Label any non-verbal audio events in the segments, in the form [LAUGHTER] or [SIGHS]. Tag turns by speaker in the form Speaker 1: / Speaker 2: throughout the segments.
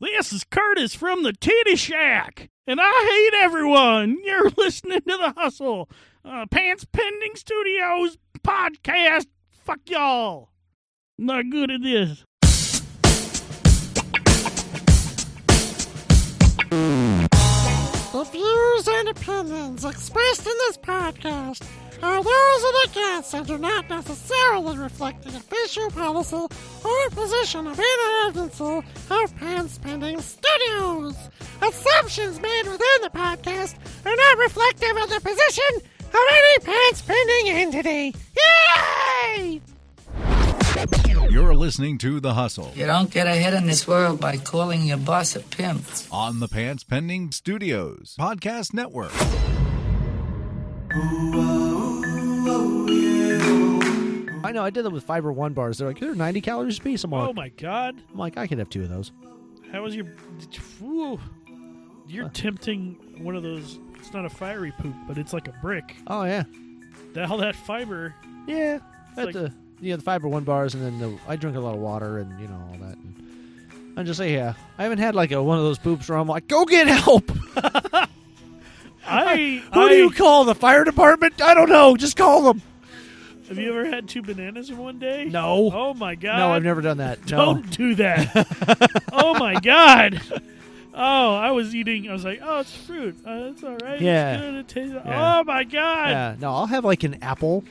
Speaker 1: This is Curtis from the Titty Shack, and I hate everyone. You're [LAUGHS] listening to The Hustle, uh, Pants Pending Studios podcast. Fuck y'all. Not good at this.
Speaker 2: The views and opinions expressed in this podcast are those of the guests and do not necessarily reflect the official policy or position of either agency of Pants Pending Studios. Assumptions made within the podcast are not reflective of the position of any Pants Pending entity. Yay!
Speaker 3: You're listening to The Hustle
Speaker 4: You don't get ahead in this world by calling your boss a pimp.
Speaker 3: on the Pants Pending Studios Podcast Network.
Speaker 5: I know. I did that with Fiber One bars. They're like they're 90 calories a piece. I'm like,
Speaker 1: Oh my god.
Speaker 5: I'm like I could have two of those.
Speaker 1: How was your. Whew. You're tempting one of those. It's not a fiery poop, but it's like a brick.
Speaker 5: Oh yeah,
Speaker 1: That, all [LAUGHS] that fiber.
Speaker 5: yeah. At
Speaker 1: like-
Speaker 5: the yeah the Fiber One bars, and then the, I drink a lot of water and you know all that. And I'm just like, yeah. I haven't had like a one of those poops where I'm like, go get help. Who
Speaker 1: I. [LAUGHS]
Speaker 5: do you
Speaker 1: I-
Speaker 5: call? The fire department? I don't know. Just call them.
Speaker 1: Have you ever had two bananas in one day?
Speaker 5: No.
Speaker 1: Oh my god.
Speaker 5: No, I've never done that. No.
Speaker 1: Don't do that.
Speaker 5: [LAUGHS]
Speaker 1: oh my god. Oh, I was eating. I was like, oh, it's fruit. Uh, it's all right.
Speaker 5: Yeah.
Speaker 1: It's good. It tastes.
Speaker 5: Yeah.
Speaker 1: Oh my god.
Speaker 5: Yeah. No, I'll have like an apple,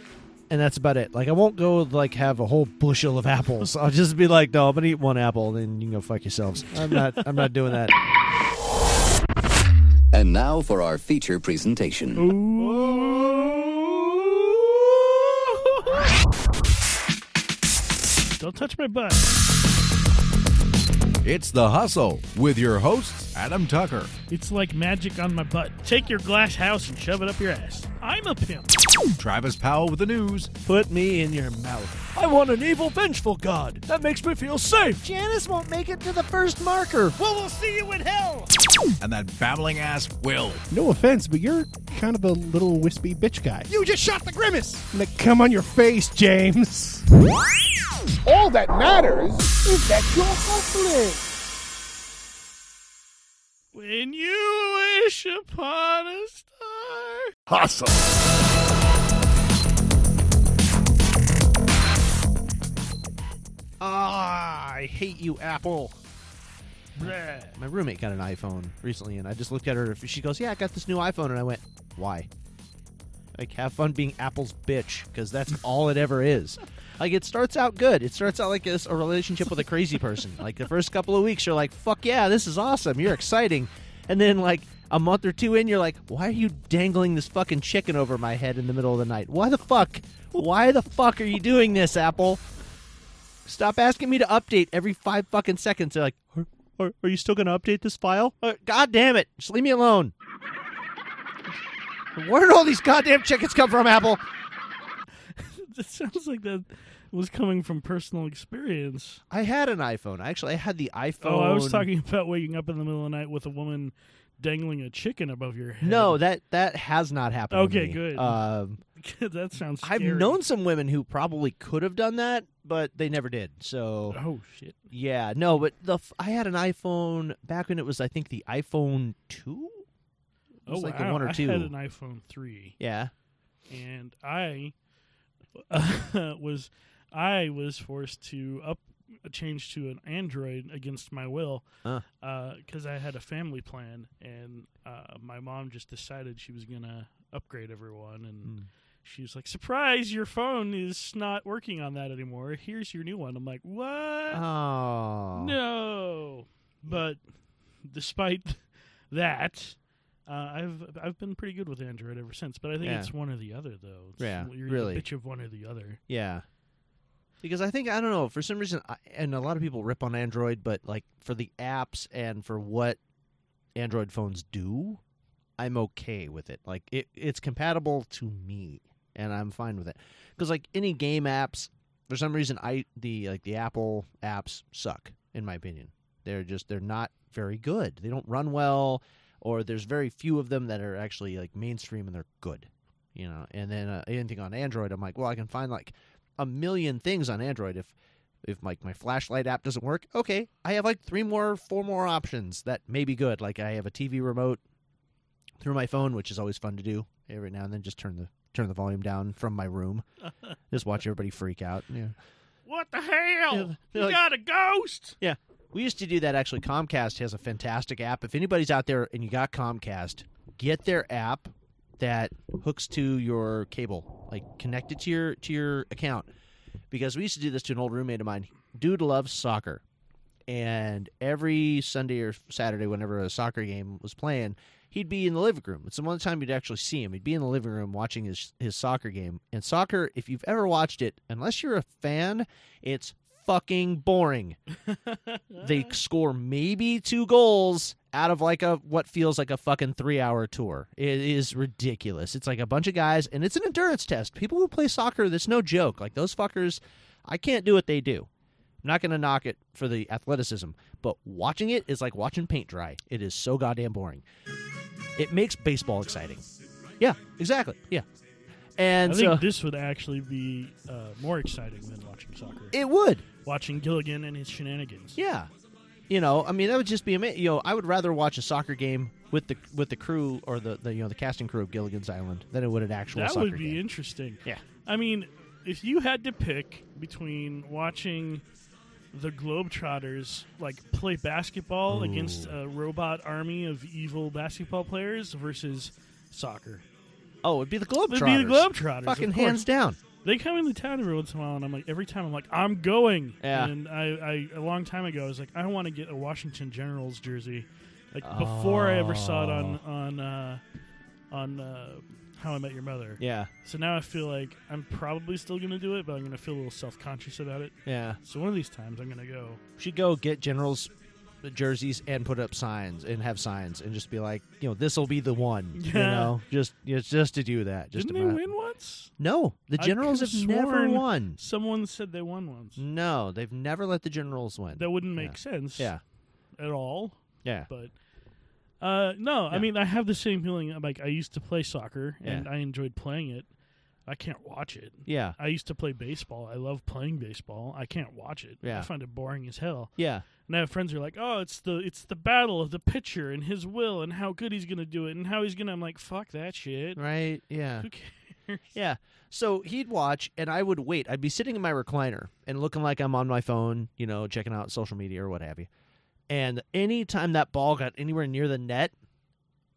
Speaker 5: and that's about it. Like I won't go like have a whole bushel of apples. I'll just be like, no, I'm gonna eat one apple, then you can go fuck yourselves. I'm not. I'm not doing that.
Speaker 6: And now for our feature presentation.
Speaker 1: Don't touch my butt.
Speaker 3: It's The Hustle with your hosts, Adam Tucker
Speaker 1: It's like magic on my butt. Take your glass house and shove it up your ass. I'm a pimp.
Speaker 3: Travis Powell with the news,
Speaker 5: Put me in your mouth. I want an evil, vengeful god. That makes me feel safe. Janice won't make it to the first marker.
Speaker 1: Well, we'll see you in hell.
Speaker 3: and that babbling ass Will.
Speaker 7: No offense, but you're kind of a little wispy bitch guy.
Speaker 5: You just shot the grimace.
Speaker 7: I'm gonna come on your face, James. All that matters is that you're hustling.
Speaker 1: When you wish upon a star. [LAUGHS]
Speaker 7: Hustle.
Speaker 5: Ah, I hate you, Apple.
Speaker 1: Bleh.
Speaker 5: My roommate got an iPhone recently, and I just looked at her. She goes, "Yeah, I got this new iPhone," and I went, "Why?" Like, have fun being Apple's bitch, because that's all it ever is. Like, it starts out good. It starts out like this, a relationship with a crazy person. Like the first couple of weeks, you're like, "Fuck yeah, this is awesome. You're exciting," and then like a month or two in, you're like, "Why are you dangling this fucking chicken over my head in the middle of the night? Why the fuck? Why the fuck are you doing this, Apple?" Stop asking me to update every five fucking seconds. They're like, are, are, are you still going to update this file? Uh, God damn it. Just leave me alone. Where did all these goddamn chickens come from, Apple?
Speaker 1: It sounds like that was coming from personal experience.
Speaker 5: I had an iPhone. Actually, I had the iPhone.
Speaker 1: Oh, I was talking about waking up in the middle of the night with a woman dangling a chicken above your head. [LAUGHS]
Speaker 5: No, that that has not happened. to
Speaker 1: Okay,
Speaker 5: me.
Speaker 1: good.
Speaker 5: Um,
Speaker 1: that sounds.
Speaker 5: I've
Speaker 1: scary.
Speaker 5: known some women who probably could have done that, but they never did. So
Speaker 1: Oh shit!
Speaker 5: yeah, no, but the f- I had an iPhone back when it was, I think, the iPhone two. It
Speaker 1: Oh
Speaker 5: was like
Speaker 1: wow!
Speaker 5: the one or two.
Speaker 1: I had an iPhone three,
Speaker 5: yeah.
Speaker 1: and I [LAUGHS] uh, was I was forced to up change to an Android against my will
Speaker 5: Uh.
Speaker 1: because I had a family plan, and uh, my mom just decided she was gonna upgrade everyone and. She was like, "Surprise! Your phone is not working on that anymore. Here's your new one." I'm like, "What?"
Speaker 5: Oh.
Speaker 1: Uh, No, but despite that, uh, I've I've been pretty good with Android ever since. But I think
Speaker 5: Yeah.
Speaker 1: it's one or the other, though. It's-
Speaker 5: Yeah,
Speaker 1: you're
Speaker 5: really.
Speaker 1: a bitch of one or the other.
Speaker 5: Yeah. Because I think I don't know for some reason, I, and a lot of people rip on Android, but like for the apps and for what Android phones do, I'm okay with it. Like it, it's compatible to me, and I'm fine with it. Because like any game apps, for some reason, I the like the Apple apps suck in my opinion. They're just they're not very good. They don't run well, or there's very few of them that are actually like mainstream and they're good. You know, and then uh, anything on Android, I'm like, well, I can find like a million things on Android if If like my flashlight app doesn't work, okay, I have like three more, four more options that may be good. Like I have a TV remote through my phone, which is always fun to do every now and then. Just turn the turn the volume down from my room, just watch everybody freak out. Yeah.
Speaker 1: What the hell?
Speaker 5: Yeah,
Speaker 1: you
Speaker 5: they're like-
Speaker 1: got a ghost?
Speaker 5: Yeah. We used to do that actually. Comcast has a fantastic app. If anybody's out there and you got Comcast, get their app that hooks to your cable, like connect it to your to your account. Because we used to do this to an old roommate of mine. Dude loves soccer. And every Sunday or Saturday, whenever a soccer game was playing, he'd be in the living room. It's the one time you'd actually see him. He'd be in the living room watching his, his soccer game. And soccer, if you've ever watched it, unless you're a fan, it's fucking boring they
Speaker 1: Mm-hmm.
Speaker 5: score maybe two goals out of like a what feels like a fucking three hour tour. It is ridiculous. It's like a bunch of guys, and it's an endurance test. People who play soccer, that's no joke. Like those fuckers, I can't do what they do. I'm not going to knock it for the athleticism, but watching it is like watching paint dry. It is so goddamn boring. It makes baseball exciting. Yeah, exactly. Yeah. And
Speaker 1: I
Speaker 5: so
Speaker 1: think this would actually be uh, more exciting than watching soccer.
Speaker 5: it would.
Speaker 1: watching Gilligan and his shenanigans.
Speaker 5: Yeah, you know, I mean, that would just be amazing. You know, I would rather watch a soccer game with the with the crew or the, the you know the casting crew of Gilligan's Island than it would an actual
Speaker 1: that
Speaker 5: soccer
Speaker 1: would be
Speaker 5: game.
Speaker 1: interesting.
Speaker 5: Yeah.
Speaker 1: I mean, if you had to pick between watching the Globetrotters like play basketball against a robot army of evil basketball players versus soccer,
Speaker 5: oh, it'd be the
Speaker 1: it'd
Speaker 5: Globetrotters.
Speaker 1: be the Globetrotters.
Speaker 5: Fucking
Speaker 1: of course.
Speaker 5: hands down.
Speaker 1: They come into town every once in a while, and I'm like, every time I'm like, I'm going.
Speaker 5: Yeah.
Speaker 1: And I, I a long time ago, I was like, I want to get a Washington Generals jersey, like before I ever saw it on
Speaker 5: Oh.
Speaker 1: on uh, on uh, How I Met Your Mother.
Speaker 5: Yeah,
Speaker 1: So now I feel like I'm probably still gonna do it, but I'm gonna feel a little self conscious about it.
Speaker 5: yeah.
Speaker 1: So one of these times I'm gonna go.
Speaker 5: Should go get generals jerseys and put up signs and have signs and just be like, you know, this will be the one. You
Speaker 1: Yeah.
Speaker 5: know, just you know, just to do that. Just
Speaker 1: Didn't they
Speaker 5: about-
Speaker 1: win once?
Speaker 5: No, the
Speaker 1: I
Speaker 5: generals have
Speaker 1: could've
Speaker 5: never
Speaker 1: sworn
Speaker 5: won.
Speaker 1: Someone said they won once.
Speaker 5: No, they've never let the generals win.
Speaker 1: That wouldn't make
Speaker 5: Yeah.
Speaker 1: sense.
Speaker 5: Yeah,
Speaker 1: At all.
Speaker 5: yeah.
Speaker 1: But uh, no, I
Speaker 5: Yeah.
Speaker 1: mean I have the same feeling. I'm Like I used to play soccer and
Speaker 5: Yeah.
Speaker 1: I enjoyed playing it. I can't watch it.
Speaker 5: Yeah.
Speaker 1: I used to play baseball. I love playing baseball. I can't watch it.
Speaker 5: Yeah.
Speaker 1: I find it boring as hell.
Speaker 5: Yeah.
Speaker 1: And I have friends who are like, "Oh, it's the it's the battle of the pitcher and his will and how good he's gonna do it and how he's gonna." I'm like, "Fuck that shit."
Speaker 5: Right. Yeah.
Speaker 1: Who cares? [LAUGHS]
Speaker 5: Yeah. So he'd watch, and I would wait. I'd be sitting in my recliner and looking like I'm on my phone, you know, checking out social media or what have you. And any time that ball got anywhere near the net,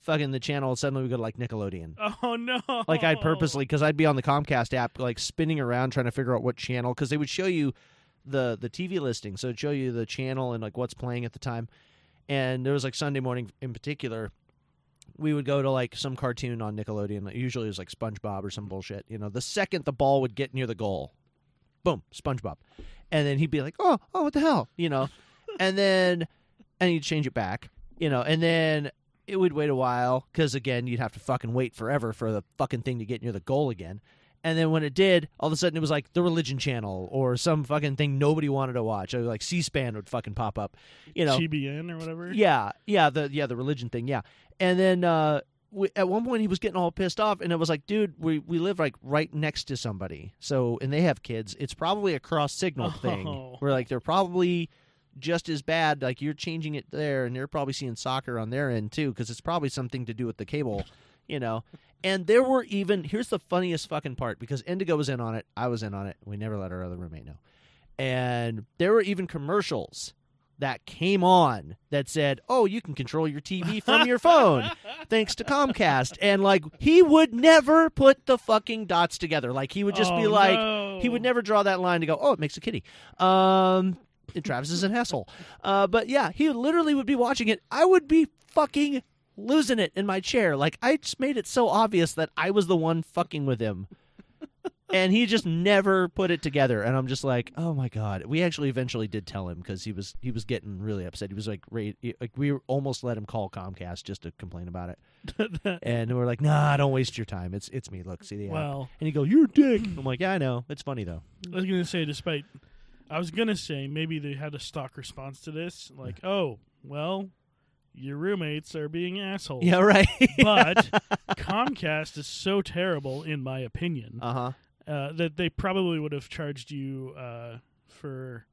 Speaker 5: fucking the channel would suddenly would go to like Nickelodeon.
Speaker 1: Oh no!
Speaker 5: Like I'd purposely, because I'd be on the Comcast app, like spinning around trying to figure out what channel, because they would show you the the TV listing, so it'd show you the channel and like what's playing at the time. And there was like Sunday morning in particular, we would go to like some cartoon on Nickelodeon. Like, usually it was like SpongeBob or some bullshit. You know, the second the ball would get near the goal, boom, SpongeBob, and then he'd be like, oh, oh, what the hell, you know, and then and he'd change it back, you know, and then it would wait a while because again you'd have to fucking wait forever for the fucking thing to get near the goal again. And then when it did, all of a sudden it was like the Religion Channel or some fucking thing nobody wanted to watch. Or like C-SPAN would fucking pop up, you know.
Speaker 1: GBN or whatever. [LAUGHS]
Speaker 5: Yeah, yeah, the yeah the religion thing, yeah. And then uh, we, at one point he was getting all pissed off, and it was like, dude, we we live like right next to somebody, so and they have kids. It's probably a cross signal thing
Speaker 1: Oh.
Speaker 5: where like they're probably just as bad. Like you're changing it there, and they're probably seeing soccer on their end too, because it's probably something to do with the cable, you know. And there were even here's the funniest fucking part because Indigo was in on it, I was in on it. We never let our other roommate know, and there were even commercials that came on that said, "Oh, you can control your TV from
Speaker 1: [LAUGHS]
Speaker 5: your phone thanks to Comcast." And like he would never put the fucking dots together. Like he would just
Speaker 1: Oh,
Speaker 5: be like
Speaker 1: no.
Speaker 5: he would never draw that line to go, "Oh, it makes a kitty." Um and Travis is an asshole. Uh but yeah, he literally would be watching it. I would be fucking losing it in my chair. Like I just made it so obvious that I was the one fucking with him and he just never put it together and i'm just like oh my god we actually eventually did tell him because he was he was getting really upset he was like ra- like we almost let him call comcast just to complain about it and we're like nah don't waste your time it's it's me look see the app."
Speaker 1: Well-
Speaker 5: and he go you're a dick i'm like yeah i know it's funny though
Speaker 1: I was gonna say, despite, I was gonna say maybe they had a stock response to this, like, "Oh, well, your roommates are being assholes."
Speaker 5: [LAUGHS] yeah right
Speaker 1: But Comcast is so terrible, in my opinion,
Speaker 5: uh-huh
Speaker 1: uh, that they probably would have charged you uh, for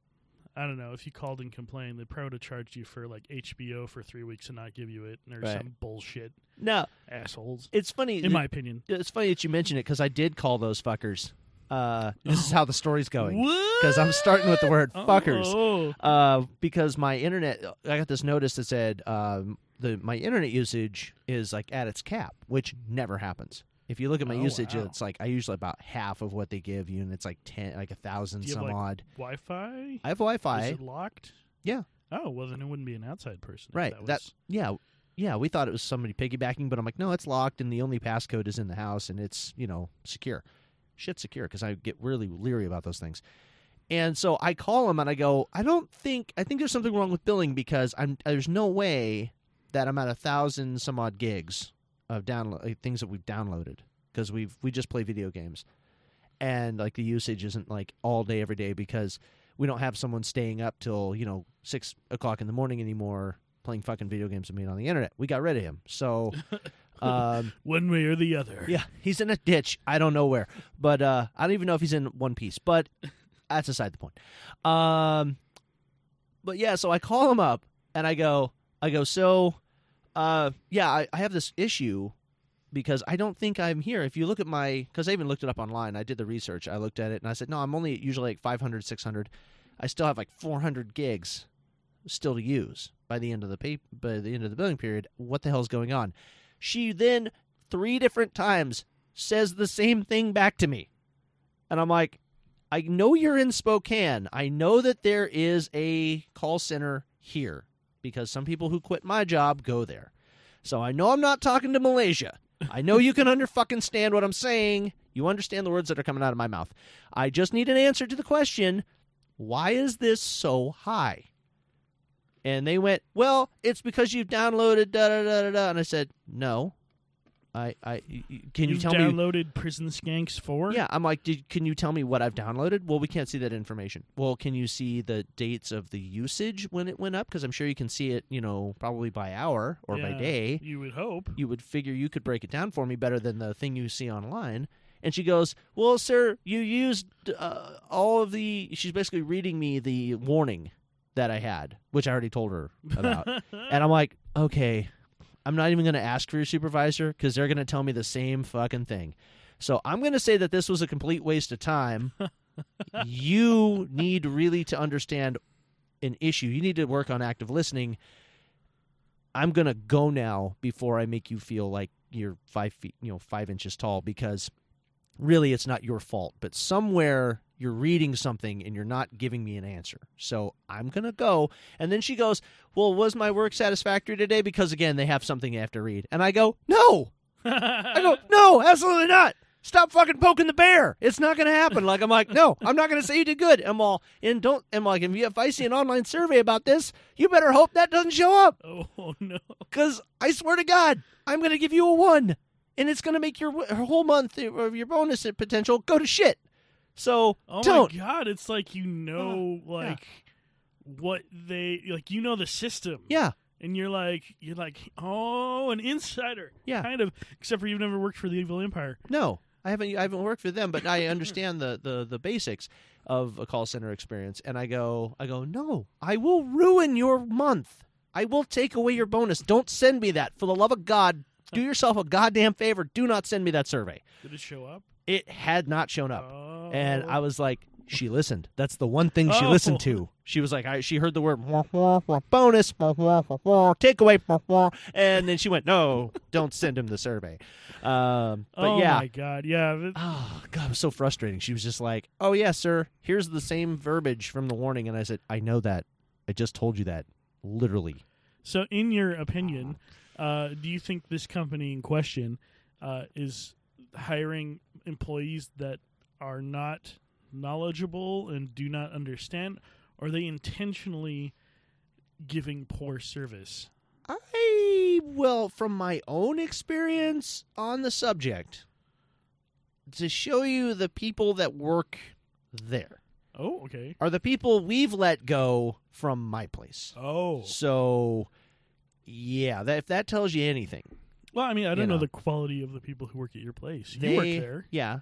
Speaker 1: I don't know if you called and complained, they probably would have charged you for like HBO for three weeks and not give you it or
Speaker 5: Right.
Speaker 1: some bullshit.
Speaker 5: No,
Speaker 1: Assholes,
Speaker 5: it's funny.
Speaker 1: in my opinion.
Speaker 5: it's funny that you mention it because I did call those fuckers. Uh, this is how the story's going
Speaker 1: Because
Speaker 5: because I'm starting with the word fuckers.
Speaker 1: Oh,
Speaker 5: Uh, because my internet, I got this notice that said um, the my internet usage is like at its cap, which never happens. If you look at my
Speaker 1: Oh,
Speaker 5: usage,
Speaker 1: wow.
Speaker 5: it's like I usually about half of what they give you, and it's like ten, like a thousand
Speaker 1: Do you
Speaker 5: some
Speaker 1: have, like,
Speaker 5: odd.
Speaker 1: Wi-Fi.
Speaker 5: I have
Speaker 1: Is
Speaker 5: Wi-Fi,
Speaker 1: it locked?
Speaker 5: Yeah.
Speaker 1: Oh well, then it wouldn't be an outside person. if
Speaker 5: right?
Speaker 1: That
Speaker 5: That,
Speaker 1: was,
Speaker 5: yeah, yeah. We thought it was somebody piggybacking, but I'm like, no, it's locked, and the only passcode is in the house, and it's you know secure. Shit, secure because I get really leery about those things. And so I call him and I go, I don't think I think there's something wrong with billing because I'm there's no way that I'm at a thousand some odd gigs of download like, things that we've downloaded because we've we just play video games and like the usage isn't like all day every day because we don't have someone staying up till you know six o'clock in the morning anymore playing fucking video games with me on the internet. We got rid of him, so um,
Speaker 1: one way or the other.
Speaker 5: yeah, he's in a ditch. I don't know where, but uh, I don't even know if he's in one piece. But that's aside the point. Um, but yeah, so I call him up and I go, I go, so, uh, yeah, I, I have this issue because I don't think I'm here. If you look at my, because I even looked it up online. I did the research. I looked at it and I said, no, I'm only usually like 500, 600. I still have like 400 gigs still to use by the end of the pay- by the end of the billing period. What the hell's going on? She then three different times says the same thing back to me. And I'm like, I know you're in Spokane. I know that there is a call center here because some people who quit my job go there. So I know I'm not talking to Malaysia. I know you can under fucking stand what I'm saying. You understand the words that are coming out of my mouth. I just need an answer to the question, why is this so high? And they went, "Well, it's because you've downloaded da da da da." da. And I said, "No, I I y- y- can you
Speaker 1: You've
Speaker 5: tell me
Speaker 1: downloaded Prison Skanks Four?
Speaker 5: yeah, I'm like, Did, can you tell me what I've downloaded? Well, we can't see that information. Well, can you see the dates of the usage when it went up? Because I'm sure you can see it, you know, probably by hour or by
Speaker 1: Yeah,
Speaker 5: day.
Speaker 1: You would hope. [LAUGHS]
Speaker 5: You would figure you could break it down for me better than the thing you see online. And she goes, "Well, sir, you used uh, all of the." She's basically reading me the warning that I had, which I already told her about. and I'm like, okay, I'm not even going to ask for your supervisor because they're going to tell me the same fucking thing. So I'm going to say that this was a complete waste of time. you need really to understand an issue. You need to work on active listening. I'm going to go now before I make you feel like you're five feet, you know, five inches tall because really it's not your fault. But somewhere you're reading something and you're not giving me an answer. So I'm going to go. And then she goes, Well, was my work satisfactory today? Because again, they have something they have to read. And I go, No. I go, No, absolutely not. Stop fucking poking the bear. It's not going to happen. Like, I'm like, No, I'm not going to say you did good. I'm all, and don't, I'm like, if, you, if I see an online survey about this, you better hope that doesn't show up.
Speaker 1: oh no.
Speaker 5: Because I swear to God, I'm going to give you a one. And it's going to make your w- whole month eh, of your bonus potential go to shit. So
Speaker 1: Oh
Speaker 5: don't. Uh,
Speaker 1: my god, it's like you know like what they like you know the system.
Speaker 5: Yeah.
Speaker 1: And you're like you're like, "Oh, an insider."
Speaker 5: Yeah.
Speaker 1: Kind of except for you've never worked for the evil empire.
Speaker 5: No, I haven't. I haven't worked for them, but I understand the, the the basics of a call center experience. And I go, I go, no, I will ruin your month. I will take away your bonus. Don't send me that. For the love of God, do yourself a goddamn favor. Do not send me that survey.
Speaker 1: Did it show up?
Speaker 5: It had not shown up,
Speaker 1: Oh.
Speaker 5: and I was like. She listened. That's the one thing she
Speaker 1: Oh.
Speaker 5: listened to. She was like, I, she heard the word "wah, wah, wah, bonus, wah, wah, wah, wah, takeaway, wah, wah," and then she went, "No, don't send him the survey." Um, but
Speaker 1: oh
Speaker 5: yeah,
Speaker 1: my god. Yeah. that-
Speaker 5: Oh God, it was so frustrating. She was just like, "Oh yeah, sir. Here's the same verbiage from the warning." And I said, "I know that. I just told you that, literally."
Speaker 1: So in your opinion, uh, do you think this company in question uh, is hiring employees that are not knowledgeable and do not understand or are they intentionally giving poor service?
Speaker 5: I well, from my own experience on the subject, to show you the people that work there
Speaker 1: Oh, okay.
Speaker 5: are the people we've let go from my place.
Speaker 1: Oh.
Speaker 5: So, yeah, that, if that tells you anything,
Speaker 1: Well, I mean, I don't know.
Speaker 5: know.
Speaker 1: the quality of the people who work at your place. You work
Speaker 5: They-
Speaker 1: there.
Speaker 5: Yeah.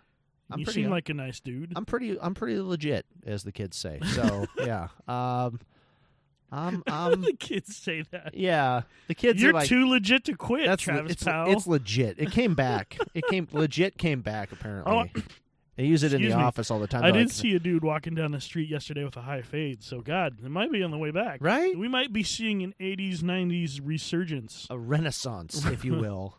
Speaker 5: I'm
Speaker 1: you
Speaker 5: pretty
Speaker 1: seem like a nice dude. [LAUGHS]
Speaker 5: I'm pretty I'm pretty legit, as the kids say. So yeah, um,
Speaker 1: [LAUGHS]
Speaker 5: I'm I'm
Speaker 1: the kids say that.
Speaker 5: yeah. The um, kids
Speaker 1: You're
Speaker 5: are like,
Speaker 1: too legit to [LAUGHS] quit,
Speaker 5: that's le-
Speaker 1: Travis
Speaker 5: it's,
Speaker 1: Powell.
Speaker 5: it's legit. It
Speaker 1: [LAUGHS]
Speaker 5: came back. it came legit came back apparently.
Speaker 1: Oh,
Speaker 5: [CLEARS THROAT] they use it in the
Speaker 1: excuse me.
Speaker 5: office all the time.
Speaker 1: I
Speaker 5: They're
Speaker 1: did
Speaker 5: like,
Speaker 1: see a dude walking down the street yesterday with a high fade. So God, it might be on the way back.
Speaker 5: Right?
Speaker 1: We might be seeing an '80s, '90s resurgence.
Speaker 5: a renaissance, if
Speaker 1: [LAUGHS]
Speaker 5: you will,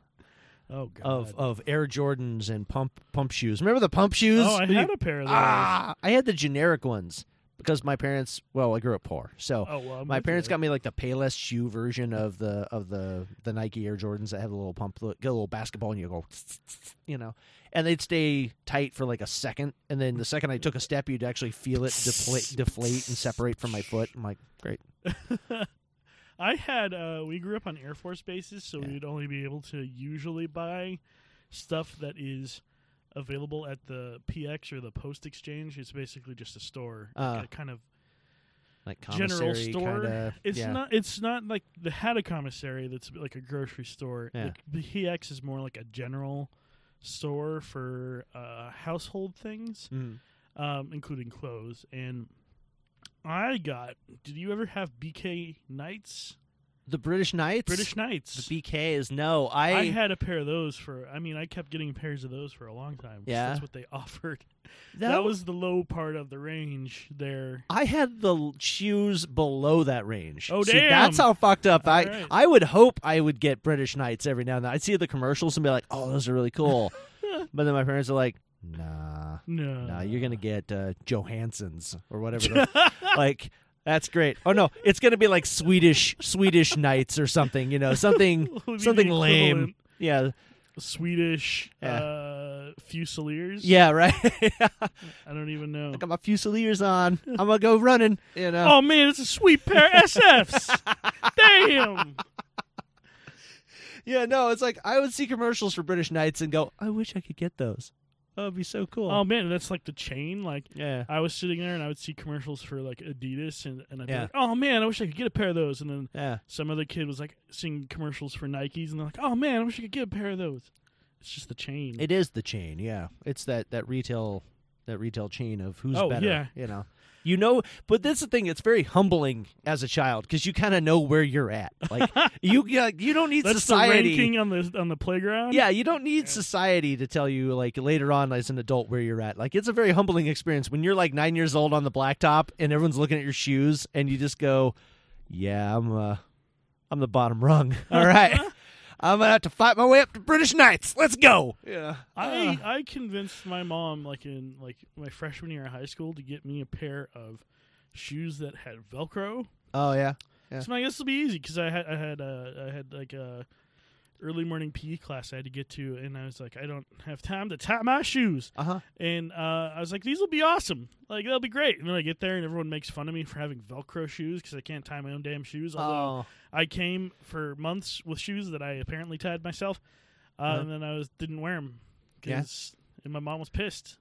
Speaker 1: Oh God.
Speaker 5: of of Air Jordans and pump pump shoes. Remember the pump shoes?
Speaker 1: oh, I
Speaker 5: We-
Speaker 1: had a pair of those.
Speaker 5: Ah, I had the generic ones because my parents. Well, I grew up poor, so
Speaker 1: Oh, well, I'm
Speaker 5: my
Speaker 1: with
Speaker 5: parents
Speaker 1: you.
Speaker 5: got me like the Payless shoe version of the of the the Nike Air Jordans that have a little pump, get a little basketball, and you go, [LAUGHS] you know, and they'd stay tight for like a second, and then the second I took a step, you'd actually feel it deflate, deflate, and separate from my foot. I'm like, great.
Speaker 1: I had uh, we grew up on Air Force bases, so we'd only be able to usually buy stuff that is available at the PX or the Post Exchange. It's basically just a store,
Speaker 5: Uh,
Speaker 1: like a kind of
Speaker 5: Like
Speaker 1: general
Speaker 5: commissary
Speaker 1: store.
Speaker 5: Kinda,
Speaker 1: it's
Speaker 5: yeah.
Speaker 1: not. It's not like the had a commissary that's like a grocery store.
Speaker 5: Yeah.
Speaker 1: The, the PX is more like a general store for uh, household things,
Speaker 5: Mm.
Speaker 1: um, including clothes. And I got. Did you ever have BK Knights?
Speaker 5: the British Knights.
Speaker 1: British Knights.
Speaker 5: The BKs. No, I.
Speaker 1: I had a pair of those for. I mean, I kept getting pairs of those for a long time. 'cause
Speaker 5: Yeah.
Speaker 1: that's what they [LAUGHS] offered. That, was the low part of the range there.
Speaker 5: I had the l- shoes below that range.
Speaker 1: Oh,
Speaker 5: See,
Speaker 1: damn.
Speaker 5: That's how fucked up. I
Speaker 1: All right.
Speaker 5: I would hope I would get British Knights every now and then. I'd see the commercials and be like, "Oh, those are
Speaker 1: [LAUGHS]
Speaker 5: really cool," but then my parents are like, "Nah,
Speaker 1: No,
Speaker 5: nah, you're gonna get uh, Johansson's or whatever."
Speaker 1: [LAUGHS]
Speaker 5: the- like. That's great. Oh no, it's gonna be like Swedish Swedish knights or something, you
Speaker 1: [LAUGHS]
Speaker 5: know, something
Speaker 1: Would be the
Speaker 5: something lame.
Speaker 1: equivalent.
Speaker 5: Yeah,
Speaker 1: Swedish
Speaker 5: Yeah.
Speaker 1: uh, Fusiliers.
Speaker 5: yeah, right. [LAUGHS]
Speaker 1: I don't even know.
Speaker 5: I got my Fusiliers on. I'm gonna go running. You know,
Speaker 1: Oh man, it's a sweet pair of
Speaker 5: [LAUGHS]
Speaker 1: SFs. Damn.
Speaker 5: Yeah, no, it's like I would see commercials for British Knights and go, I wish I could get those. That would be so cool.
Speaker 1: Oh man, that's like the chain. Like
Speaker 5: yeah.
Speaker 1: I was sitting there and I would see commercials for like Adidas, and, and I'd be
Speaker 5: Yeah.
Speaker 1: like, oh man, I wish I could get a pair of those. And then
Speaker 5: Yeah.
Speaker 1: some other kid was like seeing commercials for Nikes, and they're like, "Oh man, I wish I could get a pair of those." It's just the chain.
Speaker 5: It is the chain, yeah. It's that, that retail that retail chain of who's
Speaker 1: Oh,
Speaker 5: better.
Speaker 1: yeah.
Speaker 5: You know. You know but that's the thing, it's very humbling as a child because you kinda know where you're at.
Speaker 1: [LAUGHS]
Speaker 5: Like you yeah, you don't need
Speaker 1: That's the
Speaker 5: society.
Speaker 1: ranking on the on the playground.
Speaker 5: yeah, you don't need society to tell you like later on as an adult where you're at. Like it's a very humbling experience when you're like nine years old on the blacktop and everyone's looking at your shoes and you just go, "Yeah, I'm uh, I'm the bottom rung. [LAUGHS] All right, I'm gonna have to fight my way up to British Knights. Let's go." Yeah,
Speaker 1: I I convinced my mom like in like my freshman year of high school to get me a pair of shoes that had Velcro.
Speaker 5: oh yeah, yeah.
Speaker 1: So I guess it'll be easy because I had I had uh, I had like a early morning PE class I had to get to, and I was like, I don't have time to tie my shoes.
Speaker 5: Uh huh.
Speaker 1: And uh, I was like, these will be awesome. Like, they'll be great. And then I get there, and everyone makes fun of me for having Velcro shoes because I can't tie my own damn shoes. Although
Speaker 5: Oh,
Speaker 1: I came for months with shoes that I apparently tied myself, uh, and then I was didn't wear them.
Speaker 5: Uh-huh. Yeah.
Speaker 1: And my mom was pissed.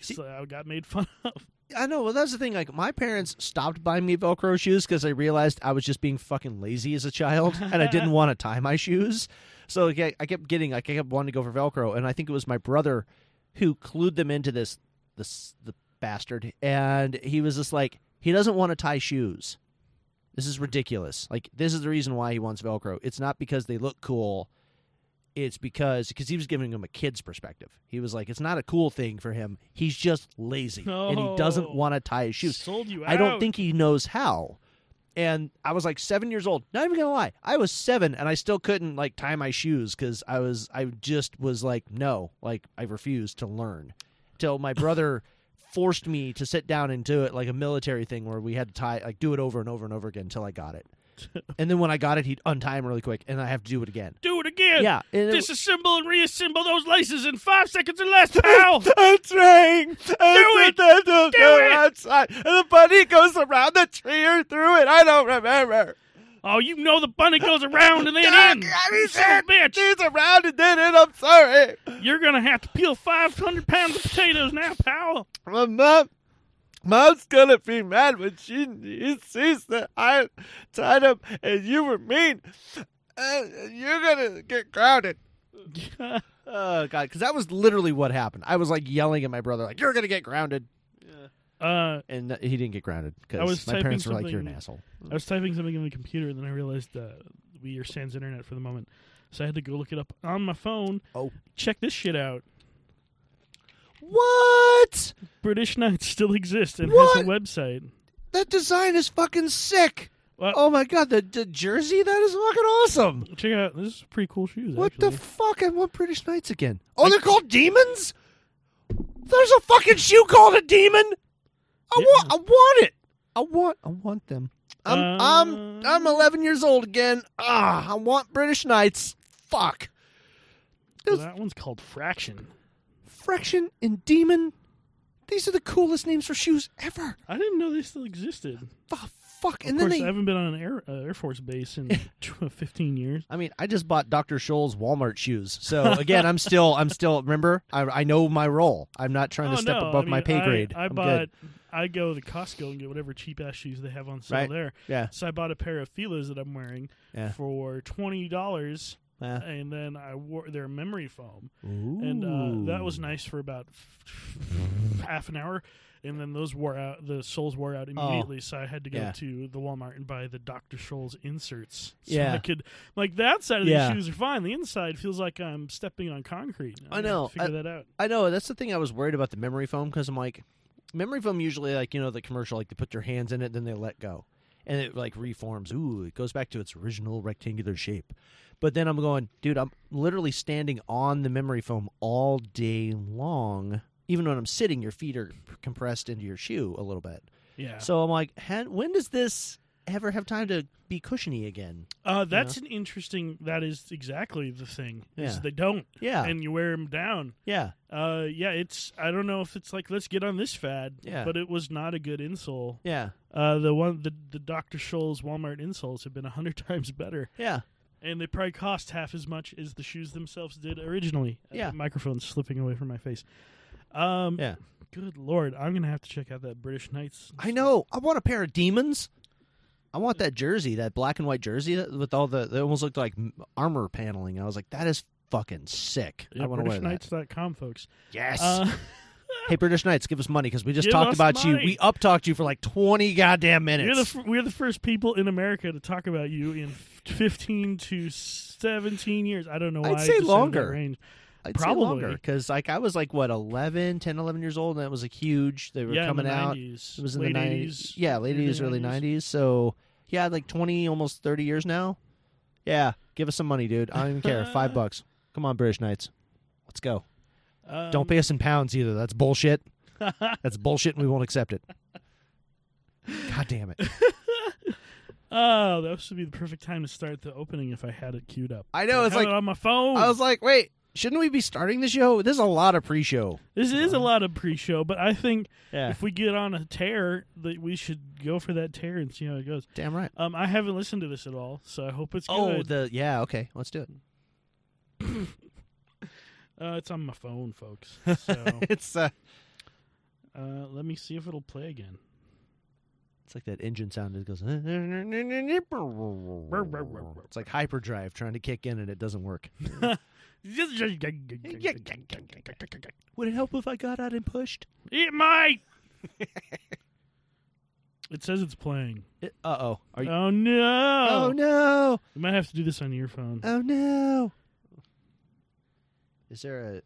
Speaker 5: See-
Speaker 1: So I got made fun of.
Speaker 5: I know. Well, that's the thing. Like, my parents stopped buying me Velcro shoes because I realized I was just being fucking lazy as a child, and I didn't want to tie my shoes. So like, I, I kept getting, like, I kept wanting to go for Velcro, and I think it was my brother who clued them into this, this the bastard, and he was just like, he doesn't want to tie shoes. This is ridiculous. Like, this is the reason why he wants Velcro. It's not because they look cool it's because because he was giving him a kid's perspective. He was like, it's not a cool thing for him. He's just lazy and he doesn't
Speaker 1: No.
Speaker 5: want to tie his shoes.
Speaker 1: Sold you out.
Speaker 5: I don't think he knows how. And I was like seven years old. Not even gonna lie, I was seven and I still couldn't like tie my shoes because I was I just was like no, like I refused to learn. Till [LAUGHS] my brother forced me to sit down and do it like a military thing where we had to tie like do it over and over and over again until I got [LAUGHS] it. and then when I got it, he'd untie him really quick and I have to do it [LAUGHS] again.
Speaker 1: Do it again.
Speaker 5: Yeah, and it-
Speaker 1: Disassemble and reassemble those laces in five seconds or
Speaker 5: [LAUGHS]
Speaker 1: less, pal.
Speaker 5: a train. Do
Speaker 1: it!
Speaker 5: do
Speaker 1: it!
Speaker 5: Outside. And the bunny goes around the tree or through it. I don't remember.
Speaker 1: oh, you know the bunny goes around and then in. You son of a bitch.
Speaker 5: She's around and then in. I'm sorry.
Speaker 1: You're gonna have to peel 500 pounds of potatoes now, pal.
Speaker 5: My mom, mom's gonna be mad when she sees that I tied up and you were mean. Uh, you're gonna get grounded. [LAUGHS] Oh god, because that was literally what happened. I was like yelling at my brother, like "You're gonna get grounded,"
Speaker 1: Uh,
Speaker 5: and uh, he didn't get grounded
Speaker 1: I was
Speaker 5: because my
Speaker 1: typing
Speaker 5: parents were like, "You're an
Speaker 1: something-
Speaker 5: asshole."
Speaker 1: I was typing something on the computer, and then I realized uh, we are sans internet for the moment, so I had to go look it up on my phone.
Speaker 5: Oh.
Speaker 1: check this shit out!
Speaker 5: What?
Speaker 1: British Knights still exist and has
Speaker 5: What?
Speaker 1: a website.
Speaker 5: That design is fucking sick.
Speaker 1: Well,
Speaker 5: Oh my god, the, the jersey that is fucking awesome.
Speaker 1: check out this is pretty cool shoes.
Speaker 5: What
Speaker 1: actually.
Speaker 5: the fuck? And what British Knights again? Oh, they're called demons. There's a fucking shoe called a demon. I
Speaker 1: Yeah.
Speaker 5: want. I want it. I want. I want them. I'm. I'm.
Speaker 1: Uh,
Speaker 5: I'm 11 years old again. Ah, I want British Knights. Fuck.
Speaker 1: Well,
Speaker 5: Those
Speaker 1: that one's called Fraction.
Speaker 5: fraction and demon. These are the coolest names for shoes ever.
Speaker 1: I didn't know they still existed.
Speaker 5: The fuck. and
Speaker 1: of
Speaker 5: then
Speaker 1: course,
Speaker 5: they.
Speaker 1: I haven't been on an air, uh, Air Force base
Speaker 5: [LAUGHS]
Speaker 1: in tw- 15 years.
Speaker 5: I mean, I just bought Dr. Scholl's Walmart shoes. So again, I'm still, I'm still. Remember, I, I know my role. I'm not trying
Speaker 1: Oh,
Speaker 5: to step
Speaker 1: no, I
Speaker 5: above
Speaker 1: mean,
Speaker 5: my pay
Speaker 1: I-
Speaker 5: grade.
Speaker 1: I,
Speaker 5: I'm
Speaker 1: bought.
Speaker 5: good.
Speaker 1: I go to Costco and get whatever cheap ass shoes they have on sale
Speaker 5: Right.
Speaker 1: there.
Speaker 5: Yeah.
Speaker 1: So I bought a pair of Fila's that I'm wearing
Speaker 5: Yeah.
Speaker 1: for twenty dollars,
Speaker 5: Yeah.
Speaker 1: and then I wore their memory foam, and uh, that was nice for about half an hour, and then those wore out. The soles wore out immediately, so I had to go
Speaker 5: Oh. Yeah.
Speaker 1: to the Walmart and buy the Doctor Scholl's inserts. So
Speaker 5: Yeah.
Speaker 1: I could like that side of
Speaker 5: Yeah.
Speaker 1: the shoes are fine. The inside feels like I'm stepping on concrete. I'm
Speaker 5: I
Speaker 1: gonna
Speaker 5: know.
Speaker 1: have to figure
Speaker 5: I-
Speaker 1: that out.
Speaker 5: I know that's the thing I was worried about the memory foam because I'm like, memory foam usually like you know the commercial like they put their hands in it then they let go, and it like reforms. Ooh, it goes back to its original rectangular shape. But then I'm going, dude, I'm literally standing on the memory foam all day long. Even when I'm sitting, your feet are compressed into your shoe a little bit.
Speaker 1: Yeah.
Speaker 5: So I'm like, "Hen- when does this ever have time to be cushiony again?
Speaker 1: Uh, that's an interesting. That is exactly the thing. Is
Speaker 5: Yeah.
Speaker 1: they don't.
Speaker 5: Yeah.
Speaker 1: And you wear them down.
Speaker 5: Yeah,
Speaker 1: Uh, yeah. It's. I don't know if it's like let's get on this fad.
Speaker 5: Yeah.
Speaker 1: But it was not a good insole.
Speaker 5: yeah,
Speaker 1: Uh, the one the the Dr. Scholl's Walmart insoles have been a hundred [LAUGHS] times better,
Speaker 5: yeah.
Speaker 1: and they probably cost half as much as the shoes themselves did originally. Uh,
Speaker 5: Yeah.
Speaker 1: the microphone's slipping away from my face. Um.
Speaker 5: Yeah.
Speaker 1: Good lord, I'm gonna have to check out that British Knights.
Speaker 5: I know. I want a pair of demons. I want that jersey, that black and white jersey that- with all the. It almost looked like m- armor paneling. I was like, that is fucking sick.
Speaker 1: Yeah,
Speaker 5: I want to wear that.
Speaker 1: BritishKnights.com, folks.
Speaker 5: Yes.
Speaker 1: Uh,
Speaker 5: hey, British Knights, give us money because we just
Speaker 1: Give
Speaker 5: talked
Speaker 1: us
Speaker 5: about
Speaker 1: money.
Speaker 5: you. We up talked you for like twenty goddamn minutes.
Speaker 1: We're the, fir- we're the first people in America to talk about you in f- 15 to 17 years. I don't know why.
Speaker 5: I'd
Speaker 1: I
Speaker 5: say
Speaker 1: just said that
Speaker 5: longer.
Speaker 1: Range.
Speaker 5: I'd say
Speaker 1: Probably.
Speaker 5: longer because like I was like what 11, 10, 11 years old, and that was like huge. They were
Speaker 1: yeah, in
Speaker 5: coming
Speaker 1: the
Speaker 5: out.
Speaker 1: 90s.
Speaker 5: It was in
Speaker 1: late
Speaker 5: the 90s.
Speaker 1: 80s.
Speaker 5: Yeah, late 80s, early 90s. So, yeah, like 20, almost 30 years now. Yeah, give us some money, dude. I don't even care. Five bucks. Come on, British Knights. Let's go. Don't pay us in pounds either. That's bullshit. That's bullshit, and we won't accept it. God damn it.
Speaker 1: Oh, that should be the perfect time to start the opening if I had it queued up.
Speaker 5: I know,
Speaker 1: I
Speaker 5: it's
Speaker 1: have
Speaker 5: like-
Speaker 1: it on my phone.
Speaker 5: I was like, wait, shouldn't we be starting the show? There's a lot of pre show.
Speaker 1: this is a lot of pre-show, but I think
Speaker 5: Yeah.
Speaker 1: if we get on a tear, that we should go for that tear and see how it goes.
Speaker 5: Damn right.
Speaker 1: Um, I haven't listened to this at all, so I hope it's
Speaker 5: Oh,
Speaker 1: good.
Speaker 5: the, yeah, okay. Let's do it.
Speaker 1: uh, it's on my phone,
Speaker 5: [LAUGHS]
Speaker 1: folks. So
Speaker 5: It's, uh,
Speaker 1: uh, let me see if it'll play
Speaker 5: [LAUGHS]
Speaker 1: again.
Speaker 5: It's like that engine sound that goes. It's like hyperdrive trying to kick in and it doesn't work.
Speaker 1: it
Speaker 5: Would it help if I got out and pushed?
Speaker 1: might. it says it's playing.
Speaker 5: Uh oh. Are you?
Speaker 1: Oh no!
Speaker 5: oh no!
Speaker 1: We might have to do this on your phone.
Speaker 5: Oh no! Is there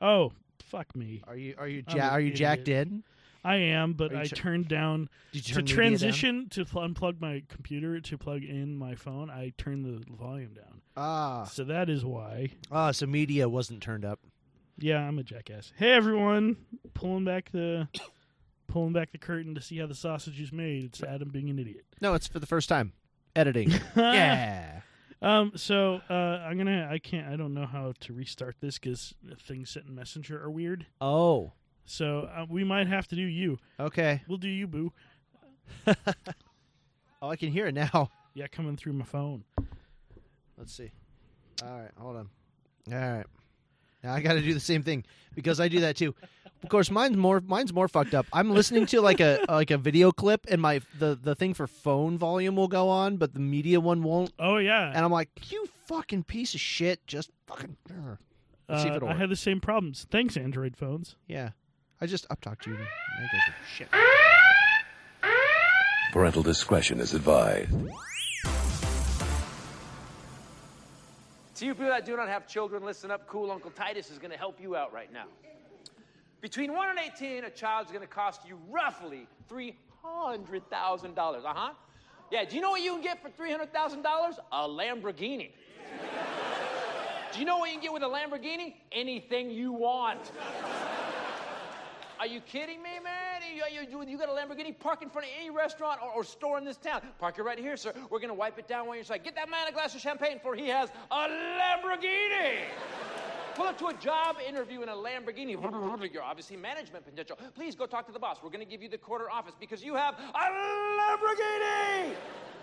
Speaker 1: oh, fuck me!
Speaker 5: a? Are you? Are you?
Speaker 1: I'm
Speaker 5: Ja-
Speaker 1: an
Speaker 5: are you
Speaker 1: idiot.
Speaker 5: jacked in?
Speaker 1: I am, but
Speaker 5: Are you
Speaker 1: I
Speaker 5: tur-
Speaker 1: turned down
Speaker 5: Did
Speaker 1: to
Speaker 5: turn media down?
Speaker 1: transition to pl- unplug my computer to plug in my phone. I turned the volume down,
Speaker 5: Ah,
Speaker 1: so that is why.
Speaker 5: ah. So media wasn't turned up.
Speaker 1: Yeah, I'm a jackass. Hey everyone, pulling back the [COUGHS] pulling back the curtain to see how the sausage is made. It's Adam being an idiot.
Speaker 5: No, it's for the first time.
Speaker 1: [LAUGHS]
Speaker 5: Editing. yeah.
Speaker 1: Um. So uh, I'm gonna. I can't. I don't know how to restart this because things sent in Messenger are weird.
Speaker 5: Oh.
Speaker 1: So uh, we might have to do you.
Speaker 5: Okay.
Speaker 1: We'll do you, boo.
Speaker 5: Oh, I can hear it now.
Speaker 1: Yeah, coming through my phone.
Speaker 5: Let's see. All right. Hold on. All right. Now I got to do the same thing because I do that too. Of course, mine's more mine's more fucked up. I'm listening to like a [LAUGHS] like a video clip, and my the the thing for phone volume will go on, but the media one won't.
Speaker 1: Oh yeah.
Speaker 5: And I'm like, you fucking piece of shit, just fucking. Ugh. Let's see if
Speaker 1: Uh,
Speaker 5: it'll
Speaker 1: I
Speaker 5: work.
Speaker 1: had the same problems. Thanks, Android phones.
Speaker 5: Yeah, I just up talked to you. I guess it's
Speaker 1: [LAUGHS]
Speaker 5: Shit.
Speaker 8: Parental discretion is advised.
Speaker 9: To you people that do not have children, listen up. Cool Uncle Titus is going to help you out right now. Between 1 and 18, a child's going to cost you roughly $300,000. Uh huh. Yeah, do you know what you can get for $300,000? A Lamborghini. do you know what you can get with a Lamborghini? Anything you want. Are you kidding me, man? You, you- you got a Lamborghini? Park in front of any restaurant or, or store in this town. Park it right here, sir. We're gonna wipe it down while you're inside. Get that man a glass of champagne, for he has a Lamborghini. Pull up to a job interview in a Lamborghini. You're obviously management potential. Please go talk to the boss. We're gonna give you the quarter office because you have a Lamborghini.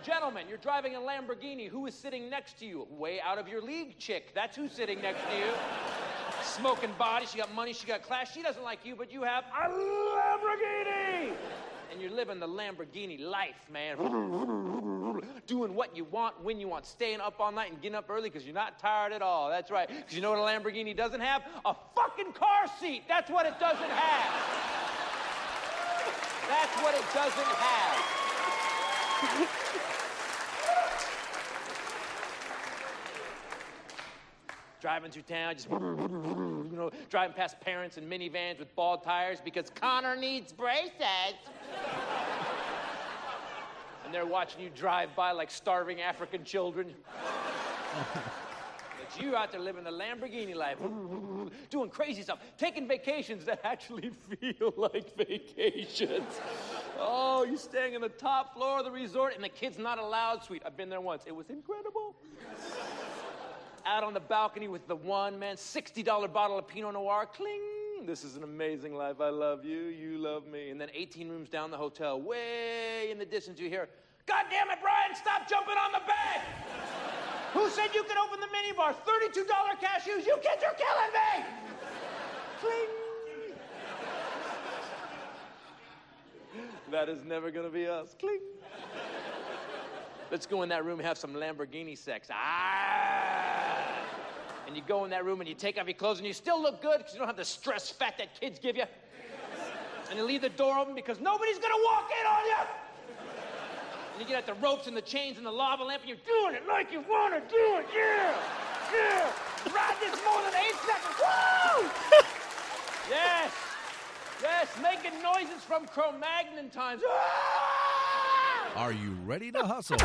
Speaker 9: Gentlemen, you're driving a Lamborghini. Who is sitting next to you? Way out of your league, chick. That's who's sitting next to you smoking body. She got money. She got class. She doesn't like you, but you have a Lamborghini. And you're living the Lamborghini life, man. [LAUGHS] Doing what you want when you want, staying up all night and getting up early because you're not tired at all. That's right. Because you know what a Lamborghini doesn't have? A fucking car seat. That's what it doesn't have. That's what it doesn't have. driving through town, just you know, driving past parents in minivans with bald tires because Connor needs braces. and they're watching you drive by like starving African children. But you out there living the Lamborghini life, doing crazy stuff, taking vacations that actually feel like vacations. Oh, you're staying in the top floor of the resort, and the kid's not allowed suite. I've been there once. It was incredible out on the balcony with the one man, $60 bottle of Pinot Noir, cling. This is an amazing life. I love you. You love me. And then 18 rooms down the hotel, way in the distance, you hear, God damn it, Brian, stop jumping on the bed. [LAUGHS] Who said you could open the minibar? $32 cashews. You kids are killing me. Cling. [LAUGHS] That is never going to be us. Cling. Let's go in that room and have some Lamborghini sex. Ah! And you go in that room and you take off your clothes and you still look good because you don't have the stress fat that kids give you. And you leave the door open because nobody's gonna walk in on you. And you get out the ropes and the chains and the lava lamp and you're doing it like you wanna do it. Yeah! Yeah! Ride this more than eight seconds. Woo! yes! Yes, making noises from Cro-Magnon times. Ah!
Speaker 3: Are you ready to hustle?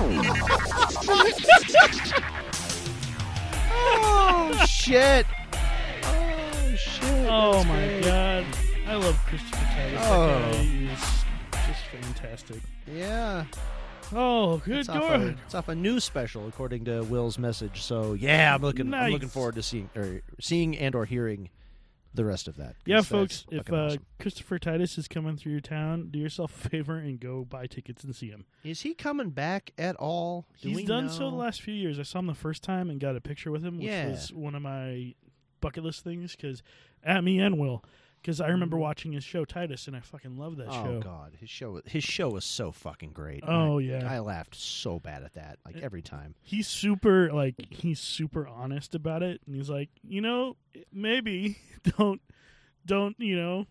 Speaker 5: Oh shit! Oh shit!
Speaker 1: Oh
Speaker 5: That's
Speaker 1: my
Speaker 5: great.
Speaker 1: god, I love Christopher Titus.
Speaker 5: Oh.
Speaker 1: That guy is just fantastic.
Speaker 5: Yeah.
Speaker 1: Oh, good
Speaker 5: It's off, a,
Speaker 1: god.
Speaker 5: it's off a new special, according to Will's message. So yeah, I'm looking. I'm looking
Speaker 1: Nice.
Speaker 5: forward to seeing or seeing and or hearing the rest of that. 'cause
Speaker 1: Yeah,
Speaker 5: that's
Speaker 1: folks, if
Speaker 5: fucking
Speaker 1: uh,
Speaker 5: awesome.
Speaker 1: Christopher Titus is coming through your town, do yourself a favor and go buy tickets and see him.
Speaker 5: is he coming back at all? Do we
Speaker 1: He's done
Speaker 5: know?
Speaker 1: so the last few years. I saw him the first time and got a picture with him, which
Speaker 5: Yeah.
Speaker 1: was one of my bucket list things. Because at me and Will, because I remember watching his show Titus, and I fucking love that
Speaker 5: Mm-hmm. Oh
Speaker 1: show.
Speaker 5: god, his show his show was so fucking great.
Speaker 1: Oh,
Speaker 5: I-
Speaker 1: yeah.
Speaker 5: I laughed so bad at that, like every time.
Speaker 1: He's super like he's super honest about it, and he's like, you know, maybe [LAUGHS] don't don't you know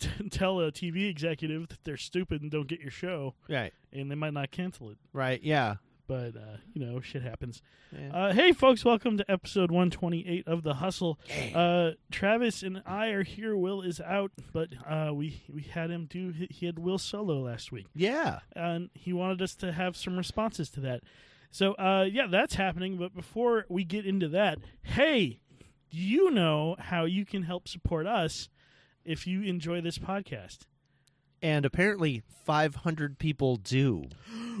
Speaker 1: t- tell a TV executive that they're stupid and don't get your show,
Speaker 5: Right,
Speaker 1: and they might not cancel it.
Speaker 5: right, yeah.
Speaker 1: But uh, you know, shit happens.
Speaker 5: Yeah.
Speaker 1: Uh, hey, folks, welcome to episode 128 of The Hustle. Uh, Travis and I are here. Will is out, but uh, we we had him do. He he had Will solo last week,
Speaker 5: Yeah,
Speaker 1: and he wanted us to have some responses to that. So uh, yeah, that's happening. But before we get into that, hey, do you know how you can help support us if you enjoy this podcast?
Speaker 5: and apparently 500 people do.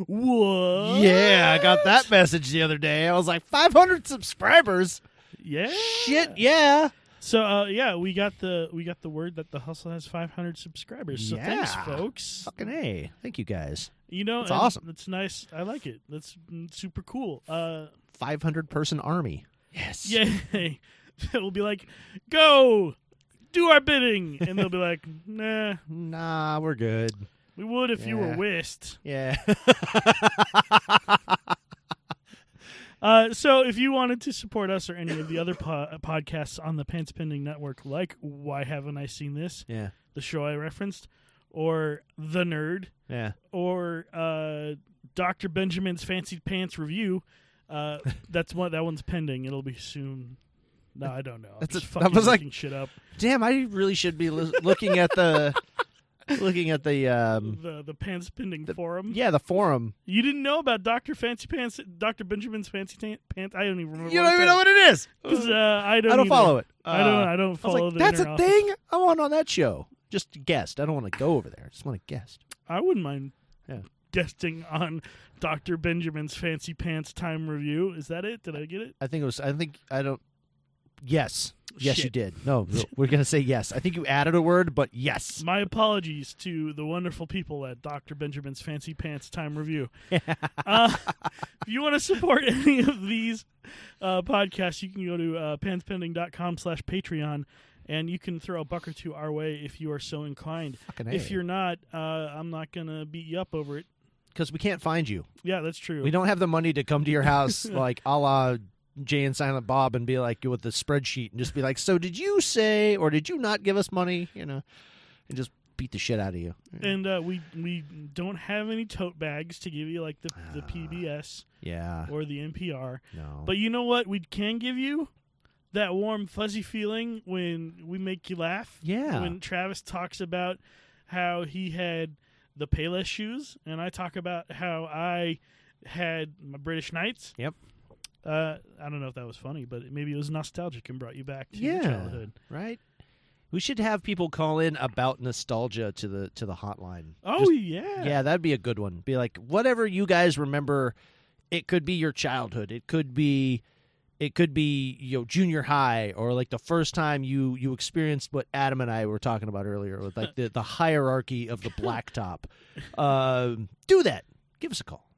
Speaker 1: What?
Speaker 5: Yeah, I got that message the other day. I was like, 500 subscribers?
Speaker 1: Yeah.
Speaker 5: Shit, yeah.
Speaker 1: So uh, yeah, we got the we got the word that the hustle has 500 subscribers. So
Speaker 5: Yeah.
Speaker 1: thanks, folks.
Speaker 5: Fucking A. Thank you guys.
Speaker 1: You know,
Speaker 5: That's
Speaker 1: and
Speaker 5: awesome.
Speaker 1: That's nice. I like it. That's mm, super cool. Uh,
Speaker 5: 500 person army. Yes.
Speaker 1: yay! [LAUGHS] it'll be like, go, do our bidding. And they'll be [LAUGHS] like, nah,
Speaker 5: Nah, we're good.
Speaker 1: we would if you were
Speaker 5: Yeah.
Speaker 1: whisked.
Speaker 5: [LAUGHS] Yeah.
Speaker 1: Uh, so if you wanted to support us or any of the other po- uh, podcasts on the Pants Pending Network, like Why Haven't I Seen This,
Speaker 5: yeah.
Speaker 1: the show I referenced, or The Nerd,
Speaker 5: Yeah.
Speaker 1: or uh, Dr. Benjamin's Fancy Pants Review,
Speaker 5: [LAUGHS]
Speaker 1: uh, that's one. That one's pending. It'll be soon. No, I don't know. I'm
Speaker 5: That's
Speaker 1: just
Speaker 5: a- that
Speaker 1: fucking
Speaker 5: was like-
Speaker 1: looking shit up.
Speaker 5: Damn, I really should be li- looking at [LAUGHS] the looking at the um
Speaker 1: The the Pants Pending Forum.
Speaker 5: yeah, the forum.
Speaker 1: You didn't know about Dr. Fancy Pants, Dr. Benjamin's Fancy Tan- Pants. I don't even remember.
Speaker 5: You don't even know what it is.
Speaker 1: 'Cause, uh, I don't.
Speaker 5: I don't
Speaker 1: either.
Speaker 5: follow it.
Speaker 1: I don't.
Speaker 5: Uh,
Speaker 1: I don't
Speaker 5: I was
Speaker 1: follow
Speaker 5: like,
Speaker 1: the.
Speaker 5: that's
Speaker 1: inner
Speaker 5: a
Speaker 1: office.
Speaker 5: thing I want on that show. Just a guest. I don't want to go over there. I just want to guest.
Speaker 1: I wouldn't mind
Speaker 5: Yeah.
Speaker 1: guesting on Dr. Benjamin's Fancy Pants Time Review. Is that it? Did I get it?
Speaker 5: I think it was. I think I don't. Yes. Yes, you
Speaker 1: Shit.
Speaker 5: did. No, no, we're gonna say yes. I think you added a word, but yes.
Speaker 1: [LAUGHS] My apologies to the wonderful people at Dr. Benjamin's Fancy Pants Time
Speaker 5: [LAUGHS]
Speaker 1: Review. uh, if you want to support [LAUGHS] any of these uh, podcasts, you can go to uh, pantspending.com slash Patreon, and you can throw a buck or two our way if you are so inclined.
Speaker 5: Fucking A.
Speaker 1: If you're not, uh, I'm not going to beat you up over it.
Speaker 5: Because we can't find you.
Speaker 1: Yeah, that's true.
Speaker 5: We don't have the money to come to
Speaker 1: [LAUGHS]
Speaker 5: your house like a la Jay and Silent Bob and be like with the spreadsheet and just be like, so did you say or did you not give us money? You know, and just beat the shit out of you.
Speaker 1: and uh, we we don't have any tote bags to give you like the, the
Speaker 5: Ah.
Speaker 1: PBS
Speaker 5: Yeah.
Speaker 1: or the NPR.
Speaker 5: No.
Speaker 1: But you know what? We can give you that warm, fuzzy feeling when we make you laugh.
Speaker 5: Yeah.
Speaker 1: When Travis talks about how he had the Payless shoes, and I talk about how I had my British Knights.
Speaker 5: Yep.
Speaker 1: Uh, I don't know if that was funny, but maybe it was nostalgic and brought you back to your
Speaker 5: yeah.
Speaker 1: childhood.
Speaker 5: Right. We should have people call in about nostalgia to the to the hotline.
Speaker 1: Oh
Speaker 5: Just-
Speaker 1: yeah.
Speaker 5: Yeah, that'd be a good one. Be like, whatever you guys remember, it could be your childhood. It could be it could be, you know, junior high or like the first time you you experienced what Adam and I were talking about earlier with like the, the hierarchy of the [LAUGHS] blacktop. Um do that. Give us a call.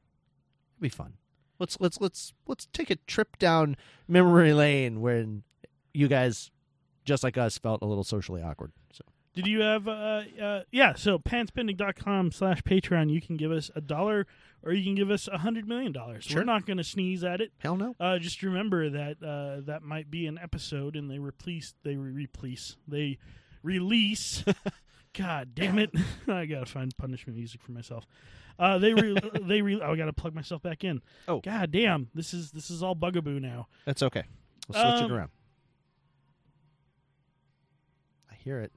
Speaker 5: It'd be fun. Let's let's let's let's take a trip down memory lane when you guys just like us felt a little socially awkward. So
Speaker 1: Did you have, uh, uh, yeah, so pantspending.com slash Patreon, you can give us a dollar or you can give us a hundred million dollars.
Speaker 5: Sure.
Speaker 1: We're not going to sneeze at it.
Speaker 5: hell no.
Speaker 1: Uh, just remember that uh, that might be an episode and they replace, they re- replace, they
Speaker 5: [LAUGHS]
Speaker 1: release. God damn it. [LAUGHS] I got to find punishment music for myself. Uh, they
Speaker 5: [LAUGHS]
Speaker 1: re- they re- oh, I got to plug myself back in.
Speaker 5: Oh.
Speaker 1: God damn. This is this is all bugaboo now.
Speaker 5: That's okay. We'll switch
Speaker 1: Um,
Speaker 5: it around. I hear it.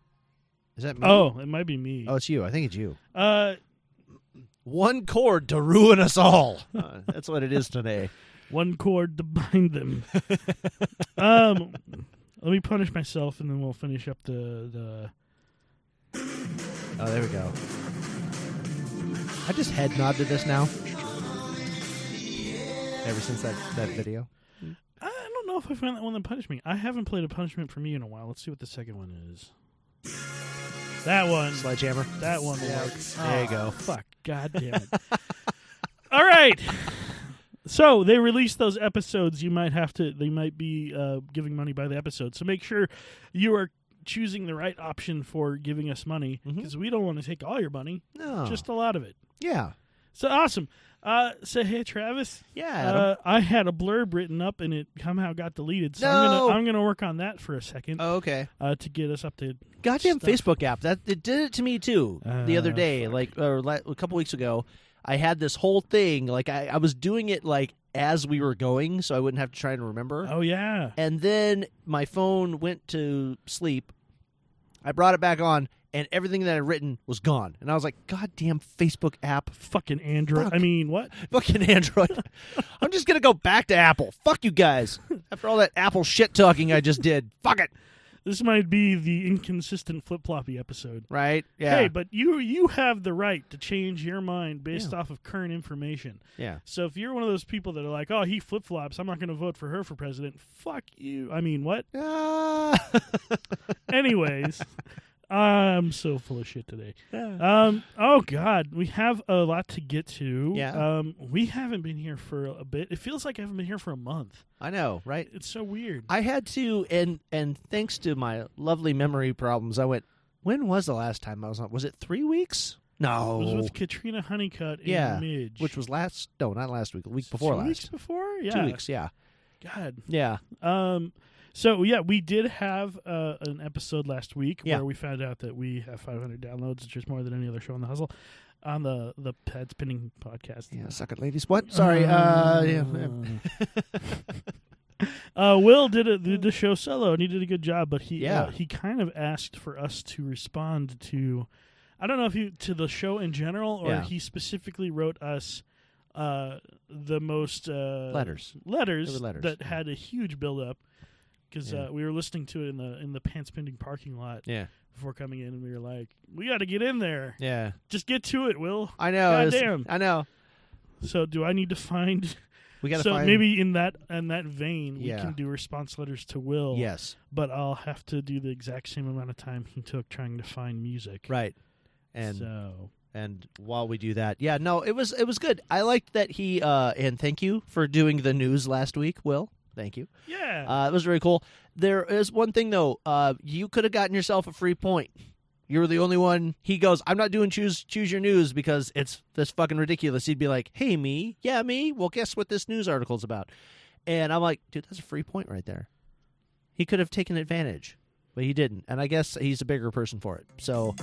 Speaker 5: Is that me?
Speaker 1: Oh, it might be me.
Speaker 5: Oh, it's you. I think it's you.
Speaker 1: Uh,
Speaker 5: One chord to ruin us all. [LAUGHS] Uh, that's what it is today.
Speaker 1: one cord to bind
Speaker 5: [LAUGHS]
Speaker 1: them. um, let me punish myself, and then we'll finish up the the.
Speaker 5: Oh, there we go. I just head nod to this now. Ever since that, that video.
Speaker 1: I don't know if I found that one that punished me. I haven't played a punishment for me in a while. Let's see what the second one is. That one.
Speaker 5: Sledgehammer.
Speaker 1: That one works.
Speaker 5: There you go.
Speaker 1: Fuck. God damn it. [LAUGHS] All right. So they release those episodes. You might have to. They might be uh, giving money by the episode. So make sure you are choosing the right option for giving us money because we don't want to take all your money,
Speaker 5: Mm-hmm. No.
Speaker 1: just a lot of it.
Speaker 5: yeah.
Speaker 1: So awesome. Uh, so hey, Travis.
Speaker 5: Yeah, Adam.
Speaker 1: Uh, I had a blurb written up and it somehow got deleted. So I'm
Speaker 5: No.
Speaker 1: gonna I'm gonna work on that for a second
Speaker 5: Oh, okay.
Speaker 1: uh, to get us up to
Speaker 5: goddamn
Speaker 1: stuff. Ah,
Speaker 5: Facebook app that it did it to me too the other day, like or la- a couple weeks ago. I had this whole thing like I, I was doing it like as we were going, so I wouldn't have to try and remember.
Speaker 1: Oh yeah.
Speaker 5: And then my phone went to sleep. I brought it back on, and everything that I'd written was gone. And I was like, "Goddamn Facebook app, [LAUGHS]
Speaker 1: Fucking Android.
Speaker 5: Fuck.
Speaker 1: I mean, what?
Speaker 5: fucking Android! [LAUGHS] I'm just gonna go back to Apple. Fuck you guys!
Speaker 1: [LAUGHS]
Speaker 5: After all that Apple shit talking I just did, fuck it,
Speaker 1: This might be the inconsistent flip floppy episode.
Speaker 5: right? Yeah,
Speaker 1: Hey, but you you have the right to change your mind based off of current information.
Speaker 5: yeah,
Speaker 1: So if you're one of those people that are like, "Oh, he flip flops. I'm not going to vote for her for [LAUGHS] president." Fuck you. I mean, what?
Speaker 5: Ah.
Speaker 1: Anyways, I'm so full of shit today. Um, oh God, we have a lot to get to.
Speaker 5: Yeah.
Speaker 1: Um, we haven't been here for a bit. It feels like I haven't been here for a month.
Speaker 5: I know, right?
Speaker 1: It's so weird.
Speaker 5: I had to, and and thanks to my lovely memory problems, I went. When was the last time I was on? Was it three weeks? No,
Speaker 1: It was with Katrina Honeycutt and
Speaker 5: yeah,
Speaker 1: Midge,
Speaker 5: which was last. No, not last week. The week before
Speaker 1: two
Speaker 5: last.
Speaker 1: weeks before. Yeah.
Speaker 5: Two weeks. Yeah.
Speaker 1: God.
Speaker 5: Yeah.
Speaker 1: Um. So yeah, we did have uh, an episode last week
Speaker 5: Yeah.
Speaker 1: where we found out that we have 500 downloads, which is more than any other show on the hustle, on the the pet spinning podcast.
Speaker 5: Yeah. Suck it, ladies. What? Sorry. Uh. yeah.
Speaker 1: Uh, Will did, a, did the show solo, and he did a good job. But he
Speaker 5: Yeah.
Speaker 1: uh, he kind of asked for us to respond to, I don't know if you to the show in general, or
Speaker 5: Yeah.
Speaker 1: he specifically wrote us uh, the most uh,
Speaker 5: Letters.
Speaker 1: letters,
Speaker 5: There were letters,
Speaker 1: that
Speaker 5: yeah.
Speaker 1: had a huge buildup because
Speaker 5: Yeah.
Speaker 1: uh, we were listening to it in the in the pants pending parking lot
Speaker 5: Yeah.
Speaker 1: before coming in, and we were like, we got to get in there,
Speaker 5: Yeah.
Speaker 1: just get to it, Will.
Speaker 5: I know.
Speaker 1: God
Speaker 5: it's-
Speaker 1: damn.
Speaker 5: I know.
Speaker 1: So do I need to find?
Speaker 5: We gotta
Speaker 1: so
Speaker 5: find.
Speaker 1: maybe in that in that vein, we
Speaker 5: Yeah.
Speaker 1: can do response letters to Will.
Speaker 5: Yes.
Speaker 1: but I'll have to do the exact same amount of time he took trying to find music.
Speaker 5: Right. And
Speaker 1: so,
Speaker 5: and while we do that, yeah. No, it was it was good. I liked that he. Uh. And thank you for doing the news last week, Will. Thank you.
Speaker 1: yeah,
Speaker 5: [LAUGHS] Uh, it was very cool. There is one thing though. Uh, you could have gotten yourself a free point. You were the only one. He goes, "I'm not doing choose choose your news because it's this fucking ridiculous." He'd be like, "Hey, me, yeah, me. Well, guess what this news article's about?" And I'm like, "Dude, that's a free point right there." He could have taken advantage, but he didn't. And I guess he's a bigger person for it. So,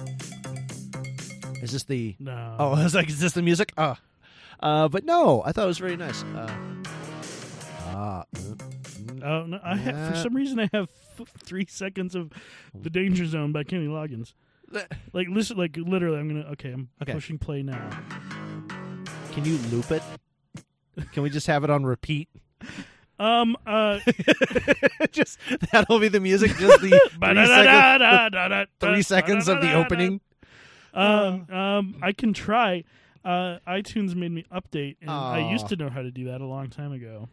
Speaker 5: is this the?
Speaker 1: no,
Speaker 5: Oh, [LAUGHS] I was like, "Is this the music?" Uh, uh but no, I thought it was very nice. Uh, ah, uh,
Speaker 1: oh no, I ha- for some reason I have f- three seconds of the Danger Zone by Kenny
Speaker 5: [LAUGHS]
Speaker 1: Loggins. Like listen, like literally, I'm gonna okay, I'm
Speaker 5: Okay.
Speaker 1: pushing play now.
Speaker 5: Can you loop it? Can we just have it on repeat?
Speaker 1: Um,
Speaker 5: [LAUGHS]
Speaker 1: uh,
Speaker 5: just that'll be the music.
Speaker 1: [LAUGHS]
Speaker 5: Just the three, second-
Speaker 1: ba-da-da-da-da-da-da,
Speaker 5: three seconds of the
Speaker 1: ba-da-da-da-da-da.
Speaker 5: opening. Ah.
Speaker 1: Um, um, I can try. Uh, iTunes made me update, and I
Speaker 5: Aw.
Speaker 1: used to know how to do that a long time ago.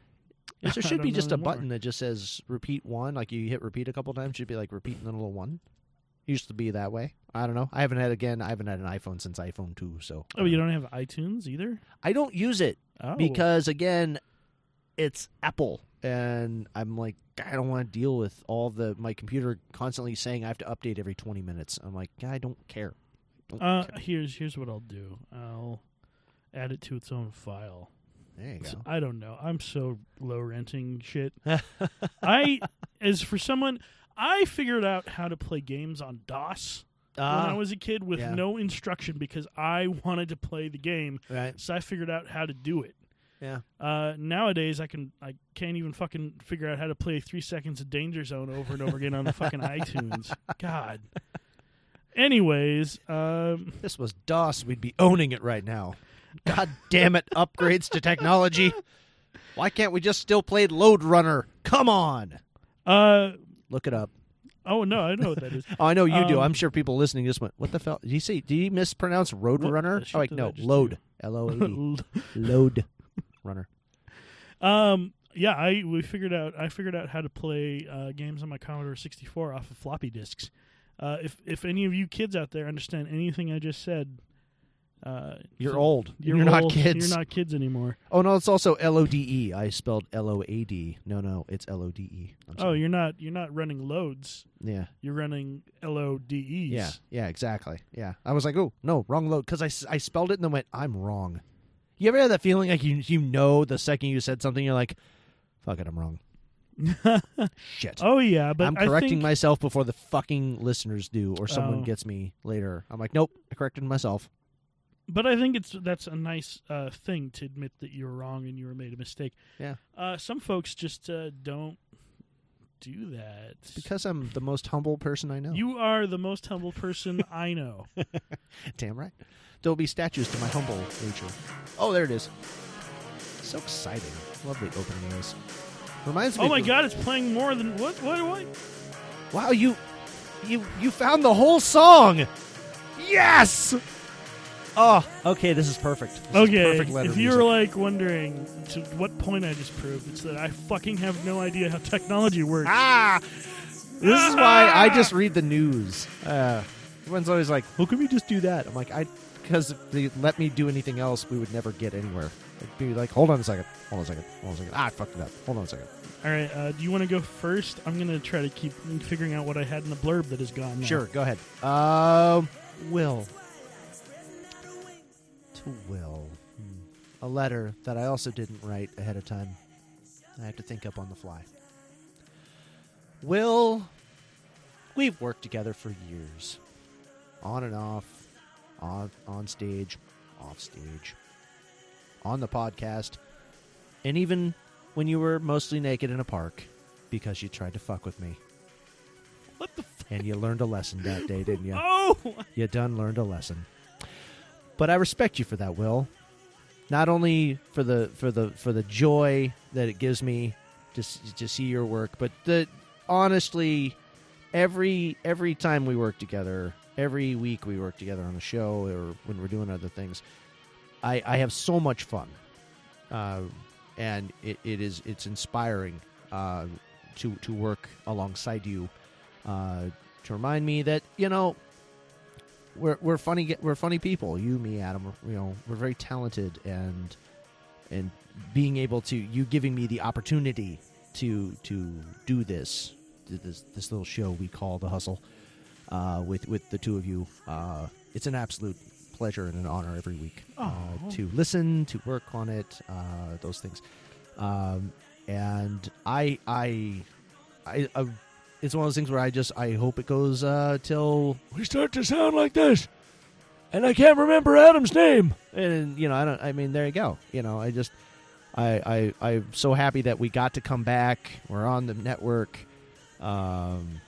Speaker 5: There
Speaker 1: [LAUGHS] I
Speaker 5: should be
Speaker 1: don't
Speaker 5: just
Speaker 1: know
Speaker 5: a
Speaker 1: anymore.
Speaker 5: button that just says repeat one. Like you hit repeat a couple times, should be like repeat and then a little one. Used to be that way. I don't know. I haven't had again. I haven't had an iPhone since iPhone two. So
Speaker 1: Oh, you don't have iTunes either?
Speaker 5: I don't use it
Speaker 1: Oh,
Speaker 5: because again, it's Apple, and I'm like, I don't want to deal with all the my computer constantly saying I have to update every 20 minutes. I'm like, I don't care. Don't
Speaker 1: Uh,
Speaker 5: care.
Speaker 1: here's here's what I'll do. I'll add it to its own file.
Speaker 5: There you
Speaker 1: So-
Speaker 5: go.
Speaker 1: I don't know. I'm so low renting
Speaker 5: [LAUGHS]
Speaker 1: shit. I as for someone, I figured out how to play games on DOS when I was a kid with
Speaker 5: Ah. yeah.
Speaker 1: no instruction because I wanted to play the game.
Speaker 5: right.
Speaker 1: So I figured out how to do it.
Speaker 5: Yeah.
Speaker 1: Uh, nowadays I can I can't even fucking figure out how to play three seconds of Danger Zone over and over again on the
Speaker 5: [LAUGHS]
Speaker 1: fucking iTunes. God. Anyways, um,
Speaker 5: This was DOS. We'd be owning it right now. God damn it! Upgrades to technology. Why can't we just still play Load Runner? Come on.
Speaker 1: uh,
Speaker 5: Look it up.
Speaker 1: oh no, I know what that is.
Speaker 5: [LAUGHS] Oh, I know you do.
Speaker 1: Um,
Speaker 5: I'm sure people listening just went, "What the hell? Did he say? Did he mispronounce Road
Speaker 1: What
Speaker 5: Runner?"
Speaker 1: the shit
Speaker 5: Oh, like
Speaker 1: did I
Speaker 5: no,
Speaker 1: just
Speaker 5: Load.
Speaker 1: do?
Speaker 5: L O A D.
Speaker 1: [LAUGHS]
Speaker 5: Load Runner.
Speaker 1: um, yeah, I we figured out I figured out how to play uh, games on my Commodore 64 off of floppy disks. Uh, if if any of you kids out there understand anything I just said, uh,
Speaker 5: You're old.
Speaker 1: You're,
Speaker 5: You're, not
Speaker 1: old,
Speaker 5: kids.
Speaker 1: You're not kids anymore.
Speaker 5: Oh no, it's also L O D E. I spelled L O A D. No, no, it's L O D E. I'm
Speaker 1: Oh,
Speaker 5: sorry.
Speaker 1: you're not you're not running loads.
Speaker 5: yeah.
Speaker 1: You're running LODEs.
Speaker 5: Yeah, yeah, exactly. Yeah, I was like, oh no, wrong load, because I, s- I spelled it and then went, I'm wrong. You ever had that feeling like you you know the second you said something, you're like, fuck it,
Speaker 1: [LAUGHS]
Speaker 5: I'm wrong. Shit.
Speaker 1: Oh yeah, but
Speaker 5: I'm
Speaker 1: I
Speaker 5: correcting
Speaker 1: think,
Speaker 5: myself before the fucking listeners do, or someone
Speaker 1: Oh.
Speaker 5: gets me later. I'm like, nope, I corrected myself.
Speaker 1: But I think it's that's a nice uh, thing to admit that you were wrong and you were made a mistake.
Speaker 5: Yeah.
Speaker 1: Uh, some folks just uh, don't do that.
Speaker 5: Because I'm the most humble person I know.
Speaker 1: you are the most humble person I know.
Speaker 5: [LAUGHS] damn right. There'll be statues to my humble nature. Oh, there it is. So exciting. Love the opening noise. Reminds me.
Speaker 1: Oh my
Speaker 5: of-
Speaker 1: god, it's playing more than what? What? What?
Speaker 5: Wow, you you you found the whole song. Yes. Oh, okay, this is perfect. This is
Speaker 1: Okay,
Speaker 5: perfect letter
Speaker 1: if you
Speaker 5: music.
Speaker 1: were like wondering to what point I just proved, it's that I fucking have no idea how technology works.
Speaker 5: ah, this is why I just read the news. Uh, Everyone's always like, "Well, can we just do that?" I'm like, "I," because if they let me do anything else, we would never get anywhere. It'd be like, "Hold on a second, hold on a second, hold on a second. Ah, I fucked it up. Hold on a second.
Speaker 1: All right. Uh, do you want to go first? I'm gonna try to keep figuring out what I had in the blurb that is gone. now.
Speaker 5: Sure, go ahead. Um, Will. To Will. Hmm. A letter that I also didn't write ahead of time. I have to think up on the fly. Will, we've worked together for years. On and off, on, on stage, off stage, on the podcast, and even when you were mostly naked in a park because you tried to fuck with me.
Speaker 1: What the? F-
Speaker 5: And you learned a lesson that day, didn't you?
Speaker 1: Oh,
Speaker 5: You done learned a lesson. But I respect you for that, Will. Not only for the for the for the joy that it gives me to s- to see your work, but the honestly, every every time we work together, every week we work together on the show or when we're doing other things, I I have so much fun, uh, and it, it is it's inspiring uh, to to work alongside you. Uh, to remind me that you know we're we're funny ge- we're funny people. You, me, Adam. we're- You know, we're very talented, and and being able to you giving me the opportunity to to do this do this this little show we call the hustle uh, with with the two of you. Uh, it's an absolute pleasure and an honor every week uh, to listen to work on it. Uh, those things, um, and I I I. I it's one of those things where I just I hope it goes uh, till
Speaker 10: We start to sound like this. And I can't remember Adam's name.
Speaker 5: and you know i don't i mean there you go you know i just i i i'm so happy that we got to come back we're on the network um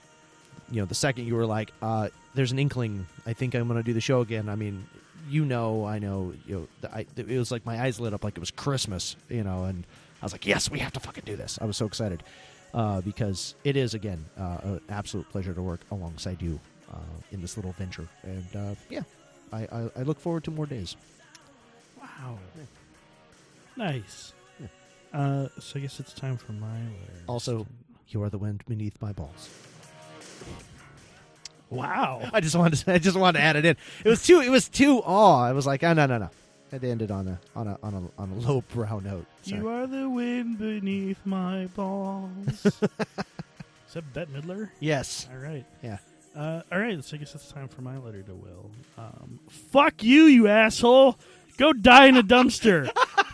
Speaker 5: you know the second you were like uh there's an inkling i think i'm gonna do the show again i mean you know i know you know the, I, it was like my eyes lit up like it was christmas you know and i was like yes we have to fucking do this i was so excited uh, because it is again uh, an absolute pleasure to work alongside you uh, in this little venture and uh, yeah I, I, I look forward to more days
Speaker 1: wow. Nice. Uh, so I guess it's time for my letter.
Speaker 5: Also, you are the wind beneath my balls.
Speaker 1: wow.
Speaker 5: [LAUGHS] I just wanted to, I just wanted to add it in. It was too it was too awe. I was like, oh, no no no. It ended on a on a on a on a low brow note. Sorry.
Speaker 1: You are the wind beneath my balls. [LAUGHS] is that Bette Midler?
Speaker 5: yes.
Speaker 1: All right.
Speaker 5: Yeah.
Speaker 1: Uh, all right, so I guess it's time for my letter to Will. Um, fuck you, you asshole. Go die in a
Speaker 5: [LAUGHS]
Speaker 1: dumpster. [LAUGHS]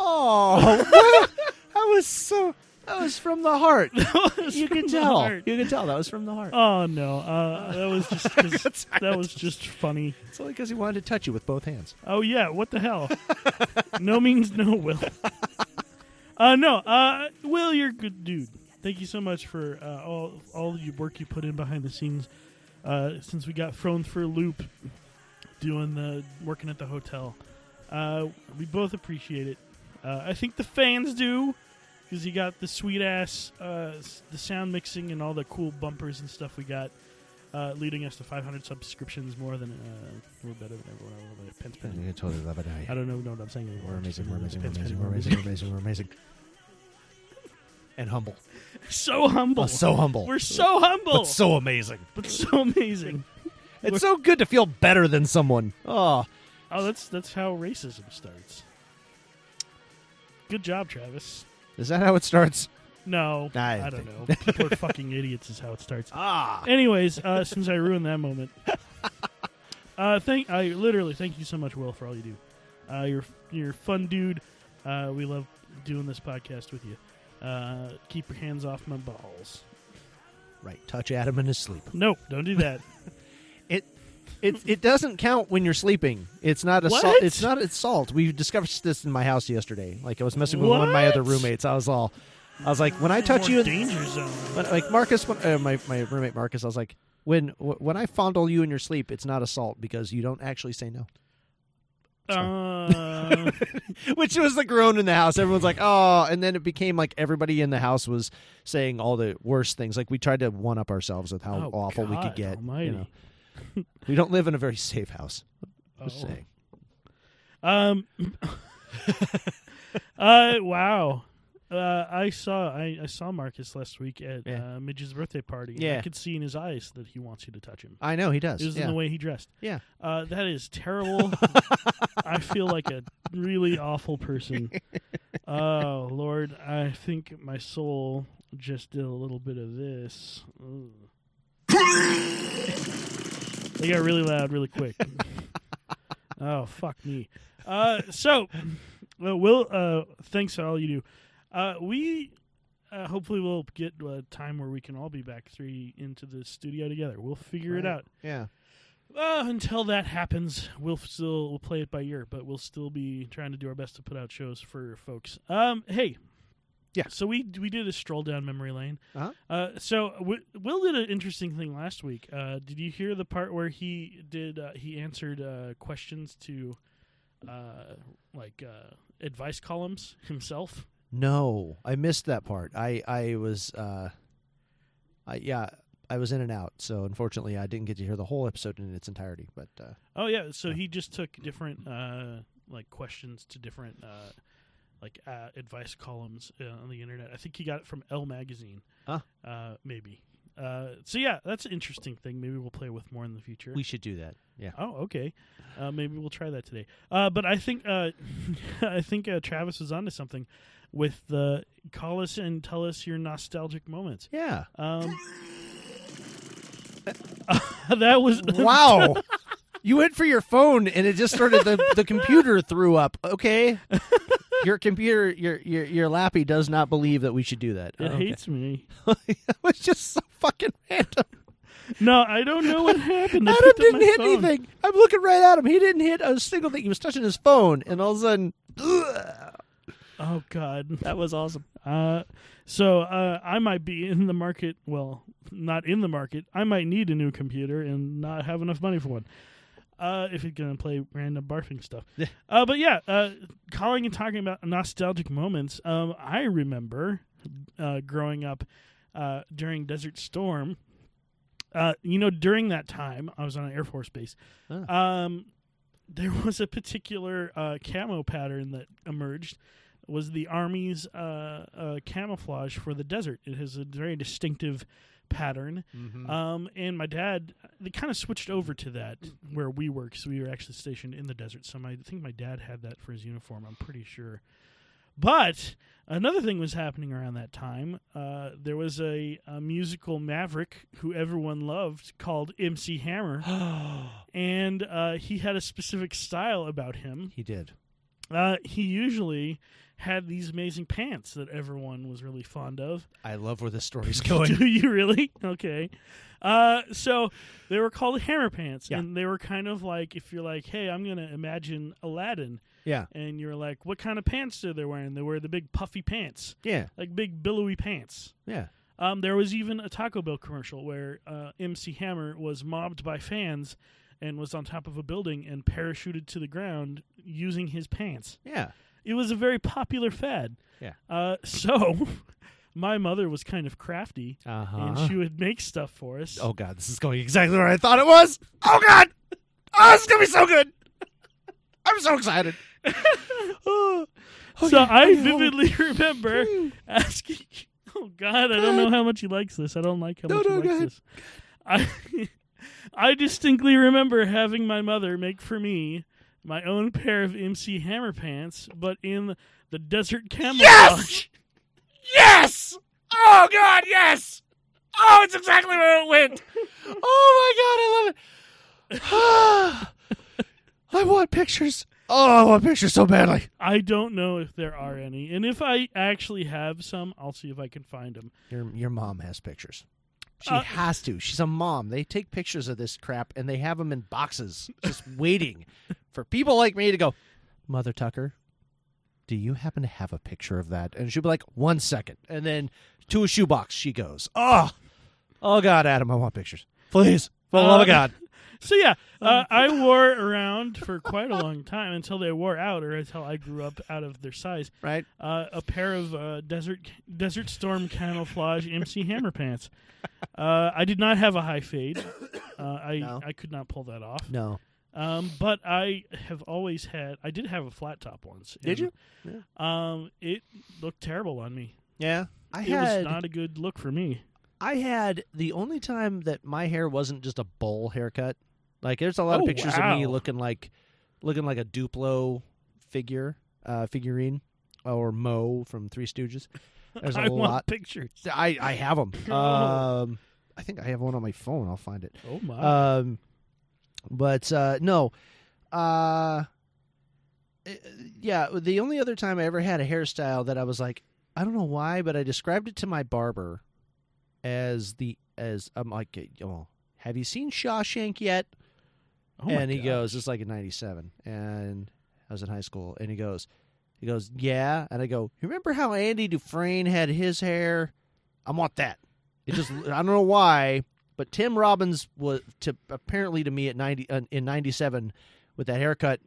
Speaker 5: Oh, that was so. That was from the heart. you
Speaker 1: from
Speaker 5: can
Speaker 1: the
Speaker 5: tell.
Speaker 1: heart.
Speaker 5: You can tell that was from the heart.
Speaker 1: oh no, uh, that was
Speaker 5: [LAUGHS]
Speaker 1: just 'cause- that was just funny.
Speaker 5: It's only because he wanted to touch you with both hands.
Speaker 1: Oh yeah, what the hell? no means no, Will. Uh, no, uh, Will, you're a good dude. Thank you so much for uh, all all the work you put in behind the scenes. Uh, since we got thrown for a loop doing the working at the hotel, uh, we both appreciate it. Uh, I think the fans do because you got the sweet ass, uh, s- the sound mixing, and all the cool bumpers and stuff we got. Uh, leading us to 500 subscriptions more than uh, we're better than everyone else. Pence, pence,
Speaker 5: You totally love it. how you-
Speaker 1: I don't know, know what I'm saying anymore.
Speaker 5: We're amazing. We're
Speaker 1: Just
Speaker 5: amazing. We're
Speaker 1: pins, pins,
Speaker 5: amazing. We're amazing. We're amazing. We're amazing. And humble.
Speaker 1: [LAUGHS] So humble.
Speaker 5: Oh, so humble.
Speaker 1: We're so humble,
Speaker 5: but so amazing.
Speaker 1: but so amazing.
Speaker 5: It's so good to feel better than someone. Oh,
Speaker 1: Oh, that's that's how racism starts. Good job, Travis.
Speaker 5: is that how it starts?
Speaker 1: No,
Speaker 5: I
Speaker 1: I,
Speaker 5: don't
Speaker 1: don't
Speaker 5: think- [LAUGHS]
Speaker 1: know. People are fucking idiots is how it starts.
Speaker 5: Ah.
Speaker 1: Anyways, uh, since I ruined that moment, [LAUGHS] uh, thank I literally thank you so much, Will, for all you do. Uh, you're you're a fun dude. Uh, we love doing this podcast with you. Uh, keep your hands off my balls.
Speaker 5: Right. Touch Adam in his sleep.
Speaker 1: Nope, don't do that.
Speaker 5: It it it doesn't count when you're sleeping. It's not a salt
Speaker 1: What?
Speaker 5: it's not assault. We discussed this in my house yesterday. Like I was messing with one of my
Speaker 1: What?
Speaker 5: other roommates. I was all I was like, when I touch
Speaker 1: More
Speaker 5: you in
Speaker 1: danger zone.
Speaker 5: [LAUGHS]
Speaker 1: [LAUGHS]
Speaker 5: when, like Marcus when, uh, my my roommate Marcus, I was like, when wh- when I fondle you in your sleep, it's not assault because you don't actually say no. [LAUGHS]
Speaker 1: Uh,
Speaker 5: which was the groan in the house. Everyone's like, oh, and then it became like everybody in the house was saying all the worst things. Like we tried to one up ourselves with how
Speaker 1: Oh,
Speaker 5: awful we could
Speaker 1: God
Speaker 5: get.
Speaker 1: almighty.
Speaker 5: You know, we don't live in a very safe house. Just
Speaker 1: Oh. [LAUGHS]
Speaker 5: saying.
Speaker 1: um. uh. Wow. Uh, I saw I, I saw Marcus last week at
Speaker 5: Yeah.
Speaker 1: uh, Midge's birthday party. and
Speaker 5: Yeah.
Speaker 1: I could see in his eyes that he wants you to touch him.
Speaker 5: I know he does.
Speaker 1: It was
Speaker 5: yeah.
Speaker 1: in the way he dressed.
Speaker 5: Yeah.
Speaker 1: Uh, that is terrible. I feel like a really awful person. Oh Lord, I think my soul just did a little bit of this. Ugh. they got really loud, really quick. oh fuck me. Uh, so, well, Will, uh, thanks for all you do. Uh, we uh, hopefully we'll get a time where we can all be back three into the studio together. We'll figure it
Speaker 5: Right.
Speaker 1: out.
Speaker 5: Yeah.
Speaker 1: Uh, until that happens, we'll still we'll play it by ear, but we'll still be trying to do our best to put out shows for folks. Um, hey,
Speaker 5: Yeah.
Speaker 1: So we we did a stroll down memory lane.
Speaker 5: Uh-huh.
Speaker 1: Uh, so w- Will did an interesting thing last week. Uh, did you hear the part where he did uh, he answered uh, questions to, uh, like uh, advice columns himself?
Speaker 5: No, I missed that part. I I was uh, I yeah, I was in and out. So unfortunately, I didn't get to hear the whole episode in its entirety. But uh,
Speaker 1: Oh yeah, so he just took different uh, like questions to different uh, like uh, advice columns uh, on the internet. I think he got it from L magazine.
Speaker 5: Huh.
Speaker 1: Uh, maybe. Uh, so yeah, that's an interesting thing. Maybe we'll play with more in the future.
Speaker 5: we should do that. Yeah.
Speaker 1: Oh, okay. Uh, maybe we'll try that today. Uh, but I think uh, [LAUGHS] I think uh, Travis was onto something with the call us and tell us your nostalgic moments. [LAUGHS]
Speaker 5: Yeah.
Speaker 1: Um, that was
Speaker 5: [LAUGHS]
Speaker 1: [LAUGHS]
Speaker 5: Wow. you went for your phone and it just started the, the computer threw up.
Speaker 1: [LAUGHS]
Speaker 5: Okay. Your computer your your your lappy does not believe that we should do that.
Speaker 1: It
Speaker 5: Okay. [LAUGHS]
Speaker 1: hates me.
Speaker 5: it was just so fucking random.
Speaker 1: No, I don't know what happened. I
Speaker 5: Adam
Speaker 1: picked up
Speaker 5: didn't
Speaker 1: my
Speaker 5: hit
Speaker 1: phone.
Speaker 5: anything. I'm looking right at him. He didn't hit a single thing. He was touching his phone and all of a sudden ugh.
Speaker 1: Oh God.
Speaker 5: that was awesome.
Speaker 1: Uh, so uh, I might be in the market. Well, not in the market. I might need a new computer and not have enough money for one. Uh, if you're gonna play random barfing stuff. Uh, but yeah, uh, calling and talking about nostalgic moments. Um, I remember uh, growing up uh, during Desert Storm. Uh, you know, during that time, I was on an Air Force base.
Speaker 5: Ah.
Speaker 1: Um, there [LAUGHS] was a particular uh, camo pattern that emerged was the army's uh, uh, camouflage for the desert. It has a very distinctive pattern. Um, and my dad, they kind of switched over to that where we were because we were actually stationed in the desert. So my, I think my dad had that for his uniform. I'm pretty sure. But another thing was happening around that time. Uh, there was a, a musical maverick who everyone loved called MC Hammer. and uh, he had a specific style about him
Speaker 5: He did.
Speaker 1: uh, he usually had these amazing pants that everyone was really fond of.
Speaker 5: I love where this story's [LAUGHS] going.
Speaker 1: [LAUGHS] Do you really? Okay. Uh, so they were called hammer pants,
Speaker 5: Yeah.
Speaker 1: and they were kind of like if you're like, hey, I'm gonna imagine Aladdin,
Speaker 5: yeah.
Speaker 1: and you're like, what kind of pants do they wearing? They wear the big puffy pants,
Speaker 5: Yeah.
Speaker 1: like big billowy pants.
Speaker 5: Yeah.
Speaker 1: Um, there was even a Taco Bell commercial where uh, MC Hammer was mobbed by fans and was on top of a building and parachuted to the ground using his pants
Speaker 5: Yeah.
Speaker 1: it was a very popular fad.
Speaker 5: Yeah.
Speaker 1: Uh, [LAUGHS] so my mother was kind of crafty,
Speaker 5: Uh-huh.
Speaker 1: and she would make stuff for us.
Speaker 5: Oh god, this is going exactly where I thought it was. Oh god, oh, this is gonna be so good. [LAUGHS] I'm so excited.
Speaker 1: so I vividly [LAUGHS] remember
Speaker 5: Hmm.
Speaker 1: asking. Oh God, I don't know how much he likes this. I don't like how much
Speaker 5: no,
Speaker 1: he
Speaker 5: go
Speaker 1: likes
Speaker 5: ahead.
Speaker 1: this. I I [LAUGHS] distinctly remember having my mother make for me my own pair of MC Hammer pants, but in the desert camouflage.
Speaker 5: Yes! Oh god, yes! Oh, it's exactly where it went. Oh my god, I love it. [SIGHS] I want pictures. Oh, I want pictures so badly.
Speaker 1: I don't know if there are any, and if I actually have some, I'll see if I can find them.
Speaker 5: Your your mom has pictures. She
Speaker 1: Uh,
Speaker 5: has to. She's a mom. They take pictures of this crap and they have them in boxes,
Speaker 1: [LAUGHS]
Speaker 5: just waiting for people like me to go. Mother Tucker, do you happen to have a picture of that? And she'll be like, one second, and then to a shoebox she goes. Oh, oh God, Adam, I want pictures, please, for the love
Speaker 1: Uh,
Speaker 5: of God.
Speaker 1: So yeah,
Speaker 5: Oh,
Speaker 1: uh, I wore
Speaker 5: [LAUGHS]
Speaker 1: around for quite a long time until they wore out, or until I grew up out of their size. [LAUGHS]
Speaker 5: Right?
Speaker 1: Uh, a pair of uh, desert desert storm camouflage
Speaker 5: [LAUGHS]
Speaker 1: MC Hammer pants. Uh, I did not have a high fade. Uh, I
Speaker 5: No.
Speaker 1: I could not pull that off.
Speaker 5: No,
Speaker 1: Um, but I have always had. I did have a flat top once.
Speaker 5: Did
Speaker 1: and, Um, it looked terrible on me.
Speaker 5: Yeah, I
Speaker 1: it
Speaker 5: had
Speaker 1: was not a good look for me.
Speaker 5: I had the only time that my hair wasn't just a bowl haircut. Like there's a lot
Speaker 1: Oh,
Speaker 5: of pictures of me
Speaker 1: wow.
Speaker 5: looking like looking like a Duplo figure uh, figurine uh, or Mo from Three Stooges. There's a
Speaker 1: [LAUGHS] I
Speaker 5: lot.
Speaker 1: want pictures.
Speaker 5: I I have them.
Speaker 1: [LAUGHS] Oh.
Speaker 5: Um, I think I have one on my phone. I'll find it.
Speaker 1: Oh my!
Speaker 5: Um, but uh, no, uh, eh, yeah. The only other time I ever had a hairstyle that I was like, I don't know why, but I described it to my barber as the as I'm like, eh, oh, have you seen Shawshank yet?
Speaker 1: Oh my
Speaker 5: and he
Speaker 1: God.
Speaker 5: goes, it's like in '97, and I was in high school, and he goes, he goes, yeah, and I go, you remember how Andy Dufresne had his hair? I want that. It just, I don't know why, but Tim Robbins was to apparently to me at ninety uh, in '97 with that haircut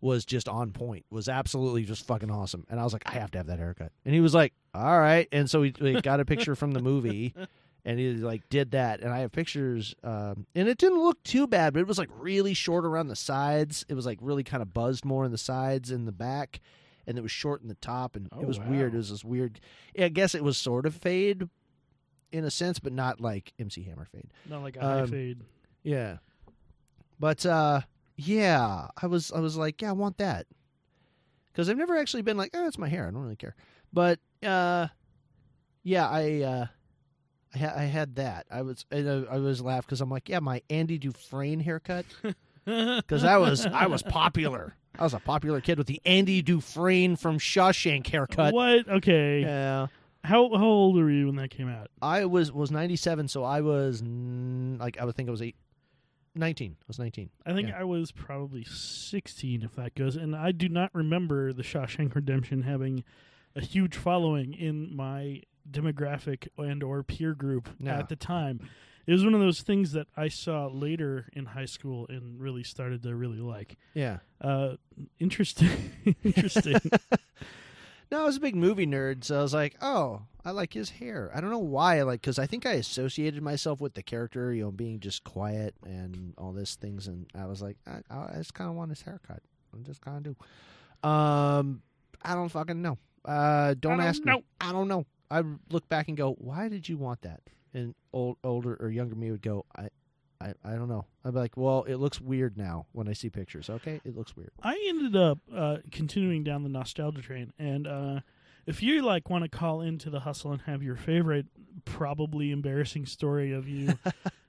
Speaker 5: was just on point. Was absolutely just fucking awesome. And I was like, I have to have that haircut. And he was like, all right. And so we, we got a picture from
Speaker 1: [LAUGHS]
Speaker 5: the movie. And he like did that, and I have pictures, um, and it didn't look too bad, but it was like really short around the sides. It was like really kind of buzzed more in the sides and the back, and it was short in the top, and
Speaker 1: Oh,
Speaker 5: it was
Speaker 1: wow.
Speaker 5: weird. It was this weird. I guess it was sort of fade, in a sense, but not like MC Hammer fade.
Speaker 1: not like a high
Speaker 5: um,
Speaker 1: fade.
Speaker 5: Yeah. But uh yeah, I was I was like, yeah, I want that. Cuz I've never actually been like, oh, it's my hair. I don't really care. But uh yeah, I uh I, ha- I had that. I was and I, I was laughed cuz I'm like, yeah, my Andy Dufresne [LAUGHS] haircut cuz I was I was popular. I was a popular kid with the Andy Dufresne from Shawshank haircut.
Speaker 1: What? Okay.
Speaker 5: Yeah.
Speaker 1: How how old were you when that came out?
Speaker 5: I was was 97, so I was mm, like I would think I was 8 19. I was 19.
Speaker 1: I think
Speaker 5: Yeah.
Speaker 1: I was probably 16, if that goes. And I do not remember The Shawshank Redemption having a huge following in my demographic and or peer group
Speaker 5: No.
Speaker 1: at the time. It was one of those things that I saw later in high school and really started to really like.
Speaker 5: Yeah.
Speaker 1: Uh, interesting, [LAUGHS] interesting.
Speaker 5: No, I was a big movie nerd, so I was like, oh, I like his hair. I don't know why, like, because I think I associated myself with the character, you know, being just quiet and all these things, and I was like, I, I just kind of want his haircut. I just kind of do. Um, I don't fucking know. Uh, don't,
Speaker 1: don't
Speaker 5: ask
Speaker 1: know.
Speaker 5: me. I don't know. I look back and go, why did you want that? And old, older or younger me would go, I, I, I don't know. I'd be like, well, it looks weird now when I see pictures. Okay, it looks weird.
Speaker 1: I ended up uh, continuing down the nostalgia train, and uh, if you like want to call into the hustle and have your favorite, probably embarrassing story of you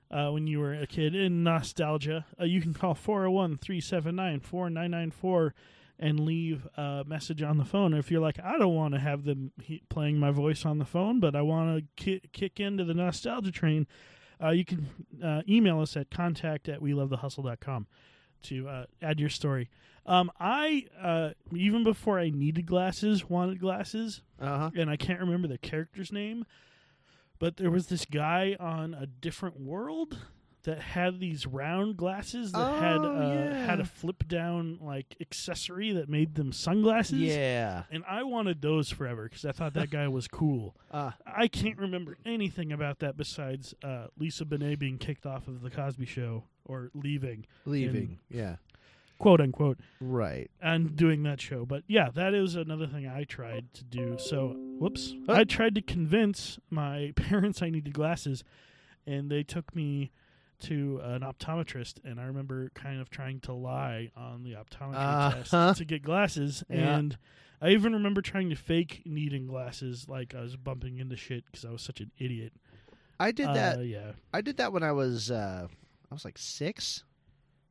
Speaker 1: uh, when you were a kid in nostalgia, uh, you can call 401 379 4994 and leave a message on the phone. If you're like, I don't want to have them he- playing my voice on the phone, but I want to ki- kick into the nostalgia train, uh, you can uh, email us at contact at welovethehustle.com to uh, add your story. Um, I uh, even before I needed glasses, wanted glasses,
Speaker 5: Uh huh.
Speaker 1: and I can't remember the character's name, but there was this guy on a different world that had these round glasses that had
Speaker 5: Oh,
Speaker 1: uh,
Speaker 5: yeah.
Speaker 1: had a flip down like accessory that made them sunglasses.
Speaker 5: Yeah.
Speaker 1: And I wanted those forever because I thought that guy was cool.
Speaker 5: Ah.
Speaker 1: I can't remember anything about that besides uh, Lisa Bonet being kicked off of the Cosby Show or leaving,
Speaker 5: Leaving. yeah.
Speaker 1: quote unquote
Speaker 5: Right.
Speaker 1: and doing that show. But yeah, that is another thing I tried to do. So, whoops.
Speaker 5: Huh.
Speaker 1: I tried to convince my [LAUGHS] parents I needed glasses, and they took me to an optometrist. And I remember kind of trying to lie on the optometry
Speaker 5: Uh-huh.
Speaker 1: test to get glasses.
Speaker 5: Yeah.
Speaker 1: And I even remember trying to fake needing glasses, like I was bumping into shit because I was such an idiot.
Speaker 5: I did
Speaker 1: Uh,
Speaker 5: that.
Speaker 1: yeah.
Speaker 5: I did that when I was uh, I was like six,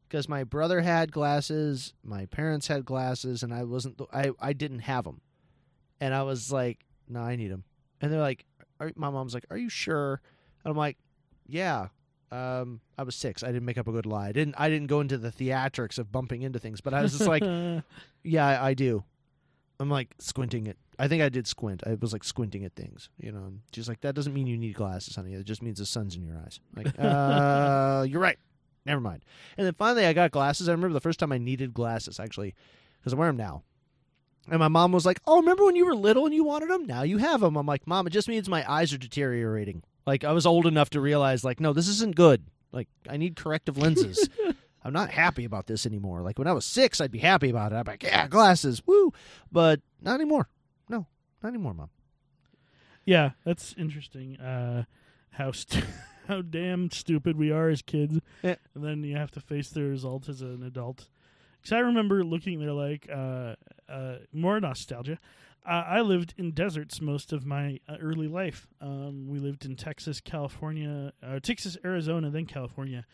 Speaker 5: because my brother had glasses, my parents had glasses, and I wasn't the- I I didn't have them, and I was like, no, I need them, and they're like, are, my mom's like, are you sure? And I'm like, yeah. Um, I was six. I didn't make up a good lie. I didn't. I didn't go into the theatrics of bumping into things, but I was just like,
Speaker 1: Uh,
Speaker 5: yeah, I, I do. I'm like squinting at. I think I did squint. I was like squinting at things, you know. And she's like, "That doesn't mean you need glasses, honey. It just means the sun's in your eyes." I'm like, uh, you're right. Never mind. And then finally, I got glasses. I remember the first time I needed glasses actually, because I wear them now. And my mom was like, "Oh, remember when you were little and you wanted them? Now you have them." I'm like, "Mom, it just means my eyes are deteriorating. Like I was old enough to realize, like, no, this isn't good. Like I need corrective lenses." I'm not happy about this anymore. Like when I was six, I'd be happy about it. I'd be like, yeah, glasses, woo. But not anymore. No, not anymore, mom.
Speaker 1: Yeah, that's interesting. Uh, how st- [LAUGHS] how damn stupid we are as kids,
Speaker 5: Yeah.
Speaker 1: and then you have to face the result as an adult. Because I remember looking there like uh, uh, more nostalgia. Uh, I lived in deserts most of my uh, early life. Um, we lived in Texas, California, uh, Texas, Arizona, then California.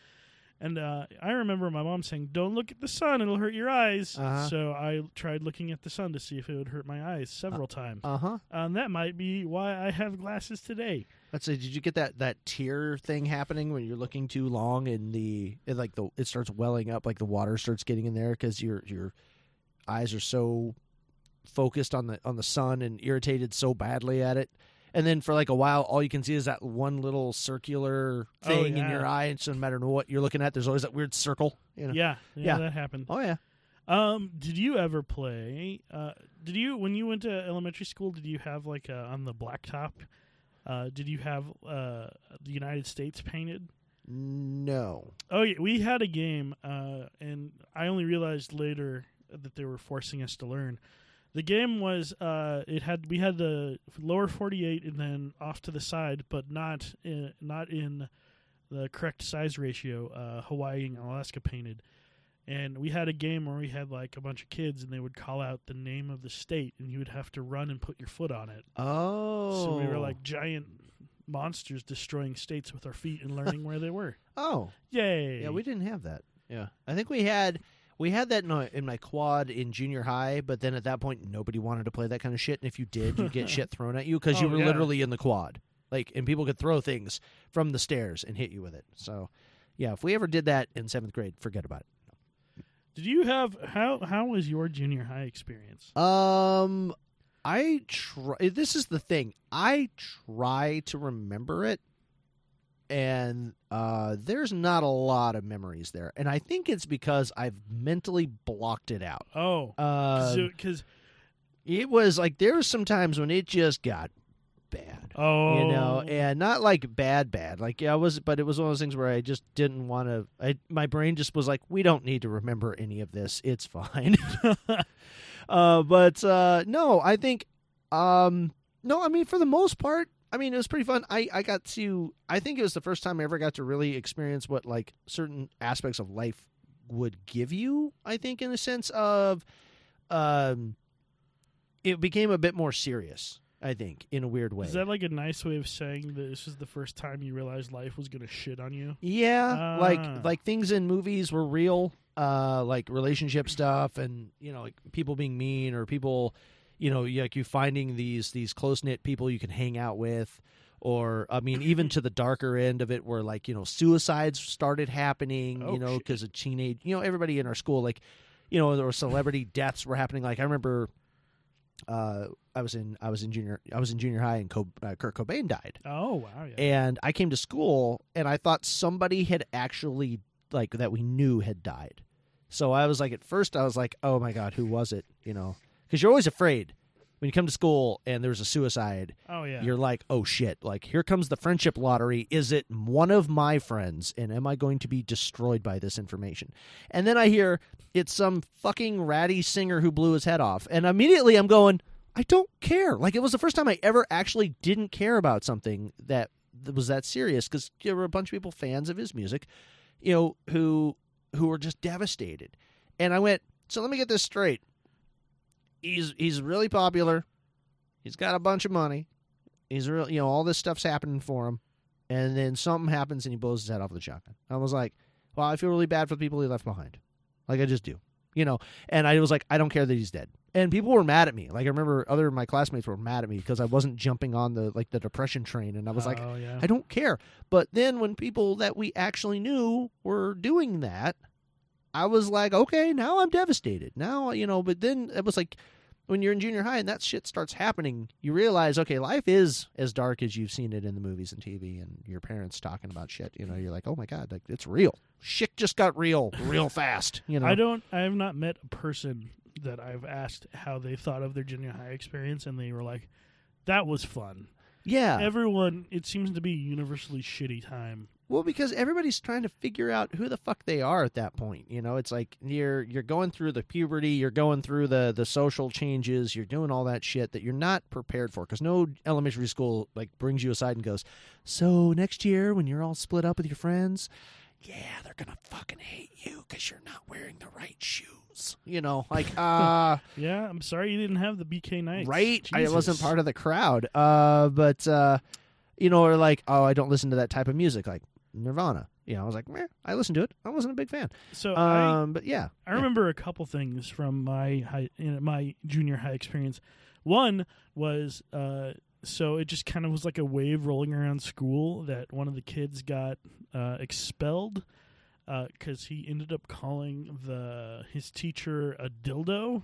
Speaker 1: And uh, I remember my mom saying, "Don't look at the sun; it'll hurt your eyes."
Speaker 5: Uh-huh.
Speaker 1: So I tried looking at the sun to see if it would hurt my eyes several times.
Speaker 5: Uh huh.
Speaker 1: Um, that might be why I have glasses today.
Speaker 5: I'd say, did you get that that tear thing happening when you're looking too long and the it like the it starts welling up, like the water starts getting in there because your your eyes are so focused on the on the sun and irritated so badly at it. And then for like a while, all you can see is that one little circular
Speaker 1: Oh,
Speaker 5: thing in
Speaker 1: yeah.
Speaker 5: your eye. It doesn't matter what you're looking at. There's always that weird circle. You know?
Speaker 1: Yeah, yeah,
Speaker 5: Yeah.
Speaker 1: that happened.
Speaker 5: Oh yeah.
Speaker 1: Um, did you ever play? Uh, did you when you went to elementary school? Did you have like uh, on the blacktop? Uh, did you have uh, the United States painted?
Speaker 5: No.
Speaker 1: Oh yeah, we had a game, uh, and I only realized later that they were forcing us to learn. The game was uh, it had we had the lower forty eight and then off to the side, but not in, not in the correct size ratio. Uh, Hawaii and Alaska painted, and we had a game where we had like a bunch of kids, and they would call out the name of the state, and you would have to run and put your foot on it.
Speaker 5: Oh.
Speaker 1: So we were like giant monsters destroying states with our feet and learning where they were.
Speaker 5: oh.
Speaker 1: Yay!
Speaker 5: [LAUGHS] Yeah, we didn't have that. Yeah, I think we had we had that in my, in my quad in junior high, but then at that point nobody wanted to play that kind of shit, and if you did, you
Speaker 1: [LAUGHS]
Speaker 5: get shit thrown at you because you
Speaker 1: Oh,
Speaker 5: were
Speaker 1: yeah.
Speaker 5: literally in the quad, like, and people could throw things from the stairs and hit you with it. So, yeah, if we ever did that in seventh grade, forget about it.
Speaker 1: Did you have how how was your junior high experience?
Speaker 5: Um, I try. This is the thing. I try to remember it, and uh, there's not a lot of memories there, and I think it's because I've mentally blocked it out.
Speaker 1: Oh,
Speaker 5: Uh,
Speaker 1: because
Speaker 5: it was like there were some times when it just got bad.
Speaker 1: oh,
Speaker 5: You know, and not like bad, bad. Like yeah, I was, but it was one of those things where I just didn't want to. I my brain just was like, we don't need to remember any of this. It's fine. [LAUGHS] uh, but uh, no, I think, um, no, I mean for the most part, I mean it was pretty fun. I I got to. I think it was the first time I ever got to really experience what like certain aspects of life would give you. I think in the sense of, um, it became a bit more serious. I think in a weird way.
Speaker 1: is that like a nice way of saying that this is the first time you realized life was gonna shit on you?
Speaker 5: Yeah,
Speaker 1: Ah.
Speaker 5: like like things in movies were real, uh, like relationship stuff, and you know, like people being mean or people, you know, like you finding these these close knit people you can hang out with, or I mean, even to the darker end of it, where like you know, suicides started happening,
Speaker 1: Oh,
Speaker 5: you know,
Speaker 1: shit.
Speaker 5: because of teenage, you know, everybody in our school, like, you know, there were celebrity [LAUGHS] deaths were happening. Like I remember. Uh, I was in I was in junior I was in junior high and Co- uh, Kurt Cobain died
Speaker 1: Oh wow, yeah.
Speaker 5: and I came to school and I thought somebody had actually like that we knew had died. So I was like at first I was like, "Oh my god, who was it?" you know. Cuz you're always afraid when you come to school and there's a suicide.
Speaker 1: oh yeah,
Speaker 5: You're like, "Oh shit, like here comes the friendship lottery. Is it one of my friends and am I going to be destroyed by this information?" And then I hear it's some fucking ratty singer who blew his head off and immediately I'm going, I don't care. Like it was the first time I ever actually didn't care about something that that was that serious because there were a bunch of people fans of his music, you know, who who were just devastated. And I went, so let me get this straight. He's he's really popular. He's got a bunch of money. He's real, you know, all this stuff's happening for him. And then something happens and he blows his head off with a shotgun. I was like, well, I feel really bad for the people he left behind. Like I just do, you know. And I was like, I don't care that he's dead. And people were mad at me. Like I remember other of my classmates were mad at me because I wasn't jumping on the like the depression train. And I was like,
Speaker 1: oh yeah,
Speaker 5: I don't care. But then when people that we actually knew were doing that, I was like, okay, now I'm devastated. Now, you know, but then it was like when you're in junior high and that shit starts happening, you realize, okay, life is as dark as you've seen it in the movies and TV and your parents talking about shit. You know, you're like, oh my God, like it's real. Shit just got real, real fast. You know,
Speaker 1: I don't. I have not met a person that I've asked how they thought of their junior high experience, and they were like, "That was fun."
Speaker 5: yeah.
Speaker 1: Everyone, it seems to be a universally shitty time
Speaker 5: Well, because everybody's trying to figure out who the fuck they are at that point. You know, it's like you're you're going through the puberty, you're going through the the social changes, you're doing all that shit that you're not prepared for. Because no elementary school like brings you aside and goes, "So next year, when you're all split up with your friends, yeah, they're gonna fucking hate you because you're not wearing the right shoes." You know, like uh
Speaker 1: Yeah, I'm sorry you didn't have the BK Knights.
Speaker 5: right? I wasn't
Speaker 1: Jesus.
Speaker 5: part of the crowd. Uh, but uh, you know, or like, oh, I don't listen to that type of music, like Nirvana. You know, I was like, meh, I listened to it. I wasn't a big fan.
Speaker 1: So I,
Speaker 5: Um, but yeah,
Speaker 1: I remember a couple things from my high, you know, my junior high experience. One was uh, so it just kind of was like a wave rolling around school that one of the kids got uh, expelled because he ended up calling the his teacher a dildo,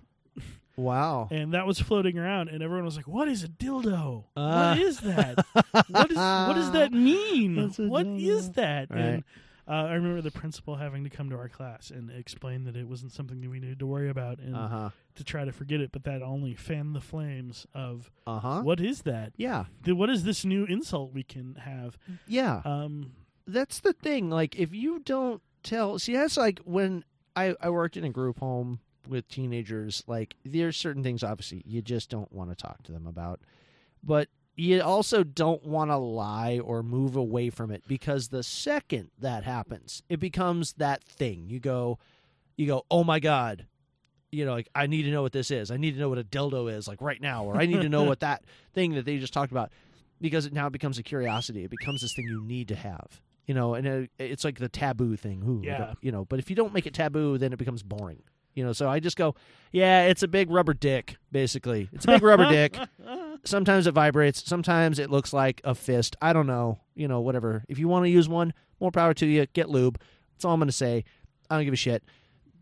Speaker 5: wow.
Speaker 1: and that was floating around, and everyone was like, "What is a dildo?
Speaker 5: Ah.
Speaker 1: what is that? what is what does
Speaker 5: [LAUGHS]
Speaker 1: that mean?
Speaker 5: That's a
Speaker 1: What
Speaker 5: dildo."
Speaker 1: is that?"
Speaker 5: Right.
Speaker 1: And uh, I remember the principal having to come to our class and explain that it wasn't something that we needed to worry about and
Speaker 5: Uh huh.
Speaker 1: to try to forget it, but that only fanned the flames of
Speaker 5: Uh huh.
Speaker 1: what is that?
Speaker 5: Yeah,
Speaker 1: Th- What is this new insult we can have?
Speaker 5: yeah.
Speaker 1: Um,
Speaker 5: that's the thing. Like, if you don't tell, see, that's like when I, I worked in a group home with teenagers, like, there's certain things, obviously, you just don't want to talk to them about. But you also don't want to lie or move away from it because the second that happens, it becomes that thing. You go, you go, oh my God. You know, like I need to know what this is. I need to know what a dildo is, like right now, or I need to know what that thing that they just talked about, because it now becomes a curiosity. It becomes this thing you need to have. You know, and it, it's like the taboo thing. Ooh, I
Speaker 1: Yeah.
Speaker 5: don't- You know, but if you don't make it taboo, then it becomes boring. You know, so I just go, yeah, it's a big rubber dick, basically. It's a big rubber dick. Sometimes it vibrates. Sometimes it looks like a fist. I don't know. You know, whatever. If you want to use one, more power to you. Get lube. That's all I'm going to say. I don't give a shit.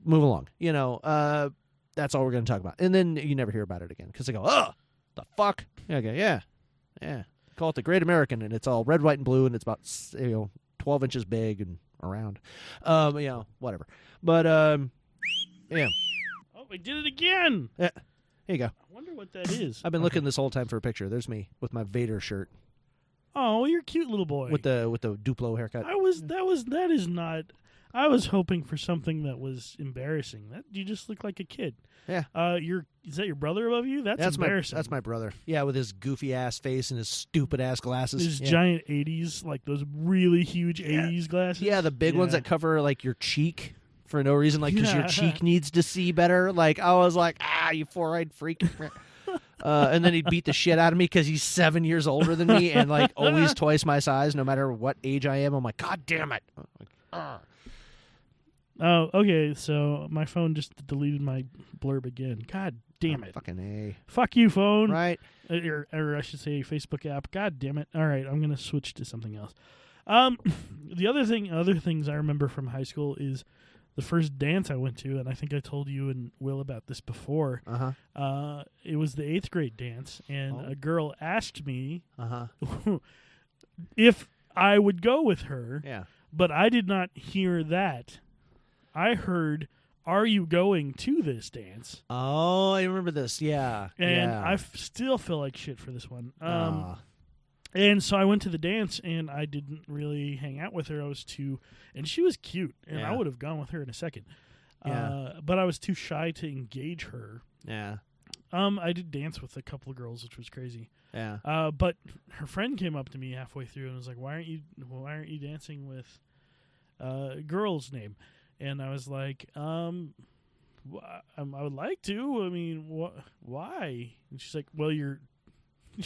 Speaker 5: Move along. You know, uh, that's all we're going to talk about. And then you never hear about it again because they go, oh, the fuck? Yeah, okay, yeah, yeah. Call it the Great American, and it's all red, white, and blue, and it's about s- you know twelve inches big and around. Um, you know, whatever. But um, yeah,
Speaker 1: oh, I did it again.
Speaker 5: here you go.
Speaker 1: I wonder what that is.
Speaker 5: I've been looking this whole time for a picture. There's me with my Vader shirt
Speaker 1: Oh, you're a cute little boy.
Speaker 5: with the with the Duplo haircut.
Speaker 1: I was that was that is not. I was hoping for something that was embarrassing. That you just look like a kid.
Speaker 5: Yeah.
Speaker 1: Uh, your is that your brother above you? That's,
Speaker 5: that's my
Speaker 1: embarrassing.
Speaker 5: that's my brother. Yeah, with his goofy ass face and his stupid ass glasses.
Speaker 1: These
Speaker 5: yeah.
Speaker 1: giant '80s, like those really huge '80s glasses.
Speaker 5: Yeah, the big ones
Speaker 1: Yeah.
Speaker 5: that cover like your cheek for no reason, like because your
Speaker 1: Yeah.
Speaker 5: cheek needs to see better. Like I was like, ah, you
Speaker 1: [LAUGHS]
Speaker 5: four-eyed freak. Uh, and then he'd beat the shit out of me because he's seven years older than me and like
Speaker 1: [LAUGHS]
Speaker 5: always twice my size, no matter what age I am. I'm like, God damn it! I'm like, "Arr."
Speaker 1: Oh, okay. So my phone just deleted my blurb again. God damn it!
Speaker 5: fucking
Speaker 1: Fuck you,
Speaker 5: a,
Speaker 1: phone.
Speaker 5: right?
Speaker 1: Uh, Or, or I should say, Facebook app. God damn it! All right, I'm gonna switch to something else. Um, [LAUGHS] the other thing, other things I remember from high school is the first dance I went to, and I think I told you and Will about this before.
Speaker 5: Uh huh.
Speaker 1: Uh, it was the eighth grade dance, and
Speaker 5: Oh.
Speaker 1: a girl asked me
Speaker 5: Uh huh.
Speaker 1: if I would go with her,
Speaker 5: Yeah.
Speaker 1: but I did not hear that. I heard, "Are you going to this dance?"
Speaker 5: Oh, I remember this. Yeah.
Speaker 1: And
Speaker 5: yeah.
Speaker 1: I f- still feel like shit for this one. Um,
Speaker 5: Ah.
Speaker 1: And so I went to the dance, and I didn't really hang out with her. I was too, and she was cute, and
Speaker 5: Yeah.
Speaker 1: I would have gone with her in a second.
Speaker 5: Yeah.
Speaker 1: Uh, but I was too shy to engage her.
Speaker 5: yeah.
Speaker 1: Um, I did dance with a couple of girls, which was crazy.
Speaker 5: Yeah.
Speaker 1: Uh, but her friend came up to me halfway through and was like, "Why aren't you? Why aren't you dancing with uh, a girl's name?" And I was like, um, wh- um, "I would like to. I mean, wh- why?" And she's like, "Well, you're [LAUGHS]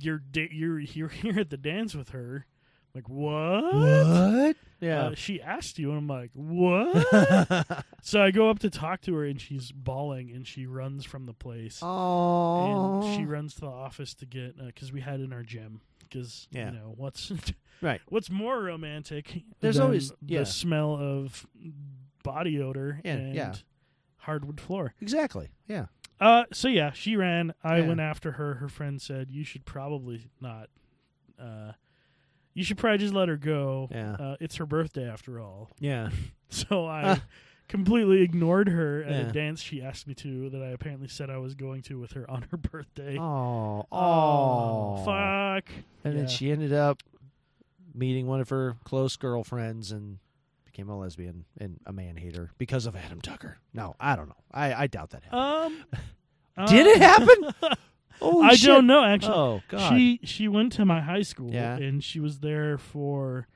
Speaker 1: you're da- you're you're here at the dance with her." I'm like, what?
Speaker 5: What?
Speaker 1: Uh,
Speaker 5: Yeah.
Speaker 1: she asked you, and I'm like,
Speaker 5: [LAUGHS]
Speaker 1: what? so I go up to talk to her, and she's bawling, and she runs from the place
Speaker 5: oh.
Speaker 1: and she runs to the office to get because we had in our gym because
Speaker 5: Yeah.
Speaker 1: you know what's [LAUGHS]
Speaker 5: Right.
Speaker 1: what's more romantic
Speaker 5: There's
Speaker 1: than
Speaker 5: always- yeah.
Speaker 1: the smell of body odor
Speaker 5: Yeah,
Speaker 1: and
Speaker 5: yeah.
Speaker 1: hardwood floor
Speaker 5: exactly. Yeah.
Speaker 1: uh so yeah she ran i
Speaker 5: Yeah.
Speaker 1: went after her her friend said you should probably not uh you should probably just let her go
Speaker 5: Yeah.
Speaker 1: uh, it's her birthday after all [LAUGHS]
Speaker 5: Yeah.
Speaker 1: so i
Speaker 5: Ah.
Speaker 1: completely ignored her at
Speaker 5: Yeah.
Speaker 1: a dance she asked me to that i apparently said i was going to with her on her [LAUGHS] birthday
Speaker 5: Oh, oh,
Speaker 1: fuck.
Speaker 5: And
Speaker 1: Yeah.
Speaker 5: then she ended up meeting one of her close girlfriends and became a lesbian and a man hater because of Adam Tucker. No, I don't know. I, I doubt that happened.
Speaker 1: Um,
Speaker 5: [LAUGHS] Did it happen?
Speaker 1: [LAUGHS]
Speaker 5: Holy
Speaker 1: I
Speaker 5: shit.
Speaker 1: don't know. Actually,
Speaker 5: Oh god.
Speaker 1: she she went to my high school
Speaker 5: Yeah.
Speaker 1: and she was there for,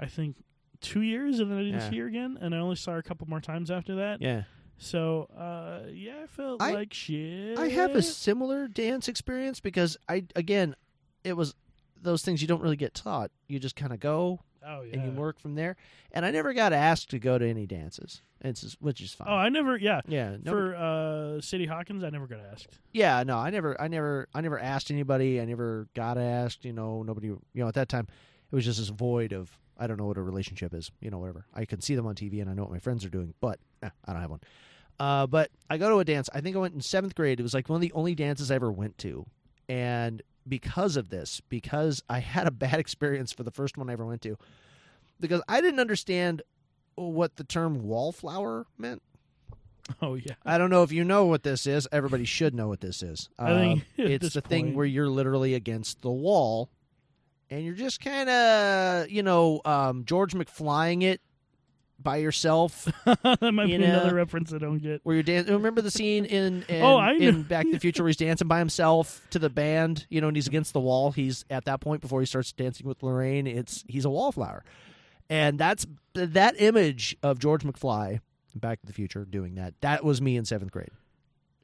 Speaker 1: I think, two years, and then I didn't
Speaker 5: Yeah.
Speaker 1: see her again, and I only saw her a couple more times after that.
Speaker 5: yeah.
Speaker 1: So, uh, yeah, I felt
Speaker 5: I-
Speaker 1: like shit.
Speaker 5: I have a similar dance experience because I again, it was those things you don't really get taught. You just kind of go
Speaker 1: oh yeah.
Speaker 5: and you work from there. And I never got asked to go to any dances. It's just, which is fine.
Speaker 1: Oh, I never. Yeah.
Speaker 5: yeah, no,
Speaker 1: For uh, City Hawkins, I never got asked. [LAUGHS]
Speaker 5: yeah, no, I never, I never, I never asked anybody. I never got asked. You know, nobody. You know, at that time, it was just this void of I don't know what a relationship is. You know, whatever. I can see them on TV and I know what my friends are doing, but eh, I don't have one. Uh, but I go to a dance. I think I went in seventh grade. It was like one of the only dances I ever went to, and because of this, because I [LAUGHS] had a bad experience for the first one I ever went to, because I didn't understand what the term wallflower meant.
Speaker 1: Oh yeah.
Speaker 5: I don't know if you know what this is. Everybody should know what this is. Um,
Speaker 1: I think [LAUGHS] at
Speaker 5: it's
Speaker 1: this
Speaker 5: the thing
Speaker 1: point-
Speaker 5: where you're literally against the wall, and you're just kind of, you know, um, George McFlying it
Speaker 1: [LAUGHS]
Speaker 5: by yourself.
Speaker 1: [LAUGHS] that might
Speaker 5: You
Speaker 1: be
Speaker 5: know.
Speaker 1: another reference I don't get.
Speaker 5: Where you're dancing. Remember the scene in, in
Speaker 1: Oh, I know.
Speaker 5: in Back to the Future where he's dancing by himself to the band, you know, and he's against the wall. He's at that point before he starts dancing with Lorraine. It's he's a wallflower, and that's that image of George McFly, in Back to the Future, doing that. That was me in seventh grade,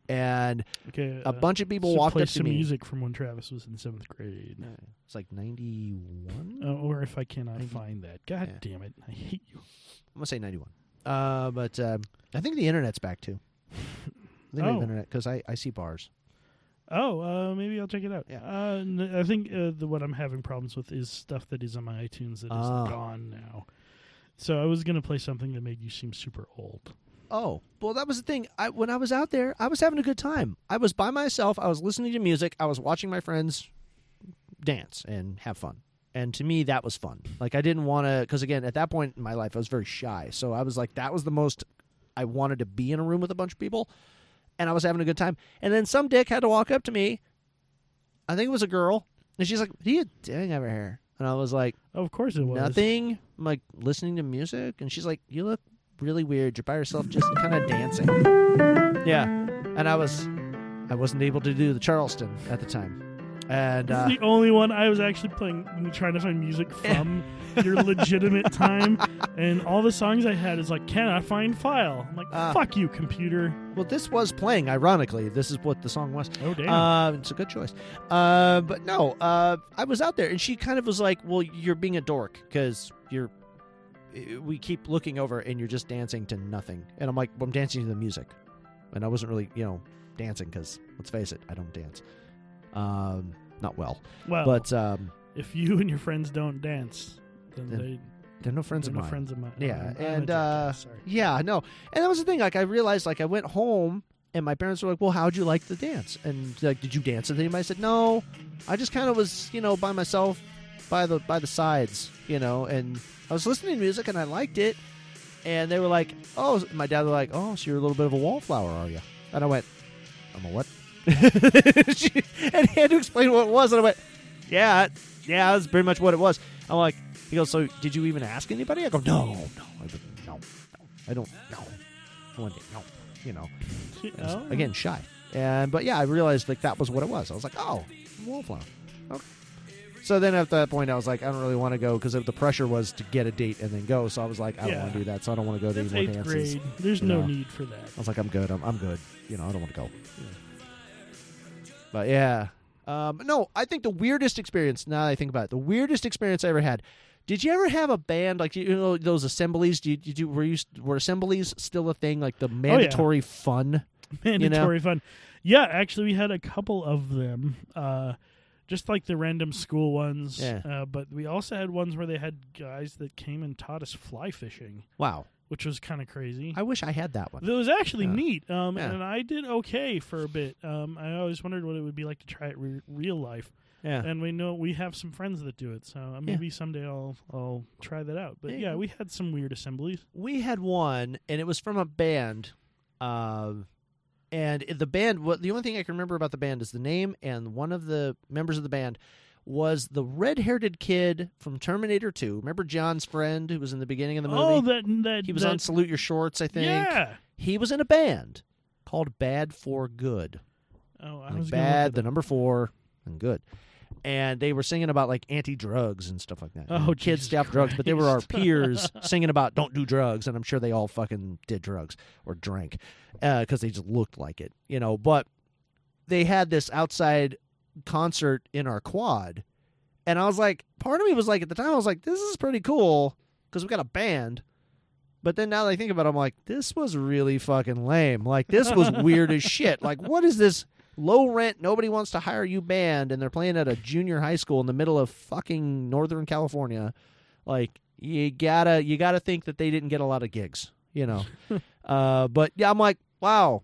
Speaker 5: and
Speaker 1: Okay.
Speaker 5: a bunch of people
Speaker 1: uh, so
Speaker 5: walked
Speaker 1: play
Speaker 5: up to
Speaker 1: some
Speaker 5: me.
Speaker 1: music from when Travis was in seventh grade.
Speaker 5: It's like ninety one.
Speaker 1: Uh, or if I cannot find that. God
Speaker 5: Mm-hmm. Yeah.
Speaker 1: damn it. I hate you.
Speaker 5: I'm gonna say ninety one. Uh, but um I think the internet's back too. I think we have
Speaker 1: Oh.
Speaker 5: internet because I, I see bars.
Speaker 1: Oh, uh, maybe I'll check it out.
Speaker 5: Yeah.
Speaker 1: Uh, n- I think uh, the, what I'm having problems with is stuff that is on my iTunes that is
Speaker 5: Ah.
Speaker 1: gone now. So I was going to play something that made you seem super old.
Speaker 5: Oh, well, that was the thing. I, when I was out there, I was having a good time. I was by myself. I was listening to music. I was watching my friends dance and have fun. And to me, that was fun. Like, I didn't want to, because again, at that point in my life, I was very shy. So I was like, that was the most I wanted to be in a room with a bunch of people. And I was having a good time. And then some dick had to walk up to me. I think it was a girl. And she's like, What are you doing over here? And I was like,
Speaker 1: of course it was.
Speaker 5: nothing. I'm like listening to music, and she's like, "You look really weird. You're by yourself, just kind of dancing." Yeah, and I was, I wasn't able to do the Charleston at the time, and
Speaker 1: This [LAUGHS]
Speaker 5: uh,
Speaker 1: is the only one I was actually playing, trying to find
Speaker 5: [LAUGHS]
Speaker 1: music from your legitimate time, and all the songs I had is like, cannot find file. I'm like,
Speaker 5: Ah.
Speaker 1: fuck you, computer.
Speaker 5: well, this was playing. Ironically, this is what the song was.
Speaker 1: Oh damn.
Speaker 5: Uh, it's a good choice. Uh, but no, uh, I was out there, and she kind of was like, "Well, you're being a dork because you're." eh, We keep looking over, and you're just dancing to nothing. And I'm like, well, "I'm dancing to the music," and I wasn't really, you know, dancing because let's face it, I don't dance, um, not well.
Speaker 1: well,
Speaker 5: But um,
Speaker 1: if you and your friends don't dance, then,
Speaker 5: Then
Speaker 1: they
Speaker 5: they're no friends
Speaker 1: they're
Speaker 5: of
Speaker 1: no
Speaker 5: mine.
Speaker 1: friends of mine.
Speaker 5: Yeah,
Speaker 1: I'm- I'm a
Speaker 5: and,
Speaker 1: jackass,
Speaker 5: uh,
Speaker 1: sorry.
Speaker 5: Yeah, no. And that was the thing. Like, I realized, like, I went home and my parents were like, well, how'd you like the dance? And, like, did you dance with anybody? I said, no. I just kind of was, you know, by myself, by the by the sides, you know, and I was listening to music and I liked it. And they were like, oh, my dad was like, oh, so you're a little bit of a wallflower, are you? And I went, I'm a what? [LAUGHS] She- and he had to explain what it was. And I went, yeah, yeah, that's pretty much what it was. I'm like, he goes, so did you even ask anybody? I go, no, no, I don't- no, no, I don't, no, I wouldn't, no,
Speaker 1: [LAUGHS]
Speaker 5: you know, I was,
Speaker 1: Oh.
Speaker 5: again, shy. And but yeah, I realized like that was what it was. I was like, oh, wallflower. Okay. So then at that point, I was like, I don't really want to go because the pressure was to get a date and then go. So I was like, I don't
Speaker 1: Yeah.
Speaker 5: want to do that. So I don't want to go to
Speaker 1: That's
Speaker 5: any
Speaker 1: eighth
Speaker 5: more dances.
Speaker 1: grade. There's
Speaker 5: you
Speaker 1: no
Speaker 5: know.
Speaker 1: need for that.
Speaker 5: [LAUGHS] I was like, I'm good. I'm, I'm good. You know, I don't want to go. But yeah. Um, no, I think the weirdest experience, now that I think about it, the weirdest experience I ever had. Did you ever have a band like you know those assemblies? Do you, did you were you were assemblies still a thing like the mandatory fun?
Speaker 1: mandatory fun. Yeah, actually, we had a couple of them, uh, just like the random school ones.
Speaker 5: Yeah.
Speaker 1: Uh, but we also had ones where they had guys that came and taught us fly fishing,
Speaker 5: Wow,
Speaker 1: which was kind of crazy.
Speaker 5: I wish I had that one.
Speaker 1: that was actually
Speaker 5: Yeah.
Speaker 1: neat, um,
Speaker 5: Yeah.
Speaker 1: and I did okay for a bit. Um, I always wondered what it would be like to try it re- real life,
Speaker 5: Yeah,
Speaker 1: and we know we have some friends that do it, so uh, maybe someday I'll I'll try that out. But
Speaker 5: There you
Speaker 1: yeah,
Speaker 5: go.
Speaker 1: we had some weird assemblies.
Speaker 5: we had one, and it was from a band, um, and it- the band. What the only thing I can remember about the band is the name, and one of the members of the band was the red-haired kid from Terminator 2. Remember John's friend who was in the beginning of the movie?
Speaker 1: Oh, that that
Speaker 5: he was
Speaker 1: that,
Speaker 5: on Salute Your Shorts, I think.
Speaker 1: Yeah.
Speaker 5: He was in a band called Bad for Good.
Speaker 1: Oh, I
Speaker 5: Like
Speaker 1: was gonna look
Speaker 5: bad,
Speaker 1: it
Speaker 5: the number four, and good. And they were singing about like anti drugs and stuff like that.
Speaker 1: Oh,
Speaker 5: And
Speaker 1: Jesus
Speaker 5: kids stop drugs, but they were our
Speaker 1: Christ. [LAUGHS]
Speaker 5: peers singing about don't do drugs, and I'm sure they all fucking did drugs or drank because they just looked like it, you know. But they had this outside concert in our quad, and I was like, part of me was like, at the time, I was like, this is pretty cool because we got a band. But then now that I think about it, I'm like, this was really fucking lame. Like, this was weird as shit. Like, what is this low rent, nobody wants to hire you band, and they're playing at a junior high school in the middle of fucking Northern California? Like, you gotta, you gotta think that they didn't get a lot of gigs, you know? uh, but yeah, I'm like, wow,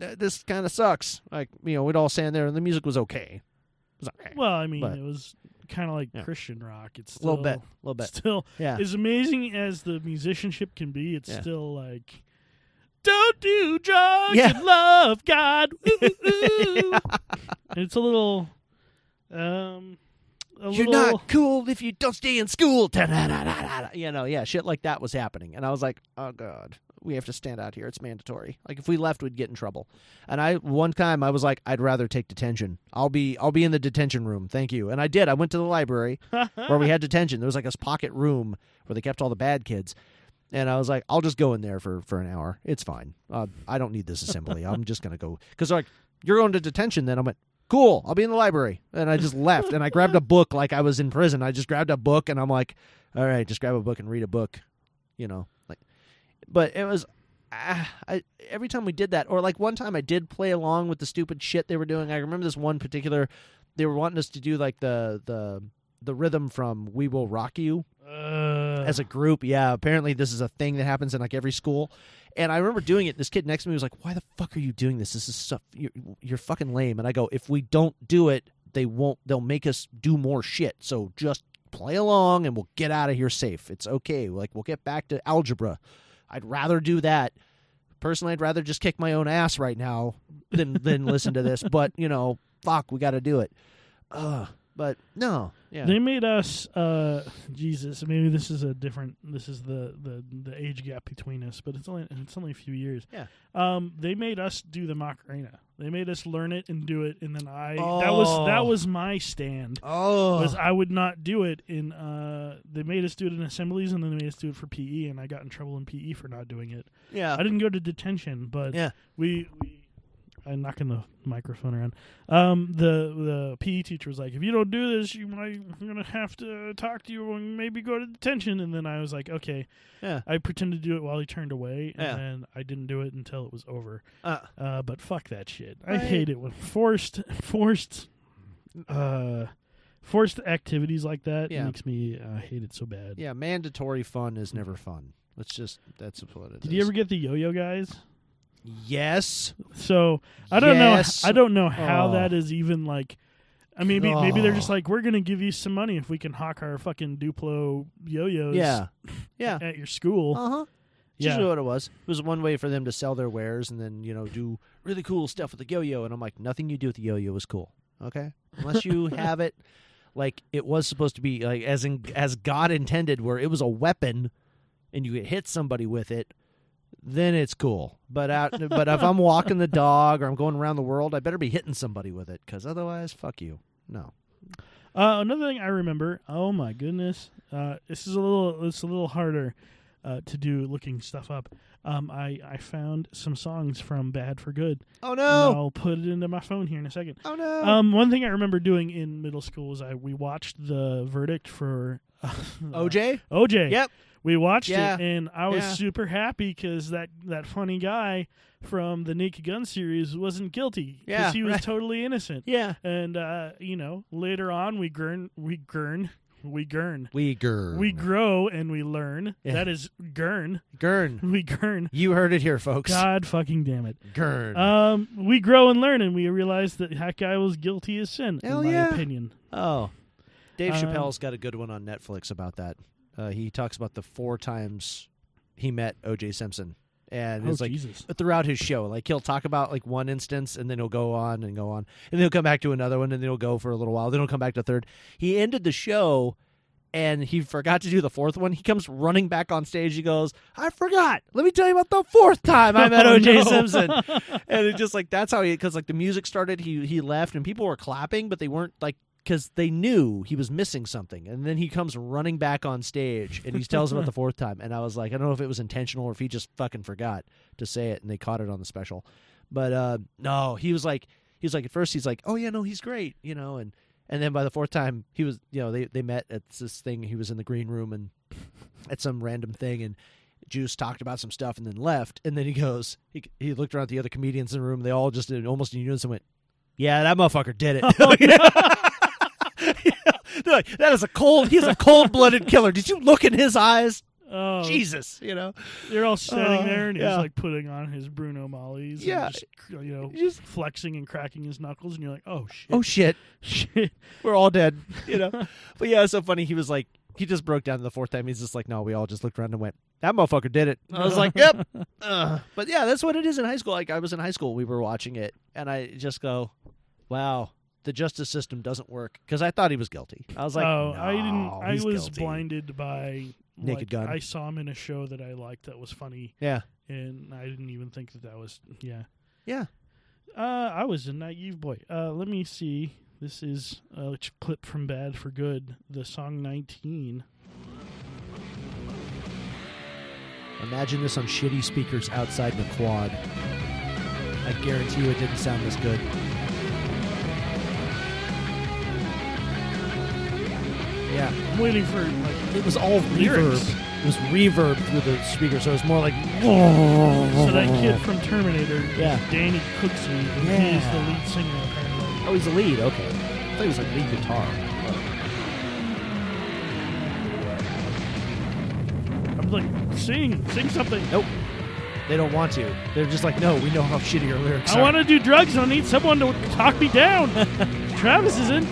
Speaker 5: th- this kind of sucks. Like, you know, we'd all stand there, and the music was okay. It was all right.
Speaker 1: Well, I mean,
Speaker 5: But-
Speaker 1: it was kind of like
Speaker 5: Yeah.
Speaker 1: Christian rock. It's
Speaker 5: a
Speaker 1: still,
Speaker 5: little bit, a
Speaker 1: [LAUGHS]
Speaker 5: little bit.
Speaker 1: still
Speaker 5: Yeah.
Speaker 1: as amazing as the musicianship can be. It's
Speaker 5: Yeah.
Speaker 1: still like, don't do drugs
Speaker 5: Yeah.
Speaker 1: and love God.
Speaker 5: [LAUGHS]
Speaker 1: Ooh, ooh, ooh. It's a little, um, a
Speaker 5: You're
Speaker 1: little.
Speaker 5: not cool if you don't stay in school. Ta-da-da-da-da-da. You know, yeah, shit like that was happening. And I was like, oh, God, we have to stand out here. It's mandatory. Like, if we left, we'd get in trouble. And I, one time, I was like, I'd rather take detention. I'll be, I'll be in the detention room. Thank you. And I did. I went to
Speaker 1: [LAUGHS]
Speaker 5: the library where we had detention. There was like this pocket room where they kept all the bad kids. And I was like, I'll just go in there for, for an hour. It's fine. Uh, I don't need this assembly. I'm just going to go. Because, like, you're going to detention then. I went, cool, I'll be in the library. And I just left. And I grabbed a book like I was in prison. I just grabbed a book and I'm like, all right, just grab a book and read a book, you know. like. But it was. ah, I, every time we did that, or like one time I did play along with the stupid shit they were doing. I remember this one particular, they were wanting us to do like the the the rhythm from "We Will Rock You,"
Speaker 1: Uh,
Speaker 5: as a group. Yeah, apparently this is a thing that happens in like every school. And I remember doing it. This kid next to me was like, "Why the fuck are you doing this? This is stuff. You're, you're fucking lame." And I go, "If we don't do it, they won't. They'll make us do more shit. So just play along, and we'll get out of here safe. It's okay. Like we'll get back to algebra. I'd rather do that." Personally, I'd rather just kick my own ass right now than than listen to this. But you know, fuck, we got to do it. Uh, but no, yeah,
Speaker 1: They made us uh Jesus, maybe this is a different this is the the the age gap between us, but it's only it's only a few years.
Speaker 5: Yeah.
Speaker 1: Um they made us do the Macarena. They made us learn it and do it and then I that was that
Speaker 5: Oh.
Speaker 1: was my stand.
Speaker 5: oh,
Speaker 1: Was I would not do it in uh they made us do it in assemblies and then they made us do it for PE and I got in trouble in PE for not doing it.
Speaker 5: yeah,
Speaker 1: I didn't go to detention, but
Speaker 5: Yeah.
Speaker 1: we, we I'm knocking the microphone around. Um, the the PE teacher was like, "If you don't do this, you might you're gonna have to talk to you and maybe go to detention." And then I was like, "Okay."
Speaker 5: Yeah.
Speaker 1: I pretended to do it while he turned away, and
Speaker 5: Yeah.
Speaker 1: then I didn't do it until it was over.
Speaker 5: uh,
Speaker 1: Uh, but fuck that shit. I
Speaker 5: Right.
Speaker 1: hate it when forced forced uh forced activities like that
Speaker 5: Yeah.
Speaker 1: makes me uh, hate it so bad.
Speaker 5: Yeah, mandatory fun is never fun. Let's just that's what it is.
Speaker 1: Hmm. Did you ever get the yo-yo guys?
Speaker 5: Yes.
Speaker 1: So I don't
Speaker 5: Yes.
Speaker 1: know. I don't know how
Speaker 5: Oh.
Speaker 1: that is even like. I mean, maybe, maybe they're just
Speaker 5: Oh.
Speaker 1: like, we're gonna give you some money if we can hawk our fucking Duplo yo-yos.
Speaker 5: Yeah. Yeah.
Speaker 1: At your school.
Speaker 5: Uh huh.
Speaker 1: Yeah.
Speaker 5: Usually what it was. It was one way for them to sell their wares and then you know do really cool stuff with the yo-yo. And I'm like, nothing you do with the yo-yo is cool. Okay,
Speaker 1: [LAUGHS]
Speaker 5: unless you have it, like it was supposed to be, like as in as God intended, where it was a weapon, and you hit somebody with it. Then it's cool, but
Speaker 1: [LAUGHS]
Speaker 5: out, but if I'm walking the dog or I'm going around the world, I better be hitting somebody with it, because otherwise, fuck you. No,
Speaker 1: Uh, another thing I remember. Oh my goodness. Uh, this is a little. It's a little harder. Uh, to do looking stuff up, um, I I found some songs from Bad for Good.
Speaker 5: oh
Speaker 1: And
Speaker 5: no,
Speaker 1: I'll put it into my phone here in a second.
Speaker 5: oh no.
Speaker 1: Um, one thing I remember doing in middle school is I we watched the verdict for uh,
Speaker 5: OJ?
Speaker 1: OJ.
Speaker 5: Yep.
Speaker 1: We watched
Speaker 5: Yeah.
Speaker 1: it, and I was
Speaker 5: Yeah.
Speaker 1: super happy because that, that funny guy from the Naked Gun series wasn't guilty because
Speaker 5: Yeah,
Speaker 1: he was
Speaker 5: right.
Speaker 1: totally innocent.
Speaker 5: Yeah.
Speaker 1: And uh, you know, later on, we gurn, we gurn, we gurn,
Speaker 5: We gurn.
Speaker 1: we grow and we learn.
Speaker 5: Yeah.
Speaker 1: That is gurn, [LAUGHS]
Speaker 5: gurn.
Speaker 1: we
Speaker 5: [LAUGHS]
Speaker 1: gurn.
Speaker 5: You heard it here, folks.
Speaker 1: God fucking damn it!
Speaker 5: Gurn.
Speaker 1: Um, we grow and learn, and we realize that that guy was guilty as sin.
Speaker 5: Hell
Speaker 1: in my
Speaker 5: yeah.
Speaker 1: opinion.
Speaker 5: oh. Dave
Speaker 1: um,
Speaker 5: Chappelle's got a good one on Netflix about that. Uh, he talks about the four times he met O.J. Simpson and
Speaker 1: Oh,
Speaker 5: it's like
Speaker 1: Jesus.
Speaker 5: throughout his show, like he'll talk about like one instance, and then he'll go on and go on, and then he'll come back to another one, and then he'll go for a little while, then he'll come back to third. He ended the show, and he forgot to do the fourth one. He comes running back on stage. He goes, "I forgot. Let me tell you about the fourth
Speaker 1: [LAUGHS]
Speaker 5: time I met
Speaker 1: Oh,
Speaker 5: O.J.
Speaker 1: no.
Speaker 5: Simpson." [LAUGHS] and it just like that's how he because like the music started. He he left, and people were clapping, but they weren't like. Because they knew he was missing something, and then he comes running back on stage, and he tells him about the fourth time. And I was like, I don't know if it was intentional or if he just fucking forgot to say it, and they caught it on the special. But uh, no, he was like, he was like at first he's like, oh yeah, no, he's great, you know, and and then by the fourth time he was, you know, they they met at this thing. He was in the green room and at some random thing, and Juice talked about some stuff and then left. And then he goes, he he looked around at the other comedians in the room. They all just did almost in unison went, yeah, that motherfucker did [LAUGHS] it. [LAUGHS] They're like, that is a cold. He's a cold-blooded killer. Did you look in his eyes?
Speaker 1: Oh,
Speaker 5: Jesus, you know.
Speaker 1: They're all sitting
Speaker 5: Oh,
Speaker 1: there, and
Speaker 5: yeah.
Speaker 1: he's like putting on his Bruno Mollies.
Speaker 5: Yeah.
Speaker 1: and just, you know,
Speaker 5: Just-
Speaker 1: flexing and cracking his knuckles, and you're like, oh shit,
Speaker 5: Oh shit.
Speaker 1: [LAUGHS] shit.
Speaker 5: we're all dead, [LAUGHS]
Speaker 1: [LAUGHS]
Speaker 5: you know. but yeah, it's so funny. He was like, he just broke down the fourth time. He's just like, no, we all just looked around and went, that motherfucker did it. And I was [LAUGHS] like, yep. Ugh. But yeah, that's what it is in high school. Like I was in high school, we were watching it, and I just go, wow, the justice system doesn't work because I thought he was guilty. I was like,
Speaker 1: oh, I
Speaker 5: "No,
Speaker 1: didn't. I
Speaker 5: he's
Speaker 1: was
Speaker 5: guilty."
Speaker 1: blinded by
Speaker 5: Naked
Speaker 1: like,
Speaker 5: Gun.
Speaker 1: I saw him in a show that I liked that was funny,
Speaker 5: Yeah,
Speaker 1: and I didn't even think that that was yeah.
Speaker 5: yeah.
Speaker 1: Uh, I was a naive boy. Uh, let me see. This is a ch- clip from Bad for Good, the song 19.
Speaker 5: Imagine this on shitty speakers outside the quad. I guarantee you, it didn't sound this good. Yeah.
Speaker 1: I'm waiting for like
Speaker 5: It was all
Speaker 1: Lyrics.
Speaker 5: reverb. It was reverb through the speaker, so it was more like.
Speaker 1: So that kid from Terminator
Speaker 5: Yeah.
Speaker 1: is Danny Cooksey, and he is the
Speaker 5: Yeah.
Speaker 1: lead singer apparently.
Speaker 5: Oh, he's a lead. Okay, I thought he was like lead guitar.
Speaker 1: I'm like, sing, sing something.
Speaker 5: Nope, they don't want to. They're just like, no, we know how shitty your lyrics
Speaker 1: I
Speaker 5: are.
Speaker 1: want to do drugs. I need someone to talk me down. Travis is in.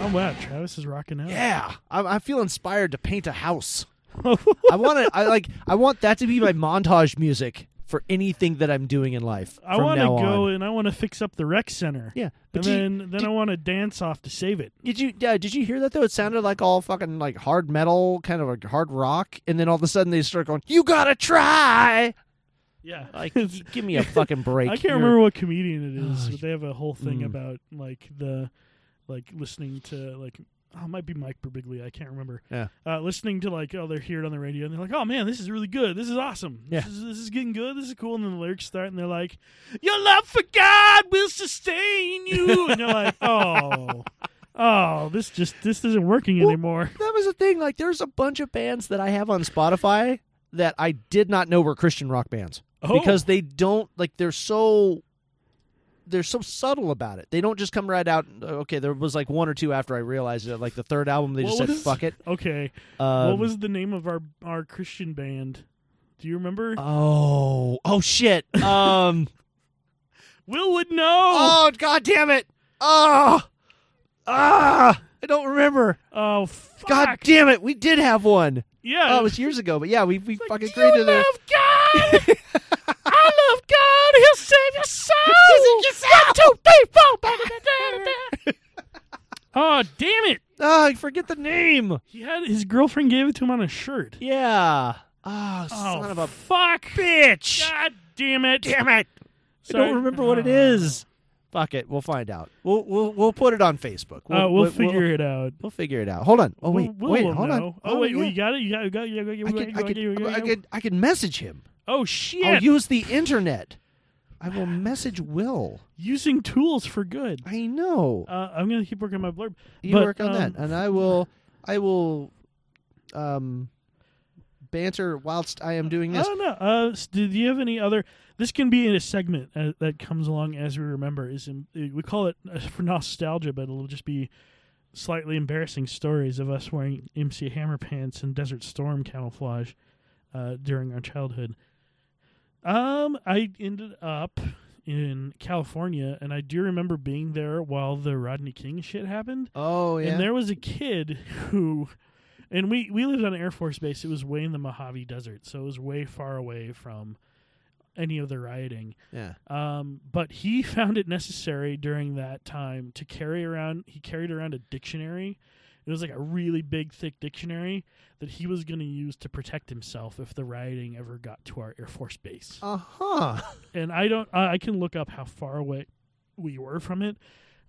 Speaker 1: Oh wow, Travis is rocking out.
Speaker 5: Yeah, I, I feel inspired to paint
Speaker 1: [LAUGHS]
Speaker 5: a house. I want to. I like. I want that to be my montage music for anything that I'm doing in life.
Speaker 1: I
Speaker 5: from
Speaker 1: want to
Speaker 5: now
Speaker 1: go
Speaker 5: on.
Speaker 1: and I want to fix up the rec center.
Speaker 5: Yeah,
Speaker 1: and
Speaker 5: but you-
Speaker 1: then then
Speaker 5: did-
Speaker 1: I want to dance off to save it.
Speaker 5: Did you yeah, did you hear that though? It sounded like all fucking like hard metal, kind of like hard rock, and then all of a sudden they start going, "You gotta try."
Speaker 1: Yeah,
Speaker 5: [LAUGHS]
Speaker 1: [LAUGHS]
Speaker 5: Like, y- give me a fucking break.
Speaker 1: I can't
Speaker 5: You're-
Speaker 1: remember what comedian it is,
Speaker 5: Ugh,
Speaker 1: but they have a whole thing
Speaker 5: mm.
Speaker 1: about like the like listening to like oh, it might be Mike Birbiglia, I can't remember.
Speaker 5: Yeah.
Speaker 1: Uh, listening to like oh they're here on the radio and they're like oh man this is really good this is awesome this
Speaker 5: Yeah.
Speaker 1: is this is getting good this is cool and then the lyrics start and they're like your love for God will sustain you and you're
Speaker 5: [LAUGHS]
Speaker 1: like oh oh this just this isn't working
Speaker 5: Well,
Speaker 1: anymore.
Speaker 5: That was the thing. Like, there's a bunch of bands that I have on Spotify that I did not know were Christian rock bands
Speaker 1: Oh.
Speaker 5: because they don't like they're so they're so subtle about it. They don't just come right out. uh, Okay, there was like one or two after I realized it. Like the third album, they just
Speaker 1: What
Speaker 5: said
Speaker 1: was-
Speaker 5: "fuck it."
Speaker 1: Okay, [LAUGHS]
Speaker 5: Um,
Speaker 1: what was the name of our our Christian band? Do you remember?
Speaker 5: Oh,
Speaker 1: [LAUGHS]
Speaker 5: oh shit. Um.
Speaker 1: Will would know.
Speaker 5: Oh, god damn it. Oh. Ah. I don't remember.
Speaker 1: Oh, fuck.
Speaker 5: God damn it. We did have one.
Speaker 1: Yeah.
Speaker 5: Oh,
Speaker 1: [LAUGHS]
Speaker 5: it was years ago, but yeah, we, we fucking
Speaker 1: you
Speaker 5: created it.
Speaker 1: love
Speaker 5: [LAUGHS]
Speaker 1: God. I love God. He'll save your soul. He'll save
Speaker 5: [LAUGHS]
Speaker 1: Oh, damn it.
Speaker 5: Oh, I forget the name.
Speaker 1: He had his girlfriend gave it to him on a shirt.
Speaker 5: Yeah.
Speaker 1: Oh,
Speaker 5: Oh, son of a
Speaker 1: fuck.
Speaker 5: bitch.
Speaker 1: God damn it.
Speaker 5: Damn it. I
Speaker 1: Sorry. Ah. Uh,
Speaker 5: don't remember what it is. Fuck it. We'll find out. We'll we'll we'll put it on Facebook.
Speaker 1: Uh, we'll, figure it out.
Speaker 5: We'll figure it out. Hold on. Oh wait.
Speaker 1: Will
Speaker 5: wait.
Speaker 1: will
Speaker 5: Hold on.
Speaker 1: know. Oh, wait.
Speaker 5: yeah.
Speaker 1: You got it? You got it? You got it? You got it? You
Speaker 5: I
Speaker 1: got it?
Speaker 5: could, I
Speaker 1: You got it? You
Speaker 5: could,
Speaker 1: got
Speaker 5: I
Speaker 1: it?
Speaker 5: could, I could message him.
Speaker 1: Oh,
Speaker 5: I'll
Speaker 1: shit.
Speaker 5: use the internet. I will message Will.
Speaker 1: Using tools for good.
Speaker 5: I know.
Speaker 1: Uh, I'm going to keep working on my blurb.
Speaker 5: you
Speaker 1: but,
Speaker 5: work on
Speaker 1: um,
Speaker 5: that, and I will. I will. Um, banter whilst I am doing this.
Speaker 1: I don't know. Uh, s- do you have any other? This can be in a segment uh, that comes along as we remember. Is in, we call it uh, for nostalgia, but it'll just be slightly embarrassing stories of us wearing MC Hammer pants and Desert Storm camouflage uh, during our childhood. Um, I ended up in California, and I do remember being there while the Rodney King shit happened.
Speaker 5: Oh yeah.
Speaker 1: And there was a kid who, and we we lived on an Air Force Base. It was way in the Mojave Desert, so it was way far away from any of the rioting.
Speaker 5: yeah.
Speaker 1: Um, but he [LAUGHS] found it necessary during that time to carry around. He carried around a dictionary. It was like a really big, thick dictionary that he was going to use to protect himself if the rioting ever got to our Air Force Base
Speaker 5: Uh huh.
Speaker 1: and I don't. I I can look up how far away we were from it,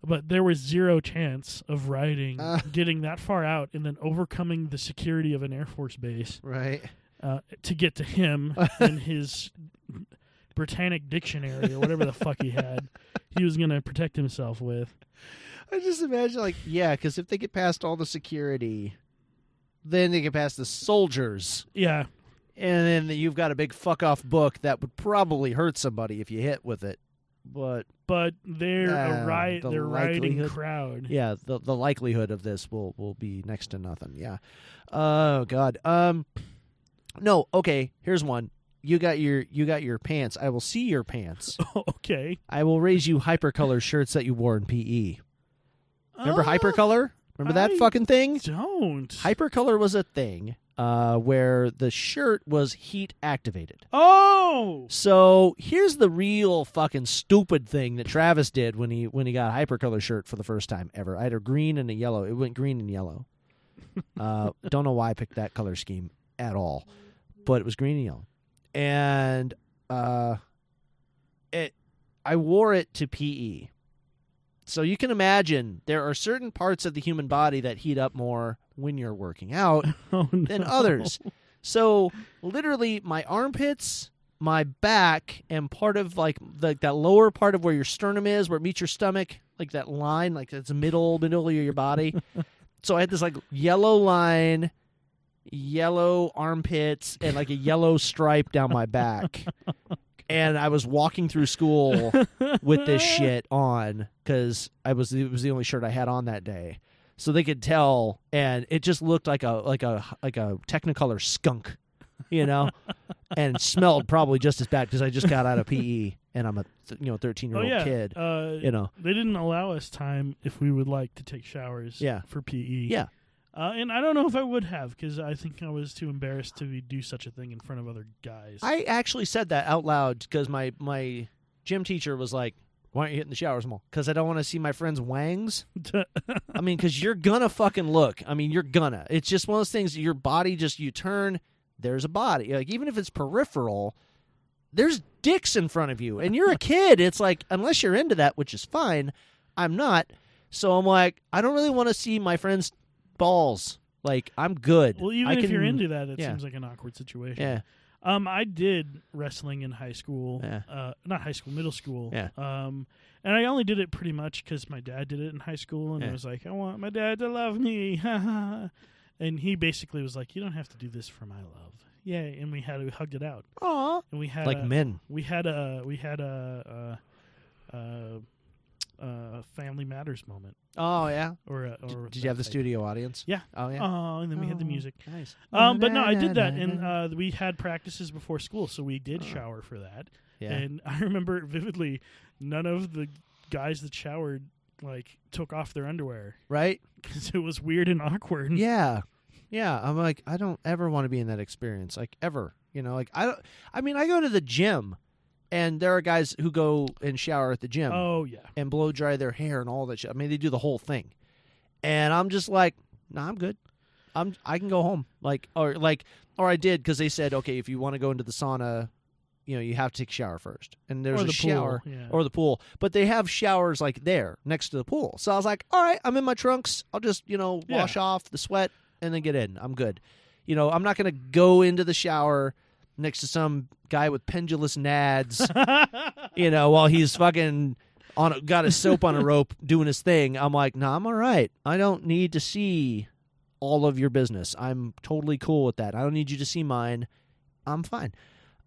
Speaker 1: but there was zero chance of riding,
Speaker 5: [LAUGHS] Uh.
Speaker 1: getting that far out, and then overcoming the security of an air force base
Speaker 5: [LAUGHS] Right.
Speaker 1: uh, to get to him
Speaker 5: [LAUGHS]
Speaker 1: and his Britannic dictionary or whatever the fuck he had. He was gonna protect himself with.
Speaker 5: I just imagine like yeah, because if they get past all the security, then they get past the soldiers,
Speaker 1: Yeah,
Speaker 5: and then you've got a big fuck off book that would probably hurt somebody if you hit with it. But
Speaker 1: but they're
Speaker 5: Ah,
Speaker 1: a riot.
Speaker 5: the
Speaker 1: they're rioting
Speaker 5: likelihood-
Speaker 1: crowd.
Speaker 5: yeah, the the likelihood of this will will be next to nothing. Yeah. Oh God. Um. No. Okay. Here's one. You got your you got your pants. I will see your pants.
Speaker 1: [LAUGHS] okay.
Speaker 5: I will raise you hypercolor shirts that you wore in PE. Remember
Speaker 1: Ah,
Speaker 5: hypercolor? Remember that
Speaker 1: I-
Speaker 5: fucking thing?
Speaker 1: Don't.
Speaker 5: Hypercolor was a thing uh, where the shirt was heat activated. [LAUGHS]
Speaker 1: oh.
Speaker 5: So here's the real fucking stupid thing that Travis did when he when he got a hypercolor shirt for the first time ever. I had a green and a yellow. It went green and yellow. Uh, don't know why I picked that color scheme at all, but it was green and yellow, and uh, it I wore it to PE. So you can imagine there are certain parts of the human body that heat up more when you're working out
Speaker 1: [LAUGHS] Oh no.
Speaker 5: [LAUGHS] than others. So literally, my armpits, my back, and part of like the, that lower part of where your sternum is, where it meets your stomach, like that line, like that's the middle middle of your body. so I had this like yellow line, yellow armpits, and like a yellow stripe down my back. And I was walking
Speaker 1: [LAUGHS]
Speaker 5: through school with this shit on because I was it was the only shirt I had on that day, so they could tell, and it just looked like a like a like a Technicolor skunk, you
Speaker 1: [LAUGHS]
Speaker 5: know, and smelled probably just as bad because I just got out of PE and I'm a th- you know 13 year
Speaker 1: Oh
Speaker 5: old
Speaker 1: yeah.
Speaker 5: kid,
Speaker 1: Uh,
Speaker 5: you know,
Speaker 1: They didn't allow us time if we would like to take showers.
Speaker 5: Yeah.
Speaker 1: For PE.
Speaker 5: Yeah.
Speaker 1: Uh, and I don't know if I would have because I think I was too embarrassed to do such a thing in front of other guys.
Speaker 5: I actually said that out loud because my my gym teacher was like. Why aren't you hitting the showers more? Because I don't want to see my friends' wangs. I mean, because you're gonna fucking look. I mean, you're gonna. It's just one of those things. Your body just you turn. There's a body. Like even if it's peripheral, there's dicks in front of you, and
Speaker 1: [LAUGHS]
Speaker 5: you're a kid. It's like unless you're into that, which is fine. I'm not. So I'm like, I don't really want to see my friend's balls. Like I'm
Speaker 1: [LAUGHS]
Speaker 5: good.
Speaker 1: well, even
Speaker 5: I
Speaker 1: if
Speaker 5: can-
Speaker 1: you're into that, it
Speaker 5: yeah.
Speaker 1: seems like an awkward situation.
Speaker 5: yeah,
Speaker 1: Um, I did wrestling in high school.
Speaker 5: Yeah.
Speaker 1: Uh, not high school, middle school.
Speaker 5: Yeah.
Speaker 1: Um, and I only did it pretty much because my dad did it in high school, and
Speaker 5: Yeah.
Speaker 1: I was like, I want my dad to love me. [LAUGHS] and he basically was like, You don't have to do this for my love. Yeah. And we had we hugged it out.
Speaker 5: Aw.
Speaker 1: And we had
Speaker 5: like
Speaker 1: a-
Speaker 5: men.
Speaker 1: We had a we had a uh, uh, uh, family matters moment.
Speaker 5: Oh yeah.
Speaker 1: Or, a,
Speaker 5: Did,
Speaker 1: or
Speaker 5: did you have the
Speaker 1: like-
Speaker 5: studio audience?
Speaker 1: Yeah.
Speaker 5: Oh yeah.
Speaker 1: Oh, and then we had the
Speaker 5: Oh,
Speaker 1: music.
Speaker 5: Nice.
Speaker 1: Um, but no, I did that, and uh, we had practices before school, so we did shower for that.
Speaker 5: Uh. yeah.
Speaker 1: And [LAUGHS] I remember vividly, none of the guys that showered like took off their underwear
Speaker 5: right.
Speaker 1: because it was weird and awkward. [LAUGHS]
Speaker 5: Yeah. Yeah, I'm like I don't ever want to be in that experience like ever. You know, like I don't I mean I go to the gym and there are guys who go and shower at the gym
Speaker 1: Oh yeah.
Speaker 5: and blow dry their hair and all that shit. I mean they do the whole thing. And I'm just like, "No, nah, I'm good. I'm I can go home." Like or like or I did cuz they said, "Okay, if you want to go into the sauna, you know, you have to take a shower first. And there's
Speaker 1: Or
Speaker 5: a
Speaker 1: the pool,
Speaker 5: shower
Speaker 1: yeah.
Speaker 5: or the pool, but they have showers like there next to the pool. So I was like, all right, I'm in my trunks. I'll just you know
Speaker 1: Yeah.
Speaker 5: wash off the sweat and then get in. I'm good. You know, I'm not gonna go into the shower next to some guy with pendulous nads. you know, while he's fucking on a, got his soap on a rope doing his thing. I'm like, nah, I'm all right. I don't need to see all of your business. I'm totally cool with that. I don't need you to see mine. I'm fine.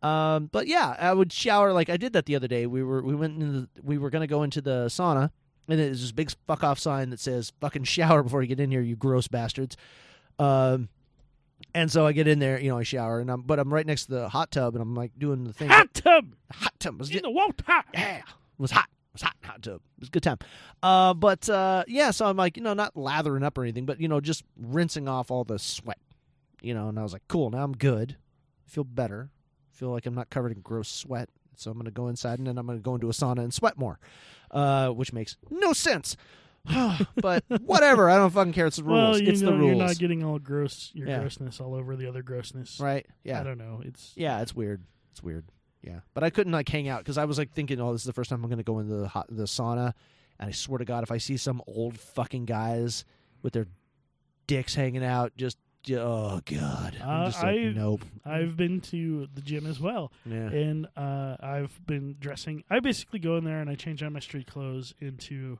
Speaker 5: Um, but yeah, I would shower like I did that the other day. We were we went into the, we were gonna go into the sauna, and there's this big fuck off sign that says "fucking shower [LAUGHS] before you get in here, you gross bastards." Um, and so I get in there, you know, I shower, and I'm but I'm right next to the hot tub, and I'm like doing the thing.
Speaker 1: Hot tub
Speaker 5: hot tub was
Speaker 1: in the water.
Speaker 5: yeah, it was hot. It was hot, hot tub. It was a good time. Uh, but uh, yeah, so I'm like, you know, not lathering up or anything, but you know, just rinsing off all the sweat. You know, and I was like, cool. Now I'm good. I feel better. I feel like I'm not covered in gross sweat. So I'm gonna go inside and then I'm gonna go into a sauna and sweat more, uh, which makes no sense. [SIGHS] but whatever, I don't fucking care. It's the rules.
Speaker 1: Well, you
Speaker 5: it's
Speaker 1: know,
Speaker 5: the rules,
Speaker 1: you're not getting all gross, your
Speaker 5: Yeah.
Speaker 1: grossness all over the other grossness.
Speaker 5: right?
Speaker 1: I
Speaker 5: Yeah,
Speaker 1: don't know. It's
Speaker 5: yeah, it's weird. It's weird. Yeah, but I couldn't like hang out because I was like thinking, oh, this is the first time I'm going to go into the hot, the sauna, and I swear to God, if I see some old fucking guys with their dicks hanging out, just oh god, I'm
Speaker 1: Uh,
Speaker 5: just like,
Speaker 1: I-
Speaker 5: nope.
Speaker 1: I've been to the gym as well,
Speaker 5: Yeah,
Speaker 1: and uh, I've been dressing. I basically go in there and I change out my street clothes into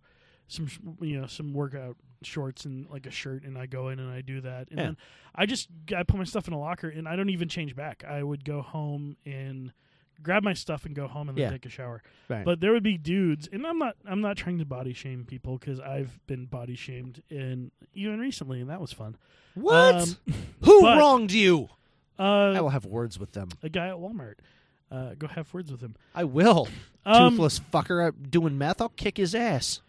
Speaker 1: some, sh- you know, some workout shorts and like a shirt, and I go in and I do that, and
Speaker 5: Yeah.
Speaker 1: then I just I put my stuff in a locker and I don't even change back. I would go home and grab my stuff and go home and then
Speaker 5: Yeah.
Speaker 1: take a shower.
Speaker 5: right.
Speaker 1: But there would be dudes, and I'm not I'm not trying to body shame people because I've been body shamed and even recently, and that was fun.
Speaker 5: what?
Speaker 1: um,
Speaker 5: Who
Speaker 1: but-
Speaker 5: wronged you? I
Speaker 1: Uh,
Speaker 5: will have words with them.
Speaker 1: a guy at Walmart. Uh, go have words with him.
Speaker 5: I will.
Speaker 1: Um,
Speaker 5: Toothless fucker out doing meth. I'll kick his ass.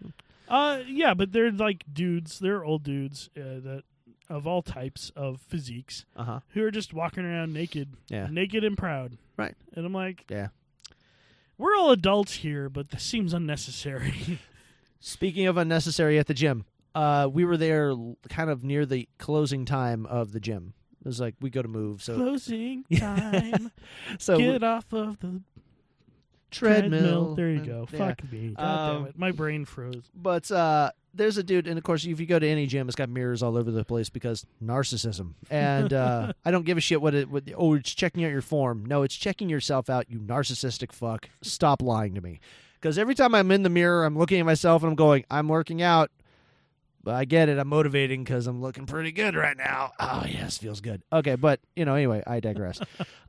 Speaker 1: Uh, yeah, but they're like dudes. They're old dudes uh, that of all types of physiques
Speaker 5: Uh huh.
Speaker 1: who are just walking around naked,
Speaker 5: Yeah.
Speaker 1: naked and proud.
Speaker 5: Right.
Speaker 1: And I'm like,
Speaker 5: Yeah.
Speaker 1: we're all adults here, but this seems unnecessary.
Speaker 5: Speaking of unnecessary at the gym, uh, we were there l- kind of near the closing time of the gym. It was like we go to move, [LAUGHS] so [LAUGHS]
Speaker 1: Closing time.
Speaker 5: so
Speaker 1: Get off of the
Speaker 5: treadmill.
Speaker 1: There you
Speaker 5: and-
Speaker 1: go.
Speaker 5: yeah.
Speaker 1: Fuck me. God
Speaker 5: Um,
Speaker 1: damn it. My brain froze.
Speaker 5: But uh, there's a dude, and of course, if you go to any gym, it's got mirrors all over the place because narcissism. And uh, I don't give a shit what it. What, oh, it's checking out your form. No, it's checking yourself out. You narcissistic fuck. Stop lying to me. Because every time I'm in the mirror, I'm looking at myself and I'm going, I'm working out. But I get it. I'm motivating because I'm looking pretty good right now. Oh yes, feels good. Okay, but you know, anyway, I digress.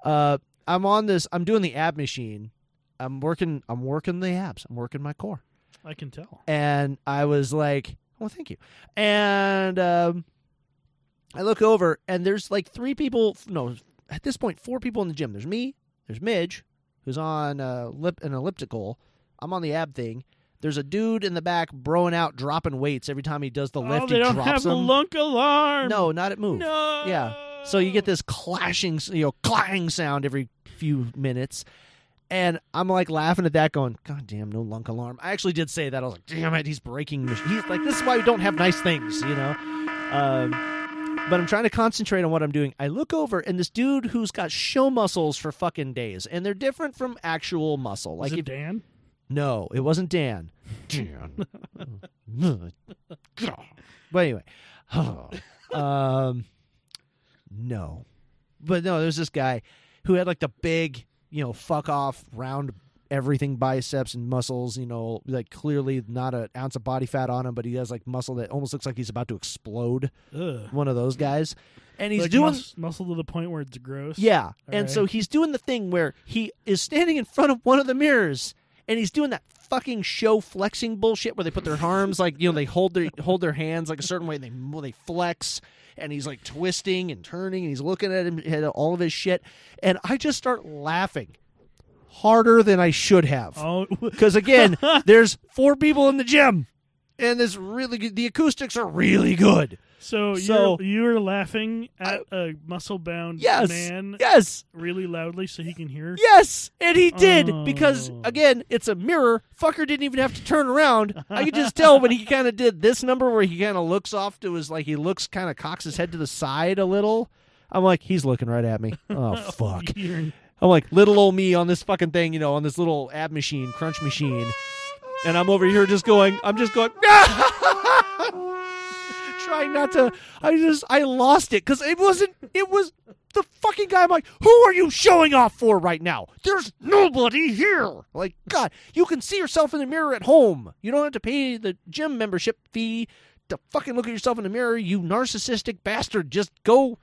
Speaker 5: uh, I'm on this. I'm doing the ab machine. I'm working. I'm working the abs. I'm working my core
Speaker 1: I can tell.
Speaker 5: and I was like, "Well, thank you." And um, I look over, and there's like three people. No, at this point, four people in the gym. There's me. There's Midge, who's on uh, lip, an elliptical. I'm on the ab thing. There's a dude in the back, broing out, dropping weights every time he does the lift.
Speaker 1: oh, they
Speaker 5: he
Speaker 1: don't
Speaker 5: drops
Speaker 1: have the
Speaker 5: them.
Speaker 1: lunk alarm.
Speaker 5: no, not at move.
Speaker 1: No.
Speaker 5: Yeah. So you get this clashing, you know, clang sound every few minutes. And I'm like laughing at that, going, God damn, no lunk alarm. I actually did say that. I was like, damn it, he's breaking. mach- He's like, this is why we don't have nice things, you know? Um, but I'm trying to concentrate on what I'm doing. I look over, and this dude who's got show muscles for fucking days, and they're different from actual muscle.
Speaker 1: Is
Speaker 5: Like,
Speaker 1: it
Speaker 5: if-
Speaker 1: Dan?
Speaker 5: no, it wasn't Dan. [LAUGHS] Dan. but anyway, [SIGHS] um, no, but no, there's this guy who had like the big, you know, fuck off round everything biceps and muscles. You know, like clearly not an ounce of body fat on him, but he has like muscle that almost looks like he's about to explode.
Speaker 1: Ugh.
Speaker 5: One of those guys, and he's
Speaker 1: like
Speaker 5: doing
Speaker 1: mus- muscle to the point where it's gross.
Speaker 5: yeah. and
Speaker 1: right.
Speaker 5: so he's doing the thing where he is standing in front of one of the mirrors and he's doing that fucking show flexing bullshit where they put their arms like you know they hold their hold their hands like a certain way and they well, they flex and he's like twisting and turning and he's looking at him at all of his shit and I just start laughing harder than I should have.
Speaker 1: [LAUGHS] Oh, [LAUGHS]
Speaker 5: Because again, there's four people in the gym, and this really good, the acoustics are really good.
Speaker 1: so
Speaker 5: So-
Speaker 1: you're, you're laughing at a muscle bound
Speaker 5: Yes,
Speaker 1: man
Speaker 5: yes,
Speaker 1: really loudly so he can hear.
Speaker 5: Yes, and he did because
Speaker 1: Oh.
Speaker 5: again, it's a mirror. Fucker didn't even have to turn around. I could just tell when he kind of did this number where he kind of looks off to his like he looks kind of cocks his head to the side a little. I'm like, he's looking right at me. Oh fuck. [LAUGHS]
Speaker 1: Hearing-
Speaker 5: I'm like little old me on this fucking thing, you know, on this little ab machine, crunch machine. And I'm over here just going, I'm just going, [LAUGHS] trying not to. I just, I lost it because it wasn't, it was the fucking guy. I'm like, who are you showing off for right now? There's nobody here. Like, God, you can see yourself in the mirror at home. You don't have to pay the gym membership fee to fucking look at yourself in the mirror, you narcissistic bastard. Just go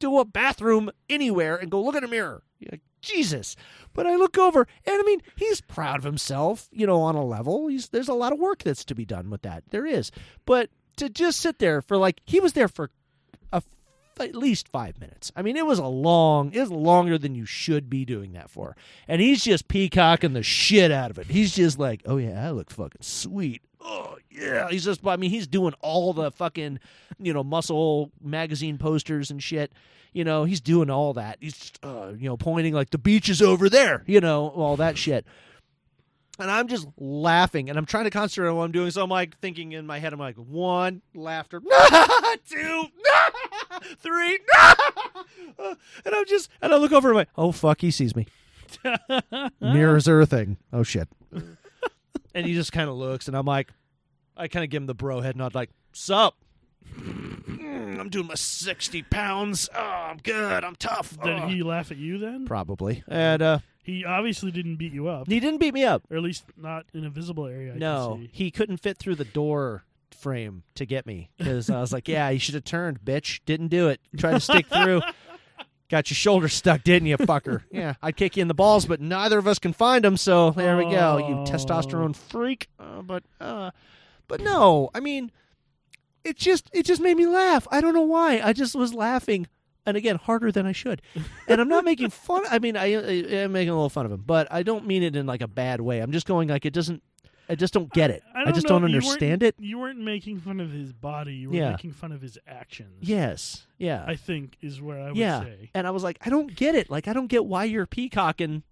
Speaker 5: to a bathroom anywhere and go look in a mirror. You're like, Jesus. But I look over, and I mean, he's proud of himself, you know, on a level. He's, there's a lot of work that's to be done with that. There is. But to just sit there for like, he was there for a, at least five minutes. I mean, it was a long, it was longer than you should be doing that for. And he's just peacocking the shit out of it. He's just like, oh yeah, I look fucking sweet. Oh yeah, he's just. I mean, he's doing all the fucking, you know, muscle magazine posters and shit. You know, he's doing all that. He's, just, uh, you know, pointing like the beach is over there. You know, all that shit. And I'm just laughing, and I'm trying to concentrate on what I'm doing. So I'm like thinking in my head, I'm like one laughter, [LAUGHS] two, [LAUGHS] three, [LAUGHS] and I'm just, and I look over and I'm like, oh fuck, he sees me. Mirrors earthing. Oh shit. and he just kind of looks, and I'm like, I kind of give him the bro head nod, like, sup. Mm, I'm doing my 60 pounds. Oh, I'm good. I'm tough.
Speaker 1: Did
Speaker 5: Oh.
Speaker 1: he laugh at you then?
Speaker 5: Probably. And uh,
Speaker 1: He obviously didn't beat you up,
Speaker 5: he didn't beat me up.
Speaker 1: or at least not in a visible area. I
Speaker 5: no,
Speaker 1: can see.
Speaker 5: he couldn't fit through the door frame to get me because I was like, "Yeah, you should have turned, bitch. Didn't do it. Tried to
Speaker 1: [LAUGHS]
Speaker 5: stick through. Got your shoulder stuck, didn't you, fucker? yeah, I'd kick you in the balls, but neither of us can find them. So there we go. You
Speaker 1: Oh.
Speaker 5: testosterone freak. Uh, but, uh, but no, I mean, it just it just made me laugh. I don't know why. I just was laughing. And again, harder than I should, and I'm not making fun. I mean, I, I am making a little fun of him, but I don't mean it in like a bad way. I'm just going like it doesn't. I just don't get it. I, just
Speaker 1: know,
Speaker 5: don't
Speaker 1: you weren't-
Speaker 5: understand it.
Speaker 1: You weren't making fun of his body. You were
Speaker 5: Yeah.
Speaker 1: making fun of his actions.
Speaker 5: Yes. Yeah.
Speaker 1: I think is where I would
Speaker 5: yeah.
Speaker 1: say.
Speaker 5: And I was like, I don't get it. Like, I don't get why you're peacocking.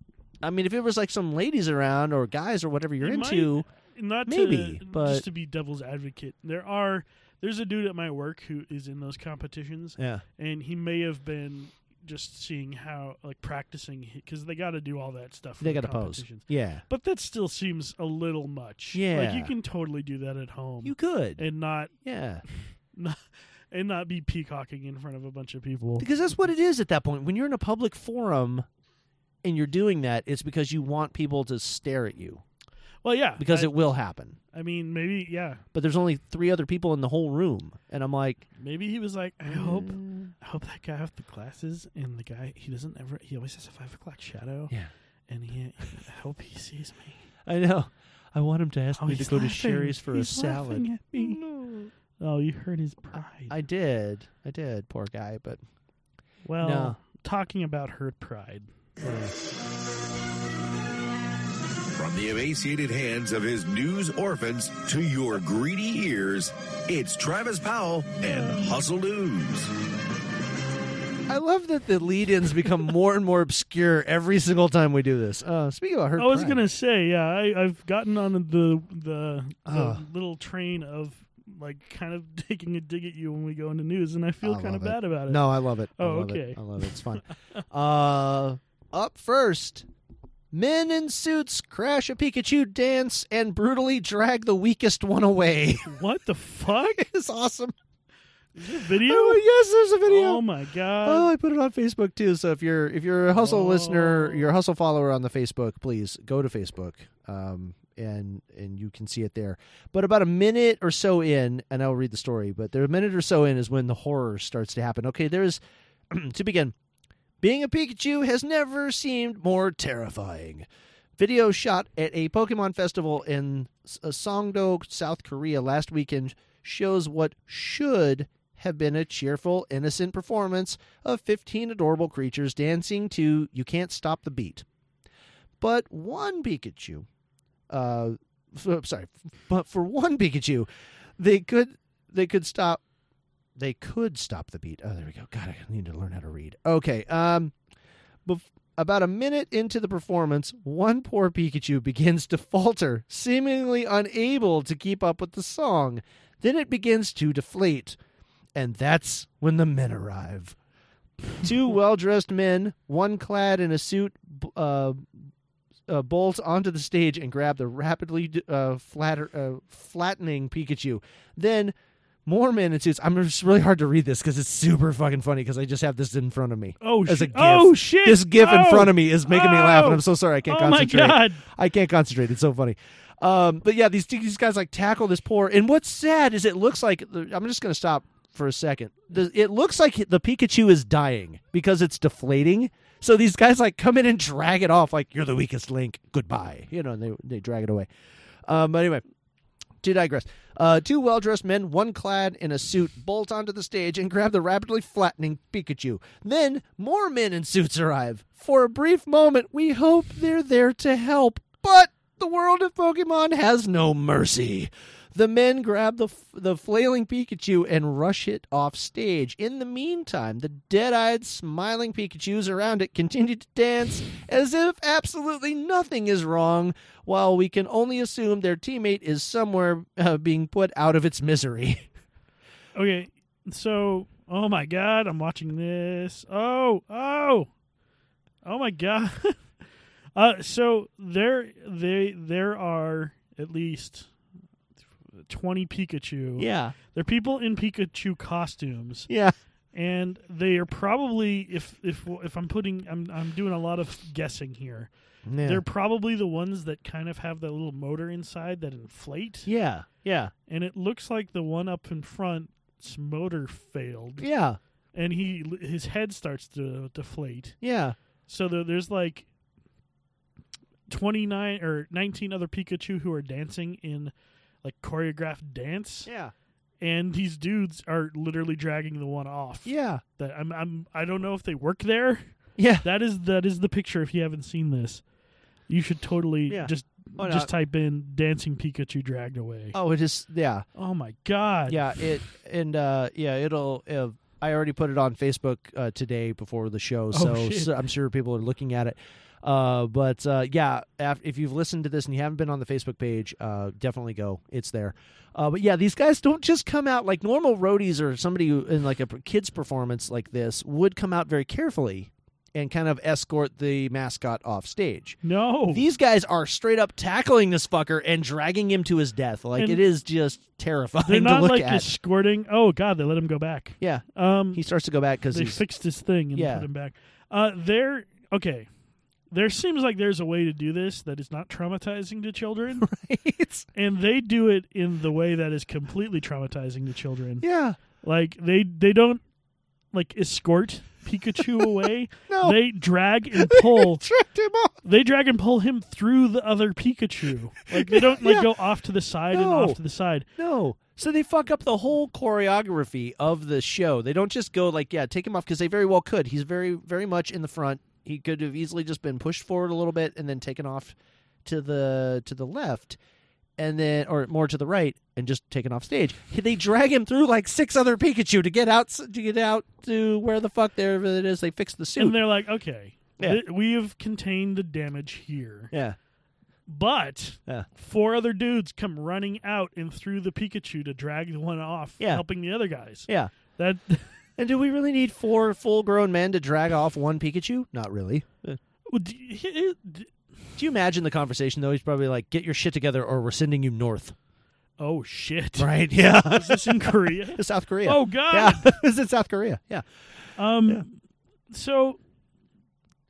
Speaker 5: I mean, if it was like some ladies around or guys or whatever you're
Speaker 1: It might-
Speaker 5: into,
Speaker 1: not
Speaker 5: maybe,
Speaker 1: to,
Speaker 5: but-
Speaker 1: just to be devil's advocate. There are there's a dude at my work who is in those competitions,
Speaker 5: yeah,
Speaker 1: and he may have been just seeing how like practicing because they got to do all that stuff. For
Speaker 5: they
Speaker 1: the
Speaker 5: got to pose.
Speaker 1: competitions.
Speaker 5: Yeah,
Speaker 1: But that still seems a little much. like you
Speaker 5: Yeah.
Speaker 1: can totally do that at home
Speaker 5: you could.
Speaker 1: and not
Speaker 5: yeah,
Speaker 1: not and not be peacocking in front of a bunch of people.
Speaker 5: because that's what it is at that point. When you're in a public forum and you're doing that, it's because you want people to stare at you
Speaker 1: Well, yeah,
Speaker 5: because
Speaker 1: I,
Speaker 5: it will happen.
Speaker 1: I mean, maybe yeah,
Speaker 5: But there's only three other people in the whole room, and I'm like,
Speaker 1: maybe he was like, I hope.
Speaker 5: Mm.
Speaker 1: I hope that guy with the glasses and the guy he doesn't ever he always has a five o'clock shadow.
Speaker 5: yeah,
Speaker 1: and he, I hope he sees me. Oh,
Speaker 5: I know. I want him to ask me to
Speaker 1: he's
Speaker 5: go
Speaker 1: laughing.
Speaker 5: to Sherry's for
Speaker 1: He's
Speaker 5: a salad.
Speaker 1: laughing at me. Oh, you hurt his pride.
Speaker 5: I did. I did. Poor guy. But
Speaker 1: well,
Speaker 5: No.
Speaker 1: talking about hurt pride.
Speaker 3: From the emaciated hands of his news orphans to your greedy ears, it's Travis Powell and Hustle News.
Speaker 5: I love that the lead-ins become more and more obscure every single time we do this. Uh, speaking about her,
Speaker 1: I was
Speaker 5: pride,
Speaker 1: gonna say, yeah, I, I've gotten on the the, the
Speaker 5: Oh.
Speaker 1: little train of like kind of [LAUGHS] taking a dig at you when we go into news, and I feel
Speaker 5: I
Speaker 1: kind of
Speaker 5: love it.
Speaker 1: bad about it.
Speaker 5: No, I love it. I
Speaker 1: Oh,
Speaker 5: love
Speaker 1: okay.
Speaker 5: It. I love it. It's fun. uh, up first, men in suits crash a Pikachu dance and brutally drag the weakest one away. [LAUGHS]
Speaker 1: what the fuck?
Speaker 5: it's awesome.
Speaker 1: Video?
Speaker 5: Oh [LAUGHS] yes, there's a video.
Speaker 1: Oh my god!
Speaker 5: Oh, I put it on Facebook too. So if you're if you're a hustle listener, you're a hustle follower on the Facebook, please go to Facebook, um, and and you can see it there. But about a minute or so in, and I'll read the story. But there a minute or so in is when the horror starts to happen. Okay, there is [CLEARS THROAT] to begin. Being a Pikachu has never seemed more terrifying. Video shot at a Pokemon festival in S- uh, Songdo, South Korea last weekend shows what should have been a cheerful, innocent performance of 15 adorable creatures dancing to You Can't Stop the Beat. But one Pikachu, uh, f- sorry, but for one Pikachu, they could they could stop they could stop the beat. Oh, there we go. God, I need to learn how to read. Okay. Um, bef- about a minute into the performance, one poor Pikachu begins to falter, seemingly unable to keep up with the song. Then it begins to deflate, and that's when the men arrive. Two well-dressed men, one clad in a suit, b- uh, uh, bolt onto the stage and grab the rapidly d- uh, flatter, uh, flattening Pikachu. Then more men in suits. I'm it's really hard to read this because it's super fucking funny because I just have this in front of me.
Speaker 1: Oh,
Speaker 5: as a
Speaker 1: shi-
Speaker 5: gif.
Speaker 1: oh, shit.
Speaker 5: This gif in
Speaker 1: Oh.
Speaker 5: front of me is making me laugh, and
Speaker 1: Oh.
Speaker 5: I'm so sorry I can't
Speaker 1: Oh my
Speaker 5: concentrate.
Speaker 1: God.
Speaker 5: I can't concentrate. It's so funny. Um, but yeah, these these guys like tackle this poor. And what's sad is it looks like I'm just gonna stop for a second. The- It looks like the Pikachu is dying because it's deflating. So these guys like come in and drag it off, like you're the weakest link. Goodbye, you know. And they they drag it away. Um, but anyway, to digress. Uh, two well dressed men, one clad in a suit, bolt onto the stage and grab the rapidly flattening Pikachu. Then more men in suits arrive. For a brief moment, we hope they're there to help, but the world of Pokemon has no mercy. The men grab the, f- the flailing Pikachu and rush it off stage. In the meantime, the dead eyed, smiling Pikachus around it continue to dance as if absolutely nothing is wrong, while we can only assume their teammate is somewhere uh, being put out of its misery. [LAUGHS]
Speaker 1: Okay, so oh my god, I'm watching this. Oh, oh, oh my god. [LAUGHS] uh, so there, they there are at least twenty Pikachu.
Speaker 5: Yeah.
Speaker 1: they're people in Pikachu costumes.
Speaker 5: Yeah.
Speaker 1: and they are probably if if if I'm putting I'm I'm doing a lot of guessing here.
Speaker 5: Yeah.
Speaker 1: They're probably the ones that kind of have that little motor inside that inflate.
Speaker 5: Yeah. Yeah.
Speaker 1: And it looks like the one up in front's motor failed.
Speaker 5: Yeah.
Speaker 1: And he his head starts to deflate.
Speaker 5: Yeah.
Speaker 1: So there, there's like 29 or 19 other Pikachu who are dancing in like choreographed dance.
Speaker 5: Yeah.
Speaker 1: And these dudes are literally dragging the one off.
Speaker 5: Yeah.
Speaker 1: That I'm I'm I don't know if they work there.
Speaker 5: Yeah.
Speaker 1: That is that is the picture if you haven't seen this. You should totally
Speaker 5: Yeah.
Speaker 1: just
Speaker 5: Oh, no.
Speaker 1: just type in dancing Pikachu dragged away.
Speaker 5: Oh, it is. Yeah.
Speaker 1: Oh my god.
Speaker 5: Yeah. It, and, uh, yeah, it'll, uh, I already put it on Facebook uh, today before the show, so,
Speaker 1: Oh, [LAUGHS] shit.
Speaker 5: so I'm sure people are looking at it. Uh, but uh, yeah, af if you've listened to this and you haven't been on the Facebook page, uh, definitely go. It's there. Uh, but yeah, these guys don't just come out like normal roadies or somebody who, in like a p- kids performance like this would come out very carefully and kind of escort the mascot off stage.
Speaker 1: No.
Speaker 5: These guys are straight up tackling this fucker and dragging him to his death. Like
Speaker 1: And
Speaker 5: it is just terrifying
Speaker 1: They're
Speaker 5: to
Speaker 1: not
Speaker 5: look
Speaker 1: like
Speaker 5: at.
Speaker 1: escorting. Oh god, they let him go back.
Speaker 5: yeah,
Speaker 1: Um
Speaker 5: he starts to go back because
Speaker 1: they
Speaker 5: he's [LAUGHS]
Speaker 1: fixed his thing and
Speaker 5: Yeah.
Speaker 1: put him back. Uh, there, okay. There seems like there's a way to do this that is not traumatizing to children,
Speaker 5: [LAUGHS] right.
Speaker 1: and they do it in the way that is completely traumatizing to children.
Speaker 5: yeah,
Speaker 1: Like they they don't like escort Pikachu away.
Speaker 5: [LAUGHS] No.
Speaker 1: They drag
Speaker 5: [LAUGHS]
Speaker 1: and pull.
Speaker 5: tricked him off.
Speaker 1: they drag and pull him through the other Pikachu. Like they don't like
Speaker 5: Yeah.
Speaker 1: go off to the side and
Speaker 5: No.
Speaker 1: off to the side.
Speaker 5: No. So they fuck up the whole choreography of the show. They don't just go like, yeah, take him off because they very well could. He's very, very much in the front. He could have easily just been pushed forward a little bit and then taken off to the to the left, and then or more to the right and just taken off stage. They drag him through like six other Pikachu to get out to get out to where the fuck there it is. They fix the
Speaker 1: And
Speaker 5: suit.
Speaker 1: they're like, okay,
Speaker 5: Yeah.
Speaker 1: th- we have contained the damage here.
Speaker 5: Yeah,
Speaker 1: But
Speaker 5: yeah,
Speaker 1: four other dudes come running out and through the Pikachu to drag the one off,
Speaker 5: Yeah.
Speaker 1: helping the other guys.
Speaker 5: yeah.
Speaker 1: That [LAUGHS]
Speaker 5: And do we really need four full-grown men to drag off one Pikachu? Not really.
Speaker 1: Would- he- he-
Speaker 5: Do you imagine the conversation though? He's probably like, "Get your shit together, or we're sending you [LAUGHS] north."
Speaker 1: oh shit!
Speaker 5: Right? Yeah.
Speaker 1: [LAUGHS] Is this in
Speaker 5: [LAUGHS]
Speaker 1: Korea?
Speaker 5: It's South Korea.
Speaker 1: Oh, God.
Speaker 5: Yeah. [LAUGHS] it's in South Korea. Yeah.
Speaker 1: Um, so.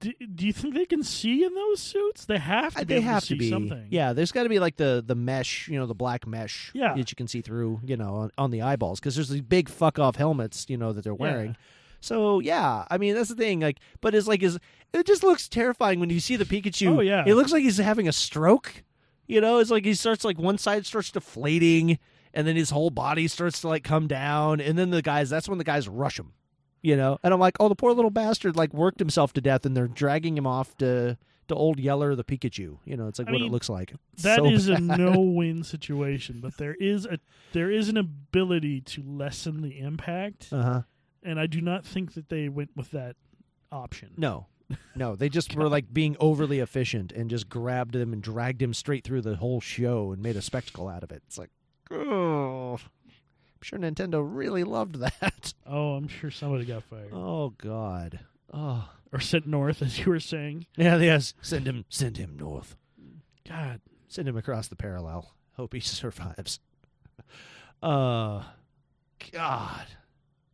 Speaker 1: Do, do you think they can see in those suits? They have to. be
Speaker 5: Uh, they
Speaker 1: able
Speaker 5: have
Speaker 1: to, see
Speaker 5: to be.
Speaker 1: something.
Speaker 5: Yeah. There's got to be like the the mesh, you know, the black mesh
Speaker 1: Yeah.
Speaker 5: that you can see through, you know, on, on the eyeballs because there's these big fuck off helmets, you know, that they're wearing. So yeah, I mean that's the thing. Like, but it's like is it just looks terrifying when you see the Pikachu.
Speaker 1: Oh, yeah.
Speaker 5: It looks like he's having a stroke. You know, it's like he starts like one side starts deflating, and then his whole body starts to like come down, and then the guys. That's when the guys rush him. You know, and I'm like, oh, the poor little bastard like worked himself to death, and they're dragging him off to to old Yeller the Pikachu. You know, it's like
Speaker 1: I
Speaker 5: what
Speaker 1: mean,
Speaker 5: it looks like.
Speaker 1: That
Speaker 5: So
Speaker 1: is a
Speaker 5: bad. [LAUGHS]
Speaker 1: no-win situation, but there is a there is an ability to lessen the impact,
Speaker 5: Uh-huh.
Speaker 1: and I do not think that they went with that option.
Speaker 5: No. No,
Speaker 1: [LAUGHS]
Speaker 5: they just were like being overly efficient and just grabbed him and dragged him straight through the whole show and made a spectacle out of it. It's like, oh, I'm sure Nintendo really loved that. [LAUGHS]
Speaker 1: Oh, I'm sure somebody got fired
Speaker 5: Oh God. Oh
Speaker 1: or sent north, [LAUGHS] as you were saying.
Speaker 5: yeah, yes. Send him, send him north.
Speaker 1: God,
Speaker 5: Send him across the parallel. Hope he [LAUGHS] survives. Uh, God.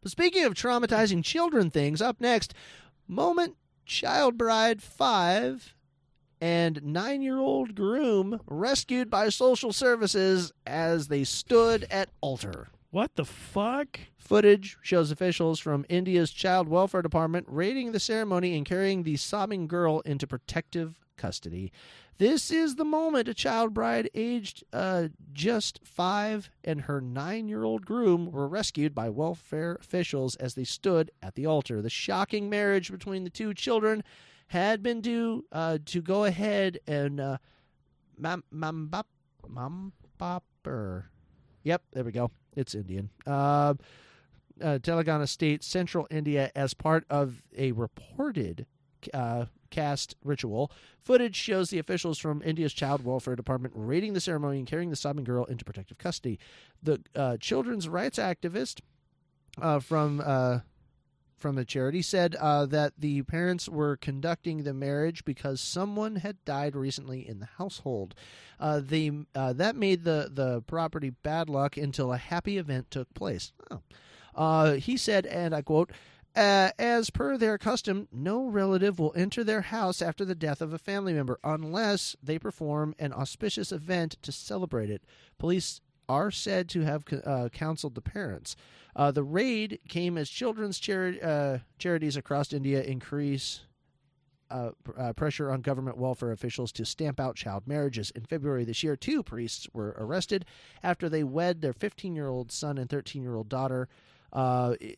Speaker 5: But speaking of traumatizing children things, up next, Moment Child Bride 5 and nine year old groom rescued by social services as they stood at altar.
Speaker 1: What the fuck?
Speaker 5: Footage shows officials from India's child welfare department raiding the ceremony and carrying the sobbing girl into protective custody. This is the moment a child bride aged uh, just five and her nine year old groom were rescued by welfare officials as they stood at the altar. The shocking marriage between the two children had been due uh, to go ahead and uh, mam mambap mambapper. Yep, there we go. It's Indian. Uh, uh, Telangana state, central India, as part of a reported uh, cast ritual. Footage shows the officials from India's child welfare department raiding the ceremony and carrying the sobbing girl into protective custody. The uh, children's rights activist uh, from uh, from the charity said uh, that the parents were conducting the marriage because someone had died recently in the household. Uh, they, uh, that made the, the property bad luck until a happy event took place. Oh. Uh, he said, and I quote, uh, as per their custom, no relative will enter their house after the death of a family member unless they perform an auspicious event to celebrate it. Police are said to have uh, counseled the parents. Uh, the raid came as children's chari- uh, charities across India increase uh, pr- uh, pressure on government welfare officials to stamp out child marriages. In February this year, two priests were arrested after they wed their 15 year old son and 13 year old daughter. Uh, i-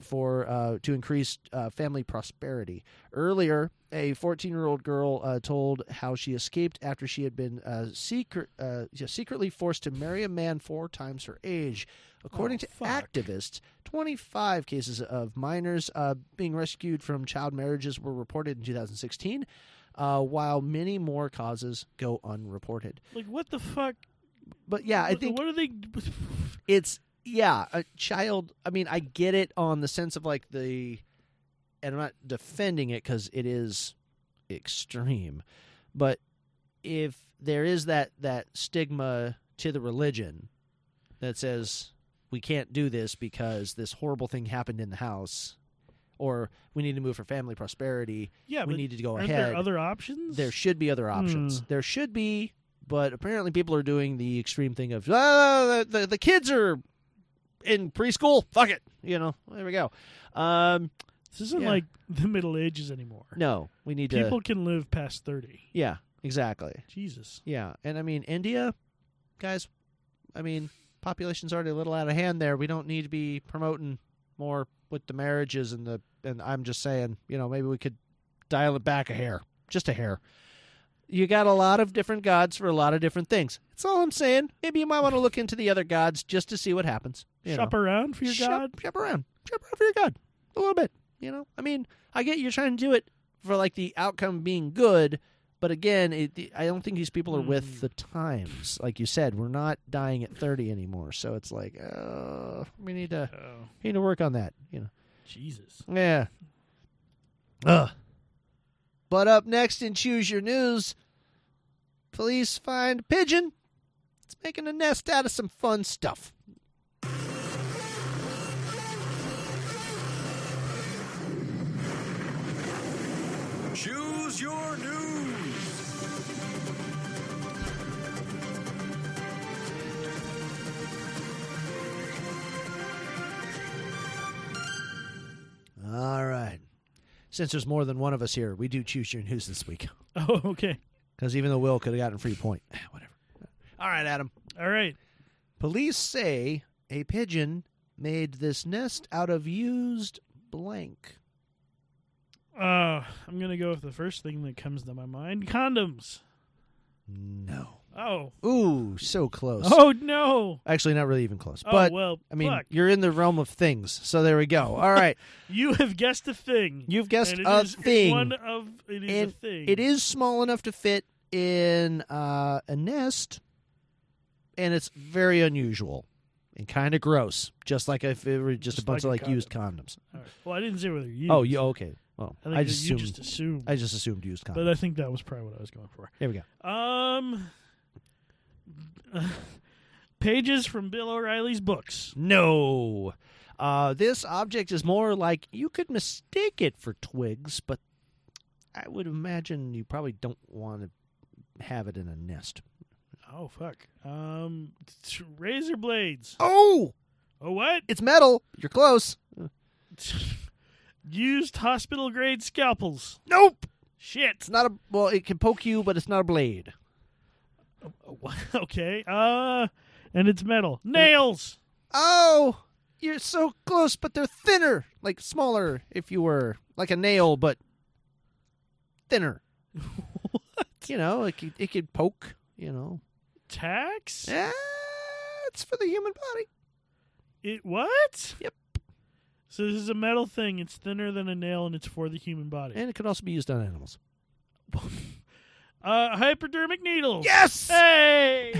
Speaker 5: for uh, to increase uh, family prosperity. Earlier, a 14-year-old girl uh, told how she escaped after she had been uh, secret, uh, yeah, secretly forced to marry a man four times her age. According to activists, 25 cases of minors uh, being rescued from child marriages were reported in 2016, uh, while many more causes go unreported.
Speaker 1: Like, what the fuck?
Speaker 5: But yeah, I
Speaker 1: What-
Speaker 5: think
Speaker 1: What are they.
Speaker 5: it's yeah a child i mean i get it on the sense of like the and i'm not defending it because it is extreme but if there is that that stigma to the religion that says we can't do this because this horrible thing happened in the house or we need to move for family prosperity
Speaker 1: [SIGHS] Yeah,
Speaker 5: we
Speaker 1: but
Speaker 5: need to go
Speaker 1: aren't
Speaker 5: ahead
Speaker 1: there other options?
Speaker 5: there should be other options.
Speaker 1: Hmm.
Speaker 5: There should be, but apparently people are doing the extreme thing of ah, the, the the kids are in preschool. Fuck it, you know. There we go. Um,
Speaker 1: This isn't
Speaker 5: yeah.
Speaker 1: like the Middle Ages anymore.
Speaker 5: no, we need
Speaker 1: People
Speaker 5: to.
Speaker 1: can live past 30.
Speaker 5: Yeah, exactly.
Speaker 1: Jesus.
Speaker 5: Yeah, and I mean India, guys. I mean, population's already a little out of hand there. We don't need to be promoting more with the marriages and the. And I'm just saying, you know, maybe we could dial it back a hair, just a hair. You got a lot of different gods for a lot of different things. That's all I'm saying. Maybe you might want to look into the other gods just to see what happens. you know.
Speaker 1: Shop around for your God?
Speaker 5: Shop, shop around. Shop around for your God. A little bit. You know? I mean, I get you're trying to do it for like the outcome being good, but again, it, the- I don't think these people are
Speaker 1: Hmm.
Speaker 5: with the times. Like you said, we're not dying at 30 anymore. So it's like, uh, we need to
Speaker 1: Oh,
Speaker 5: we need to work on that, you know.
Speaker 1: Jesus. [LAUGHS]
Speaker 5: Yeah. Ugh. But up next in Choose Your News, police find a pigeon. It's making a nest out of some fun stuff.
Speaker 3: Choose your news.
Speaker 5: All right. Since there's more than one of us here, we do choose your news this week.
Speaker 1: Oh, okay.
Speaker 5: Because even though Will could have gotten a free point,
Speaker 1: Ah,
Speaker 5: whatever. All right, Adam.
Speaker 1: All right.
Speaker 5: Police say a pigeon made this nest out of used blank.
Speaker 1: Uh, I'm going to go with the first thing that comes to my mind condoms.
Speaker 5: No.
Speaker 1: Oh.
Speaker 5: Ooh, so close.
Speaker 1: Oh, no.
Speaker 5: Actually, not really even close.
Speaker 1: Oh,
Speaker 5: but
Speaker 1: well,
Speaker 5: I mean,
Speaker 1: fuck.
Speaker 5: you're in the realm of things. So there we go. All right,
Speaker 1: You have guessed a thing.
Speaker 5: You've guessed
Speaker 1: And it
Speaker 5: a
Speaker 1: is
Speaker 5: thing.
Speaker 1: One of it is
Speaker 5: and
Speaker 1: a thing.
Speaker 5: it is small enough to fit in uh, a nest, and it's very unusual and kind of gross. Just like if it were just,
Speaker 1: Just
Speaker 5: a bunch
Speaker 1: like
Speaker 5: of
Speaker 1: a
Speaker 5: like used condoms.
Speaker 1: All right. Well, I didn't say whether you.
Speaker 5: Oh, you okay? Well,
Speaker 1: I think
Speaker 5: I
Speaker 1: that
Speaker 5: just
Speaker 1: you
Speaker 5: assumed.
Speaker 1: just assumed.
Speaker 5: I just assumed used condoms.
Speaker 1: but I think that was probably what I was going for.
Speaker 5: Here we go.
Speaker 1: Um, [LAUGHS] pages from Bill O'Reilly's books.
Speaker 5: No. Uh, this object is more like you could mistake it for twigs, but I would imagine you probably don't want to have it in a nest.
Speaker 1: Oh fuck. Um, t- razor blades.
Speaker 5: Oh,
Speaker 1: Oh what?
Speaker 5: it's metal. You're close.
Speaker 1: Used hospital grade scalpels.
Speaker 5: Nope.
Speaker 1: Shit.
Speaker 5: It's not a well. It can poke you, but it's not a blade.
Speaker 1: [LAUGHS] okay. Uh, and it's metal. Nails.
Speaker 5: Oh, you're so close, but they're thinner, like smaller. If you were like a nail, but [LAUGHS] thinner. You know, it could, it could poke. You know,
Speaker 1: Tax.
Speaker 5: yeah, it's for the human body.
Speaker 1: It what?
Speaker 5: Yep.
Speaker 1: So this is a metal thing. It's thinner than a nail, and it's for the human body.
Speaker 5: And it could also be used on animals.
Speaker 1: Uh, hypodermic needles.
Speaker 5: Yes!
Speaker 1: Hey.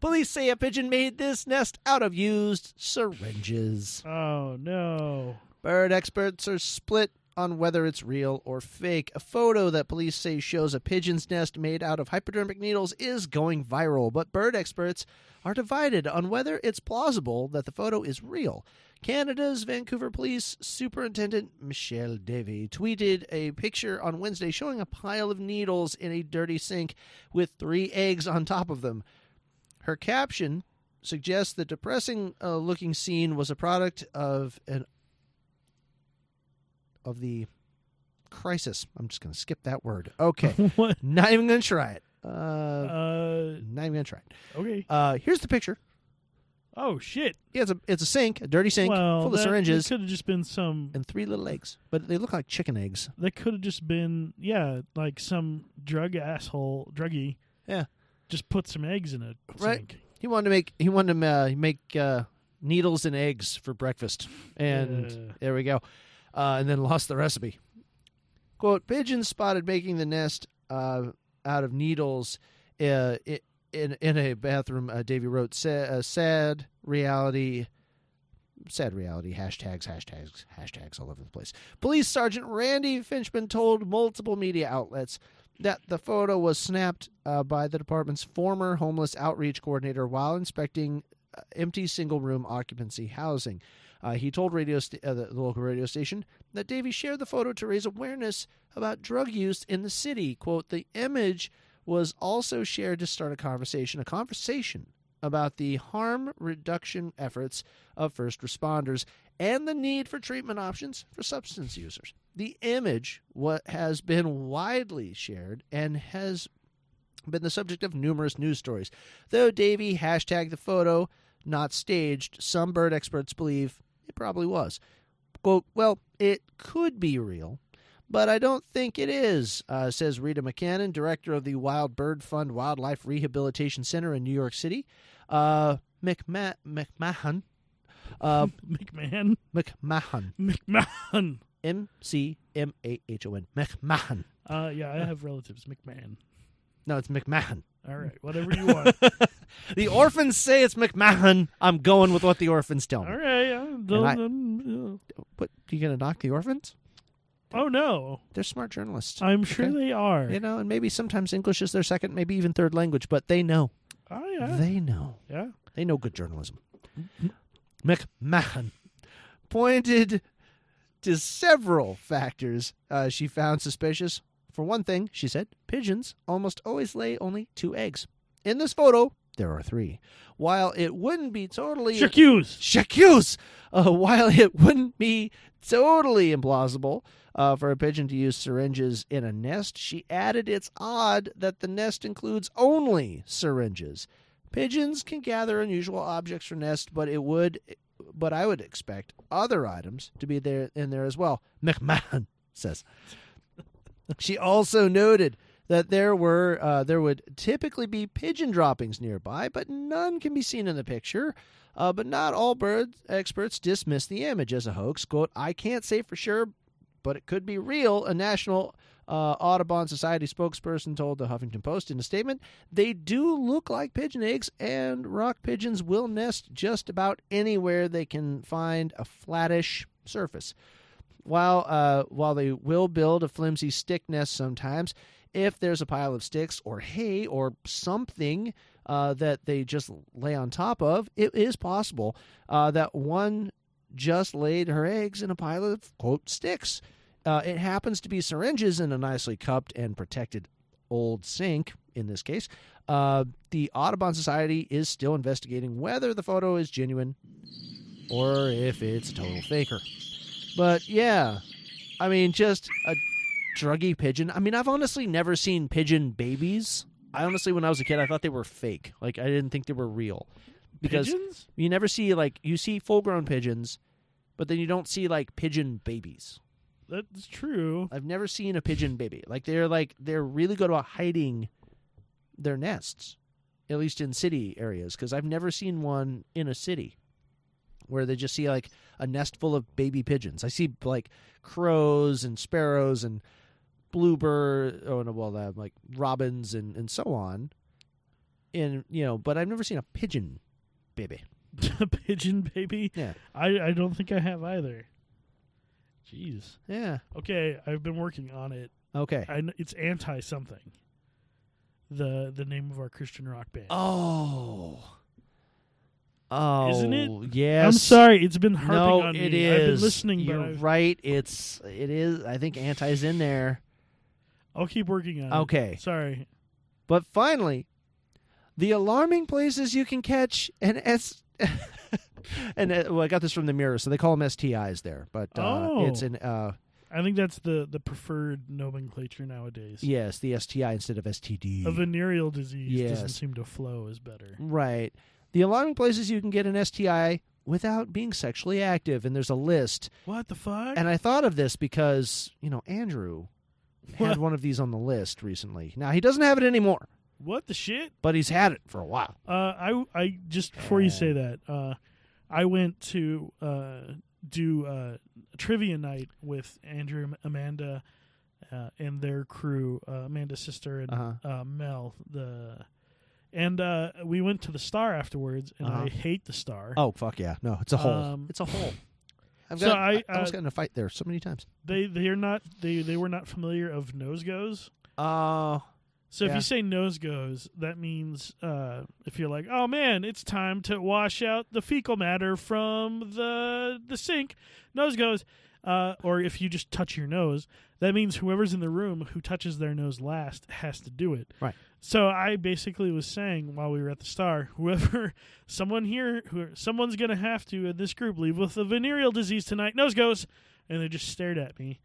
Speaker 5: Police say a pigeon made this nest out of used syringes.
Speaker 1: oh no.
Speaker 5: Bird experts are split on whether it's real or fake. A photo that police say shows a pigeon's nest made out of hypodermic needles is going viral, but bird experts are divided on whether it's plausible that the photo is real. Canada's Vancouver Police Superintendent Michelle Davy tweeted a picture on Wednesday showing a pile of needles in a dirty sink with three eggs on top of them. Her caption suggests the depressing uh, looking scene was a product of an of the crisis. I'm just going to skip that word.
Speaker 1: [LAUGHS]
Speaker 5: Okay.
Speaker 1: What?
Speaker 5: Not even going to try it. Uh,
Speaker 1: Uh.
Speaker 5: not even going to try it.
Speaker 1: Okay.
Speaker 5: Uh, here's the picture.
Speaker 1: Oh shit.
Speaker 5: Yeah, it's a it's a sink, a dirty sink
Speaker 1: well,
Speaker 5: full of syringes
Speaker 1: Could have just been some.
Speaker 5: and three little eggs, but they look like chicken eggs.
Speaker 1: That could have just been yeah, like some drug asshole druggie.
Speaker 5: Yeah.
Speaker 1: Just put some eggs in a
Speaker 5: Right.
Speaker 1: sink.
Speaker 5: He wanted to make he wanted to uh, make uh, needles and eggs for breakfast, and
Speaker 1: Yeah.
Speaker 5: there we go. Uh, and then lost the recipe. Quote: Pigeons spotted making the nest uh, out of needles uh, i- in in a bathroom. Uh, Davy wrote, "Sa- uh, "Sad reality." Sad reality, hashtags, hashtags, hashtags all over the place. Police Sergeant Randy Finchman told multiple media outlets that the photo was snapped uh, by the department's former homeless outreach coordinator while inspecting uh, empty single room occupancy housing. Uh, he told radio st- uh, the, the local radio station that Davy shared the photo to raise awareness about drug use in the city. Quote, the image was also shared to start a conversation, a conversation about the harm reduction efforts of first responders and the need for treatment options for substance users. The image what has been widely shared and has been the subject of numerous news stories. Though Davy hashtagged the photo not staged, some bird experts believe it probably was. Quote, well, it could be real, but I don't think it is, uh, says Rita McCannon, director of the Wild Bird Fund Wildlife Rehabilitation Center in New York City. Uh, McMa- McMahon, uh,
Speaker 1: McMahon. [LAUGHS]
Speaker 5: McMahon,
Speaker 1: McMahon.
Speaker 5: M C M A H O N, McMahon.
Speaker 1: Uh, yeah, I have relatives. McMahon.
Speaker 5: No, it's McMahon.
Speaker 1: All right, whatever you want. [LAUGHS]
Speaker 5: [LAUGHS] The orphans say it's McMahon. I'm going with what the orphans tell me.
Speaker 1: All right. yeah, the-
Speaker 5: I-
Speaker 1: the-
Speaker 5: What you gonna knock the orphans?
Speaker 1: oh no,
Speaker 5: They're smart journalists.
Speaker 1: I'm sure they are.
Speaker 5: you know, and maybe sometimes English is their second, maybe even third language, but they know.
Speaker 1: Oh yeah,
Speaker 5: They know.
Speaker 1: yeah.
Speaker 5: They know good journalism. McMahon pointed to several factors uh, she found suspicious. For one thing, she said, pigeons almost always lay only two eggs. In this photo, there are three. While it wouldn't be totally
Speaker 1: Shakuse.
Speaker 5: Shakuse. Uh, [LAUGHS] while it wouldn't be totally implausible uh, for a pigeon to use syringes in a nest, she added it's odd that the nest includes only syringes. Pigeons can gather unusual objects for nest, but it would, but I would expect other items to be there in there as well. McMahon says. She also noted that there were uh, there would typically be pigeon droppings nearby, but none can be seen in the picture. Uh, but not all bird experts dismiss the image as a hoax. "Quote: I can't say for sure, but it could be real." A national uh, Audubon Society spokesperson told the Huffington Post in a statement, "They do look like pigeon eggs, and rock pigeons will nest just about anywhere they can find a flattish surface." while uh, while they will build a flimsy stick nest sometimes, if there's a pile of sticks or hay or something uh, that they just lay on top of, it is possible uh, that one just laid her eggs in a pile of quote sticks. Uh, it happens to be syringes in a nicely cupped and protected old sink, in this case. Uh, the Audubon Society is still investigating whether the photo is genuine or if it's a total faker. But yeah, I mean, just a druggy pigeon. I mean, I've honestly never seen pigeon babies. I honestly, when I was a kid, I thought they were fake. Like, I didn't think they were real. Because
Speaker 1: Pigeons?
Speaker 5: you never see, like, you see full grown pigeons, but then you don't see, like, pigeon babies.
Speaker 1: That's true.
Speaker 5: I've never seen a pigeon baby. Like they're like they're really good about hiding their nests, at least in city areas. Because I've never seen one in a city where they just see like a nest full of baby pigeons. I see like crows and sparrows and bluebird. Oh no, well uh, like robins and and so on. And you know, but I've never seen a pigeon baby.
Speaker 1: [LAUGHS] A pigeon baby.
Speaker 5: Yeah,
Speaker 1: I, I don't think I have either. Jeez.
Speaker 5: yeah,
Speaker 1: Okay, I've been working on it.
Speaker 5: okay.
Speaker 1: I, kn- it's anti something. The the name of our Christian rock band.
Speaker 5: Oh. Oh,
Speaker 1: Isn't it?
Speaker 5: Yes.
Speaker 1: I'm sorry, it's been harping
Speaker 5: no,
Speaker 1: on me.
Speaker 5: it
Speaker 1: I've been
Speaker 5: is.
Speaker 1: listening, but
Speaker 5: You're
Speaker 1: I've-
Speaker 5: right. It's it is. I think anti's in there.
Speaker 1: I'll keep working on it.
Speaker 5: Okay.
Speaker 1: Sorry.
Speaker 5: But finally, the alarming places you can catch an S. [LAUGHS] and uh, well, I got this from the mirror, so they call them STIs there. But uh,
Speaker 1: Oh.
Speaker 5: it's an uh,
Speaker 1: I think that's the, the preferred nomenclature nowadays.
Speaker 5: yes, the STI instead of STD.
Speaker 1: A venereal disease doesn't
Speaker 5: Yes.
Speaker 1: seem to flow as better.
Speaker 5: Right. The alarming places you can get an STI without being sexually active, and there's a list.
Speaker 1: What the fuck?
Speaker 5: And I thought of this because, you know, Andrew had
Speaker 1: What?
Speaker 5: one of these on the list recently. Now, he doesn't have it anymore,
Speaker 1: what the shit?
Speaker 5: but he's had it for a while.
Speaker 1: Uh, I I just before you say that, uh, I went to uh, do uh, a trivia night with Andrew, Am- Amanda, uh, and their crew. Uh, Amanda's sister and uh
Speaker 5: Uh-huh.
Speaker 1: Mel. The and uh, we went to the Star afterwards, and
Speaker 5: Uh-huh.
Speaker 1: I hate the Star.
Speaker 5: Oh, fuck yeah. No, it's a hole.
Speaker 1: Um,
Speaker 5: it's a hole. I've
Speaker 1: so
Speaker 5: got,
Speaker 1: I,
Speaker 5: almost
Speaker 1: uh,
Speaker 5: got in a fight there so many times.
Speaker 1: They they are not they they were not familiar of nose goes.
Speaker 5: Oh,
Speaker 1: So if
Speaker 5: Yeah.
Speaker 1: you say nose goes, that means uh, if you're like, oh man, it's time to wash out the fecal matter from the the sink, nose goes. Uh, or if you just touch your nose, that means whoever's in the room who touches their nose last has to do it.
Speaker 5: Right.
Speaker 1: So I basically was saying while we were at the star, [LAUGHS] whoever, someone here, who someone's gonna have to in this group leave with a venereal disease tonight. Nose goes, and they just stared at me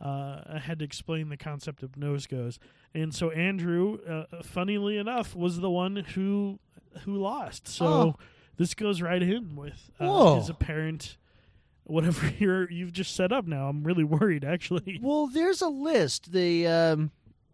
Speaker 1: uh, I had to explain the concept of nose goes, and so Andrew, uh, funnily enough, was the one who who lost. So
Speaker 5: Oh.
Speaker 1: this goes right in with uh,
Speaker 5: Whoa.
Speaker 1: his apparent whatever [LAUGHS] you're you've just set up. Now I'm really worried, actually.
Speaker 5: Well, there's a list. The um,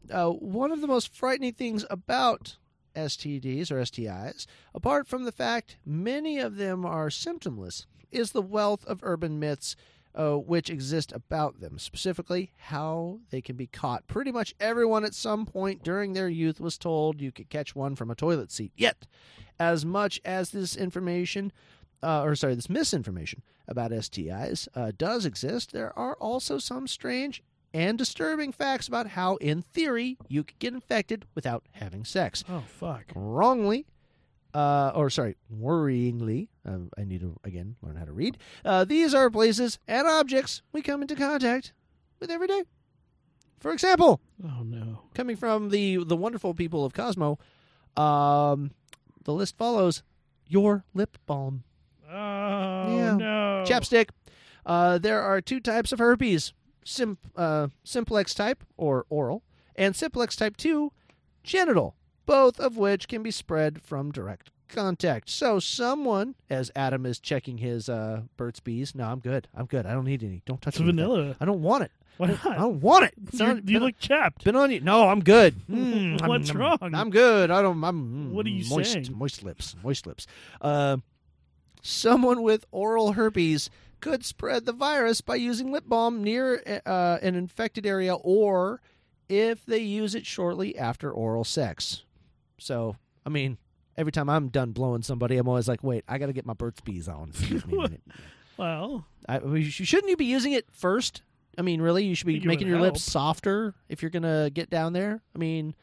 Speaker 5: uh, one of the most frightening things about STDs or STIs, apart from the fact many of them are symptomless, is the wealth of urban myths. Uh, which exist about them, specifically how they can be caught. Pretty much everyone at some point during their youth was told you could catch one from a toilet seat. Yet, as much as this information uh, or sorry, this misinformation about STIs uh, does exist, there are also some strange and disturbing facts about how, in theory, you could get infected without having sex.
Speaker 1: Oh fuck!
Speaker 5: Wrongly, uh, or sorry, worryingly, um, I need to again learn how to read. Uh, these are places and objects we come into contact with every day. For example,
Speaker 1: Oh no!
Speaker 5: coming from the the wonderful people of Cosmo, um, the list follows: your lip balm.
Speaker 1: Oh
Speaker 5: Yeah.
Speaker 1: no!
Speaker 5: Chapstick. Uh, there are two types of herpes: Sim, uh, simplex type or oral, and simplex type two, genital. Both of which can be spread from direct contact. So someone, as Adam is checking his uh, Burt's Bees. No, I'm good. I'm good. I don't need any. Don't touch
Speaker 1: It's
Speaker 5: me with that.
Speaker 1: vanilla.
Speaker 5: I don't want it.
Speaker 1: Why
Speaker 5: I
Speaker 1: not? [LAUGHS]
Speaker 5: don't want it. It's
Speaker 1: You,
Speaker 5: not-
Speaker 1: you
Speaker 5: been,
Speaker 1: look chapped.
Speaker 5: been on you. No, I'm good.
Speaker 1: [LAUGHS]
Speaker 5: Mm, I'm-
Speaker 1: What's
Speaker 5: I'm-
Speaker 1: wrong?
Speaker 5: I'm good. I don't. I'm mm,
Speaker 1: What are you
Speaker 5: moist,
Speaker 1: saying?
Speaker 5: Moist lips. Moist lips. Uh, someone with oral herpes could spread the virus by using lip balm near uh, an infected area, or if they use it shortly after oral sex. So, I mean, every time I'm done blowing somebody, I'm always like, "Wait, I got to get my Burt's Bees on." I
Speaker 1: [LAUGHS]
Speaker 5: mean,
Speaker 1: well,
Speaker 5: I, we sh- shouldn't you be using it first? I mean, really, you should be
Speaker 1: Think it
Speaker 5: making
Speaker 1: would
Speaker 5: your
Speaker 1: help.
Speaker 5: lips softer if you're gonna get down there. I mean,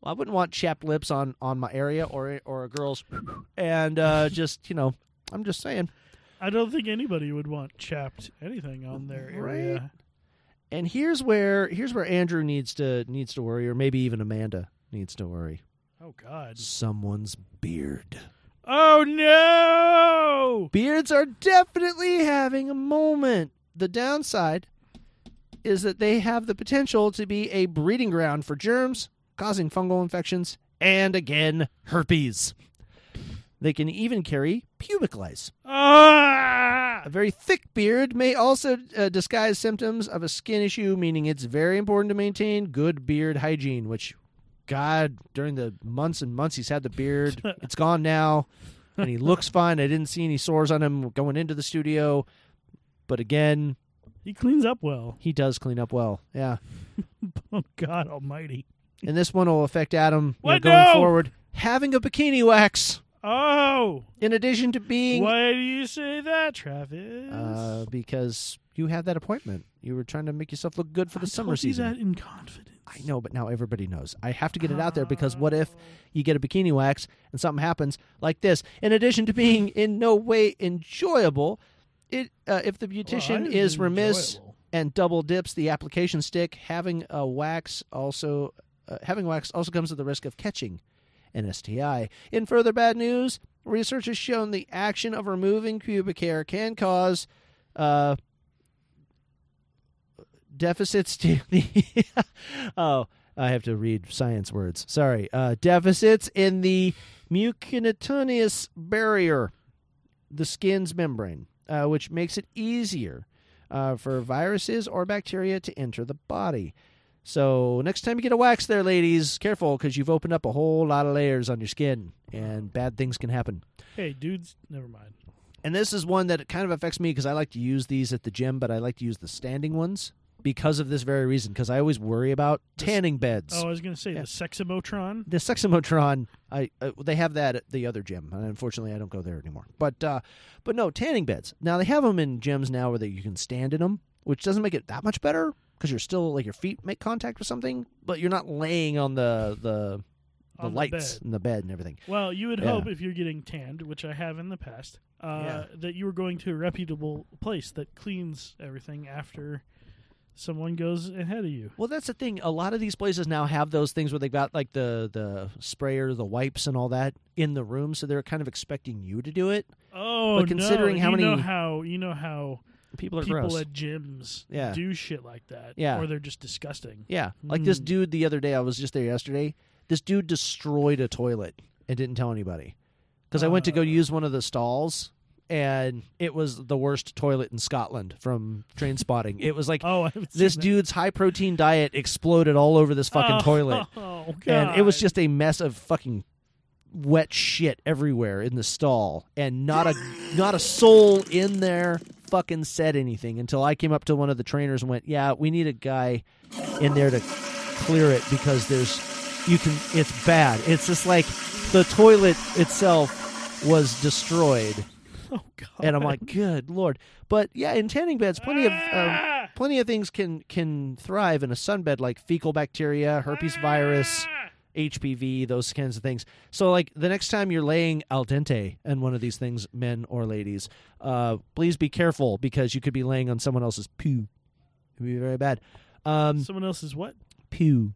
Speaker 5: well, I wouldn't want chapped lips on on my area or or a girl's,
Speaker 1: [LAUGHS]
Speaker 5: and uh, just you know, I'm just saying.
Speaker 1: I don't think anybody would want chapped anything on their
Speaker 5: Right?
Speaker 1: area.
Speaker 5: And here's where here's where Andrew needs to needs to worry, or maybe even Amanda needs to worry.
Speaker 1: Oh God.
Speaker 5: Someone's beard.
Speaker 1: Oh no.
Speaker 5: Beards are definitely having a moment. The downside is that they have the potential to be a breeding ground for germs, causing fungal infections, and again, herpes. They can even carry pubic lice.
Speaker 1: Ah.
Speaker 5: A very thick beard may also uh, disguise symptoms of a skin issue, meaning it's very important to maintain good beard hygiene, which, God, during the months and months he's had
Speaker 1: [LAUGHS]
Speaker 5: the beard, it's gone now, and he looks fine. I didn't see any sores on him going into the studio. But again,
Speaker 1: He cleans up well. [LAUGHS]
Speaker 5: he does clean up well. Yeah.
Speaker 1: Oh God Almighty.
Speaker 5: And this one will affect Adam you know,
Speaker 1: What?
Speaker 5: going
Speaker 1: No!
Speaker 5: forward. Having a bikini wax,
Speaker 1: Oh.
Speaker 5: in addition to being.
Speaker 1: Why do you say that, Travis?
Speaker 5: Uh, because you had that appointment. You were trying to make yourself look good for the
Speaker 1: I
Speaker 5: summer
Speaker 1: told you
Speaker 5: season.
Speaker 1: that in confidence.
Speaker 5: I know, but now everybody knows. I have to get it out there because what if
Speaker 1: Ah.
Speaker 5: you get a bikini wax and something happens like this? In addition to being in no way enjoyable, it uh, if the beautician
Speaker 1: didn't
Speaker 5: is
Speaker 1: enjoy
Speaker 5: remiss
Speaker 1: it, well.
Speaker 5: and double dips the application stick, having a wax also uh, having wax also comes at the risk of catching an STI. In further bad news, research has shown the action of removing pubic hair can cause uh, deficits to [LAUGHS] the oh i have to read science words sorry uh, deficits in the mucocutaneous barrier the skin's membrane uh, which makes it easier uh, for viruses or bacteria to enter the body so next time you get a wax there ladies careful because you've opened up a whole lot of layers on your skin and bad things can happen
Speaker 1: Hey, dudes, never mind.
Speaker 5: and this is one that kind of affects me because I like to use these at the gym, but I like to use the standing ones because of this very reason. Because I always worry about tanning beds.
Speaker 1: Oh, I was gonna say the Seximotron.
Speaker 5: The Seximotron, I uh, they have that at the other gym, and unfortunately, I don't go there anymore. But uh, but no tanning beds. Now they have them in gyms now where that you can stand in them, which doesn't make it that much better because you're still like your feet make contact with something, but you're not laying on the the the
Speaker 1: On the
Speaker 5: lights
Speaker 1: bed.
Speaker 5: and the bed and everything.
Speaker 1: Well, you would
Speaker 5: Yeah.
Speaker 1: hope if you're getting tanned, which I have in the past, uh, that you were going to a reputable place that cleans everything after someone goes ahead of you.
Speaker 5: Well, that's the thing. A lot of these places now have those things where they've got like the the sprayer, the wipes, and all that in the room, so they're kind of expecting you to do it.
Speaker 1: Oh,
Speaker 5: But considering
Speaker 1: no,
Speaker 5: how
Speaker 1: you know
Speaker 5: many-
Speaker 1: how you know how
Speaker 5: People are
Speaker 1: people
Speaker 5: gross.
Speaker 1: at gyms
Speaker 5: Yeah.
Speaker 1: do shit like that,
Speaker 5: Yeah.
Speaker 1: or they're just disgusting.
Speaker 5: yeah, like
Speaker 1: Hmm.
Speaker 5: this dude the other day. I was just there yesterday. This dude destroyed a toilet and didn't tell anybody because I went
Speaker 1: Uh.
Speaker 5: to go use one of the stalls. And it was the worst toilet in Scotland from train spotting. It was like
Speaker 1: Oh, I haven't
Speaker 5: this
Speaker 1: seen that.
Speaker 5: dude's high protein diet exploded all over this fucking
Speaker 1: Oh, [LAUGHS]
Speaker 5: toilet.
Speaker 1: Oh, God.
Speaker 5: and it was just a mess of fucking wet shit everywhere in the stall and not a not a soul in there fucking said anything until I came up to one of the trainers and went, "Yeah, we need a guy in there to clear it because there's you can it's bad. It's just like the toilet itself was destroyed."
Speaker 1: Oh, God.
Speaker 5: And I'm like, "Good lord." But yeah, in tanning beds, plenty of um, plenty of things can can thrive in a sunbed like fecal bacteria, herpes virus, HPV, those kinds of things. So, like the next time you're laying al dente in one of these things, men or ladies, uh, please be careful because you could be laying on someone else's poo. It would be very bad. Um,
Speaker 1: someone else's what?
Speaker 5: poo,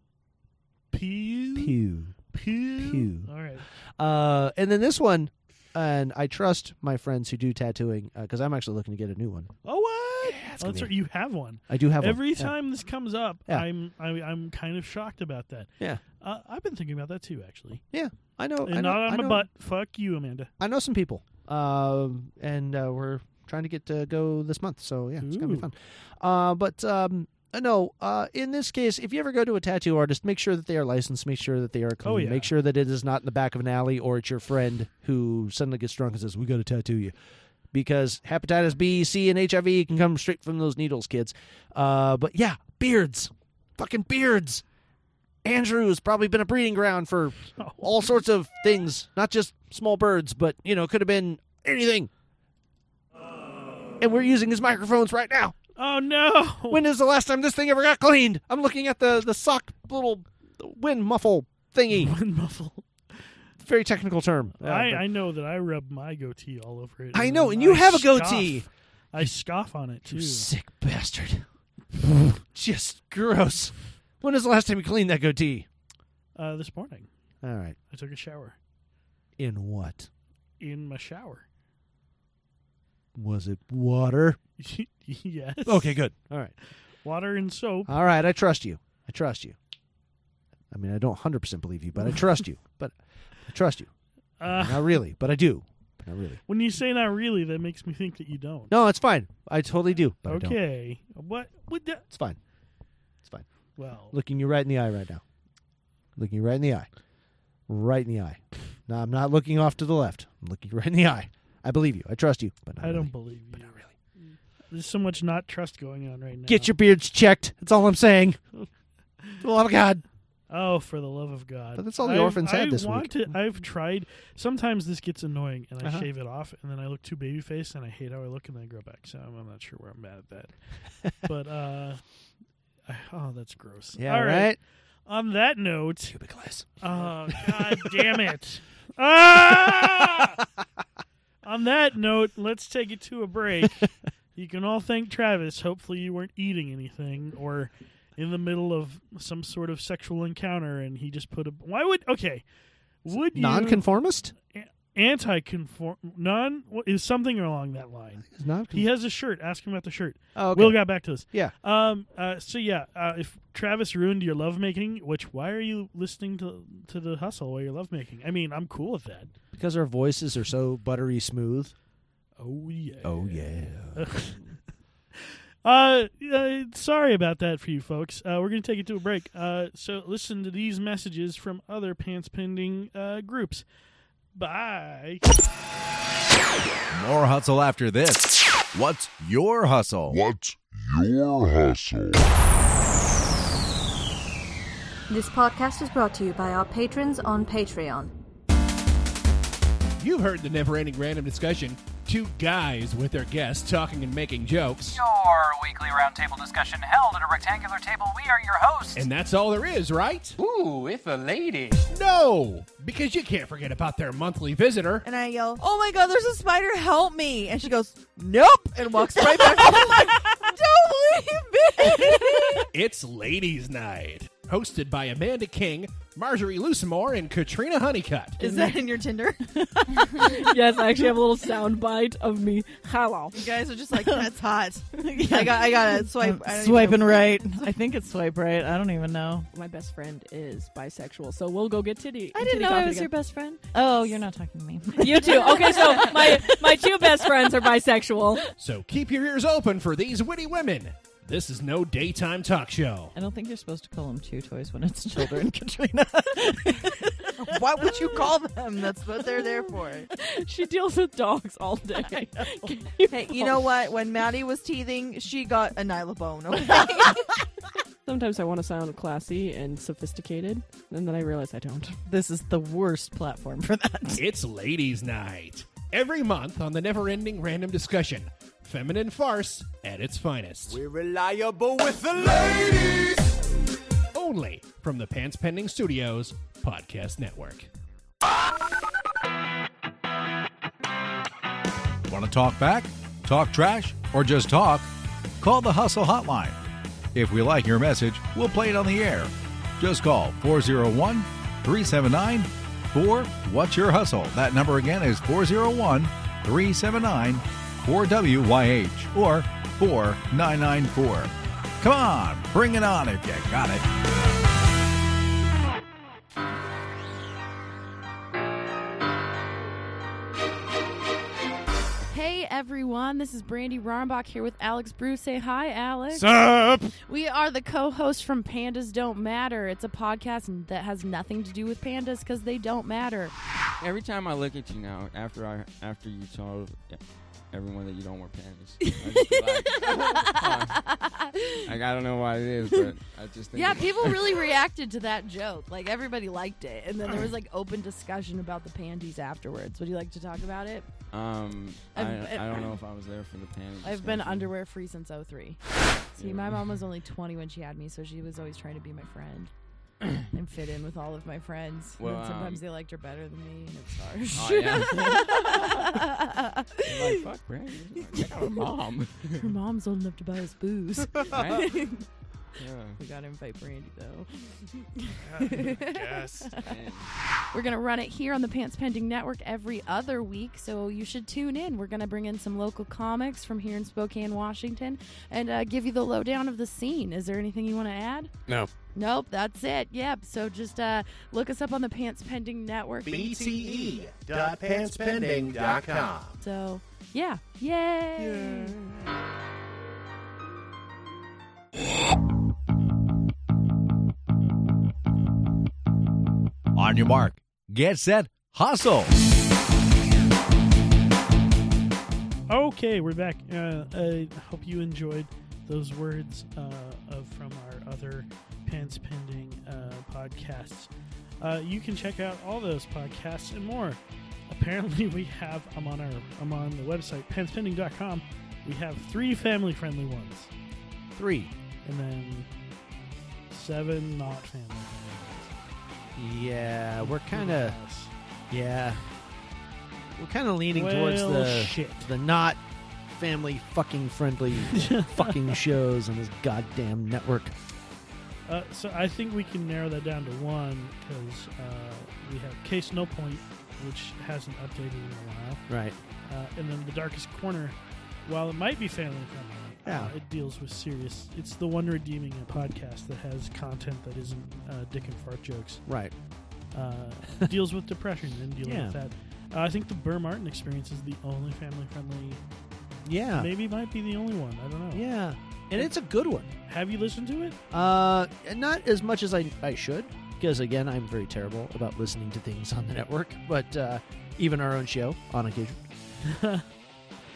Speaker 1: Pew.
Speaker 5: poo.
Speaker 1: Pew.
Speaker 5: Pew.
Speaker 1: All right.
Speaker 5: Uh, and then this one, and I trust my friends who do tattooing because I'm actually looking to get a new one.
Speaker 1: Oh, what? Oh,
Speaker 5: gonna
Speaker 1: that's
Speaker 5: be-
Speaker 1: right. You have one.
Speaker 5: I do have one.
Speaker 1: Every
Speaker 5: Yeah.
Speaker 1: time this comes up,
Speaker 5: Yeah.
Speaker 1: I'm I, I'm kind of shocked about that.
Speaker 5: Yeah,
Speaker 1: Uh, I've been thinking about that too, actually.
Speaker 5: yeah. I know.
Speaker 1: And
Speaker 5: I know,
Speaker 1: not
Speaker 5: I
Speaker 1: on my
Speaker 5: know-
Speaker 1: butt. Fuck you, Amanda.
Speaker 5: I know some people, um, and uh, we're trying to get to go this month. So yeah, it's gonna be
Speaker 1: Ooh.
Speaker 5: fun. Uh, but um, uh, no, uh, in this case, if you ever go to a tattoo artist, make sure that they are licensed, make sure that they are clean,
Speaker 1: Oh, yeah.
Speaker 5: make sure that it is not in the back of an alley or it's your friend who suddenly gets drunk and says, "We got to tattoo you." Because hepatitis B, C, and HIV can come straight from those needles, kids. Uh, but yeah, beards, fucking beards. Andrew has probably been a breeding
Speaker 1: [LAUGHS]
Speaker 5: ground for all sorts of things, not just small birds, but you know, could have been anything. And we're using his microphones right now.
Speaker 1: Oh [LAUGHS] no.
Speaker 5: When is the last time this thing ever got cleaned? I'm looking at the the sock little wind muffle thingy.
Speaker 1: Wind muffle.
Speaker 5: Very technical term. Uh,
Speaker 1: I,
Speaker 5: but-
Speaker 1: I know that I rub my goatee all over it.
Speaker 5: I
Speaker 1: and
Speaker 5: know, and you have a
Speaker 1: scoff.
Speaker 5: goatee.
Speaker 1: I scoff on it too. [LAUGHS]
Speaker 5: you sick bastard. Just gross. When was the last time you cleaned that goatee?
Speaker 1: Uh, this morning,
Speaker 5: All right.
Speaker 1: I took a shower
Speaker 5: In what?
Speaker 1: in my shower. [LAUGHS]
Speaker 5: Was it water?
Speaker 1: yes.
Speaker 5: Okay, good. All right.
Speaker 1: Water and soap.
Speaker 5: All right, I trust you. I trust you. I mean, I don't 100% believe you, but I trust [LAUGHS] you. But I trust you.
Speaker 1: Uh,
Speaker 5: Not really, but I do. But not really.
Speaker 1: when you say not really, that makes me think that you don't.
Speaker 5: No, it's fine. I totally do. But I don't.
Speaker 1: okay. What would that?
Speaker 5: It's fine. It's fine.
Speaker 1: Well,
Speaker 5: Looking you right in the eye right now. Looking you right in the eye. Right in the eye. No, I'm not looking off to the left. I'm looking you right in the eye. I believe you. I trust you. But not
Speaker 1: I
Speaker 5: really.
Speaker 1: don't believe you. Not really. There's so much not trust going on right now.
Speaker 5: Get your beards checked. That's all
Speaker 1: [LAUGHS]
Speaker 5: I'm saying. oh, God.
Speaker 1: Oh, for the love of God!
Speaker 5: But that's all the
Speaker 1: I've-
Speaker 5: orphans had
Speaker 1: I
Speaker 5: this
Speaker 1: want
Speaker 5: week.
Speaker 1: To, I've tried. Sometimes this gets annoying, and I
Speaker 5: Uh-huh.
Speaker 1: shave it off, and then I look too baby faced, and I hate how I look, and then I grow back. So I'm, I'm not sure where I'm at at that.
Speaker 5: [LAUGHS]
Speaker 1: but uh, I, oh, that's gross.
Speaker 5: Yeah,
Speaker 1: all
Speaker 5: right?
Speaker 1: On that note,
Speaker 5: Cubic glass.
Speaker 1: oh God damn it! Ah! On that note, let's take it to a break. You can all thank Travis. Hopefully, you weren't eating anything or in the middle of some sort of sexual encounter, and he just put a. Why would okay? Would you
Speaker 5: Nonconformist?
Speaker 1: anti-conform non what- is something along that line?
Speaker 5: Is non
Speaker 1: He has a shirt. Ask him about the shirt.
Speaker 5: Oh, okay.
Speaker 1: We'll got back to this.
Speaker 5: Yeah.
Speaker 1: Um. Uh. So yeah. Uh. If Travis ruined your lovemaking, which why are you listening to to the hustle while you're lovemaking? I mean, I'm cool with that.
Speaker 5: Because our voices are so buttery smooth.
Speaker 1: Oh yeah.
Speaker 5: Oh yeah.
Speaker 1: Uh, uh, sorry about that for you folks. Uh, we're going to take it to a break. Uh, so listen to these messages from other pants pending uh, groups. Bye.
Speaker 11: More hustle after this. What's your hustle?
Speaker 12: What's your hustle?
Speaker 13: This podcast is brought to you by our patrons on Patreon.
Speaker 14: You've heard the never ending random discussion two guys with their guests talking and making jokes.
Speaker 15: Your weekly roundtable discussion held at a rectangular table. We are your hosts.
Speaker 14: And that's all there is, right?
Speaker 15: Ooh, if a lady.
Speaker 14: No! Because you can't forget about their monthly visitor.
Speaker 2: And I yell, "Oh my god, there's a spider! Help me!" And she goes, "Nope," and walks
Speaker 13: [LAUGHS]
Speaker 2: right back. I'm like, "Don't leave me!"
Speaker 14: It's Ladies' Night. Hosted by Amanda King, Marjorie Lucimore, and Katrina Honeycutt.
Speaker 16: Is that in your Tinder?
Speaker 17: [LAUGHS] yes, I actually have a little sound bite of me. Hello.
Speaker 16: You guys are just like, "That's
Speaker 17: [LAUGHS]
Speaker 16: hot." I got, I got to swipe. I don't even
Speaker 17: Swiping
Speaker 16: know.
Speaker 17: right.
Speaker 2: I think it's swipe right. I don't even know.
Speaker 17: My best friend is bisexual, so we'll go get titty.
Speaker 18: I didn't know I was your best friend.
Speaker 2: Oh, you're not talking to me.
Speaker 17: You too. Okay, so my my two best friends are bisexual.
Speaker 14: So keep your ears open for these witty women. This is no daytime talk show.
Speaker 2: I don't think you're supposed to call them chew toys when it's children, Katrina.
Speaker 16: What would you call them? That's what they're there for.
Speaker 17: She deals with dogs all day.
Speaker 16: Hey, you know what? When Maddie was teething, she got a Nyla bone. Okay.
Speaker 17: [LAUGHS] Sometimes I want to sound classy and sophisticated, and then I realize I don't.
Speaker 2: This is the worst platform for that.
Speaker 14: It's Ladies' Night. Every month on the never ending random discussion. Feminine farce at its finest. We're reliable with the ladies. Only from the Pants Pending Studios Podcast Network.
Speaker 19: Want to talk back, talk trash, or just talk? Call the Hustle Hotline. If we like your message, we'll play it on the air. Just call 401 379 4 What's Your Hustle. That number again is 401 379 4WYH or 4994. Come on, bring it on if you got it.
Speaker 9: Hey everyone, this is Brandy Rarmbach here with Alex Brew. Say hi, Alex.
Speaker 1: Sup?
Speaker 9: We are the co-hosts from Pandas Don't Matter. It's a podcast that has nothing to do with pandas because they don't matter.
Speaker 20: Every time I look at you now, after I after you told everyone that you don't wear panties, I just be like, "Huh."
Speaker 9: [LAUGHS]
Speaker 20: Like, I don't know why it is, but I just think
Speaker 9: Yeah,
Speaker 20: about- [LAUGHS]
Speaker 9: people really reacted to that joke. Like everybody liked it, and then there was like open discussion about the panties afterwards. Would you like to talk about it?
Speaker 20: Um, I,
Speaker 9: I've-
Speaker 20: I don't know if I was there for the panties.
Speaker 9: I've been
Speaker 20: discussion.
Speaker 9: underwear free
Speaker 21: oh
Speaker 20: [COUGHS]
Speaker 9: since 03. See, my mom was only 20 when she had me, so she was always trying to be my friend.
Speaker 21: and fit in with all of my friends.
Speaker 22: Well,
Speaker 21: and sometimes
Speaker 22: um,
Speaker 21: they liked her better than me, and
Speaker 20: [LAUGHS]
Speaker 21: it's harsh.
Speaker 22: Oh, yeah. I'm like, fuck, Brandy. I
Speaker 21: [LAUGHS]
Speaker 22: got a mom.
Speaker 21: Her mom's old enough to buy us
Speaker 20: [LAUGHS]
Speaker 21: booze. [LAUGHS]
Speaker 22: Right?
Speaker 21: We gotta invite Brandy though.
Speaker 23: Yes.
Speaker 21: We're gonna run it here on the Pants Pending Network every other week, so you should tune in. We're gonna bring in some local comics from here in Spokane, Washington, and uh, give you the lowdown of the scene. Is there anything you want to add?
Speaker 23: No.
Speaker 21: Nope, that's it. Yep. So just uh, look us up on the Pants Pending Network.
Speaker 7: BTE.pantspending.com.
Speaker 21: So yeah, yay!
Speaker 19: On your mark, get set, hustle.
Speaker 1: Okay, we're back. Uh, I hope you enjoyed those words uh, of, from our other Pants Pending uh, podcasts. Uh, you can check out all those podcasts and more. Apparently, we have I'm on our I'm on the website pantspending.com. We have three family friendly ones,
Speaker 5: three,
Speaker 1: and then seven not family. friendly
Speaker 5: Yeah, we're kind of. Yeah, we're kind of leaning towards
Speaker 1: Well,
Speaker 5: the
Speaker 1: shit.
Speaker 5: the not family fucking [LAUGHS] friendly fucking shows on this goddamn network.
Speaker 1: Uh, so I think we can narrow that down to one because uh, we have Case No Point, which hasn't updated in a while.
Speaker 5: Right.
Speaker 1: Uh, and then The Darkest Corner, while it might be family friendly,
Speaker 5: Yeah.
Speaker 1: uh, it deals with serious. It's the one redeeming a podcast that has content that isn't uh, dick and fart jokes.
Speaker 5: Right. [LAUGHS]
Speaker 1: Uh, deals with depression and dealing
Speaker 5: Yeah.
Speaker 1: with that. Uh, I think the Burr Martin experience is the only family friendly.
Speaker 5: Yeah.
Speaker 1: Maybe might be the only one. I don't know.
Speaker 5: Yeah. And it's a good one.
Speaker 1: Have you listened to it?
Speaker 5: Uh, not as much as I, I should, because again, I'm very terrible about listening to things on the network, but uh, even our own show on [LAUGHS] occasion.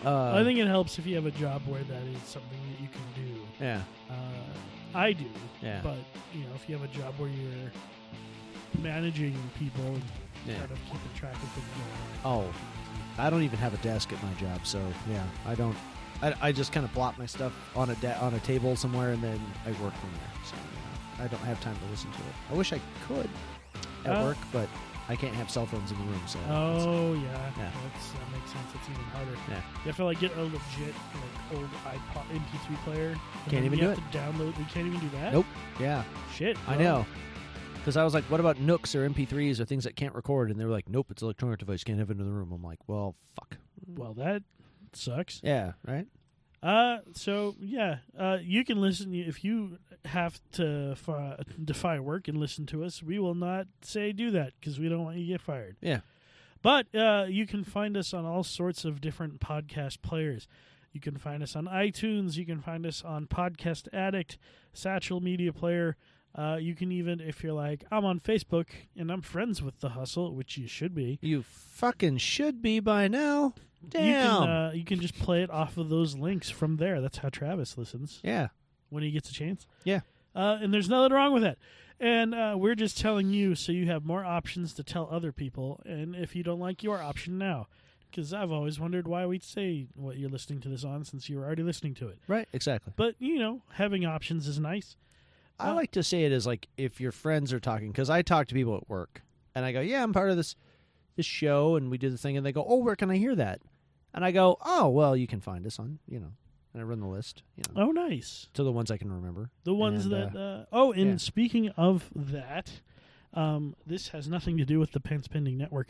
Speaker 5: uh,
Speaker 1: I think it helps if you have a job where that is something that you can do.
Speaker 5: Yeah.
Speaker 1: Uh, I do.
Speaker 5: Yeah.
Speaker 1: But you know, if you have a job where you're managing people and
Speaker 5: Yeah.
Speaker 1: kind of keeping track of things going
Speaker 5: Oh, I don't even have a desk at my job, so yeah, I don't. I, I just kind of plop my stuff on a de- on a table somewhere, and then I work from there. So yeah, I don't have time to listen to it. I wish I could at
Speaker 1: Uh,
Speaker 5: work, but I can't have cell phones in the room. So
Speaker 1: on.
Speaker 5: it's-
Speaker 1: Oh yeah,
Speaker 5: Yeah.
Speaker 1: That's, that makes sense. It's even harder.
Speaker 5: Yeah.
Speaker 1: You have to like get a legit like old iPod MP3 player. and
Speaker 5: Can't
Speaker 1: then
Speaker 5: even
Speaker 1: you
Speaker 5: do
Speaker 1: have To download. You can't even do that.
Speaker 5: Nope. Yeah.
Speaker 1: Shit.
Speaker 5: I
Speaker 1: bro.
Speaker 5: know. Because I was like, what about Nooks or MP3s or things that can't record? And they were like, nope, it's an electronic device. Can't have it in the room. I'm like, well, fuck.
Speaker 1: Well, that sucks.
Speaker 5: Yeah, right?
Speaker 1: Uh, so yeah, uh, you can listen if you have to fi- defy work and listen to us. We will not say do that because we don't want you to get fired.
Speaker 5: Yeah.
Speaker 1: But uh, you can find us on all sorts of different podcast players. You can find us on iTunes. You can find us on Podcast Addict, Satchel Media Player. Uh, you can even, if you're like, I'm on Facebook and I'm friends with The Hustle, which you should be.
Speaker 5: You fucking should be by now. Damn.
Speaker 1: You can, uh, you can just play it off of those links from there. That's how Travis listens.
Speaker 5: Yeah.
Speaker 1: When he gets a chance.
Speaker 5: Yeah.
Speaker 1: Uh, and there's nothing wrong with that. And uh, we're just telling you so you have more options to tell other people. And if you don't like your option now, because I've always wondered why we'd say what you're listening to this on since you were already listening to it.
Speaker 5: Right, exactly.
Speaker 1: But, you know, having options is nice.
Speaker 5: I
Speaker 1: Uh,
Speaker 5: like to say it as like if your friends are talking, because I talk to people at work and I go, yeah, I'm part of this this show, and we do the thing, and they go, oh, where can I hear that? And I go, oh, well, you can find us on, you know, and I run the list. You know,
Speaker 1: Oh, nice.
Speaker 5: to the ones I can remember.
Speaker 1: The ones
Speaker 5: And,
Speaker 1: that.
Speaker 5: uh,
Speaker 1: Uh, oh, and
Speaker 5: yeah.
Speaker 1: speaking of that, um, this has nothing to do with the Pence Pending Network,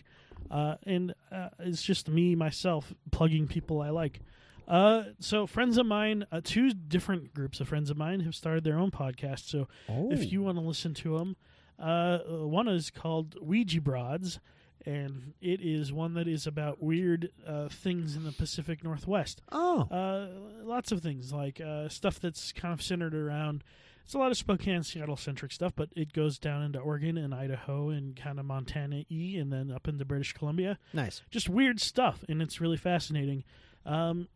Speaker 1: uh, and uh, it's just me myself plugging people I like. Uh, so friends of mine, uh, two different groups of friends of mine have started their own podcast. So
Speaker 5: Oh.
Speaker 1: if you want to listen to them, uh, one is called Ouija Broads, and it is one that is about weird uh, things in the Pacific Northwest.
Speaker 5: Oh,
Speaker 1: uh, lots of things like uh, stuff that's kind of centered around. It's a lot of Spokane, Seattle centric stuff, but it goes down into Oregon and Idaho and kind of Montana E, and then up into British Columbia.
Speaker 5: Nice.
Speaker 1: just weird stuff, and it's really fascinating. Um,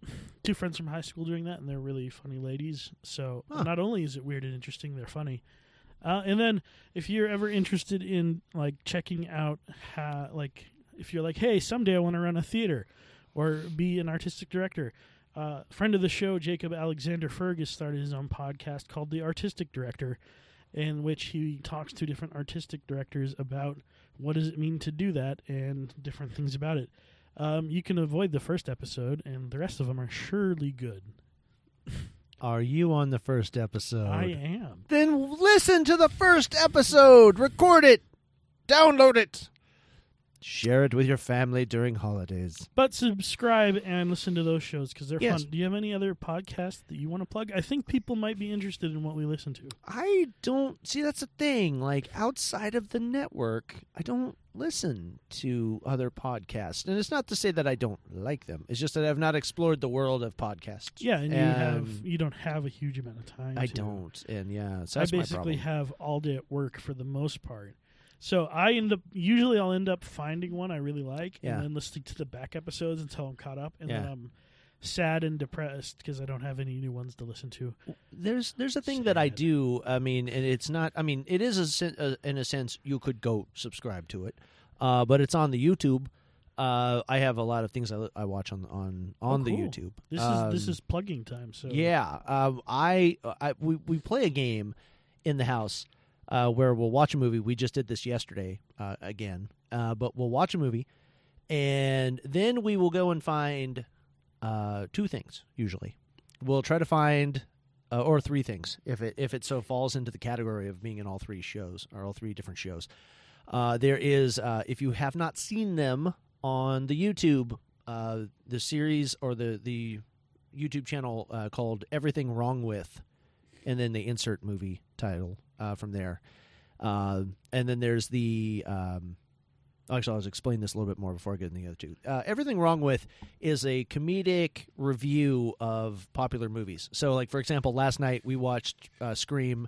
Speaker 1: two friends from high school doing that, and they're really funny ladies. So not only is it weird and interesting, they're funny. Uh, and then if you're ever interested in like checking out how, like if you're like, hey, someday I want to run a theater or be an artistic director. Uh, friend of the show, Jacob Alexander Ferg, has started his own podcast called The Artistic Director, in which he talks to different artistic directors about what does it mean to do that and different things about it. Um, you can avoid the first episode, and the rest of them are surely good.
Speaker 5: Are you on the first episode?
Speaker 1: I am.
Speaker 5: Then listen to the first episode. Record it. Download it. Share it with your family during holidays.
Speaker 1: But subscribe and listen to those shows because they're
Speaker 5: Yes.
Speaker 1: fun. Do you have any other podcasts that you want to plug? I think people might be interested in what we listen to.
Speaker 5: I don't see that's a thing. Like outside of the network, I don't listen to other podcasts. And it's not to say that I don't like them. It's just that I've not explored the world of podcasts.
Speaker 1: Yeah, and, you have
Speaker 5: And
Speaker 1: you don't have a huge amount of time.
Speaker 5: I
Speaker 1: to-
Speaker 5: don't. And yeah, so
Speaker 1: I
Speaker 5: that's my
Speaker 1: basically
Speaker 5: problem.
Speaker 1: have all day at work for the most part. So I end up usually I'll end up finding one I really like
Speaker 5: Yeah.
Speaker 1: and then listening to the back episodes until I'm caught up and then
Speaker 5: Yeah.
Speaker 1: I'm sad and depressed because I don't have any new ones to listen to.
Speaker 5: there's there's a thing that I do. I mean, and it's not. I mean, it is a, sen- uh in a sense you could go subscribe to it, uh, but it's on the YouTube. Uh, I have a lot of things I, I watch on on on
Speaker 1: Oh,
Speaker 5: the
Speaker 1: cool.
Speaker 5: YouTube.
Speaker 1: This
Speaker 5: Um,
Speaker 1: is this is plugging time. So
Speaker 5: yeah, um, I, I we we play a game in the house uh, where we'll watch a movie. We just did this yesterday uh, again, uh, but we'll watch a movie, and then we will go and find uh, two things. Usually, we'll try to find uh, or three things if it if it so falls into the category of being in all three shows or all three different shows. Uh, there is uh, if you have not seen them on the YouTube. Uh, the series or the, the YouTube channel uh, called Everything Wrong With, and then they insert movie title uh, from there. Uh, and then there's the. Um, actually, I'll explain this a little bit more before I get into the other two. Uh, Everything Wrong With is a comedic review of popular movies. So, like, for example, last night we watched uh, Scream.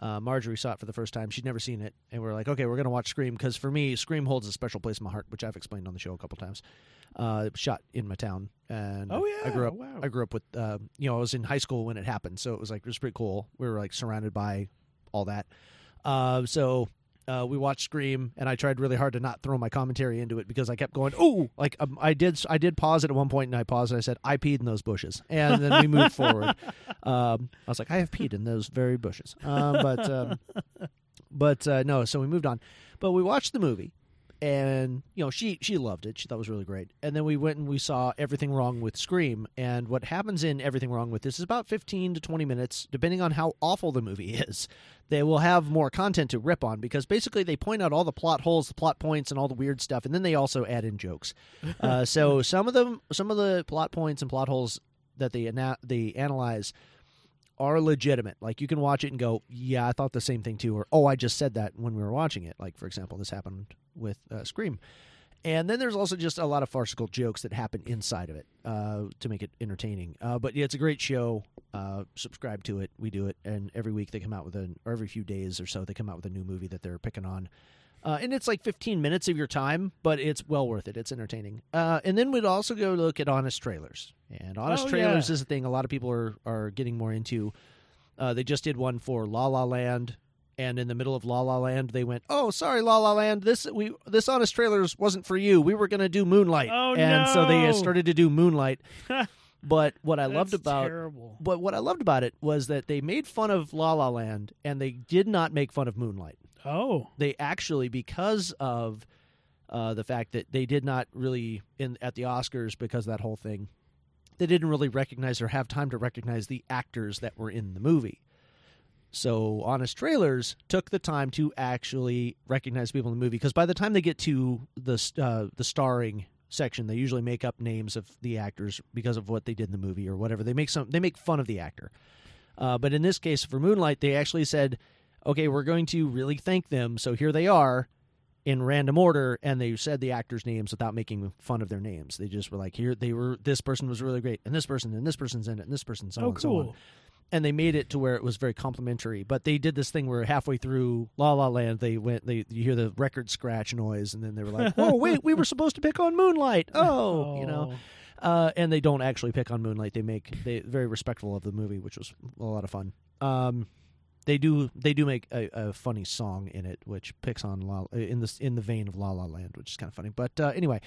Speaker 5: Uh, Marjorie saw it for the first time. She'd never seen it. And we are like, okay, we're going to watch Scream because for me, Scream holds a special place in my heart, which I've explained on the show a couple times. Uh, it was shot in my town. And
Speaker 1: Oh,
Speaker 5: I grew
Speaker 1: yeah,
Speaker 5: up
Speaker 1: wow.
Speaker 5: I grew up with, uh, you know, I was in high school when it happened, so it was like it was pretty cool. We were like surrounded by all that. Uh, so uh, we watched Scream, and I tried really hard to not throw my commentary into it because I kept going, "Ooh!" Like um, I did, I did pause it at one point, and I paused and I said, "I peed in those bushes," and then we moved forward. Um, I was like, "I have peed in those very bushes," uh, but. Um, but uh, no so we moved on but we watched the movie and you know she she loved it she thought it was really great and then we went and we saw everything wrong with scream and what happens in everything wrong with this is about 15 to 20 minutes depending on how awful the movie [LAUGHS] is they will have more content to rip on because basically they point out all the plot holes the plot points and all the weird stuff and then they also add in jokes uh, so some of them some of the plot points and plot holes that they ana- they analyze are legitimate. Like you can watch it and go, "Yeah, I thought the same thing too," or "Oh, I just said that when we were watching it." Like for example, this happened with uh, Scream. And then there's also just a lot of farcical jokes that happen inside of it uh, to make it entertaining. Uh, but yeah, it's a great show. Uh, subscribe to it. We do it, and every week they come out with an, or every few days or so they come out with a new movie that they're picking on. Uh, and it's like 15 minutes of your time, but it's well worth it. It's entertaining. Uh, and then we'd also go look at honest trailers. And honest
Speaker 1: Oh,
Speaker 5: trailers
Speaker 1: yeah.
Speaker 5: is a thing a lot of people are, are getting more into. Uh, they just did one for La La Land, and in the middle of La La Land, they went, "Oh, sorry, La La Land. This we this honest trailers wasn't for you. We were gonna do Moonlight,
Speaker 1: Oh,
Speaker 5: and so they
Speaker 1: no.
Speaker 5: uh, started to
Speaker 1: [LAUGHS]
Speaker 5: do Moonlight." but what I loved
Speaker 1: That's
Speaker 5: about
Speaker 1: terrible.
Speaker 5: but what I loved about it was that they made fun of La La Land, and they did not make fun of Moonlight.
Speaker 1: Oh,
Speaker 5: They actually, because of uh, the fact that they did not really in at the Oscars because of that whole thing, they didn't really recognize or have time to recognize the actors that were in the movie. So Honest Trailers took the time to actually recognize people in the movie because by the time they get to the st- uh, the starring section, they usually make up names of the actors because of what they did in the movie or whatever. They make some they make fun of the actor. Uh, but in this case for Moonlight, they actually said, "Okay, we're going to really thank them." So here they are in random order and they said the actors names without making fun of their names they just were like here they were this person was really great and this person and this person's in it and this person so
Speaker 1: Oh,
Speaker 5: on and so on
Speaker 1: cool.
Speaker 5: and they made it to where it was very complimentary. But they did this thing where halfway through La La Land, they went they you hear the record scratch noise, and then they were like, "Oh wait, we were supposed to pick on Moonlight." Oh, you know. Uh, and they don't actually pick on Moonlight. They make they very respectful of the movie, which was a lot of fun. Um, They do. They do make a, a funny song in it, which picks on La, in this in the vein of La La Land, which is kind of funny. But uh, anyway,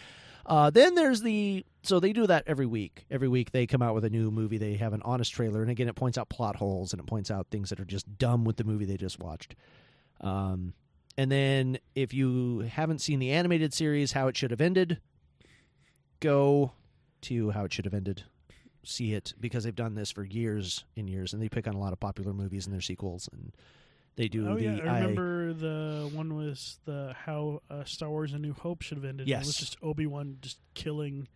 Speaker 5: uh, then there's the so they do that every week. Every week they come out with a new movie. They have an honest trailer, and again it points out plot holes and it points out things that are just dumb with the movie they just watched. Um, and then if you haven't seen the animated series, how it should have ended, go to how it should have ended see it because they've done this for years and years, and they pick on a lot of popular movies and their sequels, and they do
Speaker 1: oh
Speaker 5: the.
Speaker 1: yeah, I remember the one was the how uh, Star Wars: A New Hope should have ended. and It
Speaker 5: Yes.
Speaker 1: was just Obi Wan just killing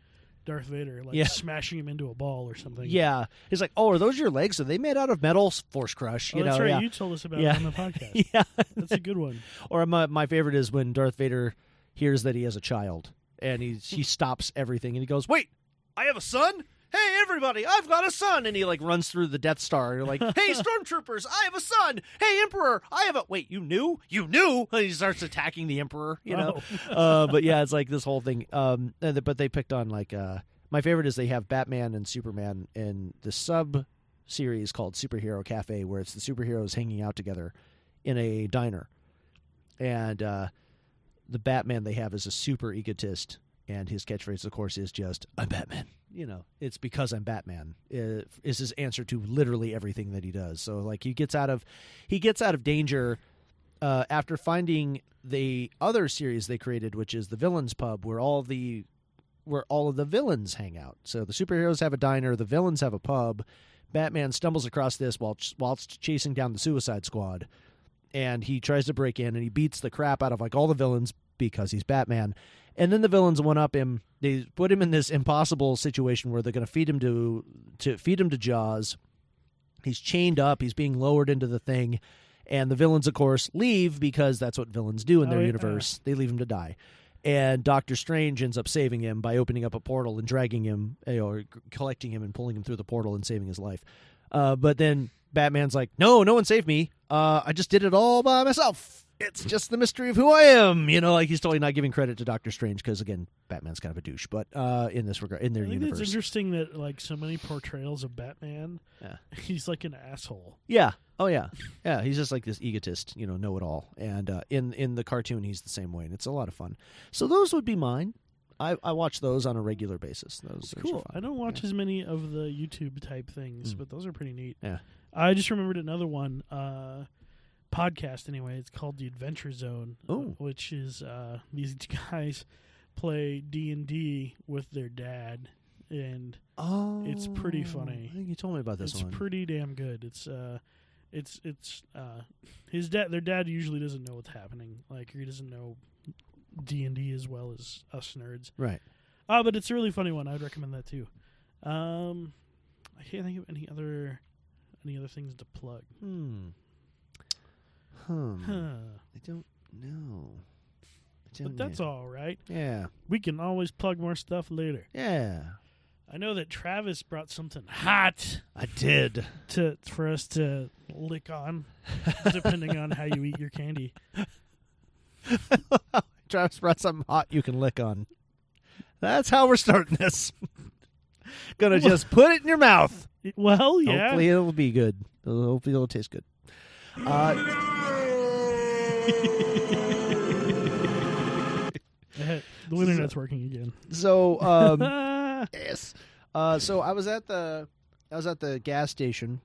Speaker 1: Darth Vader, like
Speaker 5: Yeah.
Speaker 1: smashing him into a ball or something.
Speaker 5: Yeah, he's like, "Oh, are those your legs? Are they made out of metal?" Force crush.
Speaker 1: Oh,
Speaker 5: you know,
Speaker 1: that's right.
Speaker 5: yeah.
Speaker 1: You told us about
Speaker 5: Yeah.
Speaker 1: it on the podcast.
Speaker 5: [LAUGHS] yeah,
Speaker 1: that's a good one.
Speaker 5: Or my my favorite is when Darth Vader hears that he has a child, and he he stops everything and he goes, "Wait, I have a son." Hey everybody, I've got a son, and he like runs through the Death Star. And you're like, hey stormtroopers, I have a son. Hey emperor, I have a wait. You knew, you knew. [LAUGHS] And he starts attacking the emperor. You know, uh, but yeah, it's like this whole thing. Um, and the- but they picked on like uh, my favorite is they have Batman and Superman in the sub series called Superhero Cafe, where it's the superheroes hanging out together in a diner, and uh, the Batman they have is a super egotist, and his catchphrase, of course, is just "I'm Batman." You know, it's because I'm Batman uh, is his answer to literally everything that he does. So like he gets out of he gets out of danger uh, after finding the other series they created, which is the Villains Pub, where all the where all of the villains hang out. So the superheroes have a diner, the villains have a pub. Batman stumbles across this while whilst chasing down the Suicide Squad, and he tries to break in and he beats the crap out of like all the villains because he's Batman. And then the villains one up him. They put him in this impossible situation where they're going to feed him to to feed him to Jaws. He's chained up. He's being lowered into the thing, and the villains, of course, leave because that's what villains do in
Speaker 1: Oh,
Speaker 5: their
Speaker 1: yeah.
Speaker 5: universe. They leave him to die, and Doctor Strange ends up saving him by opening up a portal and dragging him, eh, or c- collecting him and pulling him through the portal and saving his life. Uh, but then Batman's like, "No, no one saved me. Uh, I just did it all by myself. It's just the mystery of who I am." You know, like he's totally not giving credit to Doctor Strange because again, Batman's kind of a douche. But uh, in this regard, in their
Speaker 1: I think
Speaker 5: universe,
Speaker 1: it's interesting that like so many portrayals of Batman, [LAUGHS] he's like an asshole.
Speaker 5: Yeah. Oh yeah. Yeah. He's just like this egotist, you know, know it all. And uh, in in the cartoon, he's the same way, and it's a lot of fun. So those would be mine. I, I watch those on a regular basis. Those, those are
Speaker 1: Cool.
Speaker 5: fun. Hmm.
Speaker 1: I don't watch as many of the YouTube type things, but those are pretty neat.
Speaker 5: Yeah.
Speaker 1: I just remembered another one uh, podcast. Anyway, it's called The Adventure Zone, uh,
Speaker 5: Oh.
Speaker 1: which is uh, these [LAUGHS] guys play D and D with their dad, and it's pretty funny.
Speaker 5: I think you told me about this
Speaker 1: it's
Speaker 5: one.
Speaker 1: pretty damn good. It's uh, it's it's uh, his dad. Their dad usually doesn't know what's happening. Like he doesn't know D and D as well as us nerds.
Speaker 5: Right.
Speaker 1: Uh, but it's a really funny one. I'd recommend that too. Um, I can't think of any other any other things to plug.
Speaker 5: Hmm. Hmm.
Speaker 1: Huh.
Speaker 5: I don't know. I
Speaker 1: But
Speaker 5: don't
Speaker 1: that's
Speaker 5: know.
Speaker 1: all right.
Speaker 5: Yeah.
Speaker 1: We can always plug more stuff later.
Speaker 5: Yeah.
Speaker 1: I know that Travis brought something hot.
Speaker 5: I did. [LAUGHS]
Speaker 1: to for us to lick on, depending on how you eat your candy.
Speaker 5: Travis brought something hot you can lick on. That's how we're starting this. [LAUGHS] Gonna just put it in your mouth.
Speaker 1: Well, yeah.
Speaker 5: Hopefully it'll be good. It'll- Hopefully it'll taste good. Uh,
Speaker 1: Eh, the internet's working again.
Speaker 5: so
Speaker 1: [LAUGHS]
Speaker 5: um, yes. Uh, so I was at the I was at the gas station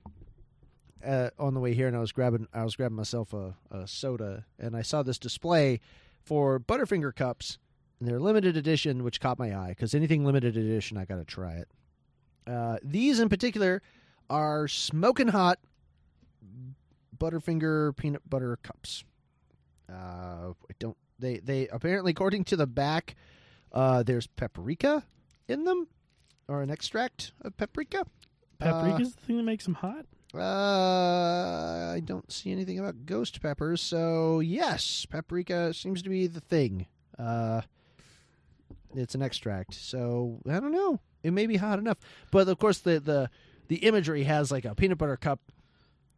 Speaker 5: uh, on the way here, and I was grabbing I was grabbing myself a, a soda, and I saw this display for Butterfinger cups, and they're limited edition, which caught my eye because anything limited edition, I got to try it. Uh, these in particular are smoking hot Butterfinger peanut butter cups. Uh, I don't. They they apparently, according to the back, uh, there's paprika in them, or an extract of paprika.
Speaker 1: Paprika's the thing that makes them hot.
Speaker 5: Uh, uh, I don't see anything about ghost peppers, so yes, paprika seems to be the thing. Uh, it's an extract, so I don't know. It may be hot enough, but of course the the the imagery has like a peanut butter cup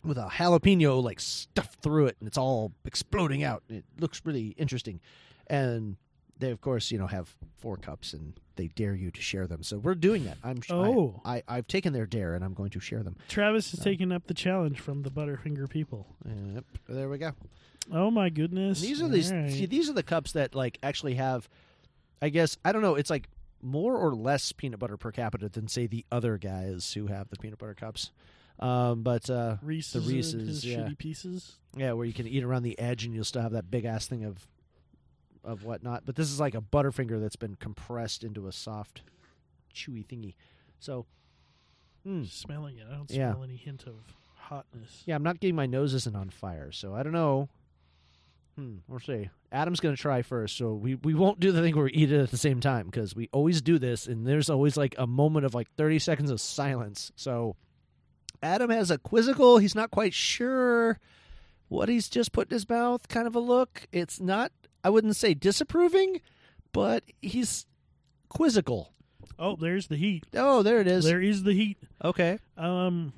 Speaker 5: with a jalapeno like stuffed through it, and it's all exploding out. It looks really interesting, and they of course you know have four cups and they dare you to share them. So we're doing that. I'm sh- I-
Speaker 1: Oh.
Speaker 5: I, I have taken their dare and I'm going to share them.
Speaker 1: Travis is
Speaker 5: So,
Speaker 1: taking up the challenge from the Butterfinger people.
Speaker 5: Yep. There we go.
Speaker 1: Oh my goodness!
Speaker 5: These are these
Speaker 1: All right.
Speaker 5: see, these are the cups that like actually have I guess I don't know, it's like more or less peanut butter per capita than say the other guys who have the peanut butter cups. Um, but uh
Speaker 1: Reese's and
Speaker 5: the Reese's
Speaker 1: his
Speaker 5: yeah.
Speaker 1: shitty pieces.
Speaker 5: Yeah, where you can eat around the edge and you'll still have that big ass thing of of whatnot. But this is like a butterfinger that's been compressed into a soft, chewy thingy. So mm.
Speaker 1: Smelling it, I don't
Speaker 5: Yeah.
Speaker 1: smell any hint of hotness.
Speaker 5: yeah, I'm not getting my nose isn't on fire, so I don't know. Hmm, we'll see. Adam's gonna try first, so we, we won't do the thing where we eat it at the same time because we always do this, and there's always like a moment of like 30 seconds of silence. So Adam has a quizzical. He's not quite sure what he's just put in his mouth. Kind of a look. It's not. I wouldn't say disapproving, but he's quizzical.
Speaker 1: Oh, there's the heat.
Speaker 5: Oh, there it is.
Speaker 1: There is the heat.
Speaker 5: Okay.
Speaker 1: Um,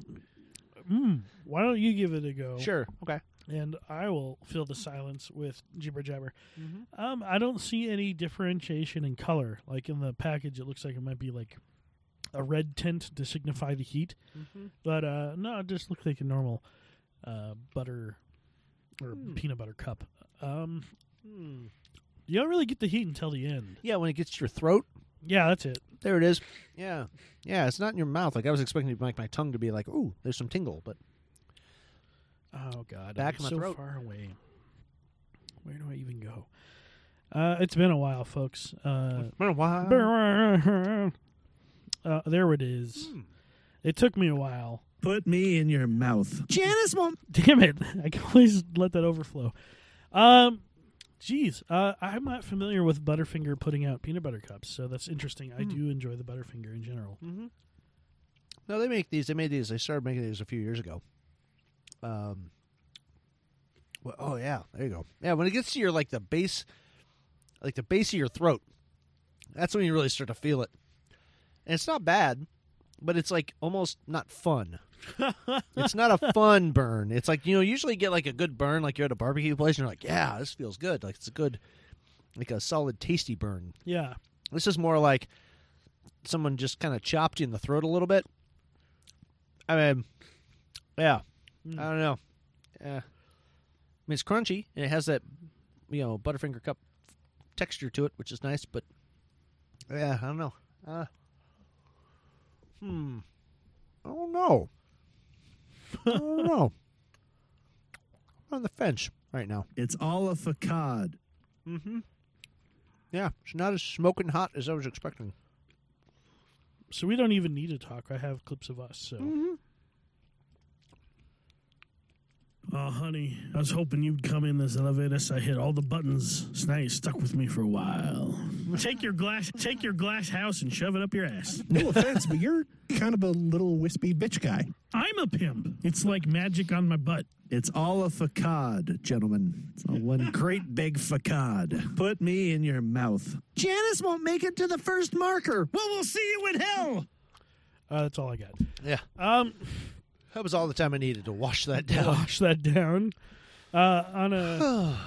Speaker 1: mm, why don't you give it a go?
Speaker 5: Sure. Okay.
Speaker 1: And I will fill the silence with jibber jabber.
Speaker 5: Mm-hmm.
Speaker 1: Um, I don't see any differentiation in color. Like in the package, it looks like it might be like a red tint to signify the heat,
Speaker 5: Mm-hmm.
Speaker 23: Mhm.
Speaker 1: but uh, no, it just looks like a normal uh, butter or
Speaker 5: Hmm.
Speaker 1: peanut butter cup. Um, You don't really get the heat until the end.
Speaker 5: Yeah, when it gets to your throat.
Speaker 1: Yeah, that's it.
Speaker 5: There it is. Yeah. Yeah, it's not in your mouth. Like I was expecting to- like my tongue to be like, ooh, there's some tingle, but
Speaker 1: Oh God,
Speaker 5: Back
Speaker 1: I'm
Speaker 5: of my
Speaker 1: so
Speaker 5: throat.
Speaker 1: far away. Where do I even go? Uh, it's been a while, folks. Uh,
Speaker 5: been a
Speaker 1: while. Uh, there it is. It took me a while.
Speaker 24: Put me in your mouth.
Speaker 1: Janice won't. Damn it! [LAUGHS] I can always let that overflow. Um, geez, uh, I'm not familiar with Butterfinger putting out peanut butter cups, so that's interesting. I do enjoy the Butterfinger in general.
Speaker 5: Mm-hmm. no, they make these. They made these. They started making these a few years ago. Um well, oh yeah, there you go. Yeah, when it gets to your like the base like the base of your throat, that's when you really start to feel it. And it's not bad, but it's like almost not fun. it's not a fun burn. It's like you know, usually you get like a good burn, like you're at a barbecue place, and you're like, yeah, this feels good. Like it's a good, like a solid, tasty burn.
Speaker 1: Yeah.
Speaker 5: This is more like someone just kind of chopped you in the throat a little bit. I mean, yeah, I don't know. Uh, I mean, it's crunchy and it has that you know butterfinger cup texture to it, which is nice. But yeah, I don't know. Uh, hmm, I don't know. I don't know. [LAUGHS] I'm on the fence right now.
Speaker 24: It's all a facade.
Speaker 5: Mm-hmm. Yeah, it's not as smoking hot as I was expecting.
Speaker 1: So we don't even need to talk. I have clips of us. So.
Speaker 23: Oh, honey, I was hoping you'd come in this elevator so I hit all the buttons. So now you're stuck with me for a while. take your glass, take your glass house and shove it up your ass.
Speaker 7: No offense, but you're kind of a little wispy bitch guy.
Speaker 23: I'm a pimp. It's like magic on my butt.
Speaker 24: It's all a facade, gentlemen. It's all one great big facade. Put me in your mouth. Janice won't make it to the first marker. Well, we'll see you in hell.
Speaker 1: Uh, that's all I got.
Speaker 5: Yeah.
Speaker 1: Um,
Speaker 5: that was all the time I needed to wash that down.
Speaker 1: Wash that down. Uh, on
Speaker 5: [SIGHS]
Speaker 1: a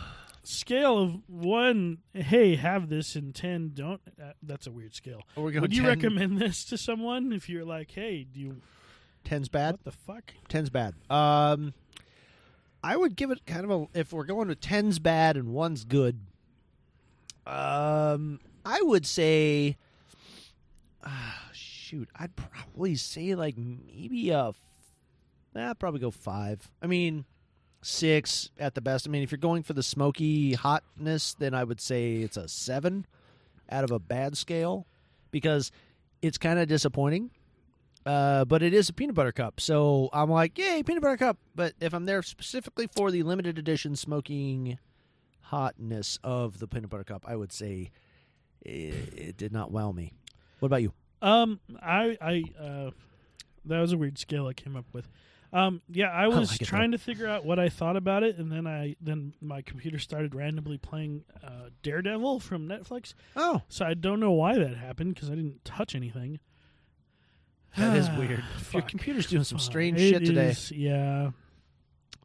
Speaker 1: scale of one, hey, have this, and ten, don't. Uh, that's a weird scale.
Speaker 5: Are we going
Speaker 1: Would you
Speaker 5: 10?
Speaker 1: recommend this to someone if you're like, hey, do you?
Speaker 5: Ten's bad.
Speaker 1: What the fuck?
Speaker 5: Ten's bad. Um, I would give it kind of a. If we're going with ten's bad and one's good, um, I would say. ah, shoot, I'd probably say like maybe a. I'd probably go five. I mean, six at the best. I mean, if you're going for the smoky hotness, then I would say it's a seven out of a bad scale because it's kind of disappointing. Uh, but it is a peanut butter cup, so I'm like, yay, peanut butter cup. But if I'm there specifically for the limited edition smoking hotness of the peanut butter cup, I would say it, it did not wow me. What about you?
Speaker 1: Um, I, I, uh, that was a weird scale I came up with. Um, yeah, I was
Speaker 5: like it, though.
Speaker 1: trying to figure out what I thought about it, and then I, then my computer started randomly playing uh, Daredevil from Netflix.
Speaker 5: Oh,
Speaker 1: so I don't know why that happened because I didn't touch anything.
Speaker 5: That is weird. Your
Speaker 1: Fuck.
Speaker 5: computer's doing some
Speaker 1: Fuck.
Speaker 5: strange
Speaker 1: It
Speaker 5: shit today.
Speaker 1: is, yeah. Oh,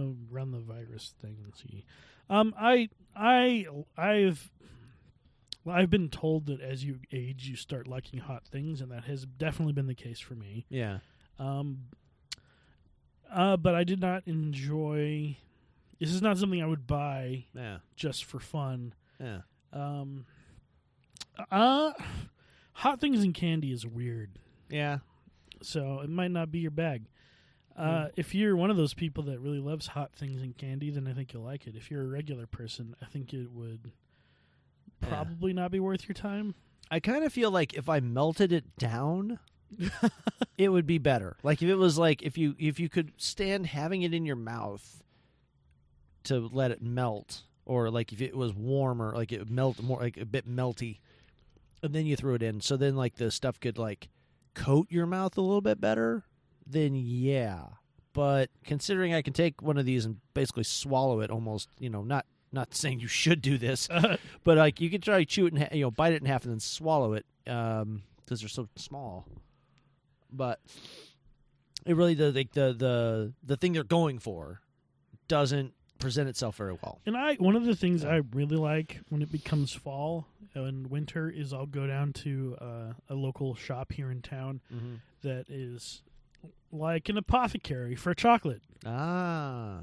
Speaker 1: I'll run the virus thing and see. Um, I I I've Well, I've been told that as you age, you start liking hot things, and that has definitely been the case for me.
Speaker 5: Yeah.
Speaker 1: Um. Uh, but I did not enjoy. This is not something I would buy.
Speaker 5: Yeah.
Speaker 1: Just for fun.
Speaker 5: Yeah.
Speaker 1: Um. Uh, hot things and candy is weird.
Speaker 5: Yeah.
Speaker 1: So it might not be your bag. Uh, If you're one of those people that really loves hot things and candy, then I think you'll like it. If you're a regular person, I think it would probably not be worth your time.
Speaker 5: I kind of feel like if I melted it down, it would be better. Like if it was like if you if you could stand having it in your mouth to let it melt, or like if it was warmer, like it would melt more, like a bit melty, and then you threw it in. So then like the stuff could like coat your mouth a little bit better. Then yeah, but considering I can take one of these and basically swallow it almost, you know, not not [LAUGHS] saying you should
Speaker 1: [LAUGHS]
Speaker 5: do this, but like you could try to chew it and ha- you know bite it in half and then swallow it because they're so small. But it really the like the the the thing they're going for doesn't present itself very well.
Speaker 1: And I one of the things I really like when it becomes fall and winter is I'll go down to uh, a local shop here in town
Speaker 5: Mhm.
Speaker 1: that is like an apothecary for chocolate.
Speaker 5: Ah,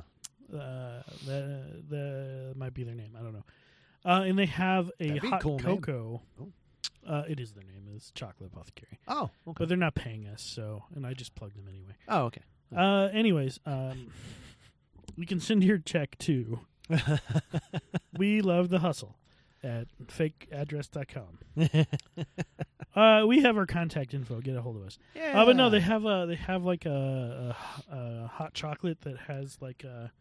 Speaker 1: uh, the the might be their name. I don't know. Uh, and they have a
Speaker 5: That'd be a
Speaker 1: hot
Speaker 5: cool name.
Speaker 1: cocoa. Uh, it is their name is Chocolate Apothecary.
Speaker 5: Oh,
Speaker 1: but they're not paying us, so and I just plugged them anyway.
Speaker 5: Oh, okay.
Speaker 1: Uh, anyways, um, we can send your check
Speaker 5: [LAUGHS]
Speaker 1: to we love the hustle at
Speaker 5: [LAUGHS]
Speaker 1: fakeaddress.com. uh, we have our contact info. Get a hold of us. Uh, but no,
Speaker 5: Yeah.
Speaker 1: they have a they have like a, a, a hot chocolate that has like a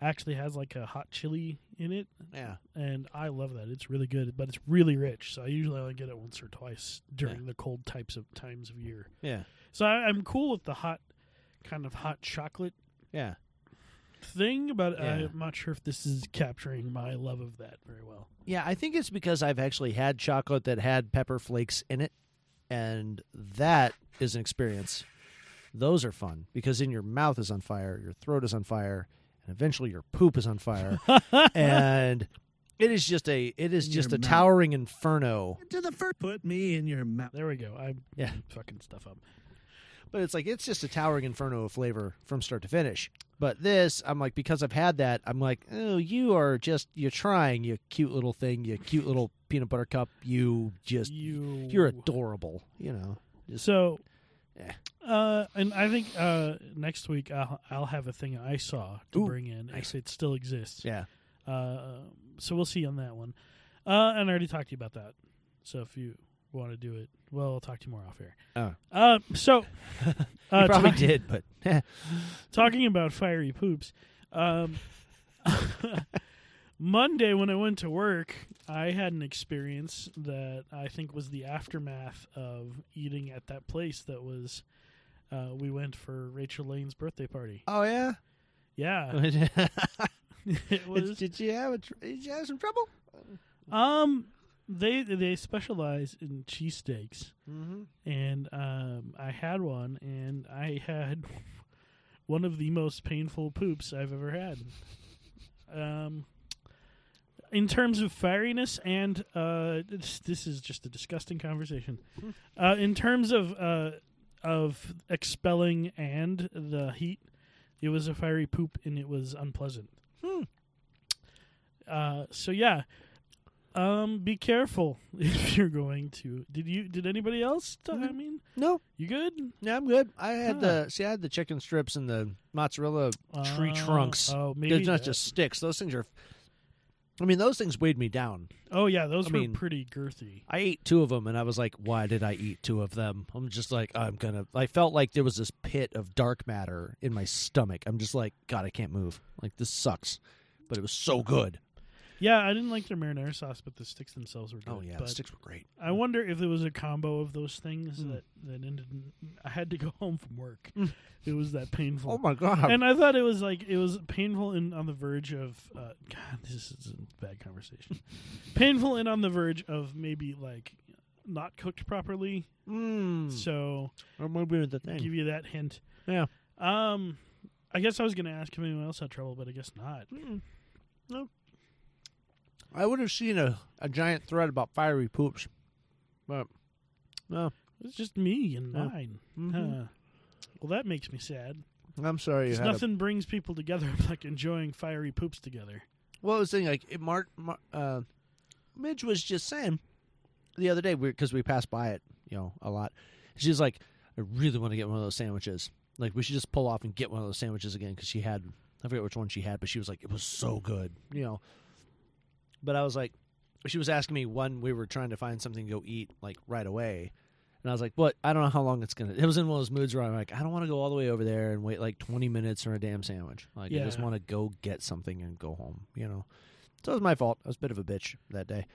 Speaker 1: actually has like a hot chili in it.
Speaker 5: Yeah.
Speaker 1: and I love that. It's really good, but it's really rich. So I usually only get it once or twice during
Speaker 5: Yeah.
Speaker 1: the cold types of times of year.
Speaker 5: Yeah.
Speaker 1: So I, I'm cool with the hot kind of hot chocolate
Speaker 5: yeah.
Speaker 1: thing, but
Speaker 5: Yeah.
Speaker 1: I'm not sure if this is capturing my love of that very well.
Speaker 5: Yeah, I think it's because I've actually had chocolate that had pepper flakes in it, and that is an experience. Those are fun because then your mouth is on fire, your throat is on fire, and eventually your poop is
Speaker 25: [LAUGHS]
Speaker 5: on fire, and it is just a it is
Speaker 25: In
Speaker 5: just
Speaker 25: your
Speaker 5: a
Speaker 25: mouth.
Speaker 5: towering inferno.
Speaker 25: To the first. Put me in your mouth.
Speaker 1: There we go. I'm
Speaker 5: Yeah.
Speaker 1: fucking stuff up.
Speaker 5: But it's like it's just a towering inferno of flavor from start to finish. But this, I'm like because I've had that, I'm like, oh, you are just you're trying, you cute little thing, you cute little peanut butter cup, you just
Speaker 1: You-
Speaker 5: you're adorable, you know. Just-
Speaker 1: So, uh, and I think uh, next week I'll, I'll have a thing I saw to
Speaker 5: Ooh,
Speaker 1: bring in if it still exists.
Speaker 5: Yeah.
Speaker 1: Uh, so we'll see on that one. Uh, and I already talked to you about that. So if you want to do it, well, I'll talk to you more off air.
Speaker 5: Oh.
Speaker 1: Uh, so
Speaker 5: [LAUGHS] You
Speaker 1: uh,
Speaker 5: probably
Speaker 1: talk-
Speaker 5: did, but- [LAUGHS]
Speaker 1: talking about fiery poops. Um, [LAUGHS] Monday when I went to work, I had an experience that I think was the aftermath of eating at that place that was. Uh, we went for Rachel Lane's birthday party.
Speaker 5: Oh [LAUGHS] yeah,
Speaker 1: yeah. it was.
Speaker 5: Did you have a tr- did you have some trouble?
Speaker 1: Um, they they specialize in cheesesteaks,
Speaker 5: Mhm.
Speaker 1: and um, I had one, and I had [LAUGHS] one of the most painful poops I've ever had. Um, in terms of fieriness and uh, this, this is just a disgusting conversation. Uh, in terms of uh, of expelling and the heat, it was a fiery poop, and it was unpleasant. Uh, so yeah, um, be careful [LAUGHS] if you're going to. Did you? Did anybody else? t-
Speaker 5: Mm-hmm.
Speaker 1: I mean,
Speaker 5: no.
Speaker 1: You good?
Speaker 5: Yeah, I'm good. I had
Speaker 1: Huh.
Speaker 5: the see, I had the chicken strips and the mozzarella tree
Speaker 1: Uh,
Speaker 5: trunks.
Speaker 1: oh,
Speaker 5: They're
Speaker 1: maybe
Speaker 5: not
Speaker 1: that-
Speaker 5: just sticks. Those things are. I mean, those things weighed me down.
Speaker 1: Oh yeah, those
Speaker 5: I
Speaker 1: were
Speaker 5: mean,
Speaker 1: pretty girthy.
Speaker 5: I ate two of them, and I was like, "Why did I eat two of them?" I'm just like, I'm gonna. I felt like there was this pit of dark matter in my stomach. I'm just like, God, I can't move. Like this sucks, but it was so good.
Speaker 1: Yeah, I didn't like their marinara sauce, but the sticks themselves were good.
Speaker 5: Oh, yeah, the mm.
Speaker 1: but
Speaker 5: sticks were great.
Speaker 1: I wonder if it was a combo of those things
Speaker 5: Mm.
Speaker 1: that that ended. in- I had to go [LAUGHS] home from work. It was that painful.
Speaker 5: Oh, my God.
Speaker 1: And I thought it was like it was painful and on the verge of. Uh, God, this is a bad
Speaker 5: [LAUGHS]
Speaker 1: conversation. painful and on the verge of maybe like not cooked properly.
Speaker 5: Mm.
Speaker 1: So
Speaker 5: or maybe the thing.
Speaker 1: Give you that hint.
Speaker 5: Hmm. Yeah.
Speaker 1: Um, I guess I was going to ask if anyone else had trouble, but I guess not.
Speaker 5: No. I would have seen a, a giant thread about fiery poops, but no.
Speaker 1: It's just me and
Speaker 5: Yeah.
Speaker 1: mine.
Speaker 5: Mhm.
Speaker 1: Huh. Well, that makes me sad.
Speaker 5: I'm sorry. You
Speaker 1: 'Cause
Speaker 5: had a-
Speaker 1: nothing brings people together [LAUGHS] like enjoying fiery poops together.
Speaker 5: Well, I was thinking, like, it Mark, Mar- uh, Midge was just saying the other day, because we, passed by it, you know, a lot. She's like, I really want to get one of those sandwiches. Like, we should just pull off and get one of those sandwiches again, because she had, I forget which one she had, but she was like, it was so good, you know. But I was like, she was asking me when we were trying to find something to go eat, like, right away. And I was like, "What? I don't know how long it's gonna." It was in one of those moods where I'm like, "I don't want to go all the way over there and wait like 20 minutes for a damn sandwich. Like, I just
Speaker 1: Yeah.
Speaker 5: want to go get something and go home." You know, so it was my fault. I was a bit of a bitch that day.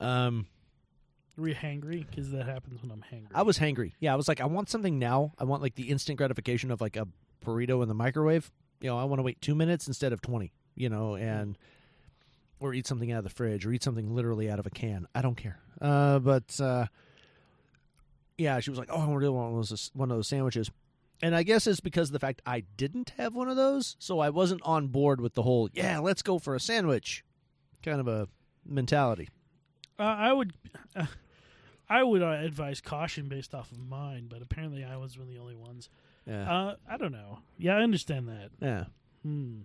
Speaker 5: Um,
Speaker 1: Were you hangry? Because that happens when I'm hangry.
Speaker 5: I was hangry. Yeah, I was like, I want something now. I want like the instant gratification of like a burrito in the microwave. You know, I want to wait two minutes instead of twenty. You know, and or eat something out of the fridge or eat something literally out of a can. I don't care. Uh, but uh, yeah, she was like, "Oh, I really want one of those one of those sandwiches." And I guess it's because of the fact I didn't have one of those, so I wasn't on board with the whole "Yeah, let's go for a sandwich" kind of a mentality.
Speaker 1: Uh, I would, [LAUGHS] uh, I would uh, advise caution based off of mine, but apparently I was one of the only ones.
Speaker 5: Yeah.
Speaker 1: Uh, I don't know. Yeah, I understand that.
Speaker 5: Yeah.
Speaker 1: Hmm.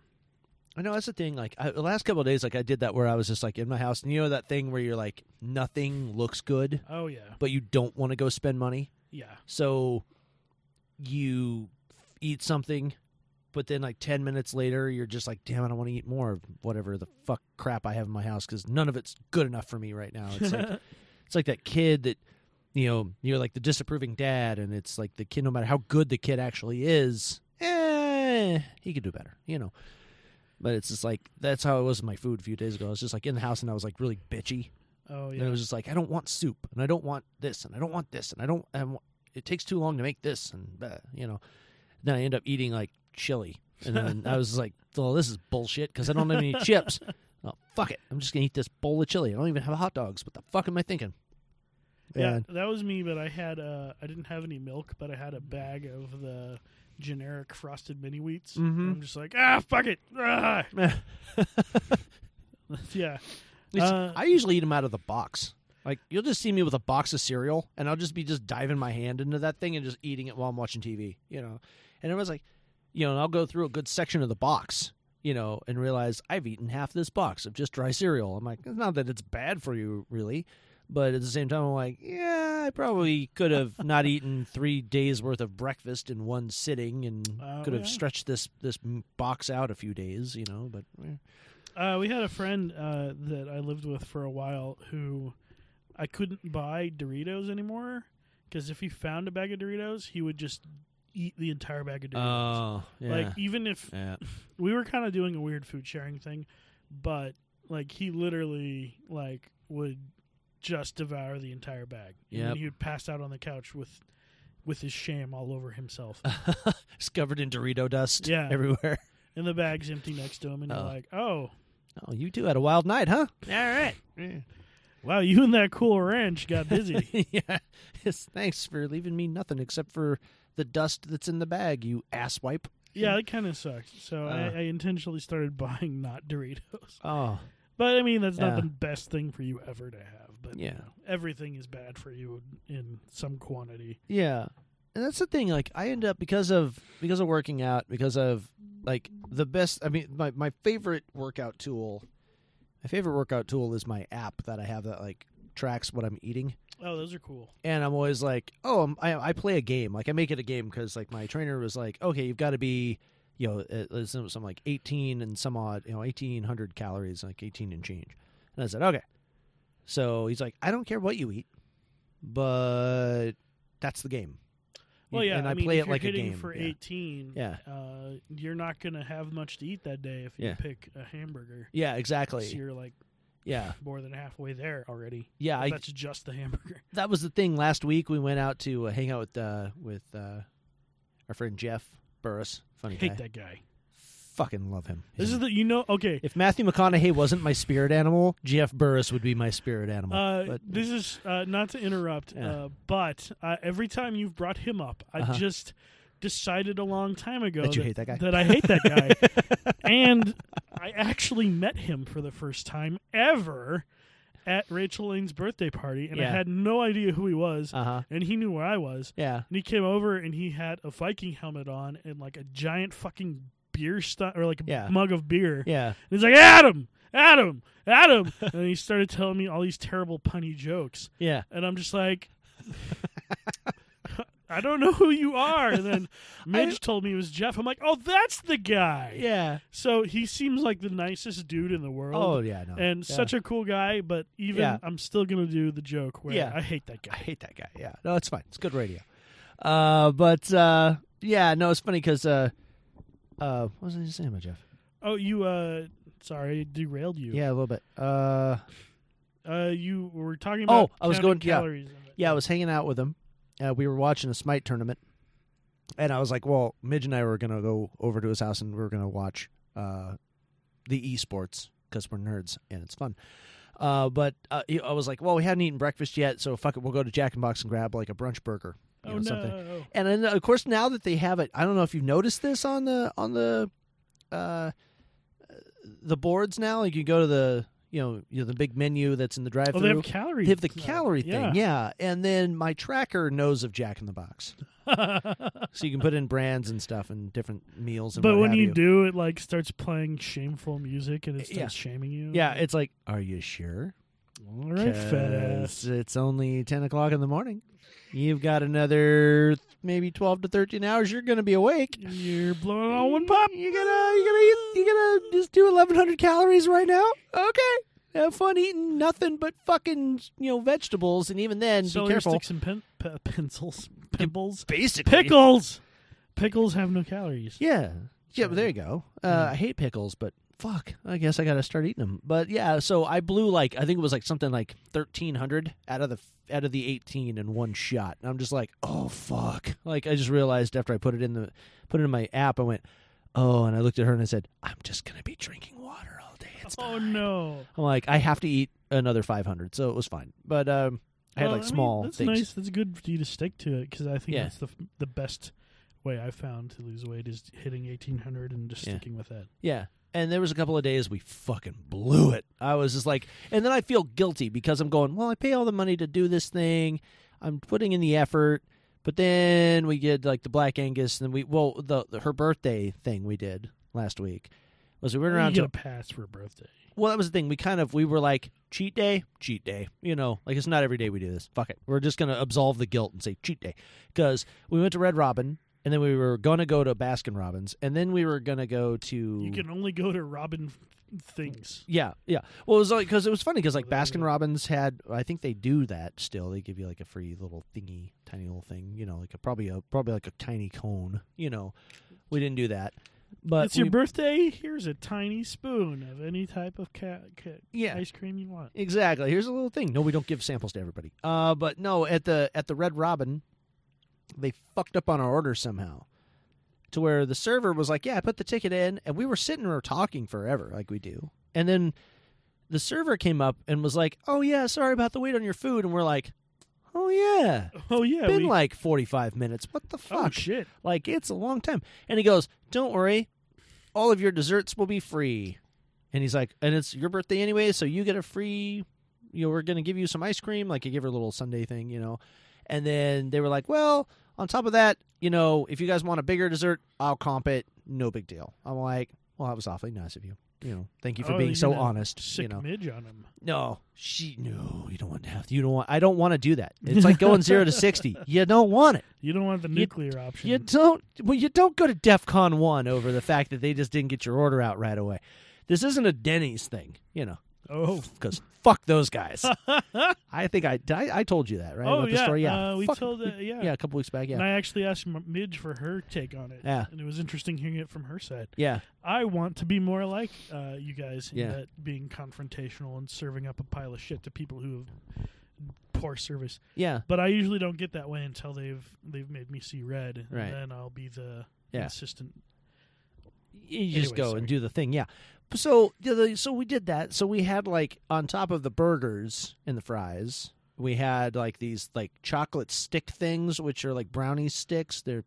Speaker 5: I know that's the thing. Like I, the last couple of days, like I did that where I was just like in my house, and you know that thing where you're like nothing looks good.
Speaker 1: Oh, yeah.
Speaker 5: But you don't want to go spend money.
Speaker 1: Yeah.
Speaker 5: So you eat something, but then like ten minutes later, you're just like, damn it, I want to eat more of whatever the fuck crap I have in my house because none of it's good enough for me right now. It's like it's like that kid that you know you're like the disapproving dad, and it's like the kid, no matter how good the kid actually is, eh, he could do better, you know. But it's just like that's how it was with my food a few days ago. I was just like in the house and I was like really bitchy.
Speaker 1: Oh,
Speaker 5: And
Speaker 1: yeah.
Speaker 5: it was just like I don't want soup and I don't want this and I don't want this and I don't. I want, it takes too long to make this and blah, you know. Then I end up eating like chili and then I was just like, "Well, this is bullshit because I don't have
Speaker 1: [LAUGHS]
Speaker 5: any chips." Oh fuck it! I'm just gonna eat this bowl of chili. I don't even have hot dogs. What the fuck am I thinking?
Speaker 1: Yeah,
Speaker 5: And-
Speaker 1: that was me. But I had uh, I didn't have any milk, but I had a bag of the generic frosted mini wheats.
Speaker 5: Mhm.
Speaker 1: And I'm just like, ah, fuck
Speaker 5: [LAUGHS]
Speaker 1: it. [LAUGHS] Ah. yeah.
Speaker 5: It's-
Speaker 1: Uh,
Speaker 5: I usually eat them out of the box. Like you'll just see me with a box of cereal, and I'll just be just diving my hand into that thing and just eating it while I'm watching TV. You know, and everyone's like, you know, and I'll go through a good section of the box, you know, and realize I've eaten half this box of just dry cereal. I'm like, it's not that it's bad for you, really, but at the same time, I'm like, yeah, I probably
Speaker 1: [LAUGHS]
Speaker 5: could have not eaten three days worth of breakfast in one sitting, and
Speaker 1: Oh,
Speaker 5: could have
Speaker 1: yeah.
Speaker 5: stretched this this box out a few days, you know. But eh.
Speaker 1: Uh, we had a friend uh, that I lived with for a while who I couldn't buy Doritos anymore because if he found a bag of Doritos, he would just eat the entire bag of Doritos.
Speaker 5: Oh, yeah.
Speaker 1: Uh, Like even if
Speaker 5: Yeah.
Speaker 1: we were kind of doing a weird food sharing thing, but like he literally like would just devour the entire bag. And
Speaker 5: Yep.
Speaker 1: then he would pass out on the couch with with his sham all over himself. [LAUGHS]
Speaker 5: it's covered in Dorito dust
Speaker 1: Yeah.
Speaker 5: [LAUGHS] everywhere.
Speaker 1: and the bag's empty next to him and
Speaker 5: Oh.
Speaker 1: you're like, "Oh,
Speaker 5: Oh, you two had a wild night, huh?
Speaker 1: [LAUGHS]
Speaker 5: [LAUGHS]
Speaker 1: All right. Wow, you and that cool ranch got
Speaker 5: [LAUGHS]
Speaker 1: busy.
Speaker 5: yeah. Yes, thanks for leaving me nothing except for the dust that's in the bag, you asswipe.
Speaker 1: yeah, that kind of sucks. So I,
Speaker 5: Uh.
Speaker 1: I intentionally started buying not Doritos. [LAUGHS]
Speaker 5: Oh.
Speaker 1: But I mean, that's not
Speaker 5: Yeah.
Speaker 1: the best thing for you ever to have. But you
Speaker 5: Yeah.
Speaker 1: know, everything is bad for you in some quantity.
Speaker 5: Yeah. And that's the thing, like I end up because of because of working out, because of like the best I mean my, my favorite workout tool my favorite workout tool is my app that I have that like tracks what I'm eating.
Speaker 1: Oh, those are cool.
Speaker 5: and I'm always like, oh, I'm, I, I play a game. Like I make it a game because like my trainer was like, okay, you've got to be, you know, uh, uh, some, some like 18 and some odd, you know, 1800 calories, like 18 and change. And I said, okay. So he's like, I don't care what you eat, but that's the game.
Speaker 1: Well, yeah,
Speaker 5: and I,
Speaker 1: I, mean,
Speaker 5: play
Speaker 1: if
Speaker 5: it
Speaker 1: you're
Speaker 5: like a
Speaker 1: hitting
Speaker 5: game.
Speaker 1: for
Speaker 5: yeah.
Speaker 1: 18.
Speaker 5: Yeah.
Speaker 1: uh, you're not gonna have much to eat that day if you
Speaker 5: Yeah.
Speaker 1: pick a hamburger.
Speaker 5: Yeah, exactly.
Speaker 1: So you're like,
Speaker 5: Yeah.
Speaker 1: more than halfway there already.
Speaker 5: Yeah,
Speaker 1: But
Speaker 5: I-
Speaker 1: that's just the hamburger. [LAUGHS]
Speaker 5: that was the thing last week we went out to uh, hang out with uh with uh our friend jeff burris funny
Speaker 1: Hate
Speaker 5: guy.
Speaker 1: that guy.
Speaker 5: fucking love him
Speaker 1: This is the you know okay.
Speaker 5: if matthew mcconaughey wasn't my spirit animal jeff burris would be my spirit animal
Speaker 1: Uh,
Speaker 5: but
Speaker 1: this is uh, not to interrupt,
Speaker 5: Yeah.
Speaker 1: uh, but uh, every time you've brought him up, I
Speaker 5: Uh-huh.
Speaker 1: just decided a long time ago
Speaker 5: That you hate that guy? [LAUGHS]
Speaker 1: I hate that guy, and I actually met him for the first time ever at Rachel Lane's birthday party, and I
Speaker 5: Yeah.
Speaker 1: had no idea who he was,
Speaker 5: Uh-huh.
Speaker 1: and he knew where I was.
Speaker 5: Yeah.
Speaker 1: And he came over and he had a Viking helmet on and like a giant fucking beer stu- or like a
Speaker 5: Yeah.
Speaker 1: mug of beer.
Speaker 5: Yeah.
Speaker 1: And he's like, Adam, Adam, Adam. and he started telling me all these terrible punny jokes.
Speaker 5: Yeah.
Speaker 1: And I'm just like, [LAUGHS] I don't know who you are. And
Speaker 5: [LAUGHS]
Speaker 1: then Midge told me it was Jeff. I'm like, oh, that's the guy.
Speaker 5: Yeah.
Speaker 1: So he seems like the nicest dude in the world.
Speaker 5: Oh, yeah, no.
Speaker 1: And
Speaker 5: Yeah.
Speaker 1: such a cool guy, but even
Speaker 5: Yeah.
Speaker 1: I'm still going to do the joke where
Speaker 5: Yeah.
Speaker 1: I hate that guy. I hate
Speaker 5: that guy. Yeah. No, it's fine. It's good radio. Uh, but uh, yeah, no, it's funny because uh, uh, what was I just saying about Jeff?
Speaker 1: Oh, you, uh, sorry, I derailed you.
Speaker 5: Yeah, a little bit. Uh,
Speaker 1: Uh, you were talking
Speaker 5: oh,
Speaker 1: about
Speaker 5: I was
Speaker 1: counting
Speaker 5: going.
Speaker 1: calories.
Speaker 5: Yeah, yeah, I was hanging out with him. Uh, we were watching a Smite tournament, and I was like, "Well, Midge and I were gonna go over to his house and we were gonna watch uh, the esports because we're nerds and it's fun." Uh, but uh, he- I was like, "Well, we hadn't eaten breakfast yet, so fuck it, we'll go to Jack and Box and grab like a brunch burger." you
Speaker 1: Oh,
Speaker 5: know, something.
Speaker 1: no.
Speaker 5: And then, of course, now that they have it, I don't know if you've noticed this on the on the uh, the boards now. Like you go to the you know you know, the big menu that's in the drive-through.
Speaker 1: Oh, have calorie
Speaker 5: They have the
Speaker 1: stuff.
Speaker 5: calorie thing,
Speaker 1: Yeah.
Speaker 5: yeah. And then my tracker knows of Jack in
Speaker 1: [LAUGHS]
Speaker 5: the Box, so you can put in brands and stuff and different meals. And
Speaker 1: But
Speaker 5: what
Speaker 1: when
Speaker 5: have
Speaker 1: you,
Speaker 5: you
Speaker 1: do, it like starts playing shameful music and it starts
Speaker 5: Yeah.
Speaker 1: shaming you.
Speaker 5: yeah, it's like, are you sure?
Speaker 1: All right, fat ass.
Speaker 5: 'Cause It's only ten o'clock in the morning. You've got another maybe twelve to thirteen hours. You're going to be awake.
Speaker 1: You're blowing on one pop.
Speaker 5: You're gonna you're gonna eat, you're gonna just do eleven hundred calories right now. Okay, have fun eating nothing but fucking you know vegetables, and even then,
Speaker 1: Celery
Speaker 5: be careful.
Speaker 1: sticks and pen, pe- [LAUGHS] pencils, pimples,
Speaker 5: basically
Speaker 1: [LAUGHS] pickles. Pickles have no calories.
Speaker 5: Yeah, yeah. But there you go. Uh, I hate pickles, but fuck, I guess I gotta start eating them. But yeah, so I blew like I think it was like something like thirteen hundred out of the out of the eighteen in one shot. And I'm just like, oh fuck. Like I just realized after I put it in the put it in my app, I went, oh, and I looked at her and I said, I'm just gonna be drinking water all day.
Speaker 1: [LAUGHS]
Speaker 5: It's
Speaker 1: oh no!
Speaker 5: I'm like, I have to eat another 500, so it was fine. But um, I had
Speaker 1: Well,
Speaker 5: like
Speaker 1: Oh, mean,
Speaker 5: small
Speaker 1: that's
Speaker 5: things.
Speaker 1: nice. That's good for you to stick to it because I think
Speaker 5: Yeah.
Speaker 1: that's the f- the best way I found to lose weight is hitting eighteen hundred and just
Speaker 5: Yeah.
Speaker 1: sticking with that.
Speaker 5: Yeah. And there was a couple of days we fucking blew it. I was just like, and then I feel guilty because I'm going, well, I pay all the money to do this thing. I'm putting in the effort. But then we did like the Black Angus, and then we, well, the, the her birthday thing we did last week was we went
Speaker 1: You
Speaker 5: around
Speaker 1: get
Speaker 5: to
Speaker 1: a pass for a birthday.
Speaker 5: well, that was the thing. We kind of we were like cheat day, cheat day. You know, like it's not every day we do this. Fuck it. We're just gonna absolve the guilt and say cheat day because we went to Red Robin and then we were gonna go to Baskin Robbins and then we were gonna go to
Speaker 1: You can only go to Robin f- things.
Speaker 5: yeah, yeah. Well, it was like because it was funny because like Baskin Robbins had, I think they do that still. They give you like a free little thingy, tiny little thing, you know, like a probably a probably like a tiny cone, you know. We didn't do that, but
Speaker 1: it's your
Speaker 5: we-
Speaker 1: birthday. Here's a tiny spoon of any type of ca- ca-
Speaker 5: Yeah.
Speaker 1: ice cream you want.
Speaker 5: Exactly. Here's a little thing. No, we don't give samples to everybody. Uh, but no, at the at the Red Robin, they fucked up on our order somehow, to where the server was like, "Yeah, I put the ticket in," and we were sitting there talking forever, like we do, and then the server came up and was like, "Oh yeah, sorry about the wait on your food," and we're like. Oh yeah.
Speaker 1: Oh [LAUGHS] yeah.
Speaker 5: It's been
Speaker 1: we-
Speaker 5: like forty five minutes. What the fuck?
Speaker 1: Oh, shit.
Speaker 5: Like it's a long time. And he goes, Don't worry, all of your desserts will be free. And he's like, And it's your birthday anyway, so you get a free you know, we're gonna give you some ice cream, like you give her a little Sunday thing, you know. And then they were like, Well, on top of that, you know, if you guys want a bigger dessert, I'll comp it, no big deal. I'm like, Well, that was awfully nice of you. You know, thank you for
Speaker 1: Oh,
Speaker 5: being
Speaker 1: you're
Speaker 5: so
Speaker 1: gonna
Speaker 5: honest.
Speaker 1: Sick
Speaker 5: you know,
Speaker 1: midge on him.
Speaker 5: no, she no, you don't want to have you don't want I don't want to do that. It's like going zero to sixty. You don't want it.
Speaker 1: You don't want the
Speaker 5: You-
Speaker 1: nuclear option.
Speaker 5: You don't well you don't go to DEF CON one over the fact that they just didn't get your order out right away. This isn't a Denny's thing, you know.
Speaker 1: Oh.
Speaker 5: Because fuck
Speaker 1: [LAUGHS]
Speaker 5: those guys. I think I, I I told you that, right?
Speaker 1: Oh
Speaker 5: about
Speaker 1: yeah,
Speaker 5: The story? Yeah.
Speaker 1: Uh, we
Speaker 5: Fuck-
Speaker 1: told uh, yeah,
Speaker 5: Yeah, a couple weeks back, yeah.
Speaker 1: And I actually asked M- Midge for her take on it.
Speaker 5: Yeah.
Speaker 1: and it was interesting hearing it from her side.
Speaker 5: Yeah.
Speaker 1: I want to be more like uh, you guys in
Speaker 5: Yeah.
Speaker 1: that being confrontational and serving up a pile of shit to people who have poor service.
Speaker 5: Yeah.
Speaker 1: but I usually don't get that way until they've they've made me see red.
Speaker 5: Right.
Speaker 1: and then I'll be the
Speaker 5: Yeah.
Speaker 1: consistent.
Speaker 5: you just
Speaker 1: Anyway,
Speaker 5: go
Speaker 1: sorry.
Speaker 5: and do the thing. Yeah. So the other- so we did that. So we had like on top of the burgers and the fries, we had like these like chocolate stick things, which are like brownie sticks. They're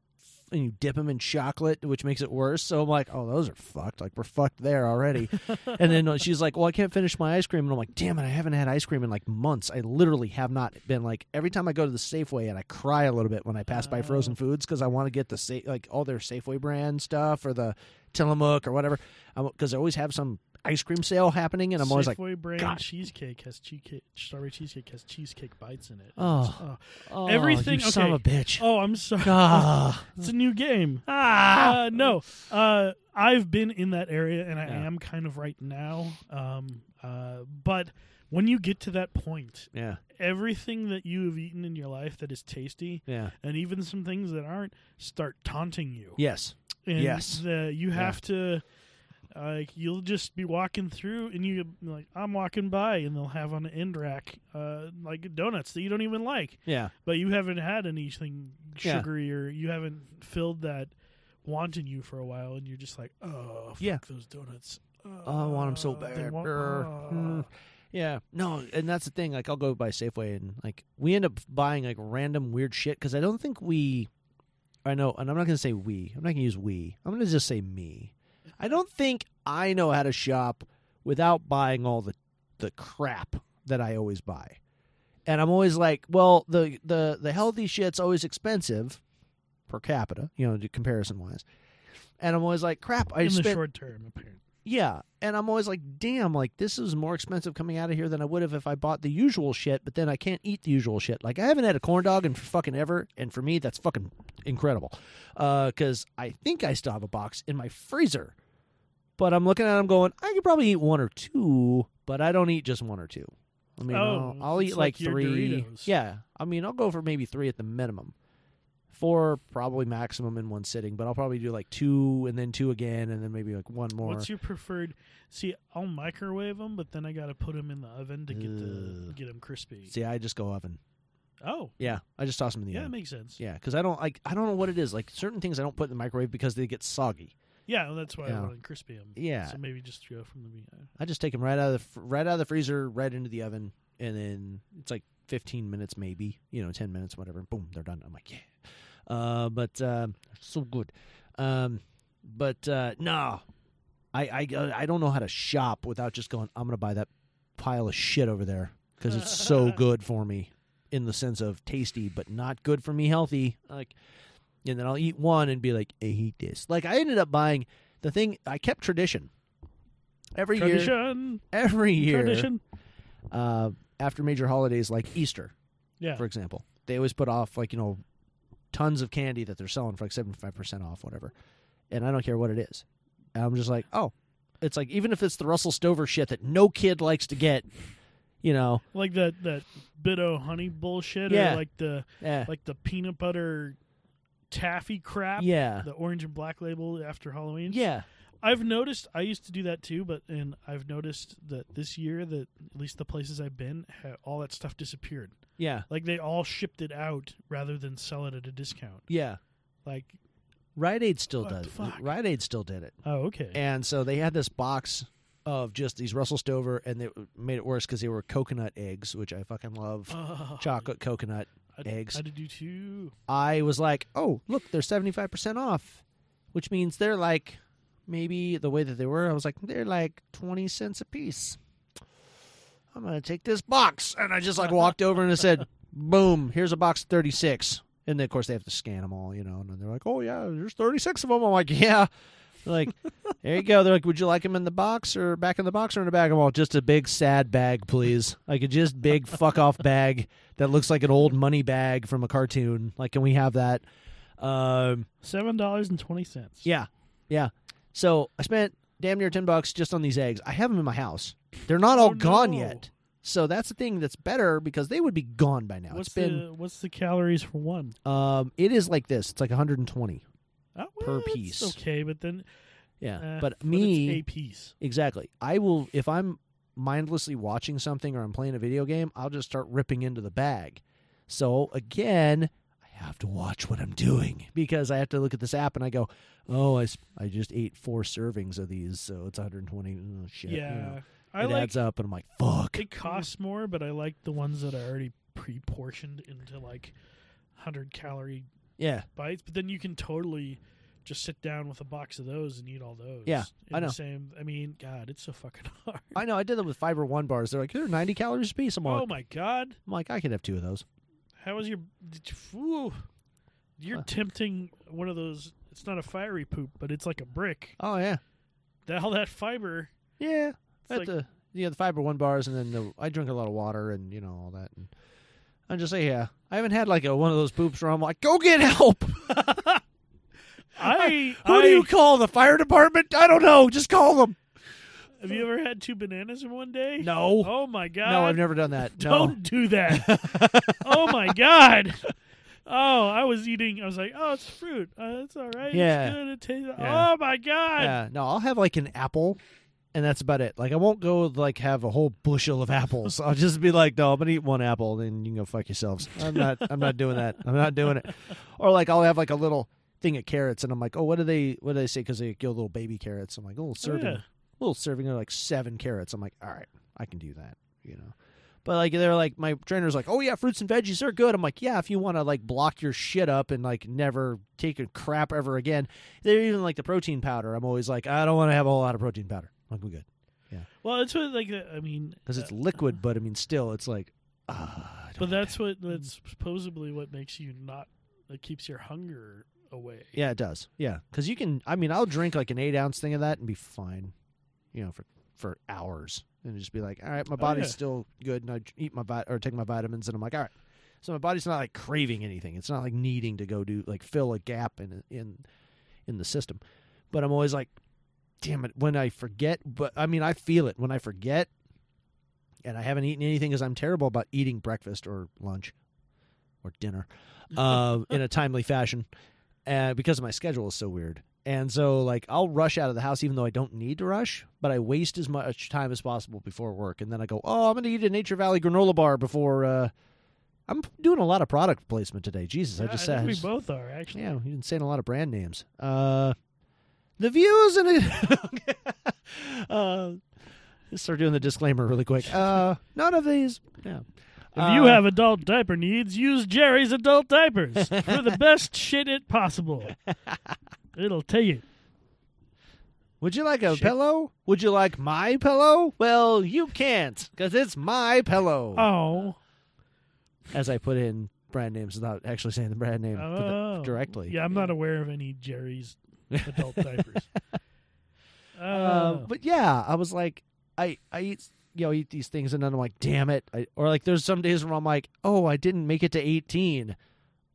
Speaker 5: and you dip them in chocolate, which makes it worse. So I'm like, oh, those are fucked. Like we're fucked
Speaker 1: [LAUGHS]
Speaker 5: there already. and then uh, she's like, well, I can't finish my ice cream, and I'm like, damn it, I haven't had ice cream in like months. I literally have not been like every time I go to the Safeway and I cry a little bit when I pass by frozen
Speaker 1: Oh.
Speaker 5: foods because I want to get the sa- like all their Safeway brand stuff or the Tillamook or whatever because I always have some ice cream sale happening, and I'm always like,
Speaker 1: Safeway brand
Speaker 5: God,
Speaker 1: cheesecake has cheesecake. Strawberry cheesecake has cheesecake bites in it. uh,
Speaker 5: Oh. Oh,
Speaker 1: everything.
Speaker 5: you
Speaker 1: okay.
Speaker 5: son of a bitch.
Speaker 1: Oh, I'm sorry.
Speaker 5: [LAUGHS] Ah.
Speaker 1: [LAUGHS] it's a new game.
Speaker 5: Ah.
Speaker 1: Uh, no, uh, I've been in that area, and I am kind of right now. Um, uh, but when you get to that point,
Speaker 5: Yeah.
Speaker 1: everything that you have eaten in your life that is tasty,
Speaker 5: Yeah.
Speaker 1: and even some things that aren't, start taunting you.
Speaker 5: Yes.
Speaker 1: And
Speaker 5: Yes.
Speaker 1: the- you
Speaker 5: Yeah.
Speaker 1: have to. Like you'll just be walking through, and you like I'm walking by, and they'll have on the end rack uh, like donuts that you don't even like.
Speaker 5: Yeah.
Speaker 1: but you haven't had anything
Speaker 5: Yeah.
Speaker 1: sugary, or you haven't filled that want in you for a while, and you're just like, oh, fuck
Speaker 5: Yeah.
Speaker 1: those donuts. Uh,
Speaker 5: Oh, I want them so
Speaker 1: they
Speaker 5: bad.
Speaker 1: want-
Speaker 5: Brr.
Speaker 1: Ah.
Speaker 5: Mm. Yeah, no, and that's the thing. Like, I'll go by Safeway, and like we end up buying like random weird shit because I don't think we. I know, and I'm not gonna say we. I'm not gonna use we. I'm gonna just say me. I don't think I know how to shop without buying all the the crap that I always buy, and I'm always like, well, the the the healthy shit's always expensive per capita, you know, comparison wise, and I'm always like, crap. I
Speaker 1: in
Speaker 5: spent
Speaker 1: the short term, apparently.
Speaker 5: yeah. And I'm always like, damn, like this is more expensive coming out of here than I would have if I bought the usual shit, but then I can't eat the usual shit. Like I haven't had a corn dog in fucking ever, and for me that's fucking incredible. Uh, cuz I think I still have a box in my freezer. But I'm looking at them going, I could probably eat one or two, but I don't eat just one or two. I mean,
Speaker 1: Oh,
Speaker 5: I'll, I'll
Speaker 1: it's
Speaker 5: eat
Speaker 1: like
Speaker 5: like,
Speaker 1: your
Speaker 5: three.
Speaker 1: Doritos.
Speaker 5: Yeah. I mean, I'll go for maybe three at the minimum four probably maximum in one sitting, but I'll probably do like two and then two again and then maybe like one more.
Speaker 1: What's your preferred? See, I'll microwave them, but then I gotta put them in the oven to get the get them crispy.
Speaker 5: See, I just go oven.
Speaker 1: Oh,
Speaker 5: Yeah, I just toss them in the
Speaker 1: Yeah,
Speaker 5: oven.
Speaker 1: it makes sense.
Speaker 5: Yeah, because I don't like I don't know what it is. Like certain things I don't put in the microwave because they get soggy.
Speaker 1: yeah, well, that's why
Speaker 5: Yeah.
Speaker 1: I wanted crispy them.
Speaker 5: Yeah.
Speaker 1: so maybe just throw from the uh, meat.
Speaker 5: I just take them right out of the fr- right out of the freezer, right into the oven, and then it's like 15 minutes, maybe you know, 10 minutes, whatever. Boom, they're done. I'm like, yeah. Uh, but um, so good. Um, but uh, no, I, I I don't know how to shop without just going. I'm gonna buy that pile of shit over there because
Speaker 1: [LAUGHS]
Speaker 5: it's so good for me in the sense of tasty, but not good for me healthy. Like, and then I'll eat one and be like, I hate this. Like I ended up buying the thing. I kept tradition every year.
Speaker 1: Tradition.
Speaker 5: Every year.
Speaker 1: Tradition.
Speaker 5: Uh, after major holidays like Easter,
Speaker 1: Yeah.
Speaker 5: for example, they always put off like you know tons of candy that they're selling for like seventy five percent off, whatever. And I don't care what it is. And I'm just like, oh, it's like even if it's the Russell Stover shit that no kid likes to get,
Speaker 1: [LAUGHS]
Speaker 5: you know,
Speaker 1: Like that that bit of honey bullshit,
Speaker 5: Yeah.
Speaker 1: or like the
Speaker 5: Yeah.
Speaker 1: like the peanut butter taffy crap.
Speaker 5: Yeah.
Speaker 1: the orange and black label after Halloween.
Speaker 5: Yeah.
Speaker 1: I've noticed. I used to do that too, but and I've noticed that this year that at least the places I've been, ha- all that stuff disappeared.
Speaker 5: Yeah.
Speaker 1: like they all shipped it out rather than sell it at a discount.
Speaker 5: yeah.
Speaker 1: Like
Speaker 5: Rite Aid still
Speaker 1: What
Speaker 5: does.
Speaker 1: the fuck?
Speaker 5: Rite Aid still did it.
Speaker 1: Oh, okay.
Speaker 5: And so they had this box of just these Russell Stover, and they made it worse because they were coconut eggs, which I fucking love.
Speaker 1: Oh.
Speaker 5: Chocolate coconut
Speaker 1: I,
Speaker 5: eggs.
Speaker 1: I did do too.
Speaker 5: I was like, oh, look, they're 75% off, which means they're like, maybe the way that they were, I was like, they're like 20 cents a piece. I'm going to take this box. And I just like walked over and I said, [LAUGHS] boom, here's a box of 36. And then, of course, they have to scan them all, you know, and then they're like, oh, yeah, there's 36 of them. I'm like, [LAUGHS] yeah. They're like, there you go. They're like, would you like them in the box or back in the box or in the bag? I'm all just a big sad bag, please. Like a
Speaker 1: [LAUGHS]
Speaker 5: just big fuck off bag that looks like an old money bag from a cartoon. Like, can we have that? Um,
Speaker 1: Seven dollars and twenty cents.
Speaker 5: yeah, yeah. So I spent damn near ten bucks just on these eggs. I have them in my house. They're not
Speaker 1: Oh,
Speaker 5: all gone yet. So that's the thing that's better because they would be gone by now.
Speaker 1: What's
Speaker 5: it's been
Speaker 1: the what's the calories for one?
Speaker 5: um, it is like this. It's like 120
Speaker 1: Oh,
Speaker 5: per
Speaker 1: well, it's
Speaker 5: piece.
Speaker 1: Okay, but then
Speaker 5: Yeah,
Speaker 1: Uh,
Speaker 5: but
Speaker 1: it's
Speaker 5: me
Speaker 1: a piece.
Speaker 5: exactly. I will if I'm mindlessly watching something or I'm playing a video game, I'll just start ripping into the bag. So again, I have to watch what I'm doing [LAUGHS] because I have to look at this app and I go, "Oh, I, s- I just ate four servings of these, so it's 120." Oh, shit, you know.
Speaker 1: Yeah. I
Speaker 5: it
Speaker 1: like-
Speaker 5: adds up, and I'm like, "Fuck."
Speaker 1: It costs more, but I like the ones that are already pre-portioned into like hundred calorie
Speaker 5: Yeah.
Speaker 1: bites, but then you can totally just sit down with a box of those and eat all those.
Speaker 5: Yeah,
Speaker 1: In
Speaker 5: I
Speaker 1: the
Speaker 5: know.
Speaker 1: Same. I mean, God, it's so fucking [LAUGHS] hard.
Speaker 5: I know. I did that with Fiber One bars. They're like they're ninety calories a piece. I'm like,
Speaker 1: Oh my God,
Speaker 5: I'm like I could have two of those.
Speaker 1: how was your? Did you, ooh,
Speaker 5: Uh.
Speaker 1: you're tempting one of those. It's not a fiery poop, but it's like a brick.
Speaker 5: Oh yeah,
Speaker 1: That all that
Speaker 5: [LAUGHS]
Speaker 1: fiber.
Speaker 5: yeah.
Speaker 1: It's
Speaker 5: At
Speaker 1: like-
Speaker 5: the yeah the Fiber One bars, and then the, I drink a lot of water, and you know all that. And I'm just like, yeah, I haven't had like a one of those poops where I'm like, go get help. [LAUGHS]
Speaker 1: I.
Speaker 5: Who do you call? The fire department? I don't know. Just call them.
Speaker 1: Have you ever had two bananas in one day?
Speaker 5: No.
Speaker 1: Oh my God.
Speaker 5: No, I've never done that. No.
Speaker 1: Don't do
Speaker 5: [LAUGHS]
Speaker 1: that. oh my god. Oh, I was eating. I was like, oh, it's fruit. Uh, it's all right.
Speaker 5: Yeah.
Speaker 1: It's good. It tastes.
Speaker 5: Yeah.
Speaker 1: Oh my god.
Speaker 5: Yeah, no, I'll have like an apple, and that's about it. Like I won't go like have a whole bushel of apples. I'll just be like, no, I'm gonna eat one apple, then you can go fuck yourselves. I'm not, I'm not doing that. I'm not doing it. Or like I'll have like a little thing of carrots, and I'm like, oh, what do they, what do they say? Because they give little baby carrots. I'm like, little serving,
Speaker 1: Oh, yeah.
Speaker 5: little serving of like seven carrots. I'm like, all right, I can do that. You know. But like they're like my trainer's like, oh yeah, fruits and veggies are good. I'm like, yeah, if you want to like block your shit up and like never take a crap ever again. They're even like the protein powder. I'm always like, I don't want to have a whole lot of protein powder. I'm like, we're good
Speaker 1: Well, it's what like uh, I mean,
Speaker 5: because it's liquid, but I mean, still, it's like, "Ah,
Speaker 1: but
Speaker 5: [LAUGHS]
Speaker 1: that's what that's supposedly what makes you not that keeps your hunger away.
Speaker 5: yeah, it does. Yeah, because you can. I mean, I'll drink like an eight ounce thing of that and be fine. You know, for for hours and just be like, all right, my
Speaker 1: Oh,
Speaker 5: body's
Speaker 1: yeah.
Speaker 5: still good, and I eat my vit- or take my vitamins, and I'm like, all right. So my body's not like craving anything. It's not like needing to go do like fill a gap in in in the system. But I'm always like, damn it, when I forget. But I mean, I feel it when I forget, and I haven't eaten anything because I'm terrible about eating breakfast or lunch or
Speaker 1: [LAUGHS]
Speaker 5: dinner uh, in a timely fashion uh, because my schedule is so weird. And so, like, I'll rush out of the house even though I don't need to rush, but I waste as much time as possible before work. And then I go, oh, I'm going to eat a Nature Valley granola bar before. Uh, I'm doing a lot of product placement today. Jesus, I
Speaker 1: Yeah,
Speaker 5: just
Speaker 1: I
Speaker 5: said
Speaker 1: think we both are actually.
Speaker 5: yeah, you've been saying a lot of brand names. Uh, the views and [LAUGHS] uh, let's start doing the disclaimer really quick. Uh, none of these. Yeah.
Speaker 1: If you
Speaker 5: Uh,
Speaker 1: have adult diaper needs, use Jerry's adult
Speaker 5: [LAUGHS]
Speaker 1: diapers for the best shit it possible. It'll tell you.
Speaker 5: Would you like a pillow? Would you like my pillow? Well, you can't because it's my pillow.
Speaker 1: Oh.
Speaker 5: As I put in brand names without actually saying the brand name for the-
Speaker 1: Oh.
Speaker 5: directly.
Speaker 1: Yeah, I'm not aware of any Jerry's adult
Speaker 5: [LAUGHS]
Speaker 1: diapers.
Speaker 5: Uh,
Speaker 1: Oh.
Speaker 5: but yeah, I was like, I I eat you know eat these things, and then I'm like, damn it, I, or like there's some days where I'm like, oh, I didn't make it to 18.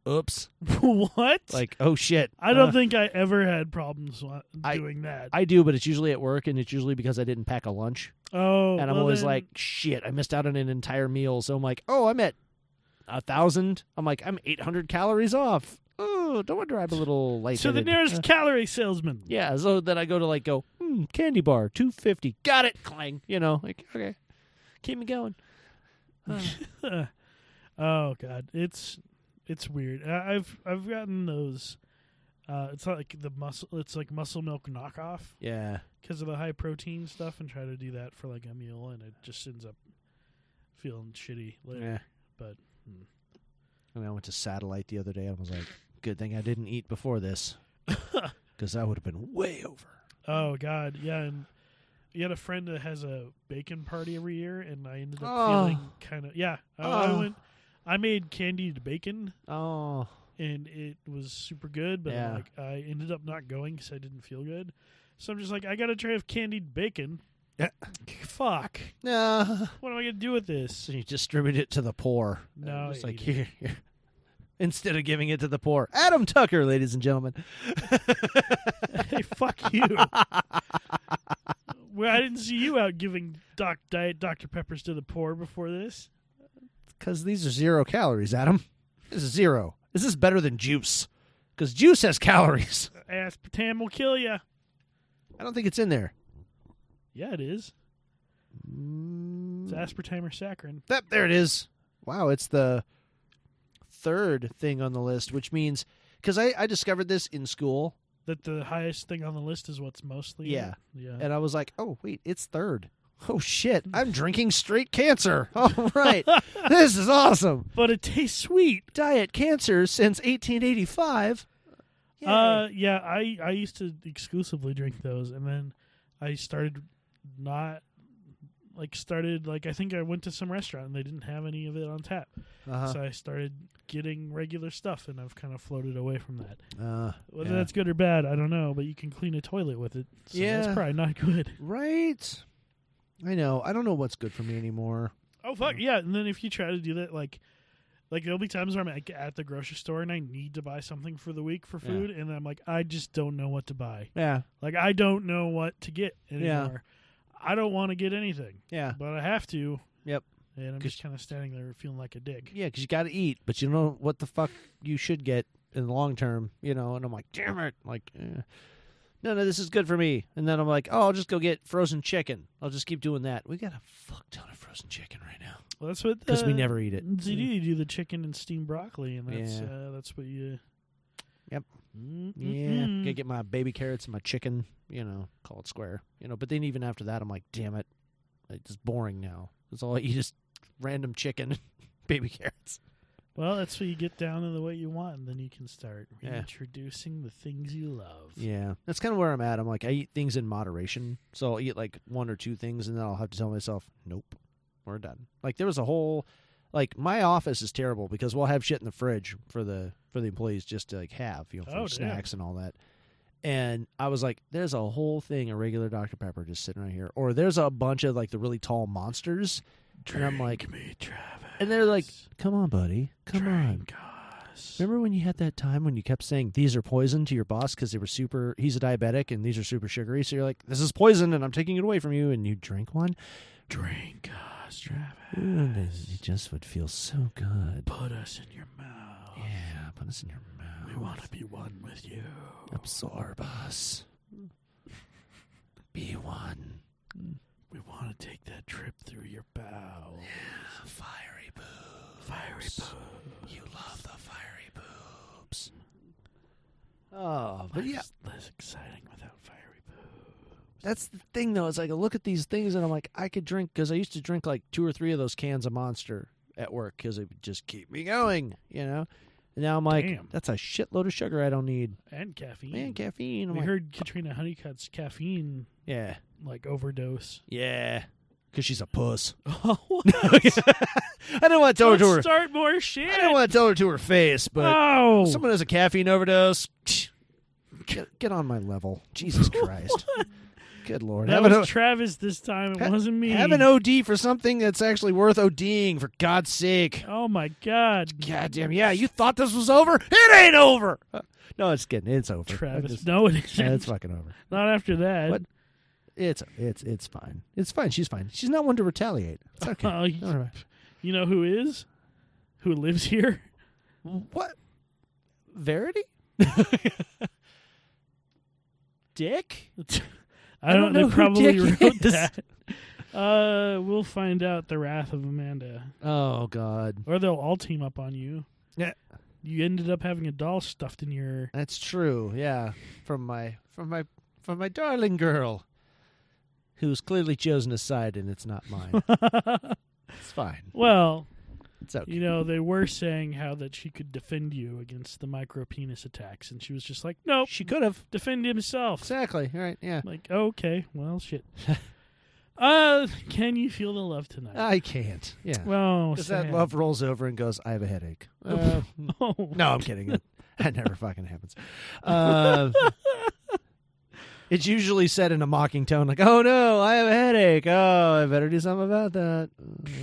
Speaker 5: Oops.
Speaker 1: [LAUGHS] what?
Speaker 5: Like, oh shit.
Speaker 1: I don't
Speaker 5: Uh,
Speaker 1: think I ever had problems wa-
Speaker 5: I-
Speaker 1: doing that.
Speaker 5: I do, but it's usually at work, and it's usually because I didn't pack a lunch.
Speaker 1: oh,
Speaker 5: and I'm
Speaker 1: well
Speaker 5: always
Speaker 1: then-
Speaker 5: like, shit, I missed out on an entire meal. So I'm like, oh, I'm at a thousand. I'm like, I'm 800 calories off. Oh, don't wonder I'm a little light.
Speaker 1: to the nearest calorie salesman.
Speaker 5: Yeah, so then I go to like go hmm, candy bar two fifty. Got it, clang. You know, like okay, keep me going.
Speaker 1: oh god, it's it's weird. I- I've I've gotten those. Uh, it's not like the muscle. It's like muscle milk knockoff
Speaker 5: Yeah,
Speaker 1: because of the high protein stuff, and try to do that for like a meal, and it just ends up feeling shitty later.
Speaker 5: Yeah.
Speaker 1: But hmm.
Speaker 5: I mean, I went to satellite the other day. and I was like, good thing I didn't eat
Speaker 1: [LAUGHS]
Speaker 5: before this, because I would have been way over.
Speaker 1: oh god, yeah. And you had a friend that has a bacon party every year, and I ended up
Speaker 5: Oh.
Speaker 1: feeling kind of yeah. I, I
Speaker 5: Oh.
Speaker 1: went. I made candied bacon.
Speaker 5: Oh,
Speaker 1: and it was super good. But
Speaker 5: Yeah.
Speaker 1: like, I ended up not going because I didn't feel good. So I'm just like, I got a tray of candied bacon.
Speaker 5: Yeah.
Speaker 1: Fuck.
Speaker 5: no.
Speaker 1: What am I gonna do with
Speaker 5: [LAUGHS]
Speaker 1: this?
Speaker 5: So you distribute it to the poor.
Speaker 1: No,
Speaker 5: it's
Speaker 1: I
Speaker 5: like
Speaker 1: eat it.
Speaker 5: here, here. [LAUGHS] Instead of giving it to the poor, Adam Tucker, ladies and gentlemen.
Speaker 1: hey, fuck you. well, I didn't see you out giving Doc Diet Dr Peppers to the poor before this.
Speaker 5: Because these are zero calories, Adam. This is zero. This is better than juice. Because juice has calories. [LAUGHS]
Speaker 1: Aspartame will kill you.
Speaker 5: I don't think it's in there.
Speaker 1: Yeah, it is.
Speaker 5: Mm.
Speaker 1: It's aspartame or saccharin.
Speaker 5: That, there it is. Wow, it's the third thing on the list, which means because I, I discovered this in school.
Speaker 1: That the highest thing on the list is what's mostly in
Speaker 5: Yeah.
Speaker 1: it. yeah.
Speaker 5: And I was like, oh, wait, it's third. Oh shit! I'm drinking straight cancer. [LAUGHS] All
Speaker 1: [LAUGHS]
Speaker 5: right, this is awesome.
Speaker 1: But it tastes sweet.
Speaker 5: Diet cancer since 1885.
Speaker 1: Uh, yeah, I I used to exclusively drink those, and then I started not like started like I think I went to some restaurant and they didn't have any of it on tap,
Speaker 5: Uh-huh.
Speaker 1: so I started getting regular stuff, and I've kind of floated away from that.
Speaker 5: Uh,
Speaker 1: Whether
Speaker 5: yeah.
Speaker 1: that's good or bad, I don't know, but you can clean a toilet with it. So
Speaker 5: Yeah.
Speaker 1: that's probably not good. [LAUGHS]
Speaker 5: Right. I know. I don't know what's good for me anymore.
Speaker 1: Oh fuck yeah! And then if you try to do that, like, like there'll be times where I'm like at the grocery store and I need to buy something for the week for
Speaker 5: Yeah.
Speaker 1: food, and I'm like, I just don't know what to buy.
Speaker 5: Yeah.
Speaker 1: like I don't know what to get
Speaker 5: Yeah.
Speaker 1: anymore. I don't want to get anything.
Speaker 5: Yeah.
Speaker 1: but I have to.
Speaker 5: Yep.
Speaker 1: And I'm just kind of standing there feeling like a dick.
Speaker 5: Yeah, because you got to eat, but you don't know what the fuck you should get in the long term, you know. And I'm like, damn it, like, eh. no, no, this is good for me. And then I'm like, oh, I'll just go get frozen chicken. I'll just keep doing that. We got a fuck ton of frozen chicken right now.
Speaker 1: Well, that's what
Speaker 5: 'Cause we
Speaker 1: uh,
Speaker 5: never eat it.
Speaker 1: ZD you do the chicken and steamed broccoli, and that's
Speaker 5: Yeah.
Speaker 1: uh, that's what you.
Speaker 5: Yep.
Speaker 1: Mm, mm,
Speaker 5: Yeah,
Speaker 1: mm.
Speaker 5: gotta get my baby carrots and my chicken. You know, call it square. You know, but then even after that, I'm like, damn it, like, it's boring now. That's all I eat is random chicken, [LAUGHS] baby carrots.
Speaker 1: Well, that's what you get down to the way you want, and then you can start
Speaker 5: Yeah.
Speaker 1: introducing the things you love.
Speaker 5: Yeah, that's kind of where I'm at. I'm like, I eat things in moderation, so I'll eat like one or two things, and then I'll have to tell myself, nope, we're done. Like there was a whole, like my office is terrible because we'll have shit in the fridge for the for the employees just to like have you know for
Speaker 1: Oh, damn.
Speaker 5: snacks and all that. And I was like, there's a whole thing of regular Dr Pepper just sitting right here, or there's a bunch of like the really tall monsters, and I'm like, and they're like, come on, buddy, come on. Remember when you had that time when you kept saying these are poison to your boss because they were super, he's a diabetic and these are super sugary. So you're like, this is poison and I'm taking it away from you. And you drink one.
Speaker 1: Drink us, Travis.
Speaker 5: And it it just would feel so good.
Speaker 1: Put us in your mouth.
Speaker 5: Yeah, put us in your mouth.
Speaker 1: We want to be one with you.
Speaker 5: Absorb us. Be one.
Speaker 1: We want to take that trip through your bowels. Yeah,
Speaker 5: fiery
Speaker 1: boobs. Fiery boobs.
Speaker 5: You love the fiery boobs. Oh, but
Speaker 1: Less,
Speaker 5: yeah.
Speaker 1: less exciting without fiery
Speaker 5: That's the thing, though. Is like I look at these things and I'm like, I could drink because I used to drink like two or three of those cans of Monster at work because it would just keep me going, you know. And now I'm like,
Speaker 1: Damn.
Speaker 5: that's a shitload of sugar I don't need.
Speaker 1: and caffeine.
Speaker 5: Man, caffeine. I'm
Speaker 1: we
Speaker 5: like,
Speaker 1: heard Katrina Honeycutt's caffeine
Speaker 5: yeah,
Speaker 1: like overdose.
Speaker 5: yeah, because she's a
Speaker 1: [LAUGHS]
Speaker 5: puss. [LAUGHS] I don't want to tell her to
Speaker 1: Don't
Speaker 5: her.
Speaker 1: start more shit.
Speaker 5: I don't want to tell her to her face, but
Speaker 1: Oh.
Speaker 5: someone has a caffeine overdose. [SNIFFS] Get, get on my level,
Speaker 1: [LAUGHS]
Speaker 5: Jesus Christ. Good Lord,
Speaker 1: That
Speaker 5: Have an
Speaker 1: was
Speaker 5: o-
Speaker 1: Travis this time. It
Speaker 5: Ha-
Speaker 1: wasn't me.
Speaker 5: Have an OD for something that's actually worth ODing, for God's sake.
Speaker 1: oh my god,
Speaker 5: Goddamn, yeah, you thought this was over? It ain't over. Uh, No, it's kidding. It's over. I
Speaker 1: Travis.
Speaker 5: just-
Speaker 1: no, it
Speaker 5: Yeah,
Speaker 1: isn't.
Speaker 5: it's fucking over.
Speaker 1: [LAUGHS] Not after that.
Speaker 5: What? It's it's it's fine. It's fine. She's fine. She's not one to retaliate.
Speaker 1: [LAUGHS]
Speaker 5: It's okay.
Speaker 1: [LAUGHS] Oh, you-
Speaker 5: Don't worry.
Speaker 1: You know who is? Who lives here?
Speaker 5: What? [LAUGHS] Verity? Dick?
Speaker 1: I don't, know.
Speaker 5: who
Speaker 1: Probably
Speaker 5: Dick
Speaker 1: wrote
Speaker 5: is.
Speaker 1: that. Uh, we'll find out the wrath of Amanda,
Speaker 5: Oh God,
Speaker 1: or they'll all team up on you.
Speaker 5: Yeah.
Speaker 1: you ended up having a doll stuffed in your.
Speaker 5: that's true. Yeah, from my from my from my darling girl, who's clearly chosen a side and it's not
Speaker 1: [LAUGHS]
Speaker 5: mine. it's fine.
Speaker 1: Well,
Speaker 5: It's okay.
Speaker 1: you know they were saying how that she could defend you against the micro penis attacks, and she was just like, "Nope,
Speaker 5: She could have
Speaker 1: defend himself."
Speaker 5: exactly. All right. Yeah.
Speaker 1: Like, okay, well,
Speaker 5: [LAUGHS]
Speaker 1: shit. uh, can you feel the love tonight?
Speaker 5: I can't. Yeah.
Speaker 1: well,
Speaker 5: Because Uh, that
Speaker 1: Sam.
Speaker 5: love rolls over and goes, I have a headache. Uh,
Speaker 1: [LAUGHS] Oh.
Speaker 5: no, I'm kidding. [LAUGHS] That never fucking happens. Uh, it's usually said in a mocking tone, like, oh no, I have a headache. Oh, I better do something about that.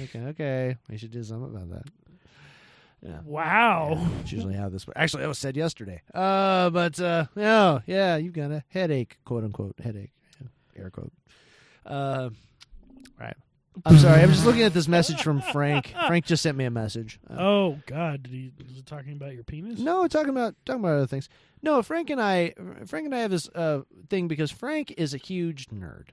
Speaker 5: Okay, okay. We should do something about that. Yeah.
Speaker 1: Wow.
Speaker 5: Yeah, It's usually how this works. Actually, that was said yesterday. Uh, but, uh, no, yeah, you've got a headache, quote unquote, headache, air quote. Uh, right. I'm sorry. I'm just looking at this message from Frank. Frank just sent me a message. Uh,
Speaker 1: Oh God! Did he, was it talking about your penis?
Speaker 5: no, talking about talking about other things. No, Frank and I, Frank and I have this uh, thing because Frank is a huge nerd.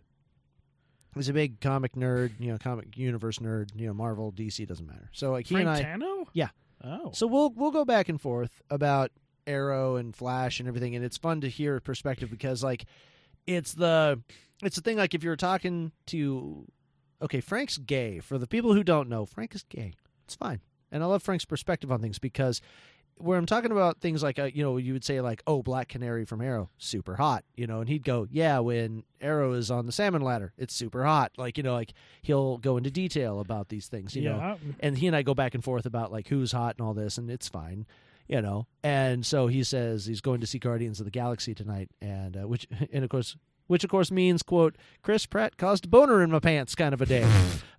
Speaker 5: He's a big comic nerd, you know, comic universe nerd, you know, Marvel, DC doesn't matter. So like he
Speaker 1: Frank
Speaker 5: and I,
Speaker 1: Tano?
Speaker 5: yeah.
Speaker 1: Oh,
Speaker 5: So we'll we'll go back and forth about Arrow and Flash and everything, and it's fun to hear a perspective because like it's the it's the thing like if you're talking to Okay, Frank's gay. For the people who don't know, Frank is gay. It's fine. And I love Frank's perspective on things because where I'm talking about things like, uh, you know, you would say, like, oh, Black Canary from Arrow, super hot, you know, and he'd go, yeah, when Arrow is on the salmon ladder, it's super hot. Like, you know, like he'll go into detail about these things, you know.
Speaker 1: Yeah.
Speaker 5: And he and I go back and forth about, like, who's hot and all this, and it's fine. You know, and so he says he's going to see Guardians of the Galaxy tonight, and uh, which, [LAUGHS] and of course, which of course means quote chris pratt caused a boner in my pants kind of a day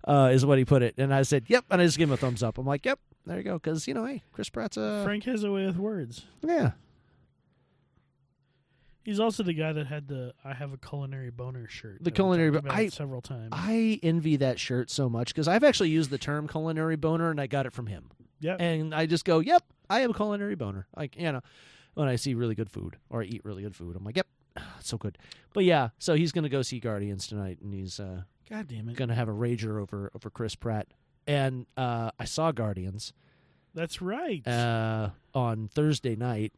Speaker 5: uh, is what he put it and i said yep and i just gave him a thumbs up i'm like yep there you go because you know hey chris pratt's a
Speaker 1: Frank has a way with words.
Speaker 5: yeah
Speaker 1: He's also the guy that had the "I have a culinary boner" shirt.
Speaker 5: the
Speaker 1: that we
Speaker 5: culinary
Speaker 1: talked
Speaker 5: bo-
Speaker 1: about
Speaker 5: I,
Speaker 1: several times.
Speaker 5: i envy that shirt so much because i've actually used the term culinary boner and i got it from him
Speaker 1: Yep.
Speaker 5: and i just go yep i have a culinary boner like you know when i see really good food or i eat really good food i'm like yep [SIGHS] it's so good but yeah so he's gonna go see guardians tonight and he's uh
Speaker 1: God damn it!
Speaker 5: gonna have a rager over over chris pratt and uh i saw guardians
Speaker 1: That's right.
Speaker 5: uh, on Thursday night,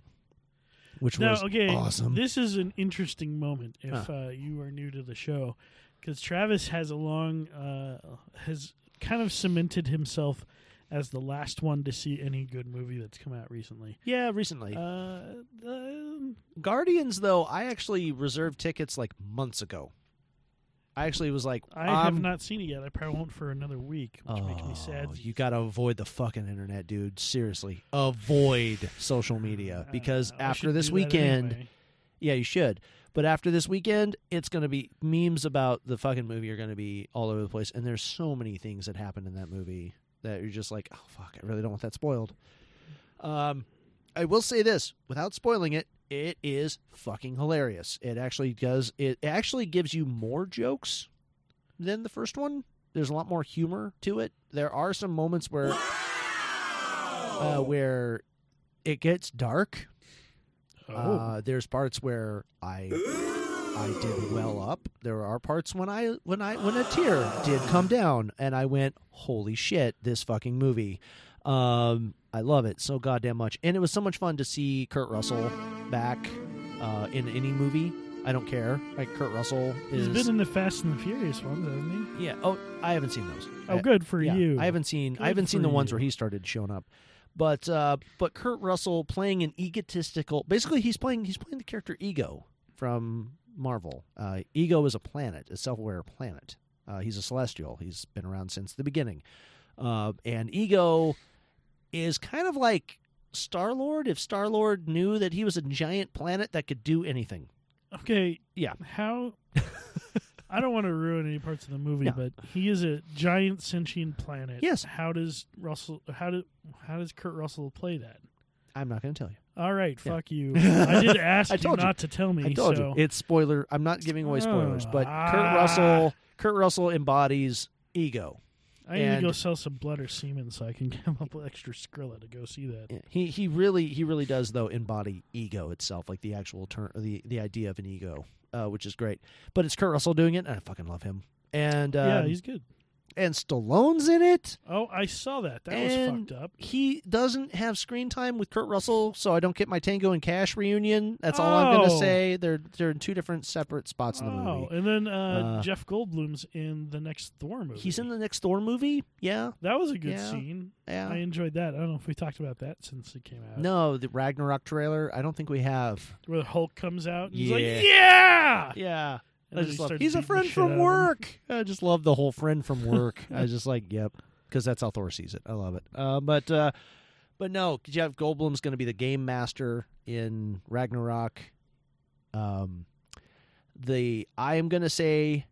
Speaker 5: which
Speaker 1: now,
Speaker 5: was
Speaker 1: okay,
Speaker 5: awesome.
Speaker 1: This is an interesting moment if
Speaker 5: Huh.
Speaker 1: uh, you are new to the show, because Travis has a long uh, has kind of cemented himself as the last one to see any good movie that's come out recently.
Speaker 5: yeah, recently.
Speaker 1: Uh, um,
Speaker 5: Guardians, though, I actually reserved tickets like months ago. I actually was like,
Speaker 1: I
Speaker 5: I'm-
Speaker 1: have not seen it yet. I probably won't for another week, which makes me sad.
Speaker 5: Um, Oh, you got to avoid the fucking internet, dude. Seriously, avoid
Speaker 1: [LAUGHS]
Speaker 5: social media because after
Speaker 1: Uh, should
Speaker 5: this
Speaker 1: do that
Speaker 5: weekend,
Speaker 1: anyway.
Speaker 5: yeah, you should. But after this weekend, it's going to be memes about the fucking movie are going to be all over the place, and there's so many things that happened in that movie that you're just like, oh fuck, I really don't want that spoiled. Um, I will say this without spoiling it. It is fucking hilarious. It actually does. It actually gives you more jokes than the first one. There's a lot more humor to it. There are some moments where uh, where it gets dark.
Speaker 1: Oh.
Speaker 5: Uh, there's parts where I I did well up. There are parts when I when I when a tear did come down and I went, "Holy shit, this fucking movie." Um I love it so goddamn much. And it was so much fun to see Kurt Russell back uh, in any movie. I don't care. Like Kurt Russell uh, is
Speaker 1: He's been in the Fast and the Furious ones, hasn't he?
Speaker 5: yeah. Oh, I haven't seen those.
Speaker 1: Oh,
Speaker 5: I-
Speaker 1: good for
Speaker 5: yeah,
Speaker 1: you.
Speaker 5: I haven't seen.
Speaker 1: Good
Speaker 5: I haven't seen
Speaker 1: for
Speaker 5: the ones
Speaker 1: you.
Speaker 5: where he started showing up. But uh, but Kurt Russell playing an egotistical. Basically, he's playing he's playing the character Ego from Marvel. Uh, Ego is a planet, a self-aware planet. Uh, he's a celestial. He's been around since the beginning. Uh, and Ego is kind of like Star Lord. If Star Lord knew that he was a giant planet that could do anything,
Speaker 1: Okay.
Speaker 5: Yeah. [LAUGHS]
Speaker 1: How? I don't want to ruin any parts of the movie,
Speaker 5: No.
Speaker 1: but he is a giant sentient planet.
Speaker 5: Yes.
Speaker 1: How does Russell? How do? How does Kurt Russell play that?
Speaker 5: I'm not going to tell you.
Speaker 1: All right,
Speaker 5: Yeah.
Speaker 1: fuck
Speaker 5: [LAUGHS]
Speaker 1: you. I did ask
Speaker 5: I told
Speaker 1: you
Speaker 5: you.
Speaker 1: not to tell me.
Speaker 5: I told
Speaker 1: so.
Speaker 5: you it's spoiler. I'm not giving away spoilers,
Speaker 1: Oh.
Speaker 5: but
Speaker 1: Ah.
Speaker 5: Kurt Russell, Kurt Russell embodies ego.
Speaker 1: I need to
Speaker 5: and-
Speaker 1: go sell some blood or semen so I can [LAUGHS] come up with extra Skrilla to go see that.
Speaker 5: He he really he really does though embody ego itself, like the actual term, the the idea of an ego, uh, which is great. But it's Kurt Russell doing it, and I fucking love him. And um,
Speaker 1: yeah, he's good.
Speaker 5: and Stallone's in it.
Speaker 1: Oh, I saw that. That was
Speaker 5: and
Speaker 1: fucked up.
Speaker 5: He doesn't have screen time with Kurt Russell, so I don't get my Tango and Cash reunion. That's all I'm gonna
Speaker 1: Oh.
Speaker 5: say. They're they're in two different separate spots [LAUGHS] in the
Speaker 1: Oh,
Speaker 5: movie.
Speaker 1: and then uh,
Speaker 5: Uh,
Speaker 1: Jeff Goldblum's in the next Thor movie.
Speaker 5: He's in the next Thor movie. Yeah,
Speaker 1: That was a good
Speaker 5: Yeah.
Speaker 1: scene.
Speaker 5: Yeah.
Speaker 1: I enjoyed that. I don't know if we talked about that since it came out.
Speaker 5: No, the Ragnarok trailer. I don't think we have.
Speaker 1: Where the Hulk comes out and he's
Speaker 5: Yeah.
Speaker 1: like, Yeah.
Speaker 5: Yeah.
Speaker 1: And
Speaker 5: I
Speaker 1: then
Speaker 5: just
Speaker 1: he
Speaker 5: love,
Speaker 1: starts
Speaker 5: he's a
Speaker 1: beating the
Speaker 5: friend
Speaker 1: shit out
Speaker 5: from
Speaker 1: of him.
Speaker 5: work. I just love the whole friend from work. [LAUGHS] I was just like, yep, because that's how Thor sees it. I love it. Uh, but uh, but no, Jeff Goldblum's going to be the game master in Ragnarok. Um, the I am going to say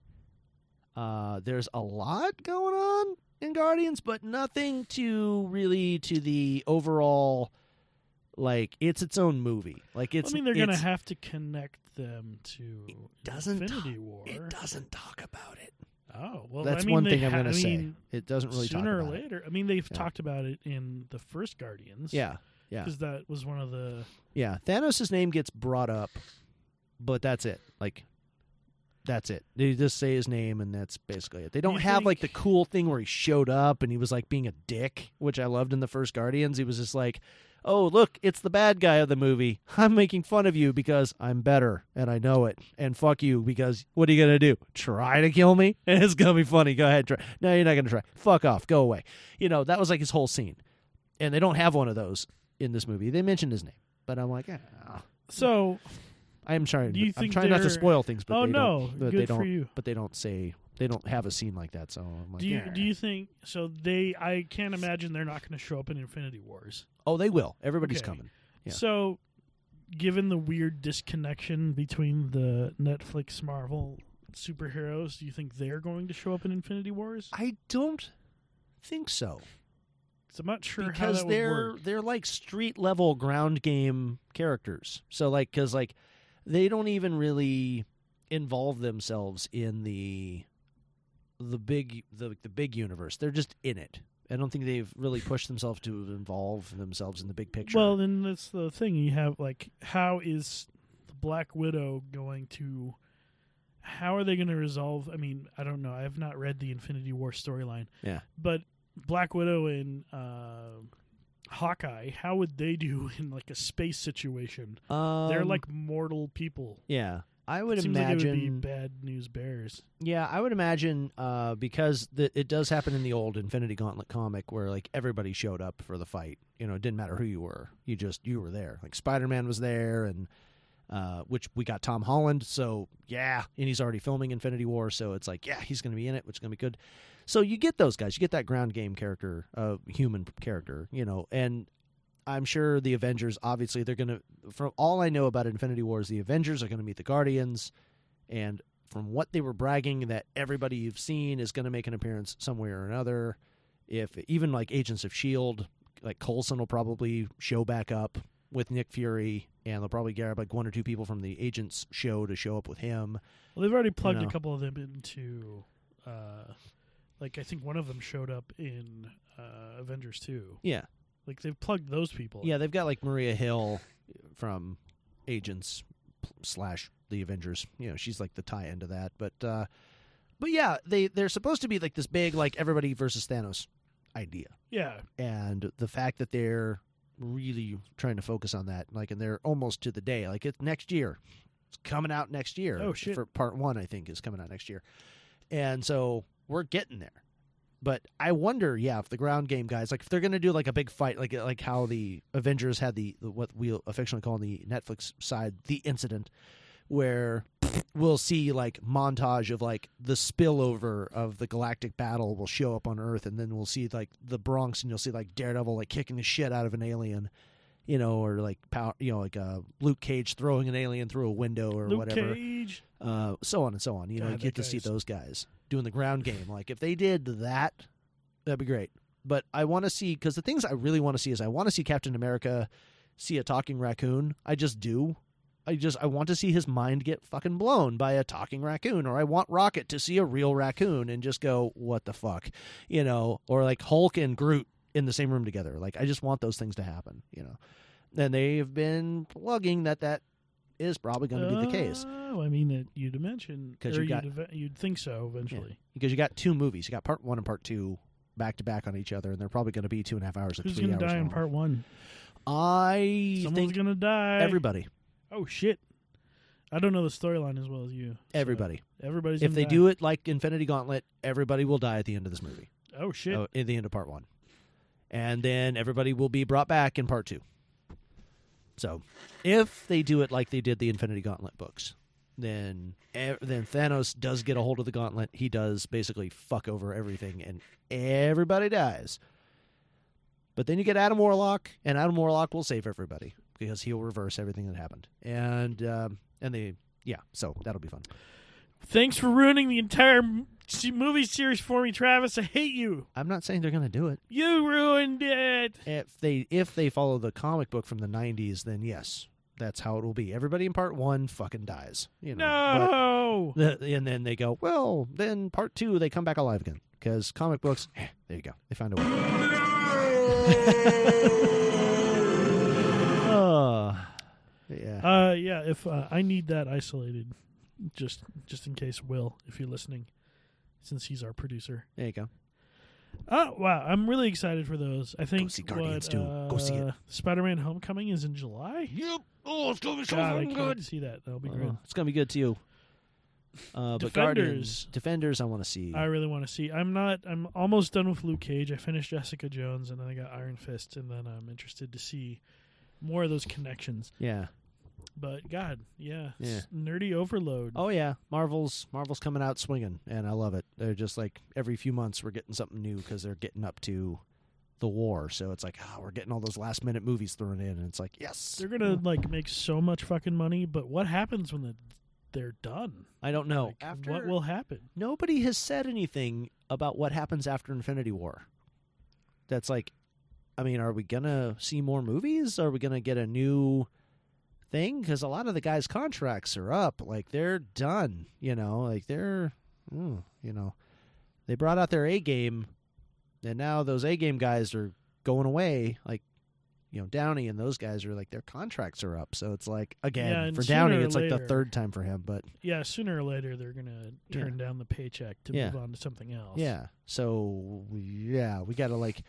Speaker 5: uh, there's a lot going on in Guardians, but nothing to really to the overall. Like it's its own movie. Like it's.
Speaker 1: I mean, they're going to
Speaker 5: it's-
Speaker 1: have to connect them to
Speaker 5: doesn't
Speaker 1: Infinity
Speaker 5: talk-
Speaker 1: War.
Speaker 5: It doesn't talk about it.
Speaker 1: Oh, well,
Speaker 5: That's
Speaker 1: I mean,
Speaker 5: one
Speaker 1: they
Speaker 5: thing I'm
Speaker 1: ha-
Speaker 5: gonna
Speaker 1: I
Speaker 5: say.
Speaker 1: mean,
Speaker 5: It doesn't really talk
Speaker 1: sooner
Speaker 5: about
Speaker 1: or
Speaker 5: it.
Speaker 1: later. I mean, they've
Speaker 5: Yeah.
Speaker 1: talked about it in the first Guardians.
Speaker 5: Yeah, yeah.
Speaker 1: because that was one of the
Speaker 5: Yeah, Thanos' name gets brought up, but that's it. Like That's it. They just say his name, and that's basically it. They don't
Speaker 1: You
Speaker 5: have like the cool thing where he showed up and he was like being a dick, which I loved in the first Guardians. He was just like, "Oh, look, it's the bad guy of the movie. [LAUGHS] I'm making fun of you because I'm better and I know it. And fuck you because what are you gonna do? Try to kill me? [LAUGHS] It's gonna be funny. Go ahead, try. No, you're not gonna try. Fuck off. Go away. You know that was like his whole scene, and they don't have one of those in this movie. They mentioned his name, but I'm like, ah.
Speaker 1: So,
Speaker 5: I am trying.
Speaker 1: Do you
Speaker 5: I'm
Speaker 1: think
Speaker 5: trying not to
Speaker 1: they're-
Speaker 5: spoil things, but
Speaker 1: Oh,
Speaker 5: they
Speaker 1: no.
Speaker 5: don't, but
Speaker 1: Good
Speaker 5: they
Speaker 1: for
Speaker 5: don't,
Speaker 1: you.
Speaker 5: But they don't say they don't have a scene like that. So I'm like,
Speaker 1: do you
Speaker 5: "Yeah."
Speaker 1: do you think so? They I can't imagine they're not going to show up in Infinity Wars.
Speaker 5: oh, they will. Everybody's
Speaker 1: Okay.
Speaker 5: coming. Yeah.
Speaker 1: So, given the weird disconnection between the Netflix Marvel superheroes, do you think they're going to show up in Infinity Wars?
Speaker 5: I don't think so.
Speaker 1: I'm not sure how
Speaker 5: because
Speaker 1: that would
Speaker 5: they're
Speaker 1: work.
Speaker 5: they're like street level ground game characters. So like because like they don't even really involve themselves in the the big the the big universe. They're just in it. I don't think they've really pushed themselves to involve themselves in the big picture.
Speaker 1: Well, then that's the thing. You have like, how is the Black Widow going to? How are they going to resolve? I mean, I don't know. I have not read the Infinity War storyline.
Speaker 5: Yeah.
Speaker 1: But Black Widow and uh, Hawkeye, how would they do [LAUGHS] in like a space situation? They're
Speaker 5: Um,
Speaker 1: like mortal people.
Speaker 5: yeah. I would
Speaker 1: It seems
Speaker 5: imagine
Speaker 1: like it would be bad news bears.
Speaker 5: Yeah, I would imagine uh, because the, it does happen in the old Infinity Gauntlet comic where like everybody showed up for the fight. You know, it didn't matter who you were; you just you were there. Like Spider Man was there, and uh, which we got Tom Holland. So yeah, and he's already filming Infinity War, so it's like yeah, he's going to be in it, which is going to be good. So you get those guys, you get that ground game character, uh, human character, you know, and I'm sure the Avengers. Obviously, they're going to. From all I know about Infinity Wars, the Avengers are going to meet the Guardians, and from what they were bragging, that everybody you've seen is going to make an appearance somewhere or another. If even like Agents of Shield, E like Coulson will probably show back up with Nick Fury, and they'll probably grab like one or two people from the Agents show to show up with him.
Speaker 1: Well, they've already plugged
Speaker 5: know.
Speaker 1: a couple of them into, uh, like I think one of them showed up in uh, Avengers Two.
Speaker 5: Yeah.
Speaker 1: like they've plugged those people.
Speaker 5: Yeah, they've got like Maria Hill from Agents slash the Avengers. You know, she's like the tie end to that. But uh but yeah, they they're supposed to be like this big like everybody versus Thanos idea.
Speaker 1: Yeah.
Speaker 5: And the fact that they're really trying to focus on that, like, and they're almost to the day. Like it's next year. It's coming out next year.
Speaker 1: Oh, shit.
Speaker 5: For part one, I think is coming out next year. And so we're getting there. But I wonder, yeah, if the ground game guys, like, if they're going to do like a big fight, like like how the Avengers had the what we affectionately call on the Netflix side the incident, where we'll see like montage of like the spillover of the galactic battle will show up on Earth, and then we'll see like the Bronx, and you'll see like Daredevil like kicking the shit out of an alien, you know, or like power, you know, like uh, Luke Cage throwing an alien through a window or
Speaker 1: Luke
Speaker 5: whatever
Speaker 1: Cage.
Speaker 5: uh, so on and so on. You know,
Speaker 1: God,
Speaker 5: you
Speaker 1: that
Speaker 5: get to
Speaker 1: guy
Speaker 5: see
Speaker 1: is-
Speaker 5: those guys doing the ground game. Like if they did that, that'd be great. But I want to see because the things I really want to see is I want to see Captain America see a talking raccoon. I just do. I just I want to see his mind get fucking blown by a talking raccoon, or I want Rocket to see a real raccoon and just go, "What the fuck," you know, or like Hulk and Groot in the same room together. Like I just want those things to happen, you know. And they've been plugging that that is probably going to be the case.
Speaker 1: Oh, I mean, it, you'd mention
Speaker 5: 'Cause
Speaker 1: or
Speaker 5: you got-
Speaker 1: you'd, eve- you'd think so eventually.
Speaker 5: because you got two movies. You got part one and part two back to back on each other, and they're probably going to be two and a half hours or
Speaker 1: Who's
Speaker 5: three
Speaker 1: gonna
Speaker 5: hours
Speaker 1: die in
Speaker 5: long.
Speaker 1: part one?
Speaker 5: I
Speaker 1: Someone's
Speaker 5: think
Speaker 1: gonna die.
Speaker 5: everybody,
Speaker 1: Oh shit! I don't know the storyline as well as you. so
Speaker 5: everybody.
Speaker 1: everybody's.
Speaker 5: if
Speaker 1: gonna
Speaker 5: they
Speaker 1: die.
Speaker 5: do it like Infinity Gauntlet, everybody will die at the end of this movie.
Speaker 1: Oh shit!
Speaker 5: Uh, at the end of part one, and then everybody will be brought back in part two. So, if they do it like they did the Infinity Gauntlet books, then e- then Thanos does get a hold of the gauntlet. He does basically fuck over everything, and everybody dies. But then you get Adam Warlock, and Adam Warlock will save everybody because he'll reverse everything that happened. And um, and they yeah, so that'll be fun.
Speaker 1: Thanks for ruining the entire m- se- movie series for me, Travis. I hate you.
Speaker 5: I'm not saying they're gonna do it.
Speaker 1: You ruined it.
Speaker 5: if they if they follow the comic book from the 90s then yes that's how it will be everybody in part one fucking dies you know But- the- and then they go well then part two they come back alive again because comic books eh, there you go they found a way uh, yeah
Speaker 1: Uh, yeah. If uh, I need that isolated,
Speaker 23: just just in case Will, if you're listening, since he's our producer.
Speaker 5: There you go.
Speaker 23: Oh wow, I'm really excited for those. I think
Speaker 5: see Guardians
Speaker 23: what,
Speaker 5: too. Go see it.
Speaker 23: uh, Spider-Man: Homecoming is in July.
Speaker 5: Yep. Oh, it's gonna be
Speaker 23: God, I can't see that. That'll be
Speaker 1: Uh-huh.
Speaker 23: great.
Speaker 5: Oh, it's gonna be good to you. Uh,
Speaker 23: Defenders.
Speaker 5: but Guardians, Defenders, I want to see.
Speaker 23: I really want to see. I'm not. I'm almost done with Luke Cage. I finished Jessica Jones, and then I got Iron Fist, and then I'm interested to see more of those connections.
Speaker 5: yeah.
Speaker 23: But God, yeah,
Speaker 5: Yeah.
Speaker 23: s- nerdy overload.
Speaker 5: Oh yeah, Marvel's Marvel's coming out swinging, and I love it. They're just like every few months we're getting something new because they're getting up to the war. So it's like ah, we're getting all those last minute movies thrown in, and it's like yes,
Speaker 23: They're gonna like make so much fucking money, but what happens when the, they're done?
Speaker 5: I don't know.
Speaker 23: Like, what will happen?
Speaker 5: Nobody has said anything about what happens after Infinity War. That's like, I mean, are we gonna see more movies? Are we gonna get a new thing? Because a lot of the guys' contracts are up. Like they're done. You know, like they're, mm, you know, they brought out their A game, and now those A game guys are going away. Like. You know, Downey and those guys are like their contracts are up, so it's like again
Speaker 23: Yeah, and
Speaker 5: for Downey,
Speaker 23: sooner or
Speaker 5: it's like
Speaker 23: later-
Speaker 5: the third time for him. But
Speaker 23: Yeah, sooner or later they're gonna turn down the paycheck to
Speaker 5: Yeah.
Speaker 23: move on to something else.
Speaker 5: Yeah. So yeah, we got to like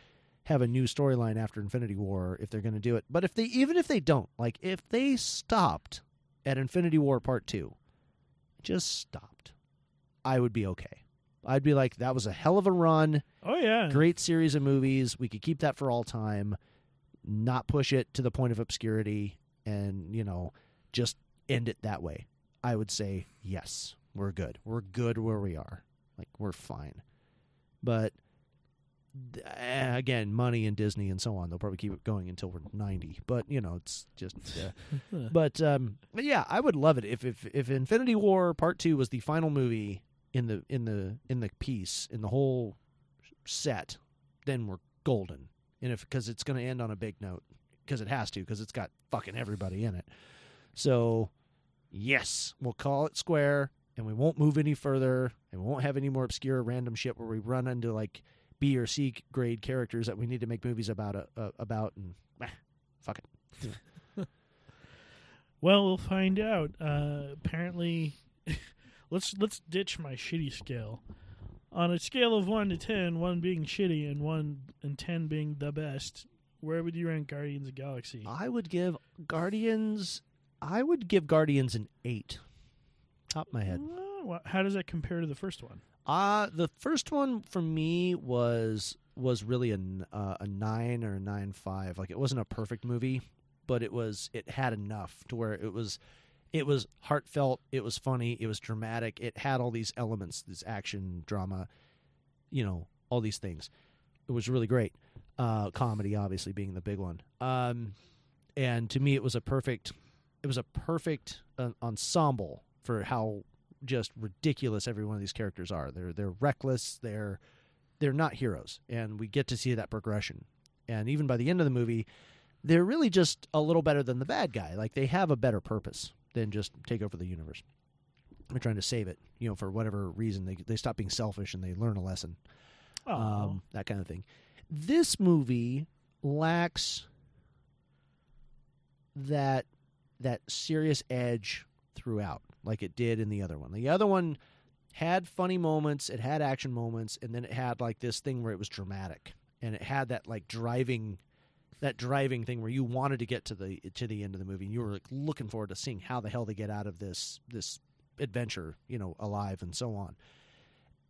Speaker 5: have a new storyline after Infinity War if they're going to do it. But if they even if they don't, like if they stopped at Infinity War Part 2, just stopped, I would be okay. I'd be like that was a hell of a run.
Speaker 23: Oh yeah.
Speaker 5: Great series of movies. We could keep that for all time. Not push it to the point of obscurity and, you know, just end it that way. I would say yes. We're good. We're good where we are. Like we're fine. But th- eh, again, money and Disney and so on, they'll probably keep it going until we're 90. But, you know, it's just uh, but um but yeah, I would love it if if if Infinity War Part 2 was the final movie in the in the in the piece in the whole set, then we're golden. And if because it's going to end on a big note, because it has to, because it's got fucking everybody in it. So, yes, we'll call it square, and we won't move any further, and we won't have any more obscure random shit where we run into like B or C grade characters that we need to make movies about uh, uh, about and eh, fuck it.
Speaker 23: Well, we'll find out. Uh, apparently, [LAUGHS] let's let's ditch my shitty scale. On a scale of one to ten, one being shitty and one and ten being the best, where would you rank Guardians of the Galaxy?
Speaker 5: I would give Guardians. I would give Guardians an eight. Top of my head.
Speaker 23: Uh, wha- How does that compare to the first one?
Speaker 5: Uh the first one for me was was really a n- uh, a nine or a nine five. Like it wasn't a perfect movie, but it was it had enough to where it was it was heartfelt, it was funny, it was dramatic, it had all these elements, this action, drama, you know, all these things. It was really great. Uh, comedy, obviously, being the big one. Um, and to me, it was a perfect, it was a perfect uh, ensemble for how just ridiculous every one of these characters are. They're they're reckless. They're they're not heroes, and we get to see that progression. And even by the end of the movie, they're really just a little better than the bad guy. Like they have a better purpose than just take over the universe. They're trying to save it, you know, for whatever reason. They they stop being selfish and they learn a lesson.
Speaker 1: Oh,
Speaker 23: Oh,
Speaker 5: Um, that kind of thing. This movie lacks that that serious edge throughout, like it did in the other one. The other one had funny moments, it had action moments, and then it had like this thing where it was dramatic, and it had that like driving that driving thing where you wanted to get to the to the end of the movie and you were like, looking forward to seeing how the hell they get out of this this adventure, you know, alive and so on.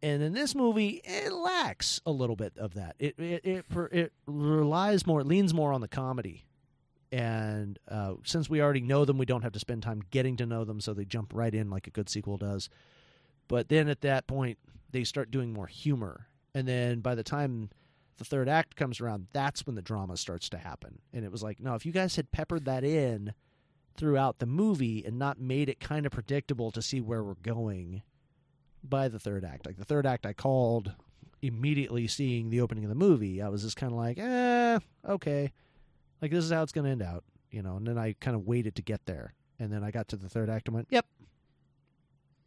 Speaker 5: And in this movie, it lacks a little bit of that. It it it, per- it relies more, it leans more on the comedy. And uh, since we already know them, we don't have to spend time getting to know them, so they jump right in like a good sequel does. But then at that point, they start doing more humor. And then by the time the third act comes around, that's when the drama starts to happen. And it was like, no, if you guys had peppered that in throughout the movie and not made it kind of predictable to see where we're going by the third act. Like the third act, I called immediately seeing the opening of the movie. I was just kind of like, eh, okay. Like this is how it's going to end out, you know. And then I kind of waited to get there. And then I got to the third act and went, yep,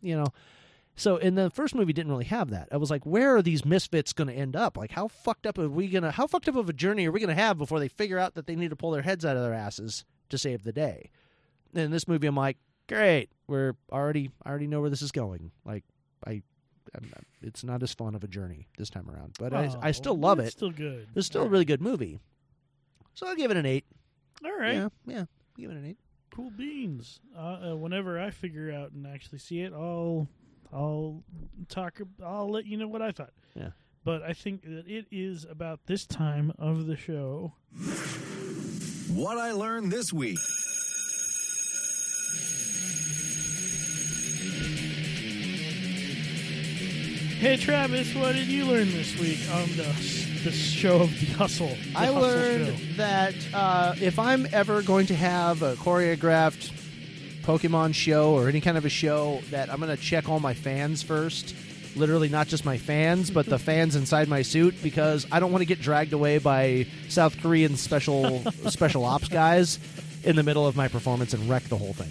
Speaker 5: you know so in the first movie didn't really have that i was like where are these misfits going to end up like how fucked up are we going to how fucked up of a journey are we going to have before they figure out that they need to pull their heads out of their asses to save the day in this movie i'm like great we're already I already know where this is going. Like I, I'm, it's not as fun of a journey this time around, but I, I still
Speaker 1: Oh,
Speaker 5: love
Speaker 1: it's
Speaker 5: it.
Speaker 1: still good.
Speaker 5: It's still a really good movie. So I'll give it an eight.
Speaker 1: All right.
Speaker 5: Yeah, yeah. Give it an eight.
Speaker 1: Cool beans. Uh, uh, whenever I figure out and actually see it, I'll I'll talk. ab- I'll let you know what I thought.
Speaker 5: Yeah.
Speaker 1: But I think that it is about this time of the show.
Speaker 26: What I learned this week.
Speaker 1: Hey Travis, what did you learn this week on the the show of the hustle? The
Speaker 5: I
Speaker 1: Hustle
Speaker 5: learned
Speaker 1: Show?
Speaker 5: that uh, if I'm ever going to have a choreographed Pokemon show or any kind of a show, that I'm going to check all my fans first. Literally, not just my fans, but the fans inside my suit, because I don't want to get dragged away by South Korean special [LAUGHS] special ops guys in the middle of my performance and wreck the whole thing.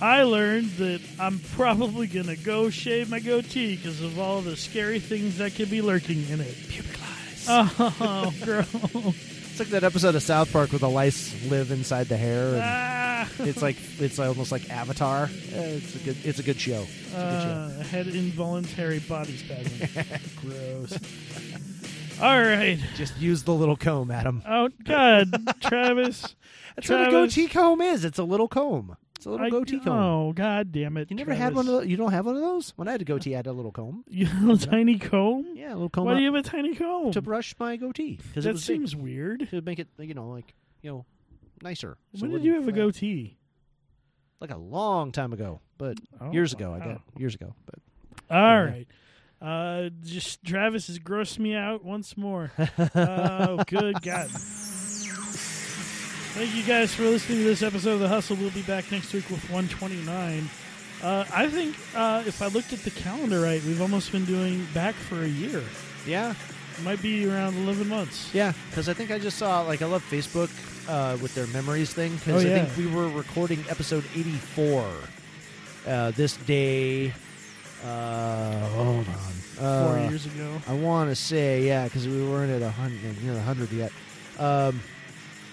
Speaker 1: I learned that I'm probably gonna go shave my goatee because of all the scary things that could be lurking in it. Pubic lice. Oh, [LAUGHS] gross.
Speaker 5: It's like that episode of South Park where the lice live inside the hair. and
Speaker 1: Ah.
Speaker 5: It's like it's almost like Avatar. Uh, It's a good it's a good show. It's a good show.
Speaker 1: Uh, I had involuntary body
Speaker 5: [LAUGHS]
Speaker 1: spasm. gross. All right.
Speaker 5: Just use the little comb, Adam.
Speaker 1: Oh
Speaker 5: [LAUGHS]
Speaker 1: God, Travis.
Speaker 5: That's what a goatee comb is. It's a little comb. It's a little
Speaker 1: I-
Speaker 5: goatee comb.
Speaker 1: Oh God, damn it!
Speaker 5: you never had one of those. You don't have one of those. When I had a goatee, I had a little comb.
Speaker 1: [LAUGHS] You had a little tiny comb.
Speaker 5: Yeah, a little comb.
Speaker 1: Why do
Speaker 5: up
Speaker 1: you have a tiny comb?
Speaker 5: to brush my goatee? Because
Speaker 1: That seems weird.
Speaker 5: It would make it, you know, like you know, nicer. So
Speaker 1: when
Speaker 5: it
Speaker 1: did you
Speaker 5: wouldn't
Speaker 1: have a
Speaker 5: flare.
Speaker 1: goatee?
Speaker 5: Like a long time ago, but
Speaker 1: Oh,
Speaker 5: years ago. I
Speaker 1: wow.
Speaker 5: got years ago, but
Speaker 1: All right. Uh, just Travis has grossed me out once more. oh, good God. Thank you guys for listening to this episode of The Hustle. We'll be back next week with 129. Uh, I think uh, if I looked at the calendar right, we've almost been doing back for a year.
Speaker 5: Yeah.
Speaker 1: Might be around 11 months.
Speaker 5: Yeah, because I think I just saw like I love Facebook uh, with their memories thing
Speaker 1: Oh,
Speaker 5: because I
Speaker 1: yeah.
Speaker 5: think we were recording episode eighty four uh, this day. Uh, hold on,
Speaker 1: Four
Speaker 5: Uh,
Speaker 1: years ago.
Speaker 5: I want to say yeah, because we weren't at a hundred near a hundred yet. Um,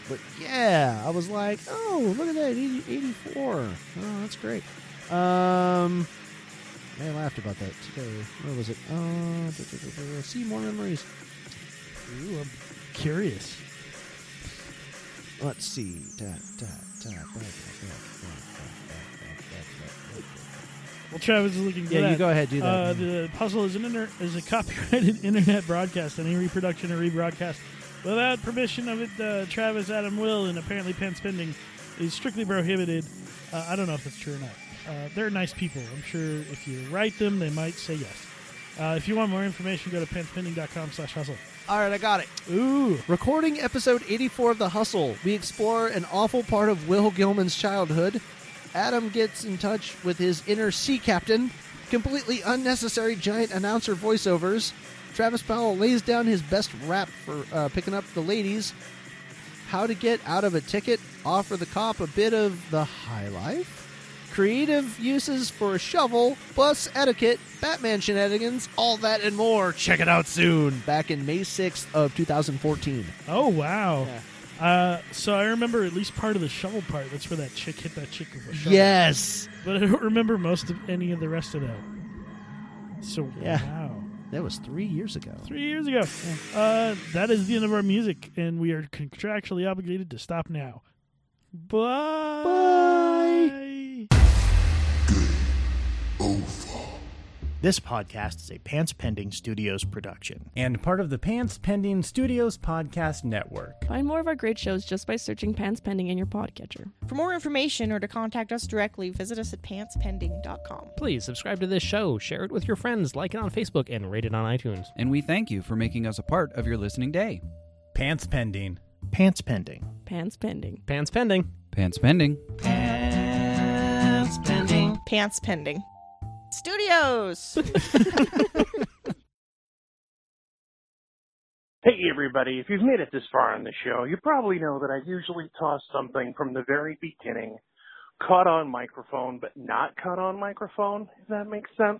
Speaker 5: but yeah, I was like, oh, look at that 80, 84. Oh, that's great. Um, I laughed about that today. Where was it? Uh, da, da, da, da, see more memories. Ooh, I'm
Speaker 1: curious.
Speaker 5: Let's see. Da, da, da, back, back, back, back, back, back, back, back.
Speaker 1: Well, Travis is looking. for
Speaker 5: Yeah, you
Speaker 1: that.
Speaker 5: go ahead, do that,
Speaker 1: Uh,
Speaker 5: man.
Speaker 1: the puzzle is an inter- is a copyrighted [LAUGHS] internet broadcast. Any reproduction or rebroadcast without permission of it, uh, Travis, Adam, Will, and apparently Penn Spending is strictly prohibited. Uh, I don't know if that's true or not. Uh, they're nice people. I'm sure if you write them, they might say yes. Uh, if you want more information, go to penspending.com slash hustle.
Speaker 5: All right, I got it.
Speaker 1: Ooh.
Speaker 5: Recording episode 84 of The Hustle, we explore an awful part of Will Gilman's childhood. Adam gets in touch with his inner sea captain, completely unnecessary giant announcer voiceovers. Travis Powell lays down his best rap for uh, picking up the ladies. How to get out of a ticket, offer the cop a bit of the high life, creative uses for a shovel, bus etiquette, Batman shenanigans, all that and more. Check it out soon. Back in May 6th of 2014.
Speaker 1: Oh wow. Uh, so I remember at least part of the shovel part. That's where that chick hit that chick with a shovel.
Speaker 5: Yes.
Speaker 1: but I don't remember most of any of the rest of that. So
Speaker 5: Yeah.
Speaker 1: wow,
Speaker 5: That was three years ago.
Speaker 1: three years ago. Uh, that is the end of our music, and we are contractually obligated to stop now. Bye.
Speaker 27: This podcast is a Pants Pending Studios production.
Speaker 14: and part of the Pants Pending Studios Podcast Network.
Speaker 2: Find more of our great shows just by searching Pants Pending in your podcatcher.
Speaker 28: For more information or to contact us directly, visit us at pantspending.com.
Speaker 29: Please subscribe to this show, share it with your friends, like it on Facebook, and rate it on iTunes.
Speaker 19: And we thank you for making us a part of your listening day.
Speaker 14: Pants Pending.
Speaker 27: Pants Pending.
Speaker 2: Pants Pending.
Speaker 19: Pants pending. Pants pending.
Speaker 28: Pants pending. Pants pending. Studios.
Speaker 9: Hey everybody, if you've made it this far on the show, you probably know that I usually toss something from the very beginning, cut on microphone, but not cut on microphone, if that makes sense.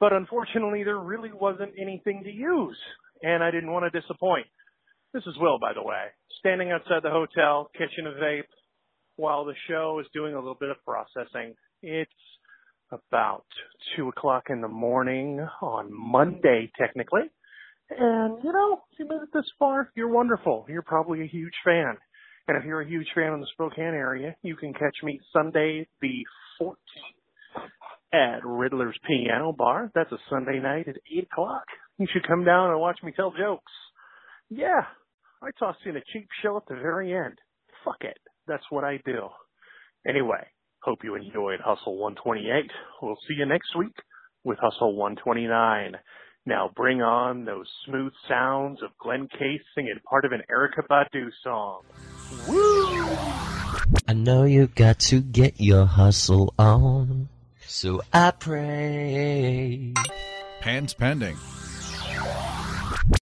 Speaker 9: But unfortunately, there really wasn't anything to use, and I didn't want to disappoint. This is Will, by the way, standing outside the hotel, catching a vape,
Speaker 14: while the show is doing a little bit of processing. It's about 2 o'clock in the morning on Monday, technically. And, you know, if you made it this far, you're wonderful. You're probably a huge fan. And if you're a huge fan in the Spokane area, you can catch me Sunday the 14th at Riddler's Piano Bar. That's a Sunday night at 8 o'clock. You should come down and watch me tell jokes. Yeah, I tossed in a cheap shell at the very end. Fuck it. That's what I do. Anyway, hope you enjoyed Hustle 128. We'll see you next week with Hustle 129. Now bring on those smooth sounds of Glenn Case singing part of an Erica Badu song.
Speaker 6: I know you got to get your hustle on, so um, I pray.
Speaker 19: Pants pending.